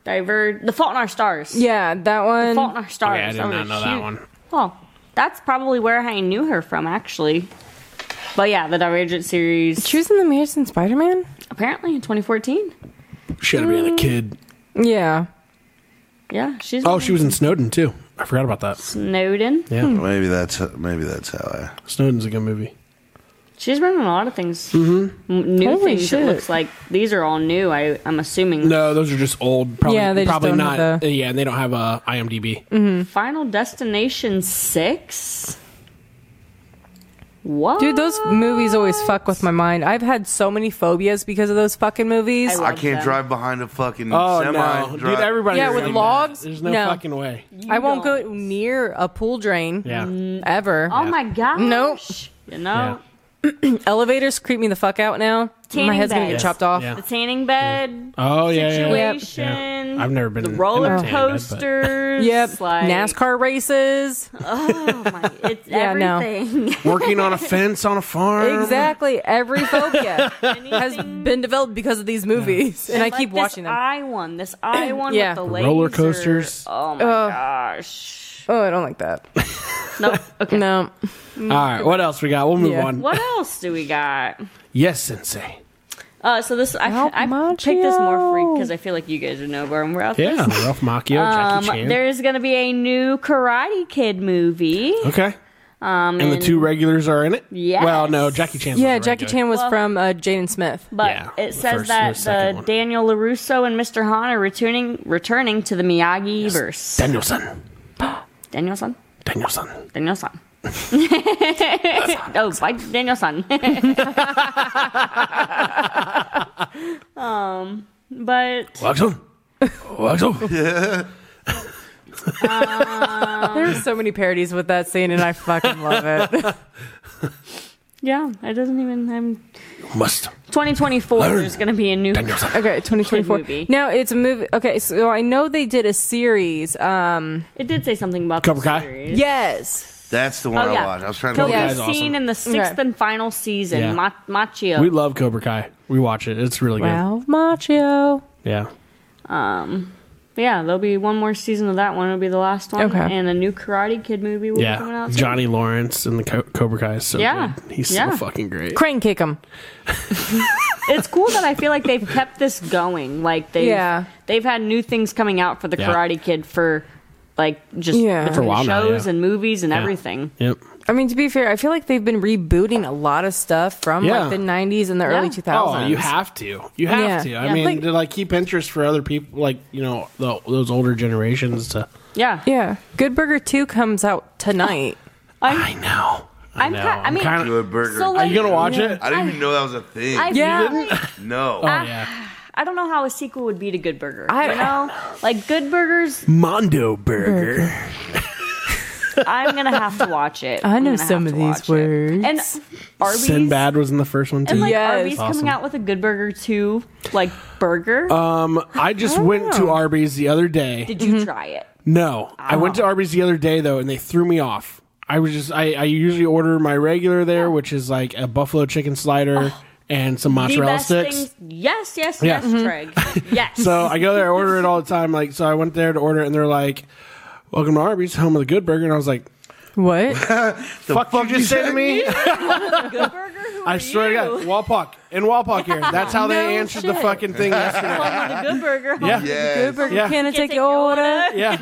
[SPEAKER 3] Diver. The Fault in Our Stars.
[SPEAKER 2] Yeah, that one.
[SPEAKER 3] Fault in Our Stars.
[SPEAKER 1] Okay, I did
[SPEAKER 3] That was
[SPEAKER 1] not
[SPEAKER 3] a
[SPEAKER 1] know that
[SPEAKER 3] huge-
[SPEAKER 1] one.
[SPEAKER 3] Well, that's probably where I knew her from, actually. But yeah, the Divergent series.
[SPEAKER 2] She was in the Amazing Spider-Man.
[SPEAKER 3] Apparently in 2014.
[SPEAKER 1] Should have been a kid.
[SPEAKER 2] Yeah.
[SPEAKER 3] Yeah, she's.
[SPEAKER 1] Oh, she was in Snowden too. I forgot about that.
[SPEAKER 3] Snowden.
[SPEAKER 1] Yeah,
[SPEAKER 4] Maybe that's maybe that's how I.
[SPEAKER 1] Snowden's a good movie.
[SPEAKER 3] She's been in a lot of things. Mm-hmm. New
[SPEAKER 2] Holy
[SPEAKER 3] things.
[SPEAKER 2] shit.
[SPEAKER 3] It looks like these are all new. I I'm assuming.
[SPEAKER 1] No, those are just old. Probably,
[SPEAKER 2] Yeah, they just
[SPEAKER 1] probably
[SPEAKER 2] don't
[SPEAKER 1] not.
[SPEAKER 2] have the-
[SPEAKER 1] Yeah, and they don't have a IMDb.
[SPEAKER 3] Final Destination Six. What?
[SPEAKER 2] Dude, those movies always fuck with my mind. I've had so many phobias because of those fucking movies.
[SPEAKER 3] I
[SPEAKER 4] I
[SPEAKER 3] love
[SPEAKER 4] can't
[SPEAKER 3] them.
[SPEAKER 4] drive behind a fucking
[SPEAKER 1] Oh
[SPEAKER 4] semi.
[SPEAKER 1] no,
[SPEAKER 4] drive-
[SPEAKER 1] dude! Everybody.
[SPEAKER 2] Yeah,
[SPEAKER 1] is
[SPEAKER 2] with
[SPEAKER 1] doing
[SPEAKER 2] logs?
[SPEAKER 1] That. There's no,
[SPEAKER 2] No.
[SPEAKER 1] fucking way.
[SPEAKER 2] I won't
[SPEAKER 3] don't.
[SPEAKER 2] go near a pool drain.
[SPEAKER 1] Yeah.
[SPEAKER 2] Mm. Ever.
[SPEAKER 3] Oh my gosh.
[SPEAKER 2] Nope.
[SPEAKER 3] You know
[SPEAKER 2] Elevators creep me the fuck out now. my
[SPEAKER 3] Tanning
[SPEAKER 2] head's gonna
[SPEAKER 3] beds.
[SPEAKER 2] get chopped off.
[SPEAKER 1] Yeah.
[SPEAKER 3] the tanning bed
[SPEAKER 1] Oh yeah, yeah, yeah.
[SPEAKER 3] situation.
[SPEAKER 1] Yeah. I've never been
[SPEAKER 3] The
[SPEAKER 1] in- in
[SPEAKER 3] roller
[SPEAKER 1] a tanning bed, but-
[SPEAKER 3] coasters.
[SPEAKER 2] Yep.
[SPEAKER 3] Like,
[SPEAKER 2] NASCAR races.
[SPEAKER 3] Oh my! It's
[SPEAKER 2] Yeah, no.
[SPEAKER 3] everything.
[SPEAKER 1] Working on a fence on a farm.
[SPEAKER 2] Exactly. Every phobia has been developed because of these movies. And I keep
[SPEAKER 3] Like
[SPEAKER 2] watching
[SPEAKER 3] this
[SPEAKER 2] them.
[SPEAKER 3] I one, this I one
[SPEAKER 2] Yeah.
[SPEAKER 3] with the
[SPEAKER 2] The
[SPEAKER 3] laser.
[SPEAKER 1] roller coasters.
[SPEAKER 3] Oh my
[SPEAKER 2] Ugh.
[SPEAKER 3] gosh!
[SPEAKER 2] Oh, I don't like that.
[SPEAKER 3] No. Okay.
[SPEAKER 2] No.
[SPEAKER 1] All right, what else we got? We'll move
[SPEAKER 2] Yeah.
[SPEAKER 1] on.
[SPEAKER 3] What else do we got?
[SPEAKER 1] Yes, Sensei.
[SPEAKER 3] Uh, so this I, I
[SPEAKER 2] Ralph
[SPEAKER 3] picked this more
[SPEAKER 2] Macchio.
[SPEAKER 3] freak because I feel like you guys would know where I'm at.
[SPEAKER 1] Yeah, Ralph Macchio,
[SPEAKER 3] Um,
[SPEAKER 1] Jackie Chan.
[SPEAKER 3] there's gonna be a new Karate Kid movie.
[SPEAKER 1] Okay. Um, and the two regulars are in it.
[SPEAKER 3] Yes.
[SPEAKER 1] Well, no, Jackie Chan.
[SPEAKER 2] Yeah, Jackie Chan was
[SPEAKER 3] Well- um,
[SPEAKER 2] from uh, Jaden Smith.
[SPEAKER 3] But
[SPEAKER 1] Yeah, the
[SPEAKER 3] it says
[SPEAKER 1] first
[SPEAKER 3] that
[SPEAKER 1] and the second
[SPEAKER 3] the
[SPEAKER 1] one.
[SPEAKER 3] Daniel Larusso and Mr. Han are returning returning to the Miyagi verse.
[SPEAKER 1] Danielson.
[SPEAKER 3] Danielson,
[SPEAKER 1] Danielson.
[SPEAKER 3] Danielson. oh, by Danielson. um, Um, but
[SPEAKER 1] Waxon. Waxon.
[SPEAKER 2] There's so many parodies with that scene, and I fucking love it.
[SPEAKER 3] yeah, it doesn't even. I'm
[SPEAKER 1] Must.
[SPEAKER 3] 2024. There's going to be a new.
[SPEAKER 1] Danielson.
[SPEAKER 2] Okay, 2024.
[SPEAKER 3] movie.
[SPEAKER 2] Now it's a movie. Okay, so I know they did a series. Um,
[SPEAKER 3] It did say something about
[SPEAKER 1] Cobra
[SPEAKER 3] the
[SPEAKER 1] Kai?
[SPEAKER 3] series.
[SPEAKER 2] yes.
[SPEAKER 4] That's the one
[SPEAKER 3] Oh
[SPEAKER 4] I
[SPEAKER 3] yeah,
[SPEAKER 4] watched. I was trying to.
[SPEAKER 3] He'll
[SPEAKER 4] look
[SPEAKER 3] be
[SPEAKER 1] Kai's Guys.
[SPEAKER 4] at
[SPEAKER 3] seen
[SPEAKER 1] awesome.
[SPEAKER 3] in the sixth
[SPEAKER 2] Okay.
[SPEAKER 3] and final season.
[SPEAKER 1] Yeah.
[SPEAKER 3] Ma- Machio.
[SPEAKER 1] We love Cobra Kai. We watch it. It's really
[SPEAKER 2] Ralph Macchio.
[SPEAKER 1] good. Yeah.
[SPEAKER 3] Um, yeah, there'll be one more season of that one. It'll be the last one.
[SPEAKER 2] Okay.
[SPEAKER 3] And a new Karate Kid movie will be coming
[SPEAKER 1] Yeah.
[SPEAKER 3] out. soon.
[SPEAKER 1] Johnny Lawrence and the Co- Cobra Kai is so
[SPEAKER 3] Yeah.
[SPEAKER 1] good. He's
[SPEAKER 3] Yeah.
[SPEAKER 1] so fucking great.
[SPEAKER 2] Crane kick him.
[SPEAKER 3] it's cool that I feel like they've kept this going. Like they,
[SPEAKER 2] Yeah.
[SPEAKER 3] have they've had new things coming out for the
[SPEAKER 1] Yeah.
[SPEAKER 3] Karate Kid for like just
[SPEAKER 2] Yeah.
[SPEAKER 3] different
[SPEAKER 2] For a
[SPEAKER 1] while
[SPEAKER 3] shows
[SPEAKER 1] now, yeah.
[SPEAKER 3] and movies and
[SPEAKER 1] Yeah.
[SPEAKER 3] everything.
[SPEAKER 1] Yep.
[SPEAKER 2] I mean, to be fair, I feel like they've been rebooting a lot of stuff from
[SPEAKER 1] Yeah.
[SPEAKER 2] like the 90s and the early
[SPEAKER 3] Yeah.
[SPEAKER 2] 2000s.
[SPEAKER 1] Oh, you have to. You have
[SPEAKER 2] Yeah.
[SPEAKER 1] to. I
[SPEAKER 2] Yeah.
[SPEAKER 1] mean,
[SPEAKER 2] Like-
[SPEAKER 1] to like keep interest for other people, like you know, the, those older generations. To
[SPEAKER 3] Yeah,
[SPEAKER 2] Yeah. Good Burger 2 comes out tonight.
[SPEAKER 1] I know. I
[SPEAKER 3] I'm
[SPEAKER 1] know.
[SPEAKER 3] ki- I mean-
[SPEAKER 1] kinda-
[SPEAKER 4] Good burger.
[SPEAKER 3] So,
[SPEAKER 1] are
[SPEAKER 3] like-
[SPEAKER 1] you gonna watch it?
[SPEAKER 4] I didn't even know that was a thing.
[SPEAKER 3] I
[SPEAKER 2] Yeah.
[SPEAKER 3] feel like-
[SPEAKER 4] no.
[SPEAKER 1] Oh, yeah.
[SPEAKER 3] I don't know how a sequel would be to Good Burger.
[SPEAKER 2] I-
[SPEAKER 3] you know, like Good Burgers.
[SPEAKER 1] Mondo Burger.
[SPEAKER 3] I'm gonna have to watch it.
[SPEAKER 2] I
[SPEAKER 3] I'm
[SPEAKER 2] know
[SPEAKER 3] gonna
[SPEAKER 2] some
[SPEAKER 3] have
[SPEAKER 2] of
[SPEAKER 3] to
[SPEAKER 2] these
[SPEAKER 3] watch it.
[SPEAKER 2] words.
[SPEAKER 3] And Arby's
[SPEAKER 1] Sinbad was in the first one too.
[SPEAKER 3] and like
[SPEAKER 2] Yes.
[SPEAKER 3] Arby's
[SPEAKER 1] Awesome.
[SPEAKER 3] coming out with a Good Burger two like burger.
[SPEAKER 1] Um, I just went to Arby's the other day.
[SPEAKER 3] oh. Did
[SPEAKER 2] Mm-hmm.
[SPEAKER 3] Oh. you try it?
[SPEAKER 1] No, I went to Arby's the other day though, and they threw me off. I was just I, I usually order my regular there, which is like a buffalo chicken slider and some
[SPEAKER 3] Oh. The
[SPEAKER 1] mozzarella
[SPEAKER 3] best
[SPEAKER 1] sticks.
[SPEAKER 3] things. Yes, yes,
[SPEAKER 1] Yeah. Mm-hmm.
[SPEAKER 3] yes, Trig. Yes.
[SPEAKER 1] So I go there, I order it all the time. Like, so I went there to order, it, and they're like, "Welcome to Arby's, home of the good burger." And I was like,
[SPEAKER 2] What?
[SPEAKER 1] "Fuck, fuck, you say to me?"
[SPEAKER 3] Good Burger. Who
[SPEAKER 1] I
[SPEAKER 3] are
[SPEAKER 1] swear
[SPEAKER 3] you?
[SPEAKER 1] to God, Walpock in Walpock here. That's how
[SPEAKER 2] No
[SPEAKER 1] they answered the
[SPEAKER 2] shit.
[SPEAKER 1] fucking thing yesterday.
[SPEAKER 3] Home of the Good Burger. Home
[SPEAKER 1] Yeah.
[SPEAKER 3] of the
[SPEAKER 4] Yes.
[SPEAKER 2] Burger
[SPEAKER 1] Yeah.
[SPEAKER 2] Can I
[SPEAKER 3] Can't
[SPEAKER 2] take your order?
[SPEAKER 1] Yeah,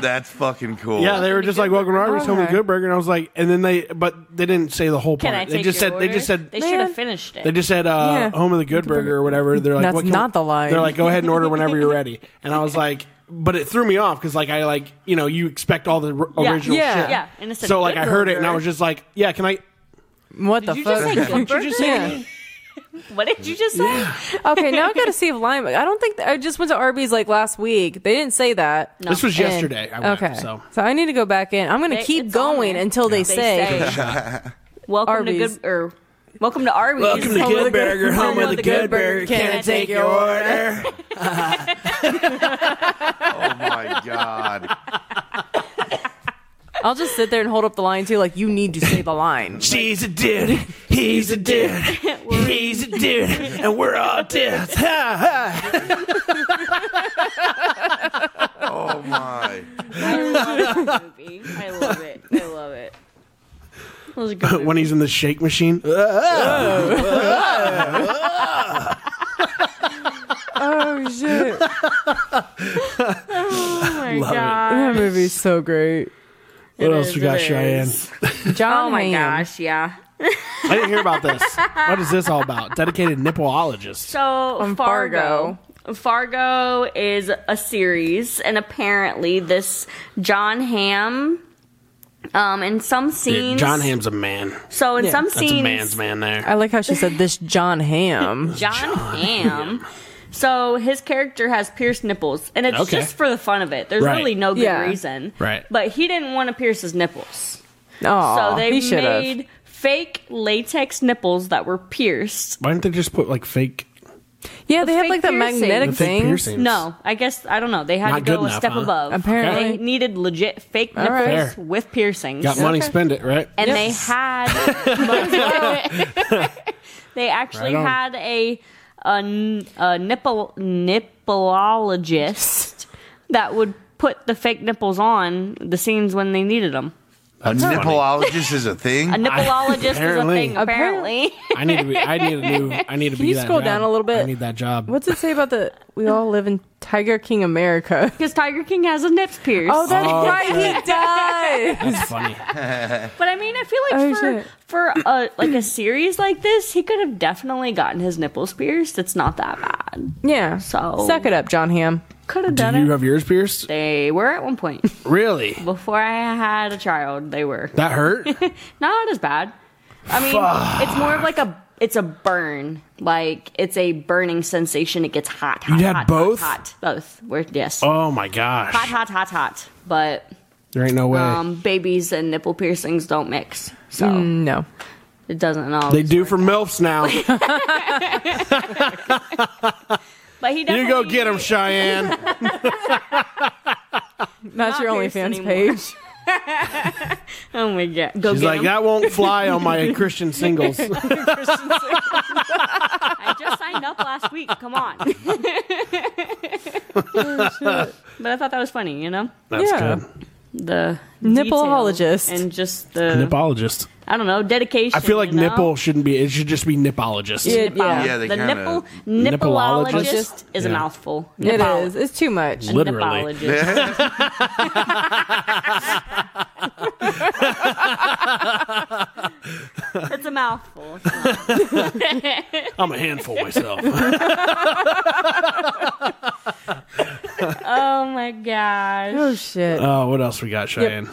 [SPEAKER 4] That's fucking cool.
[SPEAKER 1] yeah. They were just like, "Welcome to Arby's, home of the
[SPEAKER 2] Okay.
[SPEAKER 1] good burger," and I was like, and then they, but they didn't say the whole
[SPEAKER 3] Can
[SPEAKER 1] part.
[SPEAKER 3] I take
[SPEAKER 1] they just
[SPEAKER 3] your
[SPEAKER 1] said,
[SPEAKER 3] order?
[SPEAKER 1] they just said,
[SPEAKER 3] They
[SPEAKER 1] "Man,
[SPEAKER 3] should have finished it.
[SPEAKER 1] They just said uh,
[SPEAKER 2] Yeah.
[SPEAKER 1] home of the good burger or whatever. They're like,
[SPEAKER 2] That's
[SPEAKER 1] what can
[SPEAKER 2] not
[SPEAKER 1] we-"
[SPEAKER 2] the line.
[SPEAKER 1] They're like, go ahead and order whenever you're ready. And I was like, but it threw me off because like I like you know you expect all the r-
[SPEAKER 3] Yeah,
[SPEAKER 1] original
[SPEAKER 2] yeah,
[SPEAKER 1] shit.
[SPEAKER 3] yeah. And it said
[SPEAKER 1] so like
[SPEAKER 3] Good
[SPEAKER 1] I heard it and I
[SPEAKER 3] Burger.
[SPEAKER 1] was just like, yeah, can I?
[SPEAKER 2] What the
[SPEAKER 3] Did you
[SPEAKER 2] fuck?
[SPEAKER 3] just say Good Burger?
[SPEAKER 2] Yeah.
[SPEAKER 3] What did you just say?
[SPEAKER 2] okay, now I got to see if Lime. I don't think I just went to Arby's like last week. They didn't say that.
[SPEAKER 3] No.
[SPEAKER 1] This was
[SPEAKER 2] And-
[SPEAKER 1] yesterday. I went,
[SPEAKER 2] okay,
[SPEAKER 1] so
[SPEAKER 2] I need to go back in. I'm going to
[SPEAKER 3] They-
[SPEAKER 2] keep
[SPEAKER 3] it's on
[SPEAKER 2] going
[SPEAKER 3] there.
[SPEAKER 2] until they,
[SPEAKER 3] They
[SPEAKER 2] say,
[SPEAKER 3] say, "Welcome
[SPEAKER 2] Arby's.
[SPEAKER 3] to Good or Welcome to Arby's.
[SPEAKER 1] Welcome to
[SPEAKER 3] Home of the
[SPEAKER 1] Good Burger, home of the Good Burger. Can I take your order?
[SPEAKER 4] Oh my god.
[SPEAKER 2] I'll just sit there and hold up the line too. Like you need to say the line.
[SPEAKER 1] She's a dude. He's a dude. He's a dude, and we're all dudes. Ha, ha.
[SPEAKER 4] Oh my.
[SPEAKER 3] I love that movie. I love it. I love it. That was a good movie.
[SPEAKER 1] when he's in the shake machine.
[SPEAKER 2] Oh shit!
[SPEAKER 3] Oh my god.
[SPEAKER 2] movie's so great.
[SPEAKER 1] What else
[SPEAKER 3] is,
[SPEAKER 1] we got,
[SPEAKER 3] it
[SPEAKER 1] Cheyenne?
[SPEAKER 2] John.
[SPEAKER 3] Oh my
[SPEAKER 2] Hamm.
[SPEAKER 3] gosh. Yeah.
[SPEAKER 1] I didn't hear about this. What is this all about? Dedicated nippleologist.
[SPEAKER 3] So
[SPEAKER 2] From
[SPEAKER 3] Fargo. Fargo is a series, and apparently this John Hamm. Um, in some
[SPEAKER 1] Dude,
[SPEAKER 3] scenes,
[SPEAKER 1] John Ham's a man.
[SPEAKER 3] So in some
[SPEAKER 1] That's a
[SPEAKER 3] scenes,
[SPEAKER 1] man's man there.
[SPEAKER 2] I like how she said this John Ham.
[SPEAKER 3] John, Hamm. So his character has pierced nipples, and it's
[SPEAKER 1] Okay.
[SPEAKER 3] just for the fun of it. There's
[SPEAKER 1] Right.
[SPEAKER 3] really no good
[SPEAKER 2] Yeah.
[SPEAKER 3] reason.
[SPEAKER 1] Right.
[SPEAKER 3] But he didn't want to pierce his nipples,
[SPEAKER 2] Oh,
[SPEAKER 3] so they
[SPEAKER 2] he should have.
[SPEAKER 3] made fake latex nipples that were pierced.
[SPEAKER 1] Why didn't they just put like fake,
[SPEAKER 2] Yeah, they had
[SPEAKER 3] fake
[SPEAKER 2] like that
[SPEAKER 3] piercing.
[SPEAKER 2] magnetic
[SPEAKER 1] the fake
[SPEAKER 2] thing.
[SPEAKER 1] piercings?
[SPEAKER 3] No, I guess I don't know. They had
[SPEAKER 1] Not
[SPEAKER 3] to go
[SPEAKER 1] good
[SPEAKER 3] a
[SPEAKER 1] enough,
[SPEAKER 3] step
[SPEAKER 1] huh?
[SPEAKER 3] above.
[SPEAKER 2] Apparently.
[SPEAKER 3] they needed legit fake
[SPEAKER 2] All right.
[SPEAKER 3] nipples
[SPEAKER 1] Fair.
[SPEAKER 3] with piercings.
[SPEAKER 1] Got money, spend it, right?
[SPEAKER 3] and they had they actually
[SPEAKER 1] Right on.
[SPEAKER 3] had a a, n- a nipple nippleologist that would put the fake nipples on the scenes when they needed them.
[SPEAKER 4] A
[SPEAKER 1] funny.
[SPEAKER 4] nippleologist is a thing?
[SPEAKER 3] A nippleologist is a
[SPEAKER 1] Apparently.
[SPEAKER 3] thing, apparently.
[SPEAKER 1] I need to be. I need a new. I need to be.
[SPEAKER 2] you
[SPEAKER 1] that
[SPEAKER 2] scroll
[SPEAKER 1] job.
[SPEAKER 2] down a little bit?
[SPEAKER 1] I need that job.
[SPEAKER 2] What's it say about the we all live in Tiger King America?
[SPEAKER 3] Because Tiger King has a nips pierce.
[SPEAKER 2] Oh, that's
[SPEAKER 1] Oh,
[SPEAKER 2] right. He died.
[SPEAKER 1] That's funny.
[SPEAKER 3] but I mean, I feel like
[SPEAKER 2] Oh,
[SPEAKER 3] for
[SPEAKER 2] shit.
[SPEAKER 3] for a like a series like this, he could have definitely gotten his nipples pierced. It's not that bad.
[SPEAKER 2] yeah.
[SPEAKER 3] So-
[SPEAKER 2] suck it up, John Ham.
[SPEAKER 3] Could have
[SPEAKER 1] Do
[SPEAKER 3] done
[SPEAKER 1] you
[SPEAKER 3] it.
[SPEAKER 1] have yours pierced?
[SPEAKER 3] they were at one point
[SPEAKER 1] Really?
[SPEAKER 3] before I had a child. They were.
[SPEAKER 1] That hurt?
[SPEAKER 3] not as bad. I mean, it's more of like a it's a burn, like it's a burning sensation. It gets hot. hot
[SPEAKER 1] You had
[SPEAKER 3] hot,
[SPEAKER 1] both?
[SPEAKER 3] hot, hot. both. We're yes,
[SPEAKER 1] Oh my gosh!
[SPEAKER 3] hot, hot, hot, hot. But
[SPEAKER 1] There ain't no way.
[SPEAKER 3] um, babies and nipple piercings don't mix, so
[SPEAKER 2] No.
[SPEAKER 3] it doesn't
[SPEAKER 1] Mm.
[SPEAKER 3] all.
[SPEAKER 1] they do for milfs now. you
[SPEAKER 3] But he definitely,
[SPEAKER 1] go get them, Cheyenne.
[SPEAKER 2] That's your
[SPEAKER 3] pierced
[SPEAKER 2] OnlyFans
[SPEAKER 3] anymore.
[SPEAKER 2] page.
[SPEAKER 3] Oh my god, go
[SPEAKER 1] He's
[SPEAKER 3] get
[SPEAKER 1] like,
[SPEAKER 3] him.
[SPEAKER 1] that won't fly on my Christian singles.
[SPEAKER 3] I just signed up last week. Come on. but I thought that was funny, you know
[SPEAKER 1] That's
[SPEAKER 2] Yeah.
[SPEAKER 1] good.
[SPEAKER 3] the
[SPEAKER 2] Nippleologist.
[SPEAKER 3] detail and just the
[SPEAKER 1] Nipologist.
[SPEAKER 3] I don't know dedication.
[SPEAKER 1] I feel like
[SPEAKER 3] you know?
[SPEAKER 1] nipple shouldn't be. It should just be nipologist.
[SPEAKER 2] It, yeah.
[SPEAKER 4] Yeah, they
[SPEAKER 3] the
[SPEAKER 4] kinda-
[SPEAKER 3] nipple
[SPEAKER 1] Nippleologist?
[SPEAKER 3] nippleologist is a
[SPEAKER 1] Yeah.
[SPEAKER 3] mouthful.
[SPEAKER 2] It
[SPEAKER 3] Nippolo-
[SPEAKER 2] is. It's too much.
[SPEAKER 1] Lip- Literally.
[SPEAKER 3] Nippologist. it's a mouthful.
[SPEAKER 1] I'm a handful myself.
[SPEAKER 3] Oh my gosh.
[SPEAKER 2] Oh shit.
[SPEAKER 1] Oh, what else we got, Cheyenne?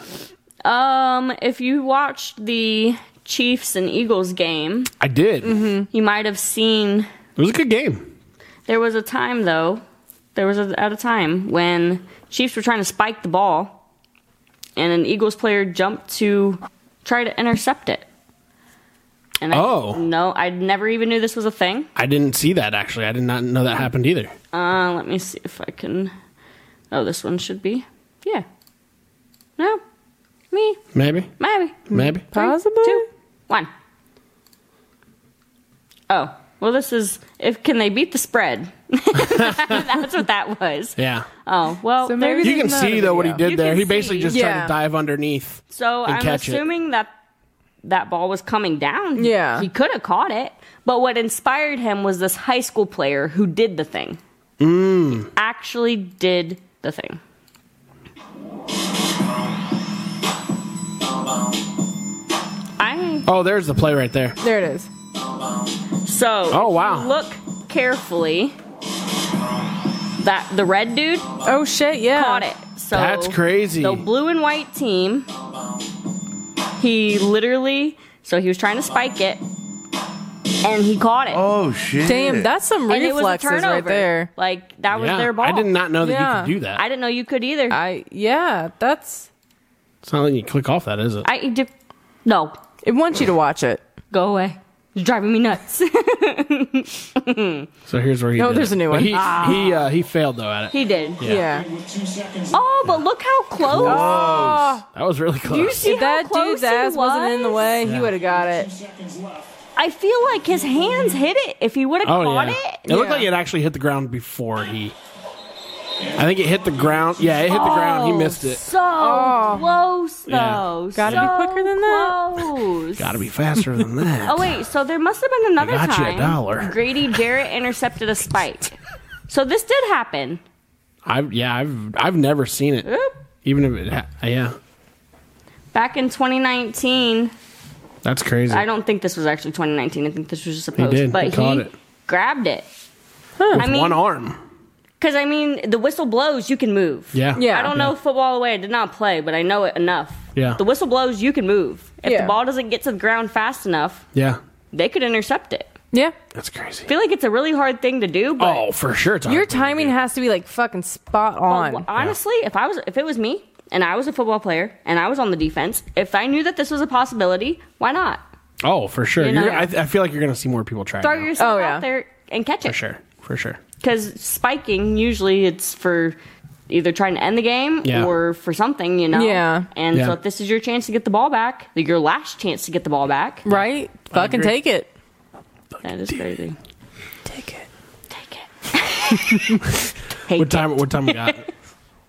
[SPEAKER 3] Um, if you watched the Chiefs and Eagles game,
[SPEAKER 1] I did.
[SPEAKER 3] you might have seen
[SPEAKER 1] It was a good game.
[SPEAKER 3] there was a time though. There was a, at a time when Chiefs were trying to spike the ball, and an Eagles player jumped to try to intercept it. And I,
[SPEAKER 1] Oh.
[SPEAKER 3] no, I never even knew this was a thing.
[SPEAKER 1] I didn't see that actually. I did not know that happened either.
[SPEAKER 3] Uh, let me see if I can. Oh, this one should be. Yeah. No. Me.
[SPEAKER 1] Maybe,
[SPEAKER 3] Maybe.
[SPEAKER 1] maybe.
[SPEAKER 3] Three,
[SPEAKER 2] Possible?
[SPEAKER 3] two, one. Oh, well, this is if can they beat the spread? That's what that was.
[SPEAKER 1] Yeah,
[SPEAKER 3] Oh well,
[SPEAKER 2] So maybe
[SPEAKER 3] there's-
[SPEAKER 1] you can
[SPEAKER 2] Not a
[SPEAKER 1] see though what he
[SPEAKER 3] video.
[SPEAKER 1] did
[SPEAKER 3] You
[SPEAKER 1] there.
[SPEAKER 3] can
[SPEAKER 1] He basically
[SPEAKER 3] see.
[SPEAKER 1] just tried
[SPEAKER 2] Yeah.
[SPEAKER 1] to dive underneath.
[SPEAKER 3] so
[SPEAKER 1] and
[SPEAKER 3] I'm
[SPEAKER 1] catch it.
[SPEAKER 3] assuming that that ball was coming down.
[SPEAKER 2] Yeah.
[SPEAKER 3] he could have caught it, but what inspired him was this high school player who did the thing. Mm. Actually, did the thing. I
[SPEAKER 1] Oh, there's the play right there.
[SPEAKER 2] There it is.
[SPEAKER 3] So,
[SPEAKER 1] Oh,
[SPEAKER 3] if you
[SPEAKER 1] wow.
[SPEAKER 3] look carefully. That the red dude
[SPEAKER 2] Oh shit! Yeah,
[SPEAKER 3] caught it. So
[SPEAKER 1] That's crazy.
[SPEAKER 3] The blue and white team. He literally, so he was trying to spike it, and he caught it.
[SPEAKER 4] Oh shit!
[SPEAKER 2] Damn, that's some
[SPEAKER 3] and it was a
[SPEAKER 2] reflexes
[SPEAKER 3] turnover.
[SPEAKER 2] right there.
[SPEAKER 3] Like that was
[SPEAKER 1] Yeah.
[SPEAKER 3] their ball.
[SPEAKER 1] I did not know that
[SPEAKER 2] Yeah.
[SPEAKER 1] you could do that.
[SPEAKER 3] I didn't know you could either. I,
[SPEAKER 2] I yeah, that's
[SPEAKER 1] it's not like you click off that, is it?
[SPEAKER 3] I did- no,
[SPEAKER 2] it wants you to watch it.
[SPEAKER 3] go away. You're driving me nuts.
[SPEAKER 1] so here's where he.
[SPEAKER 2] No,
[SPEAKER 1] did
[SPEAKER 2] there's
[SPEAKER 1] it.
[SPEAKER 2] a new
[SPEAKER 1] But
[SPEAKER 2] one.
[SPEAKER 1] He he uh, he failed though at it.
[SPEAKER 3] he did.
[SPEAKER 1] Yeah. Oh,
[SPEAKER 2] Yeah,
[SPEAKER 3] Oh, but look how close.
[SPEAKER 1] That was really close.
[SPEAKER 3] Oh. You see
[SPEAKER 2] if that
[SPEAKER 3] how close
[SPEAKER 2] dude's ass
[SPEAKER 3] he
[SPEAKER 2] wasn't in the
[SPEAKER 3] was?
[SPEAKER 2] way,
[SPEAKER 1] Yeah.
[SPEAKER 2] he would have got it.
[SPEAKER 3] I feel like his hands hit it. If he would have
[SPEAKER 1] Oh
[SPEAKER 3] caught
[SPEAKER 1] yeah.
[SPEAKER 3] it,
[SPEAKER 1] It looked
[SPEAKER 2] Yeah.
[SPEAKER 1] like it actually hit the ground before he. I think it hit the ground. Yeah, it hit the ground. He
[SPEAKER 3] Oh.
[SPEAKER 1] missed it.
[SPEAKER 3] So close though.
[SPEAKER 1] Oh. Yeah.
[SPEAKER 3] Gotta
[SPEAKER 1] be
[SPEAKER 2] quicker than that.
[SPEAKER 3] Close.
[SPEAKER 1] Got to be faster than that.
[SPEAKER 3] Oh wait, so there must have been another
[SPEAKER 1] I got you a
[SPEAKER 3] time.
[SPEAKER 1] dollar.
[SPEAKER 3] Grady Jarrett intercepted a spike. so this did happen.
[SPEAKER 1] I've yeah, I've I've never seen it.
[SPEAKER 3] Oop.
[SPEAKER 1] Even if it, ha- yeah,
[SPEAKER 3] Back in 2019,
[SPEAKER 1] that's crazy.
[SPEAKER 3] I don't think this was actually 2019. I think this was just a post,
[SPEAKER 1] did.
[SPEAKER 3] but
[SPEAKER 1] He
[SPEAKER 3] he,
[SPEAKER 1] caught it.
[SPEAKER 3] grabbed it.
[SPEAKER 1] With
[SPEAKER 3] I mean-
[SPEAKER 1] one arm.
[SPEAKER 3] Because I mean, the whistle blows, you can move.
[SPEAKER 1] Yeah.
[SPEAKER 2] Yeah.
[SPEAKER 3] I don't know football the way I did not play, but I know it enough.
[SPEAKER 1] Yeah.
[SPEAKER 3] The whistle blows, you can move. If
[SPEAKER 2] Yeah.
[SPEAKER 3] the ball doesn't get to the ground fast enough,
[SPEAKER 1] Yeah.
[SPEAKER 3] they could intercept it.
[SPEAKER 2] Yeah,
[SPEAKER 1] That's crazy.
[SPEAKER 3] I feel like it's a really hard thing to do, but
[SPEAKER 1] Oh, for sure. It's
[SPEAKER 2] your
[SPEAKER 1] hard to do.
[SPEAKER 2] timing has to be like fucking spot
[SPEAKER 3] Oh,
[SPEAKER 2] on.
[SPEAKER 3] Well, honestly, if I was if it was me and I was a football player and I was on the defense, if I knew that this was a possibility, why not
[SPEAKER 1] Oh, for sure.
[SPEAKER 3] You know?
[SPEAKER 1] You're, I, I feel like you're gonna see more people try. it
[SPEAKER 3] throw
[SPEAKER 1] now.
[SPEAKER 3] yourself
[SPEAKER 2] Oh, yeah.
[SPEAKER 3] out there and catch
[SPEAKER 1] For
[SPEAKER 3] it?
[SPEAKER 1] sure. For sure.
[SPEAKER 3] Because spiking usually it's for either trying to end the game
[SPEAKER 1] Yeah.
[SPEAKER 3] or for something, you know.
[SPEAKER 2] Yeah.
[SPEAKER 3] And
[SPEAKER 1] Yeah.
[SPEAKER 3] so if this is your chance to get the ball back, like your last chance to get the ball back,
[SPEAKER 2] Right? Fucking
[SPEAKER 1] agree.
[SPEAKER 2] take it.
[SPEAKER 3] that is crazy.
[SPEAKER 2] Take it.
[SPEAKER 3] Take it. Hate
[SPEAKER 1] What
[SPEAKER 3] it.
[SPEAKER 1] time? What time we got?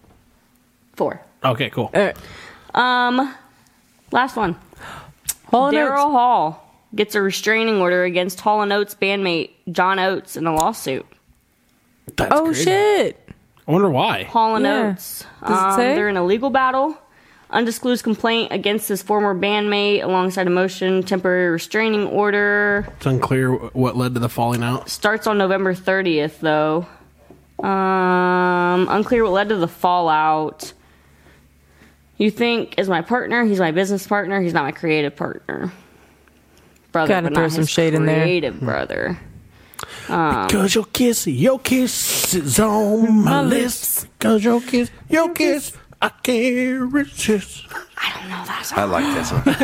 [SPEAKER 3] Four.
[SPEAKER 1] okay, cool.
[SPEAKER 2] All right.
[SPEAKER 3] Um, last one.
[SPEAKER 1] Oh,
[SPEAKER 2] Hall and Oates.
[SPEAKER 3] Daryl Hall gets a restraining order against Hall and Oates bandmate John Oates in a lawsuit.
[SPEAKER 1] That's
[SPEAKER 2] Oh
[SPEAKER 1] crazy.
[SPEAKER 2] shit!
[SPEAKER 1] I wonder why.
[SPEAKER 3] Hall and
[SPEAKER 2] Yeah.
[SPEAKER 3] Oates.
[SPEAKER 2] Does it
[SPEAKER 3] um,
[SPEAKER 2] say?
[SPEAKER 3] They're in a legal battle. Undisclosed complaint against his former bandmate alongside a motion temporary restraining order.
[SPEAKER 1] It's unclear wh- what led to the falling out.
[SPEAKER 3] Starts on November 30th, though. Um, unclear what led to the fallout. You think is my partner? He's my business partner. He's not my creative partner. Brother,
[SPEAKER 2] Gotta
[SPEAKER 3] but not
[SPEAKER 2] throw some
[SPEAKER 3] his
[SPEAKER 2] shade in there.
[SPEAKER 3] Creative brother.
[SPEAKER 1] Cause your kiss, your kiss is on Um, my lips. Cause your kiss, your kiss, I can't resist.
[SPEAKER 4] I like this
[SPEAKER 1] Oh.
[SPEAKER 4] one.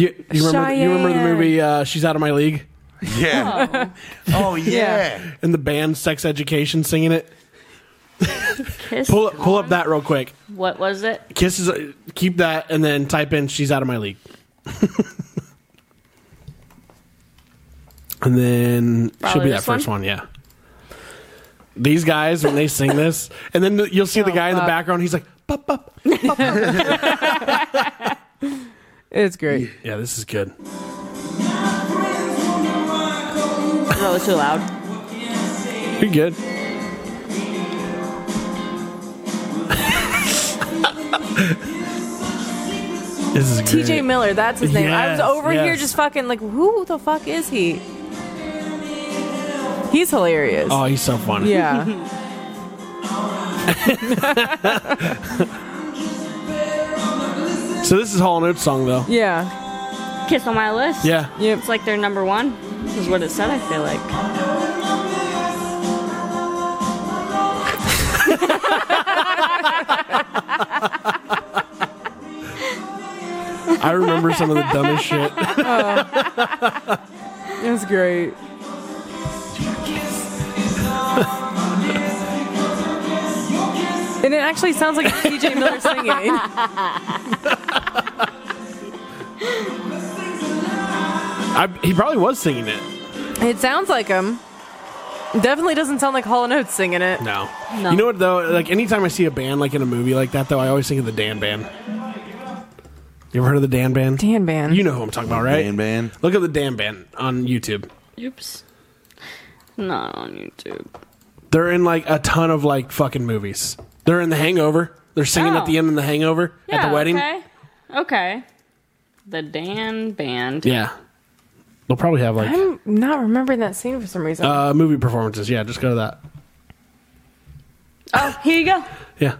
[SPEAKER 1] You, you remember? You remember the
[SPEAKER 2] Cheyenne.
[SPEAKER 1] movie uh, "She's Out of My League"
[SPEAKER 4] Yeah. Oh yeah.
[SPEAKER 1] and the band Sex Education singing it?
[SPEAKER 3] Kiss.
[SPEAKER 1] Pull up, pull up that real quick.
[SPEAKER 3] What was it?
[SPEAKER 1] Kisses. uh, Keep that, and then type in "She's Out of My League." and then should
[SPEAKER 3] Probably
[SPEAKER 1] be that
[SPEAKER 3] this
[SPEAKER 1] first
[SPEAKER 3] one?
[SPEAKER 1] one, yeah. These guys when they sing this, and then the, you'll see the
[SPEAKER 2] Oh,
[SPEAKER 1] guy in the
[SPEAKER 2] fuck.
[SPEAKER 1] background. He's like, "Pop, pop."
[SPEAKER 2] It's great.
[SPEAKER 1] Yeah, this is good.
[SPEAKER 3] Oh, it was too loud.
[SPEAKER 1] You're good. this is great.
[SPEAKER 2] TJ Miller, that's his name. I was
[SPEAKER 1] Yes,
[SPEAKER 2] over here
[SPEAKER 1] yes.
[SPEAKER 2] just fucking like, who the fuck is he? He's hilarious.
[SPEAKER 1] Oh, he's so funny.
[SPEAKER 2] Yeah.
[SPEAKER 1] So this is Hall and Oates song though.
[SPEAKER 2] yeah.
[SPEAKER 3] Kiss on my list.
[SPEAKER 1] Yeah.
[SPEAKER 2] Yep.
[SPEAKER 3] It's like their number one. Is what it said. I feel like.
[SPEAKER 1] I remember some of the dumbest shit.
[SPEAKER 2] That's great. And it actually sounds like DJ Miller singing.
[SPEAKER 1] I, he probably was singing it.
[SPEAKER 2] It sounds like him. Definitely doesn't sound like Hall and Oates singing it.
[SPEAKER 1] No.
[SPEAKER 3] No.
[SPEAKER 1] You know what though? Like anytime I see a band like in a movie like that, though, I always think of the Dan Band. You ever heard of the Dan Band?
[SPEAKER 2] Dan Band.
[SPEAKER 1] You know who I'm talking about, right?
[SPEAKER 4] Dan Band.
[SPEAKER 1] Look at the Dan Band on YouTube.
[SPEAKER 3] Oops. Not on YouTube.
[SPEAKER 1] They're in like a ton of like fucking movies. They're in The Hangover. They're singing at
[SPEAKER 3] Oh.
[SPEAKER 1] the end of The Hangover at the wedding.
[SPEAKER 3] Okay. Okay. The Dan Band.
[SPEAKER 1] Yeah. They'll probably have like
[SPEAKER 2] I'm not remembering that scene for some reason.
[SPEAKER 1] uh, movie performances. Yeah, just go to that.
[SPEAKER 3] Oh, here you go.
[SPEAKER 1] Yeah.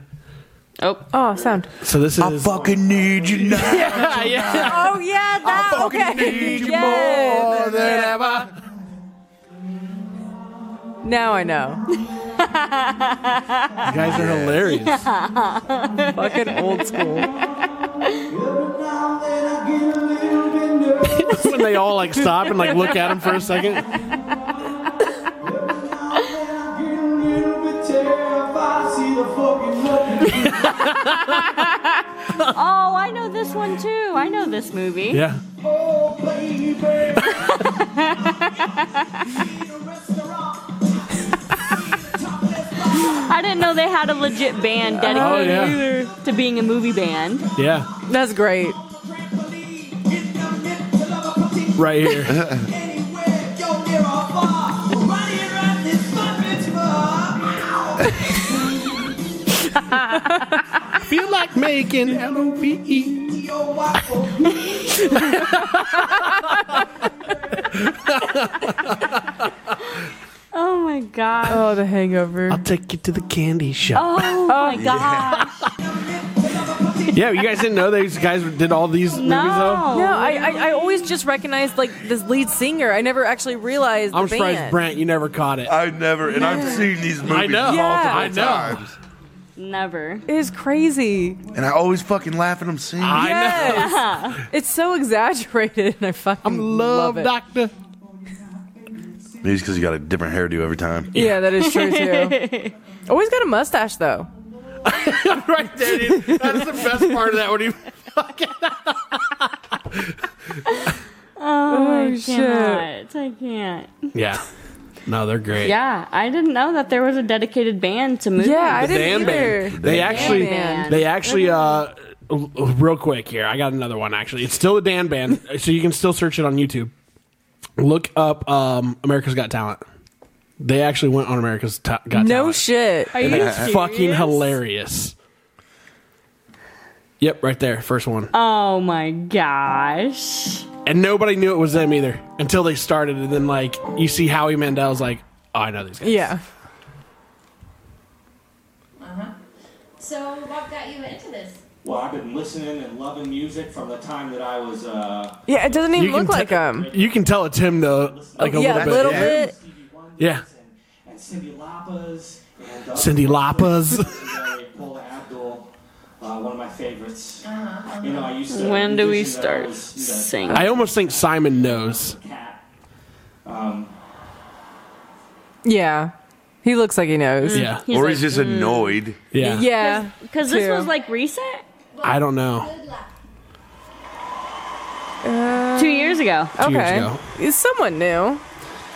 [SPEAKER 3] Oh,
[SPEAKER 2] oh, sound.
[SPEAKER 1] So this is
[SPEAKER 4] fucking need you now.
[SPEAKER 2] Oh yeah, that. okay. Yes.
[SPEAKER 4] than ever.
[SPEAKER 2] Now I know.
[SPEAKER 1] you guys are hilarious.
[SPEAKER 2] Fucking old school.
[SPEAKER 1] when they all like stop and like look at him for a second.
[SPEAKER 3] oh, I know this one too. I know this movie.
[SPEAKER 1] Yeah.
[SPEAKER 3] I didn't know they had a legit band dedicated
[SPEAKER 1] Oh, yeah. Oh,
[SPEAKER 3] to being a movie band.
[SPEAKER 1] Yeah.
[SPEAKER 2] That's great.
[SPEAKER 1] Right here. Feel like making L O V E.
[SPEAKER 3] Oh my god.
[SPEAKER 2] Oh, the Hangover.
[SPEAKER 1] I'll take you to the candy shop.
[SPEAKER 3] Oh my god.
[SPEAKER 1] Yeah, you guys didn't know these guys did all these movies though.
[SPEAKER 3] No.
[SPEAKER 2] No, I, I I always just recognized like this lead singer. I never actually realized.
[SPEAKER 1] I'm
[SPEAKER 2] the
[SPEAKER 1] surprised
[SPEAKER 2] band.
[SPEAKER 1] Brent, you never caught it.
[SPEAKER 4] I've never, and I've seen these movies.
[SPEAKER 1] I know.
[SPEAKER 2] Yeah.
[SPEAKER 1] I know.
[SPEAKER 4] Times.
[SPEAKER 3] Never.
[SPEAKER 2] It is crazy.
[SPEAKER 4] And I always fucking laugh at them singing.
[SPEAKER 1] I know.
[SPEAKER 2] Yes. it's so exaggerated, and I fucking
[SPEAKER 1] Love,
[SPEAKER 2] it.
[SPEAKER 1] Doctor.
[SPEAKER 4] Maybe it's because you got a different hairdo every time.
[SPEAKER 2] Yeah, that is true too. Always got a mustache though.
[SPEAKER 1] right there, dude. That is the best part of that. What do you?
[SPEAKER 3] Oh, I
[SPEAKER 2] shit.
[SPEAKER 3] cannot. I can't.
[SPEAKER 1] Yeah. No, they're great.
[SPEAKER 3] Yeah, I didn't know that there was a dedicated band to movies.
[SPEAKER 2] Yeah, I
[SPEAKER 1] The Dan
[SPEAKER 2] didn't either.
[SPEAKER 1] Band. They actually,
[SPEAKER 2] Band.
[SPEAKER 1] they actually, uh, l- l- real quick here. I got another one actually. It's still the Dan Band, so you can still search it on YouTube. Look up um, America's Got Talent. They actually went on America's Ta- Got
[SPEAKER 2] No
[SPEAKER 1] Talent.
[SPEAKER 2] shit.
[SPEAKER 3] Are you serious?
[SPEAKER 1] Fucking hilarious. Yep, right there, first one.
[SPEAKER 3] Oh my gosh.
[SPEAKER 1] and nobody knew it was them either until they started, and then like you see Howie Mandel's like, oh, I know these guys.
[SPEAKER 2] Yeah.
[SPEAKER 9] So what got you into this?
[SPEAKER 5] Well, I've been listening and loving music from the time that I was uh,
[SPEAKER 2] Yeah, it doesn't even
[SPEAKER 1] You
[SPEAKER 2] look
[SPEAKER 1] can
[SPEAKER 2] like
[SPEAKER 1] te-
[SPEAKER 2] him.
[SPEAKER 1] You can tell it's him though, like a
[SPEAKER 2] yeah,
[SPEAKER 1] little bit.
[SPEAKER 2] little
[SPEAKER 1] yeah.
[SPEAKER 2] bit.
[SPEAKER 5] Stevie Wonder's
[SPEAKER 1] Yeah.
[SPEAKER 5] and, and Cindy Lapas and uh,
[SPEAKER 1] Cindy Lapas.
[SPEAKER 5] Paula Abdul, uh, one of my favorites. You know, I used to
[SPEAKER 3] When do we
[SPEAKER 5] envision that I
[SPEAKER 3] start
[SPEAKER 5] was, you know,
[SPEAKER 3] singing?
[SPEAKER 1] I almost think Simon knows.
[SPEAKER 5] cat.
[SPEAKER 2] Yeah. He looks like he knows.
[SPEAKER 1] Yeah.
[SPEAKER 3] He's
[SPEAKER 4] or
[SPEAKER 3] like,
[SPEAKER 4] he's just annoyed.
[SPEAKER 1] Yeah.
[SPEAKER 2] Yeah.
[SPEAKER 3] Because this
[SPEAKER 2] too.
[SPEAKER 3] was like recent?
[SPEAKER 1] I don't know.
[SPEAKER 9] Good luck.
[SPEAKER 3] Two years ago.
[SPEAKER 1] Two years
[SPEAKER 2] Okay.
[SPEAKER 1] ago.
[SPEAKER 2] It's someone new.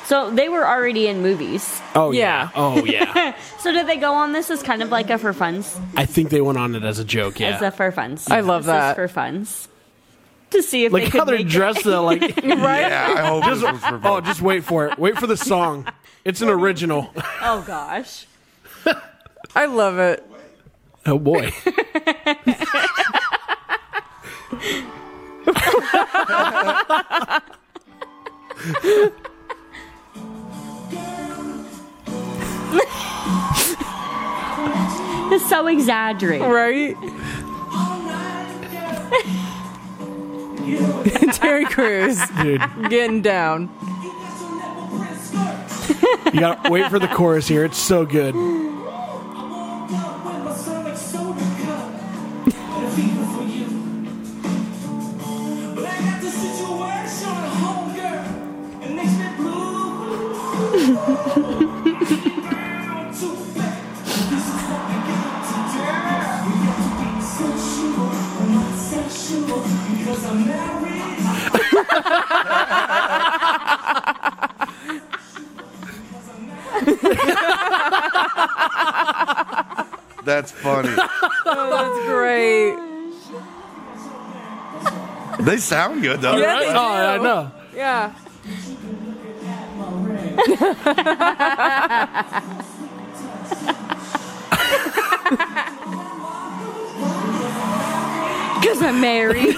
[SPEAKER 3] So they were already in movies.
[SPEAKER 1] Oh yeah.
[SPEAKER 2] Yeah.
[SPEAKER 1] Oh yeah.
[SPEAKER 3] So did they go on this as kind of like a for funs?
[SPEAKER 1] I think they went on it as a joke. Yeah.
[SPEAKER 3] As a for funs.
[SPEAKER 2] I love
[SPEAKER 3] This is
[SPEAKER 2] that.
[SPEAKER 3] for funs. To see if they
[SPEAKER 1] like
[SPEAKER 3] could
[SPEAKER 1] how they're
[SPEAKER 3] make it.
[SPEAKER 1] dressed though. Like
[SPEAKER 4] Yeah, I hope this was for
[SPEAKER 1] oh, just wait for it. Wait for the song. It's an original.
[SPEAKER 3] Oh gosh.
[SPEAKER 2] I love it.
[SPEAKER 1] Oh boy.
[SPEAKER 3] It's so exaggerated.
[SPEAKER 2] Right? Terry Crews
[SPEAKER 1] Dude,
[SPEAKER 2] getting down.
[SPEAKER 1] you gotta wait for the chorus here. It's so good. oh.
[SPEAKER 4] That's funny.
[SPEAKER 2] That's great.
[SPEAKER 4] they sound good though.
[SPEAKER 2] Yeah, they
[SPEAKER 1] Oh, I
[SPEAKER 2] do.
[SPEAKER 1] know.
[SPEAKER 2] Yeah.
[SPEAKER 3] Because I'm married.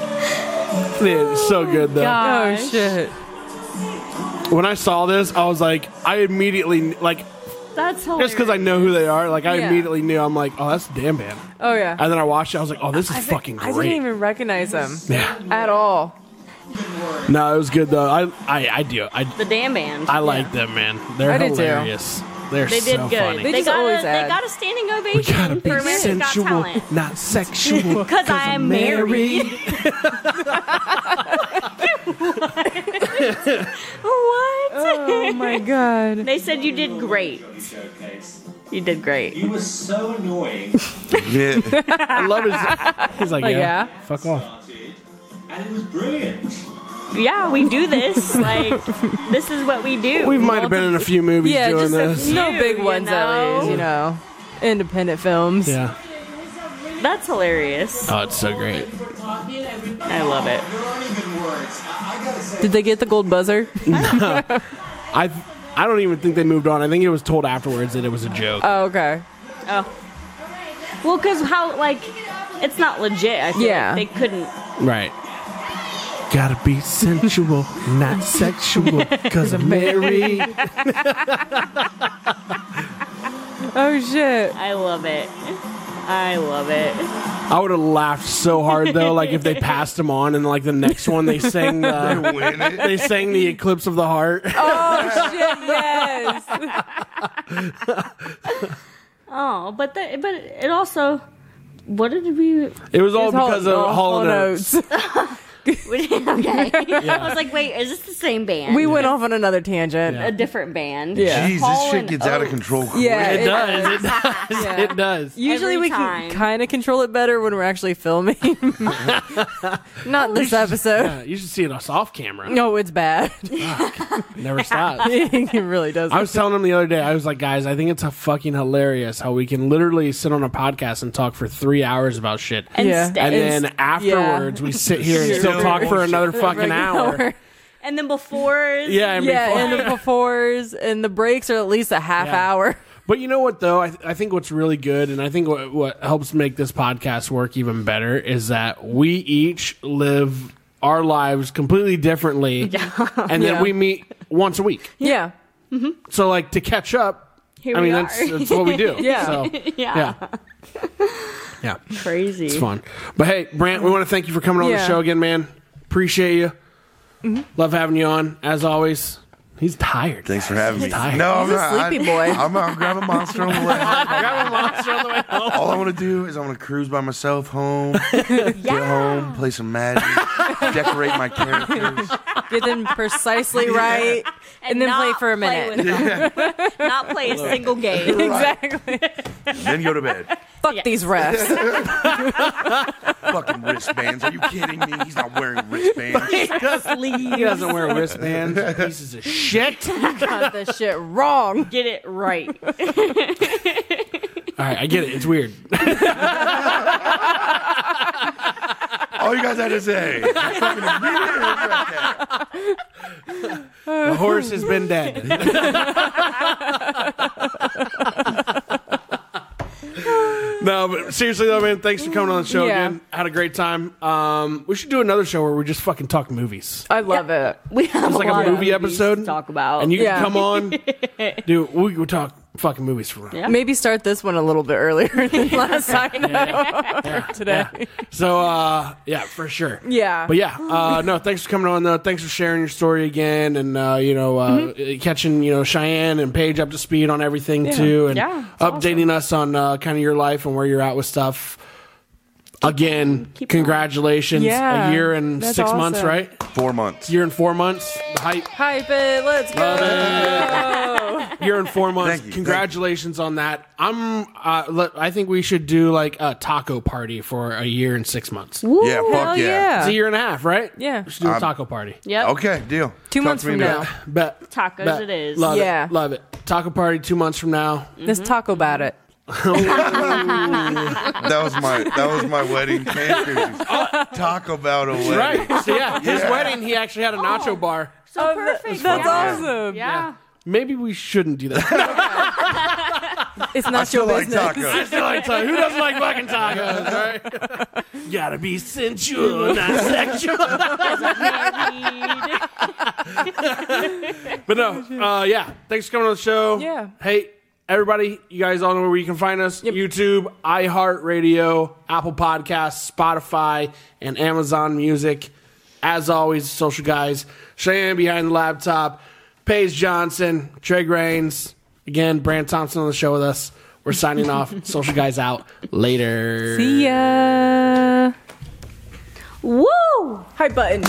[SPEAKER 1] Man, it's so good though.
[SPEAKER 2] Oh
[SPEAKER 3] Gosh.
[SPEAKER 2] shit.
[SPEAKER 1] When I saw this, I was like, I immediately like
[SPEAKER 3] That's hilarious.
[SPEAKER 1] just because I know who they are. Like I
[SPEAKER 2] Yeah.
[SPEAKER 1] immediately knew. I'm like, oh, that's the damn band.
[SPEAKER 2] Oh yeah.
[SPEAKER 1] And then I watched it. I was like, oh, this is
[SPEAKER 2] I-
[SPEAKER 1] fucking
[SPEAKER 2] I
[SPEAKER 1] great.
[SPEAKER 2] didn't even recognize him
[SPEAKER 1] yeah.
[SPEAKER 2] at all.
[SPEAKER 1] No, it was good though. I I, I do. I
[SPEAKER 3] the damn band.
[SPEAKER 1] I like them, man. They're
[SPEAKER 2] I do, too.
[SPEAKER 1] hilarious. They're
[SPEAKER 3] they did
[SPEAKER 1] so
[SPEAKER 3] good.
[SPEAKER 1] funny.
[SPEAKER 3] They,
[SPEAKER 2] They just
[SPEAKER 3] got
[SPEAKER 2] always
[SPEAKER 3] a,
[SPEAKER 2] add.
[SPEAKER 3] they got a standing
[SPEAKER 1] we
[SPEAKER 3] ovation
[SPEAKER 1] gotta be
[SPEAKER 3] for America's Got
[SPEAKER 1] sensual,
[SPEAKER 3] Talent.
[SPEAKER 1] not sexual.
[SPEAKER 3] Because I'm married. What?
[SPEAKER 2] Oh my god.
[SPEAKER 3] they said you did great.
[SPEAKER 8] Showcase.
[SPEAKER 3] You did great.
[SPEAKER 8] You were so annoying,
[SPEAKER 4] Yeah.
[SPEAKER 1] I love his. He's like,
[SPEAKER 2] Like,
[SPEAKER 1] yeah,
[SPEAKER 2] yeah.
[SPEAKER 1] fuck off.
[SPEAKER 8] started, and it was brilliant.
[SPEAKER 3] Yeah, we do this. Like, this is what we do.
[SPEAKER 1] We might have been in a few movies
[SPEAKER 2] Yeah,
[SPEAKER 1] doing
[SPEAKER 2] just a
[SPEAKER 1] this.
[SPEAKER 2] few, no big
[SPEAKER 3] you
[SPEAKER 2] ones
[SPEAKER 3] know?
[SPEAKER 2] at least, you know. Independent films.
[SPEAKER 1] yeah.
[SPEAKER 3] That's hilarious.
[SPEAKER 1] Oh, it's so great.
[SPEAKER 3] I love it.
[SPEAKER 8] There aren't even words. I, I gotta say,
[SPEAKER 2] Did they get the gold buzzer?
[SPEAKER 1] I I don't even think they moved on. I think it was told afterwards that it was a joke.
[SPEAKER 2] Oh, okay.
[SPEAKER 3] Oh. Well, because how, like, it's not legit. I feel
[SPEAKER 2] Yeah.
[SPEAKER 3] like they couldn't.
[SPEAKER 1] right. Gotta be sensual, not sexual, because I'm married.
[SPEAKER 2] Oh shit.
[SPEAKER 3] I love it. I love it.
[SPEAKER 1] I would have laughed so hard though, like if they passed him on and like the next one they sang the,
[SPEAKER 4] Win it.
[SPEAKER 1] they sang the Eclipse of the Heart.
[SPEAKER 2] Oh shit, yes.
[SPEAKER 3] Oh, but that, but it also. What did we?
[SPEAKER 1] It was all Oh, because of Hall,
[SPEAKER 2] Hall
[SPEAKER 1] and
[SPEAKER 2] and
[SPEAKER 1] Oates.
[SPEAKER 2] Oates.
[SPEAKER 3] okay. I was like, wait, is this the same band?
[SPEAKER 2] We went off on another tangent.
[SPEAKER 1] Yeah.
[SPEAKER 3] a different band.
[SPEAKER 2] Yeah.
[SPEAKER 4] Jeez,
[SPEAKER 3] Paul
[SPEAKER 4] this shit
[SPEAKER 3] and
[SPEAKER 4] gets out of
[SPEAKER 3] Oates.
[SPEAKER 4] control. quick.
[SPEAKER 2] Yeah,
[SPEAKER 1] It does. It does.
[SPEAKER 2] Yeah.
[SPEAKER 1] It does.
[SPEAKER 2] Usually we
[SPEAKER 3] Every time.
[SPEAKER 2] can kind of control it better when we're actually filming. Not this episode.
[SPEAKER 1] Yeah, you should see it us off camera.
[SPEAKER 2] No, it's bad.
[SPEAKER 1] Never stop.
[SPEAKER 2] it really does.
[SPEAKER 1] I was telling him the other day, I was like, guys, I think it's a fucking hilarious how we can literally sit on a podcast and talk for three hours about shit.
[SPEAKER 3] And
[SPEAKER 2] Yeah.
[SPEAKER 3] Stay.
[SPEAKER 1] And
[SPEAKER 3] And,
[SPEAKER 1] then afterwards, we sit here and still talk for another fucking hour.
[SPEAKER 3] then before.
[SPEAKER 1] Yeah, and
[SPEAKER 2] yeah,
[SPEAKER 1] before-
[SPEAKER 2] and the befores and the breaks are at least a half
[SPEAKER 1] Yeah.
[SPEAKER 2] hour.
[SPEAKER 1] But you know what, though? I, I think what's really good, and I think what, what helps make this podcast work even better, is that we each live our lives completely differently. And then
[SPEAKER 2] Yeah.
[SPEAKER 1] we meet once a week.
[SPEAKER 2] Yeah.
[SPEAKER 1] So, like, to catch up,
[SPEAKER 3] Here
[SPEAKER 1] I mean,
[SPEAKER 3] we are.
[SPEAKER 1] that's, that's what we do.
[SPEAKER 2] Yeah.
[SPEAKER 1] So,
[SPEAKER 3] yeah.
[SPEAKER 1] yeah. Yeah.
[SPEAKER 3] Crazy.
[SPEAKER 1] It's fun. But hey, Brant, we want to thank you for coming on the
[SPEAKER 2] Yeah. Mm-hmm.
[SPEAKER 1] show again, man. Appreciate you. Love having you on, as always. He's tired.
[SPEAKER 4] Thanks for having me. No,
[SPEAKER 1] tired.
[SPEAKER 4] I'm
[SPEAKER 2] He's a
[SPEAKER 4] not.
[SPEAKER 2] sleepy
[SPEAKER 4] I,
[SPEAKER 2] boy.
[SPEAKER 4] I'm out grabbing monster on the way. home.
[SPEAKER 1] Grab a monster on the way home.
[SPEAKER 4] All I want to do is I want to cruise by myself home, get home, play some magic, decorate my characters.
[SPEAKER 2] Get them precisely right and, then
[SPEAKER 3] not
[SPEAKER 2] play for a minute.
[SPEAKER 3] with them. not play a single game.
[SPEAKER 2] exactly.
[SPEAKER 4] Then go to bed.
[SPEAKER 2] Fuck these refs.
[SPEAKER 4] Fucking wristbands. Are you kidding me? He's not wearing wristbands.
[SPEAKER 1] He doesn't wear wristbands. Pieces of shit. All
[SPEAKER 2] Got this shit wrong.
[SPEAKER 3] Get it right.
[SPEAKER 1] right, I get it. It's weird.
[SPEAKER 4] All you guys had to say. I fucking immediately regret that.
[SPEAKER 1] The horse has been dead. no, but seriously though, man, thanks for coming on the show
[SPEAKER 2] Yeah.
[SPEAKER 1] again. Had a great time. Um, we should do another show where we just fucking talk movies.
[SPEAKER 2] I love it.
[SPEAKER 3] We have
[SPEAKER 1] It's like
[SPEAKER 3] lot
[SPEAKER 1] a
[SPEAKER 3] of
[SPEAKER 1] movie
[SPEAKER 3] movies
[SPEAKER 1] episode.
[SPEAKER 3] to talk about.
[SPEAKER 1] and you
[SPEAKER 2] Yeah.
[SPEAKER 1] can come on, dude. We could talk fucking movies for
[SPEAKER 3] Yeah.
[SPEAKER 2] Maybe start this one a little bit earlier than last time. Today.
[SPEAKER 1] So uh, yeah, for sure.
[SPEAKER 2] Yeah.
[SPEAKER 1] But yeah, uh, no, thanks for coming on though. Thanks for sharing your story again, and uh, you know, uh,
[SPEAKER 3] Mm-hmm.
[SPEAKER 1] catching you know Cheyenne and Paige up to speed on everything too, and
[SPEAKER 3] Yeah, it's
[SPEAKER 1] updating us on uh, kind of your life and where you're at with stuff. Again,
[SPEAKER 3] Keep going.
[SPEAKER 1] congratulations.
[SPEAKER 2] Yeah,
[SPEAKER 1] a year and
[SPEAKER 2] that's
[SPEAKER 1] six months,
[SPEAKER 2] awesome.
[SPEAKER 1] right?
[SPEAKER 4] Four months.
[SPEAKER 1] Year and four months. The hype.
[SPEAKER 2] Hype it. Let's go.
[SPEAKER 1] Year and four months.
[SPEAKER 4] Thank you,
[SPEAKER 1] congratulations on that. I'm. Uh, let, I think we should do like a taco party for a year and six months.
[SPEAKER 2] Woo,
[SPEAKER 4] Yeah, fuck
[SPEAKER 2] hell
[SPEAKER 4] yeah.
[SPEAKER 1] It's a year and a half, right?
[SPEAKER 2] Yeah.
[SPEAKER 1] We should do a
[SPEAKER 4] I'm-
[SPEAKER 1] taco party.
[SPEAKER 3] Yep.
[SPEAKER 4] Okay, deal.
[SPEAKER 2] Two
[SPEAKER 4] Talk
[SPEAKER 2] months
[SPEAKER 4] to me
[SPEAKER 2] from
[SPEAKER 4] about
[SPEAKER 2] now.
[SPEAKER 4] it.
[SPEAKER 1] Bet.
[SPEAKER 3] Tacos
[SPEAKER 1] bet.
[SPEAKER 3] it is.
[SPEAKER 1] Love
[SPEAKER 2] Yeah.
[SPEAKER 1] it. Love it. Taco party two months from now.
[SPEAKER 2] Let's talk about it.
[SPEAKER 4] That was my that was my wedding. Talk about a wedding.
[SPEAKER 1] Right. So yeah, his
[SPEAKER 4] Yeah.
[SPEAKER 1] wedding he actually had a nacho bar.
[SPEAKER 3] So Oh, perfect.
[SPEAKER 2] Um, That's
[SPEAKER 3] yeah.
[SPEAKER 2] awesome.
[SPEAKER 3] Yeah.
[SPEAKER 1] Maybe we shouldn't do that.
[SPEAKER 2] It's not
[SPEAKER 4] Still
[SPEAKER 2] your
[SPEAKER 4] like
[SPEAKER 2] business.
[SPEAKER 1] I
[SPEAKER 4] tacos.
[SPEAKER 1] still like tacos. Who doesn't like fucking tacos, right? Gotta be sensual, not sexual. but no, uh, yeah. Thanks for coming on the show.
[SPEAKER 2] Yeah.
[SPEAKER 1] Hey, everybody, you guys all know where you can find us: YouTube, iHeartRadio, Apple Podcasts, Spotify, and Amazon Music. As always, social guys, Cheyenne behind the laptop, Paige Johnson, Trey Grains, again, Brand Thompson on the show with us. We're signing off. Social guys out. Later.
[SPEAKER 2] See ya.
[SPEAKER 3] Woo!
[SPEAKER 2] Hype button.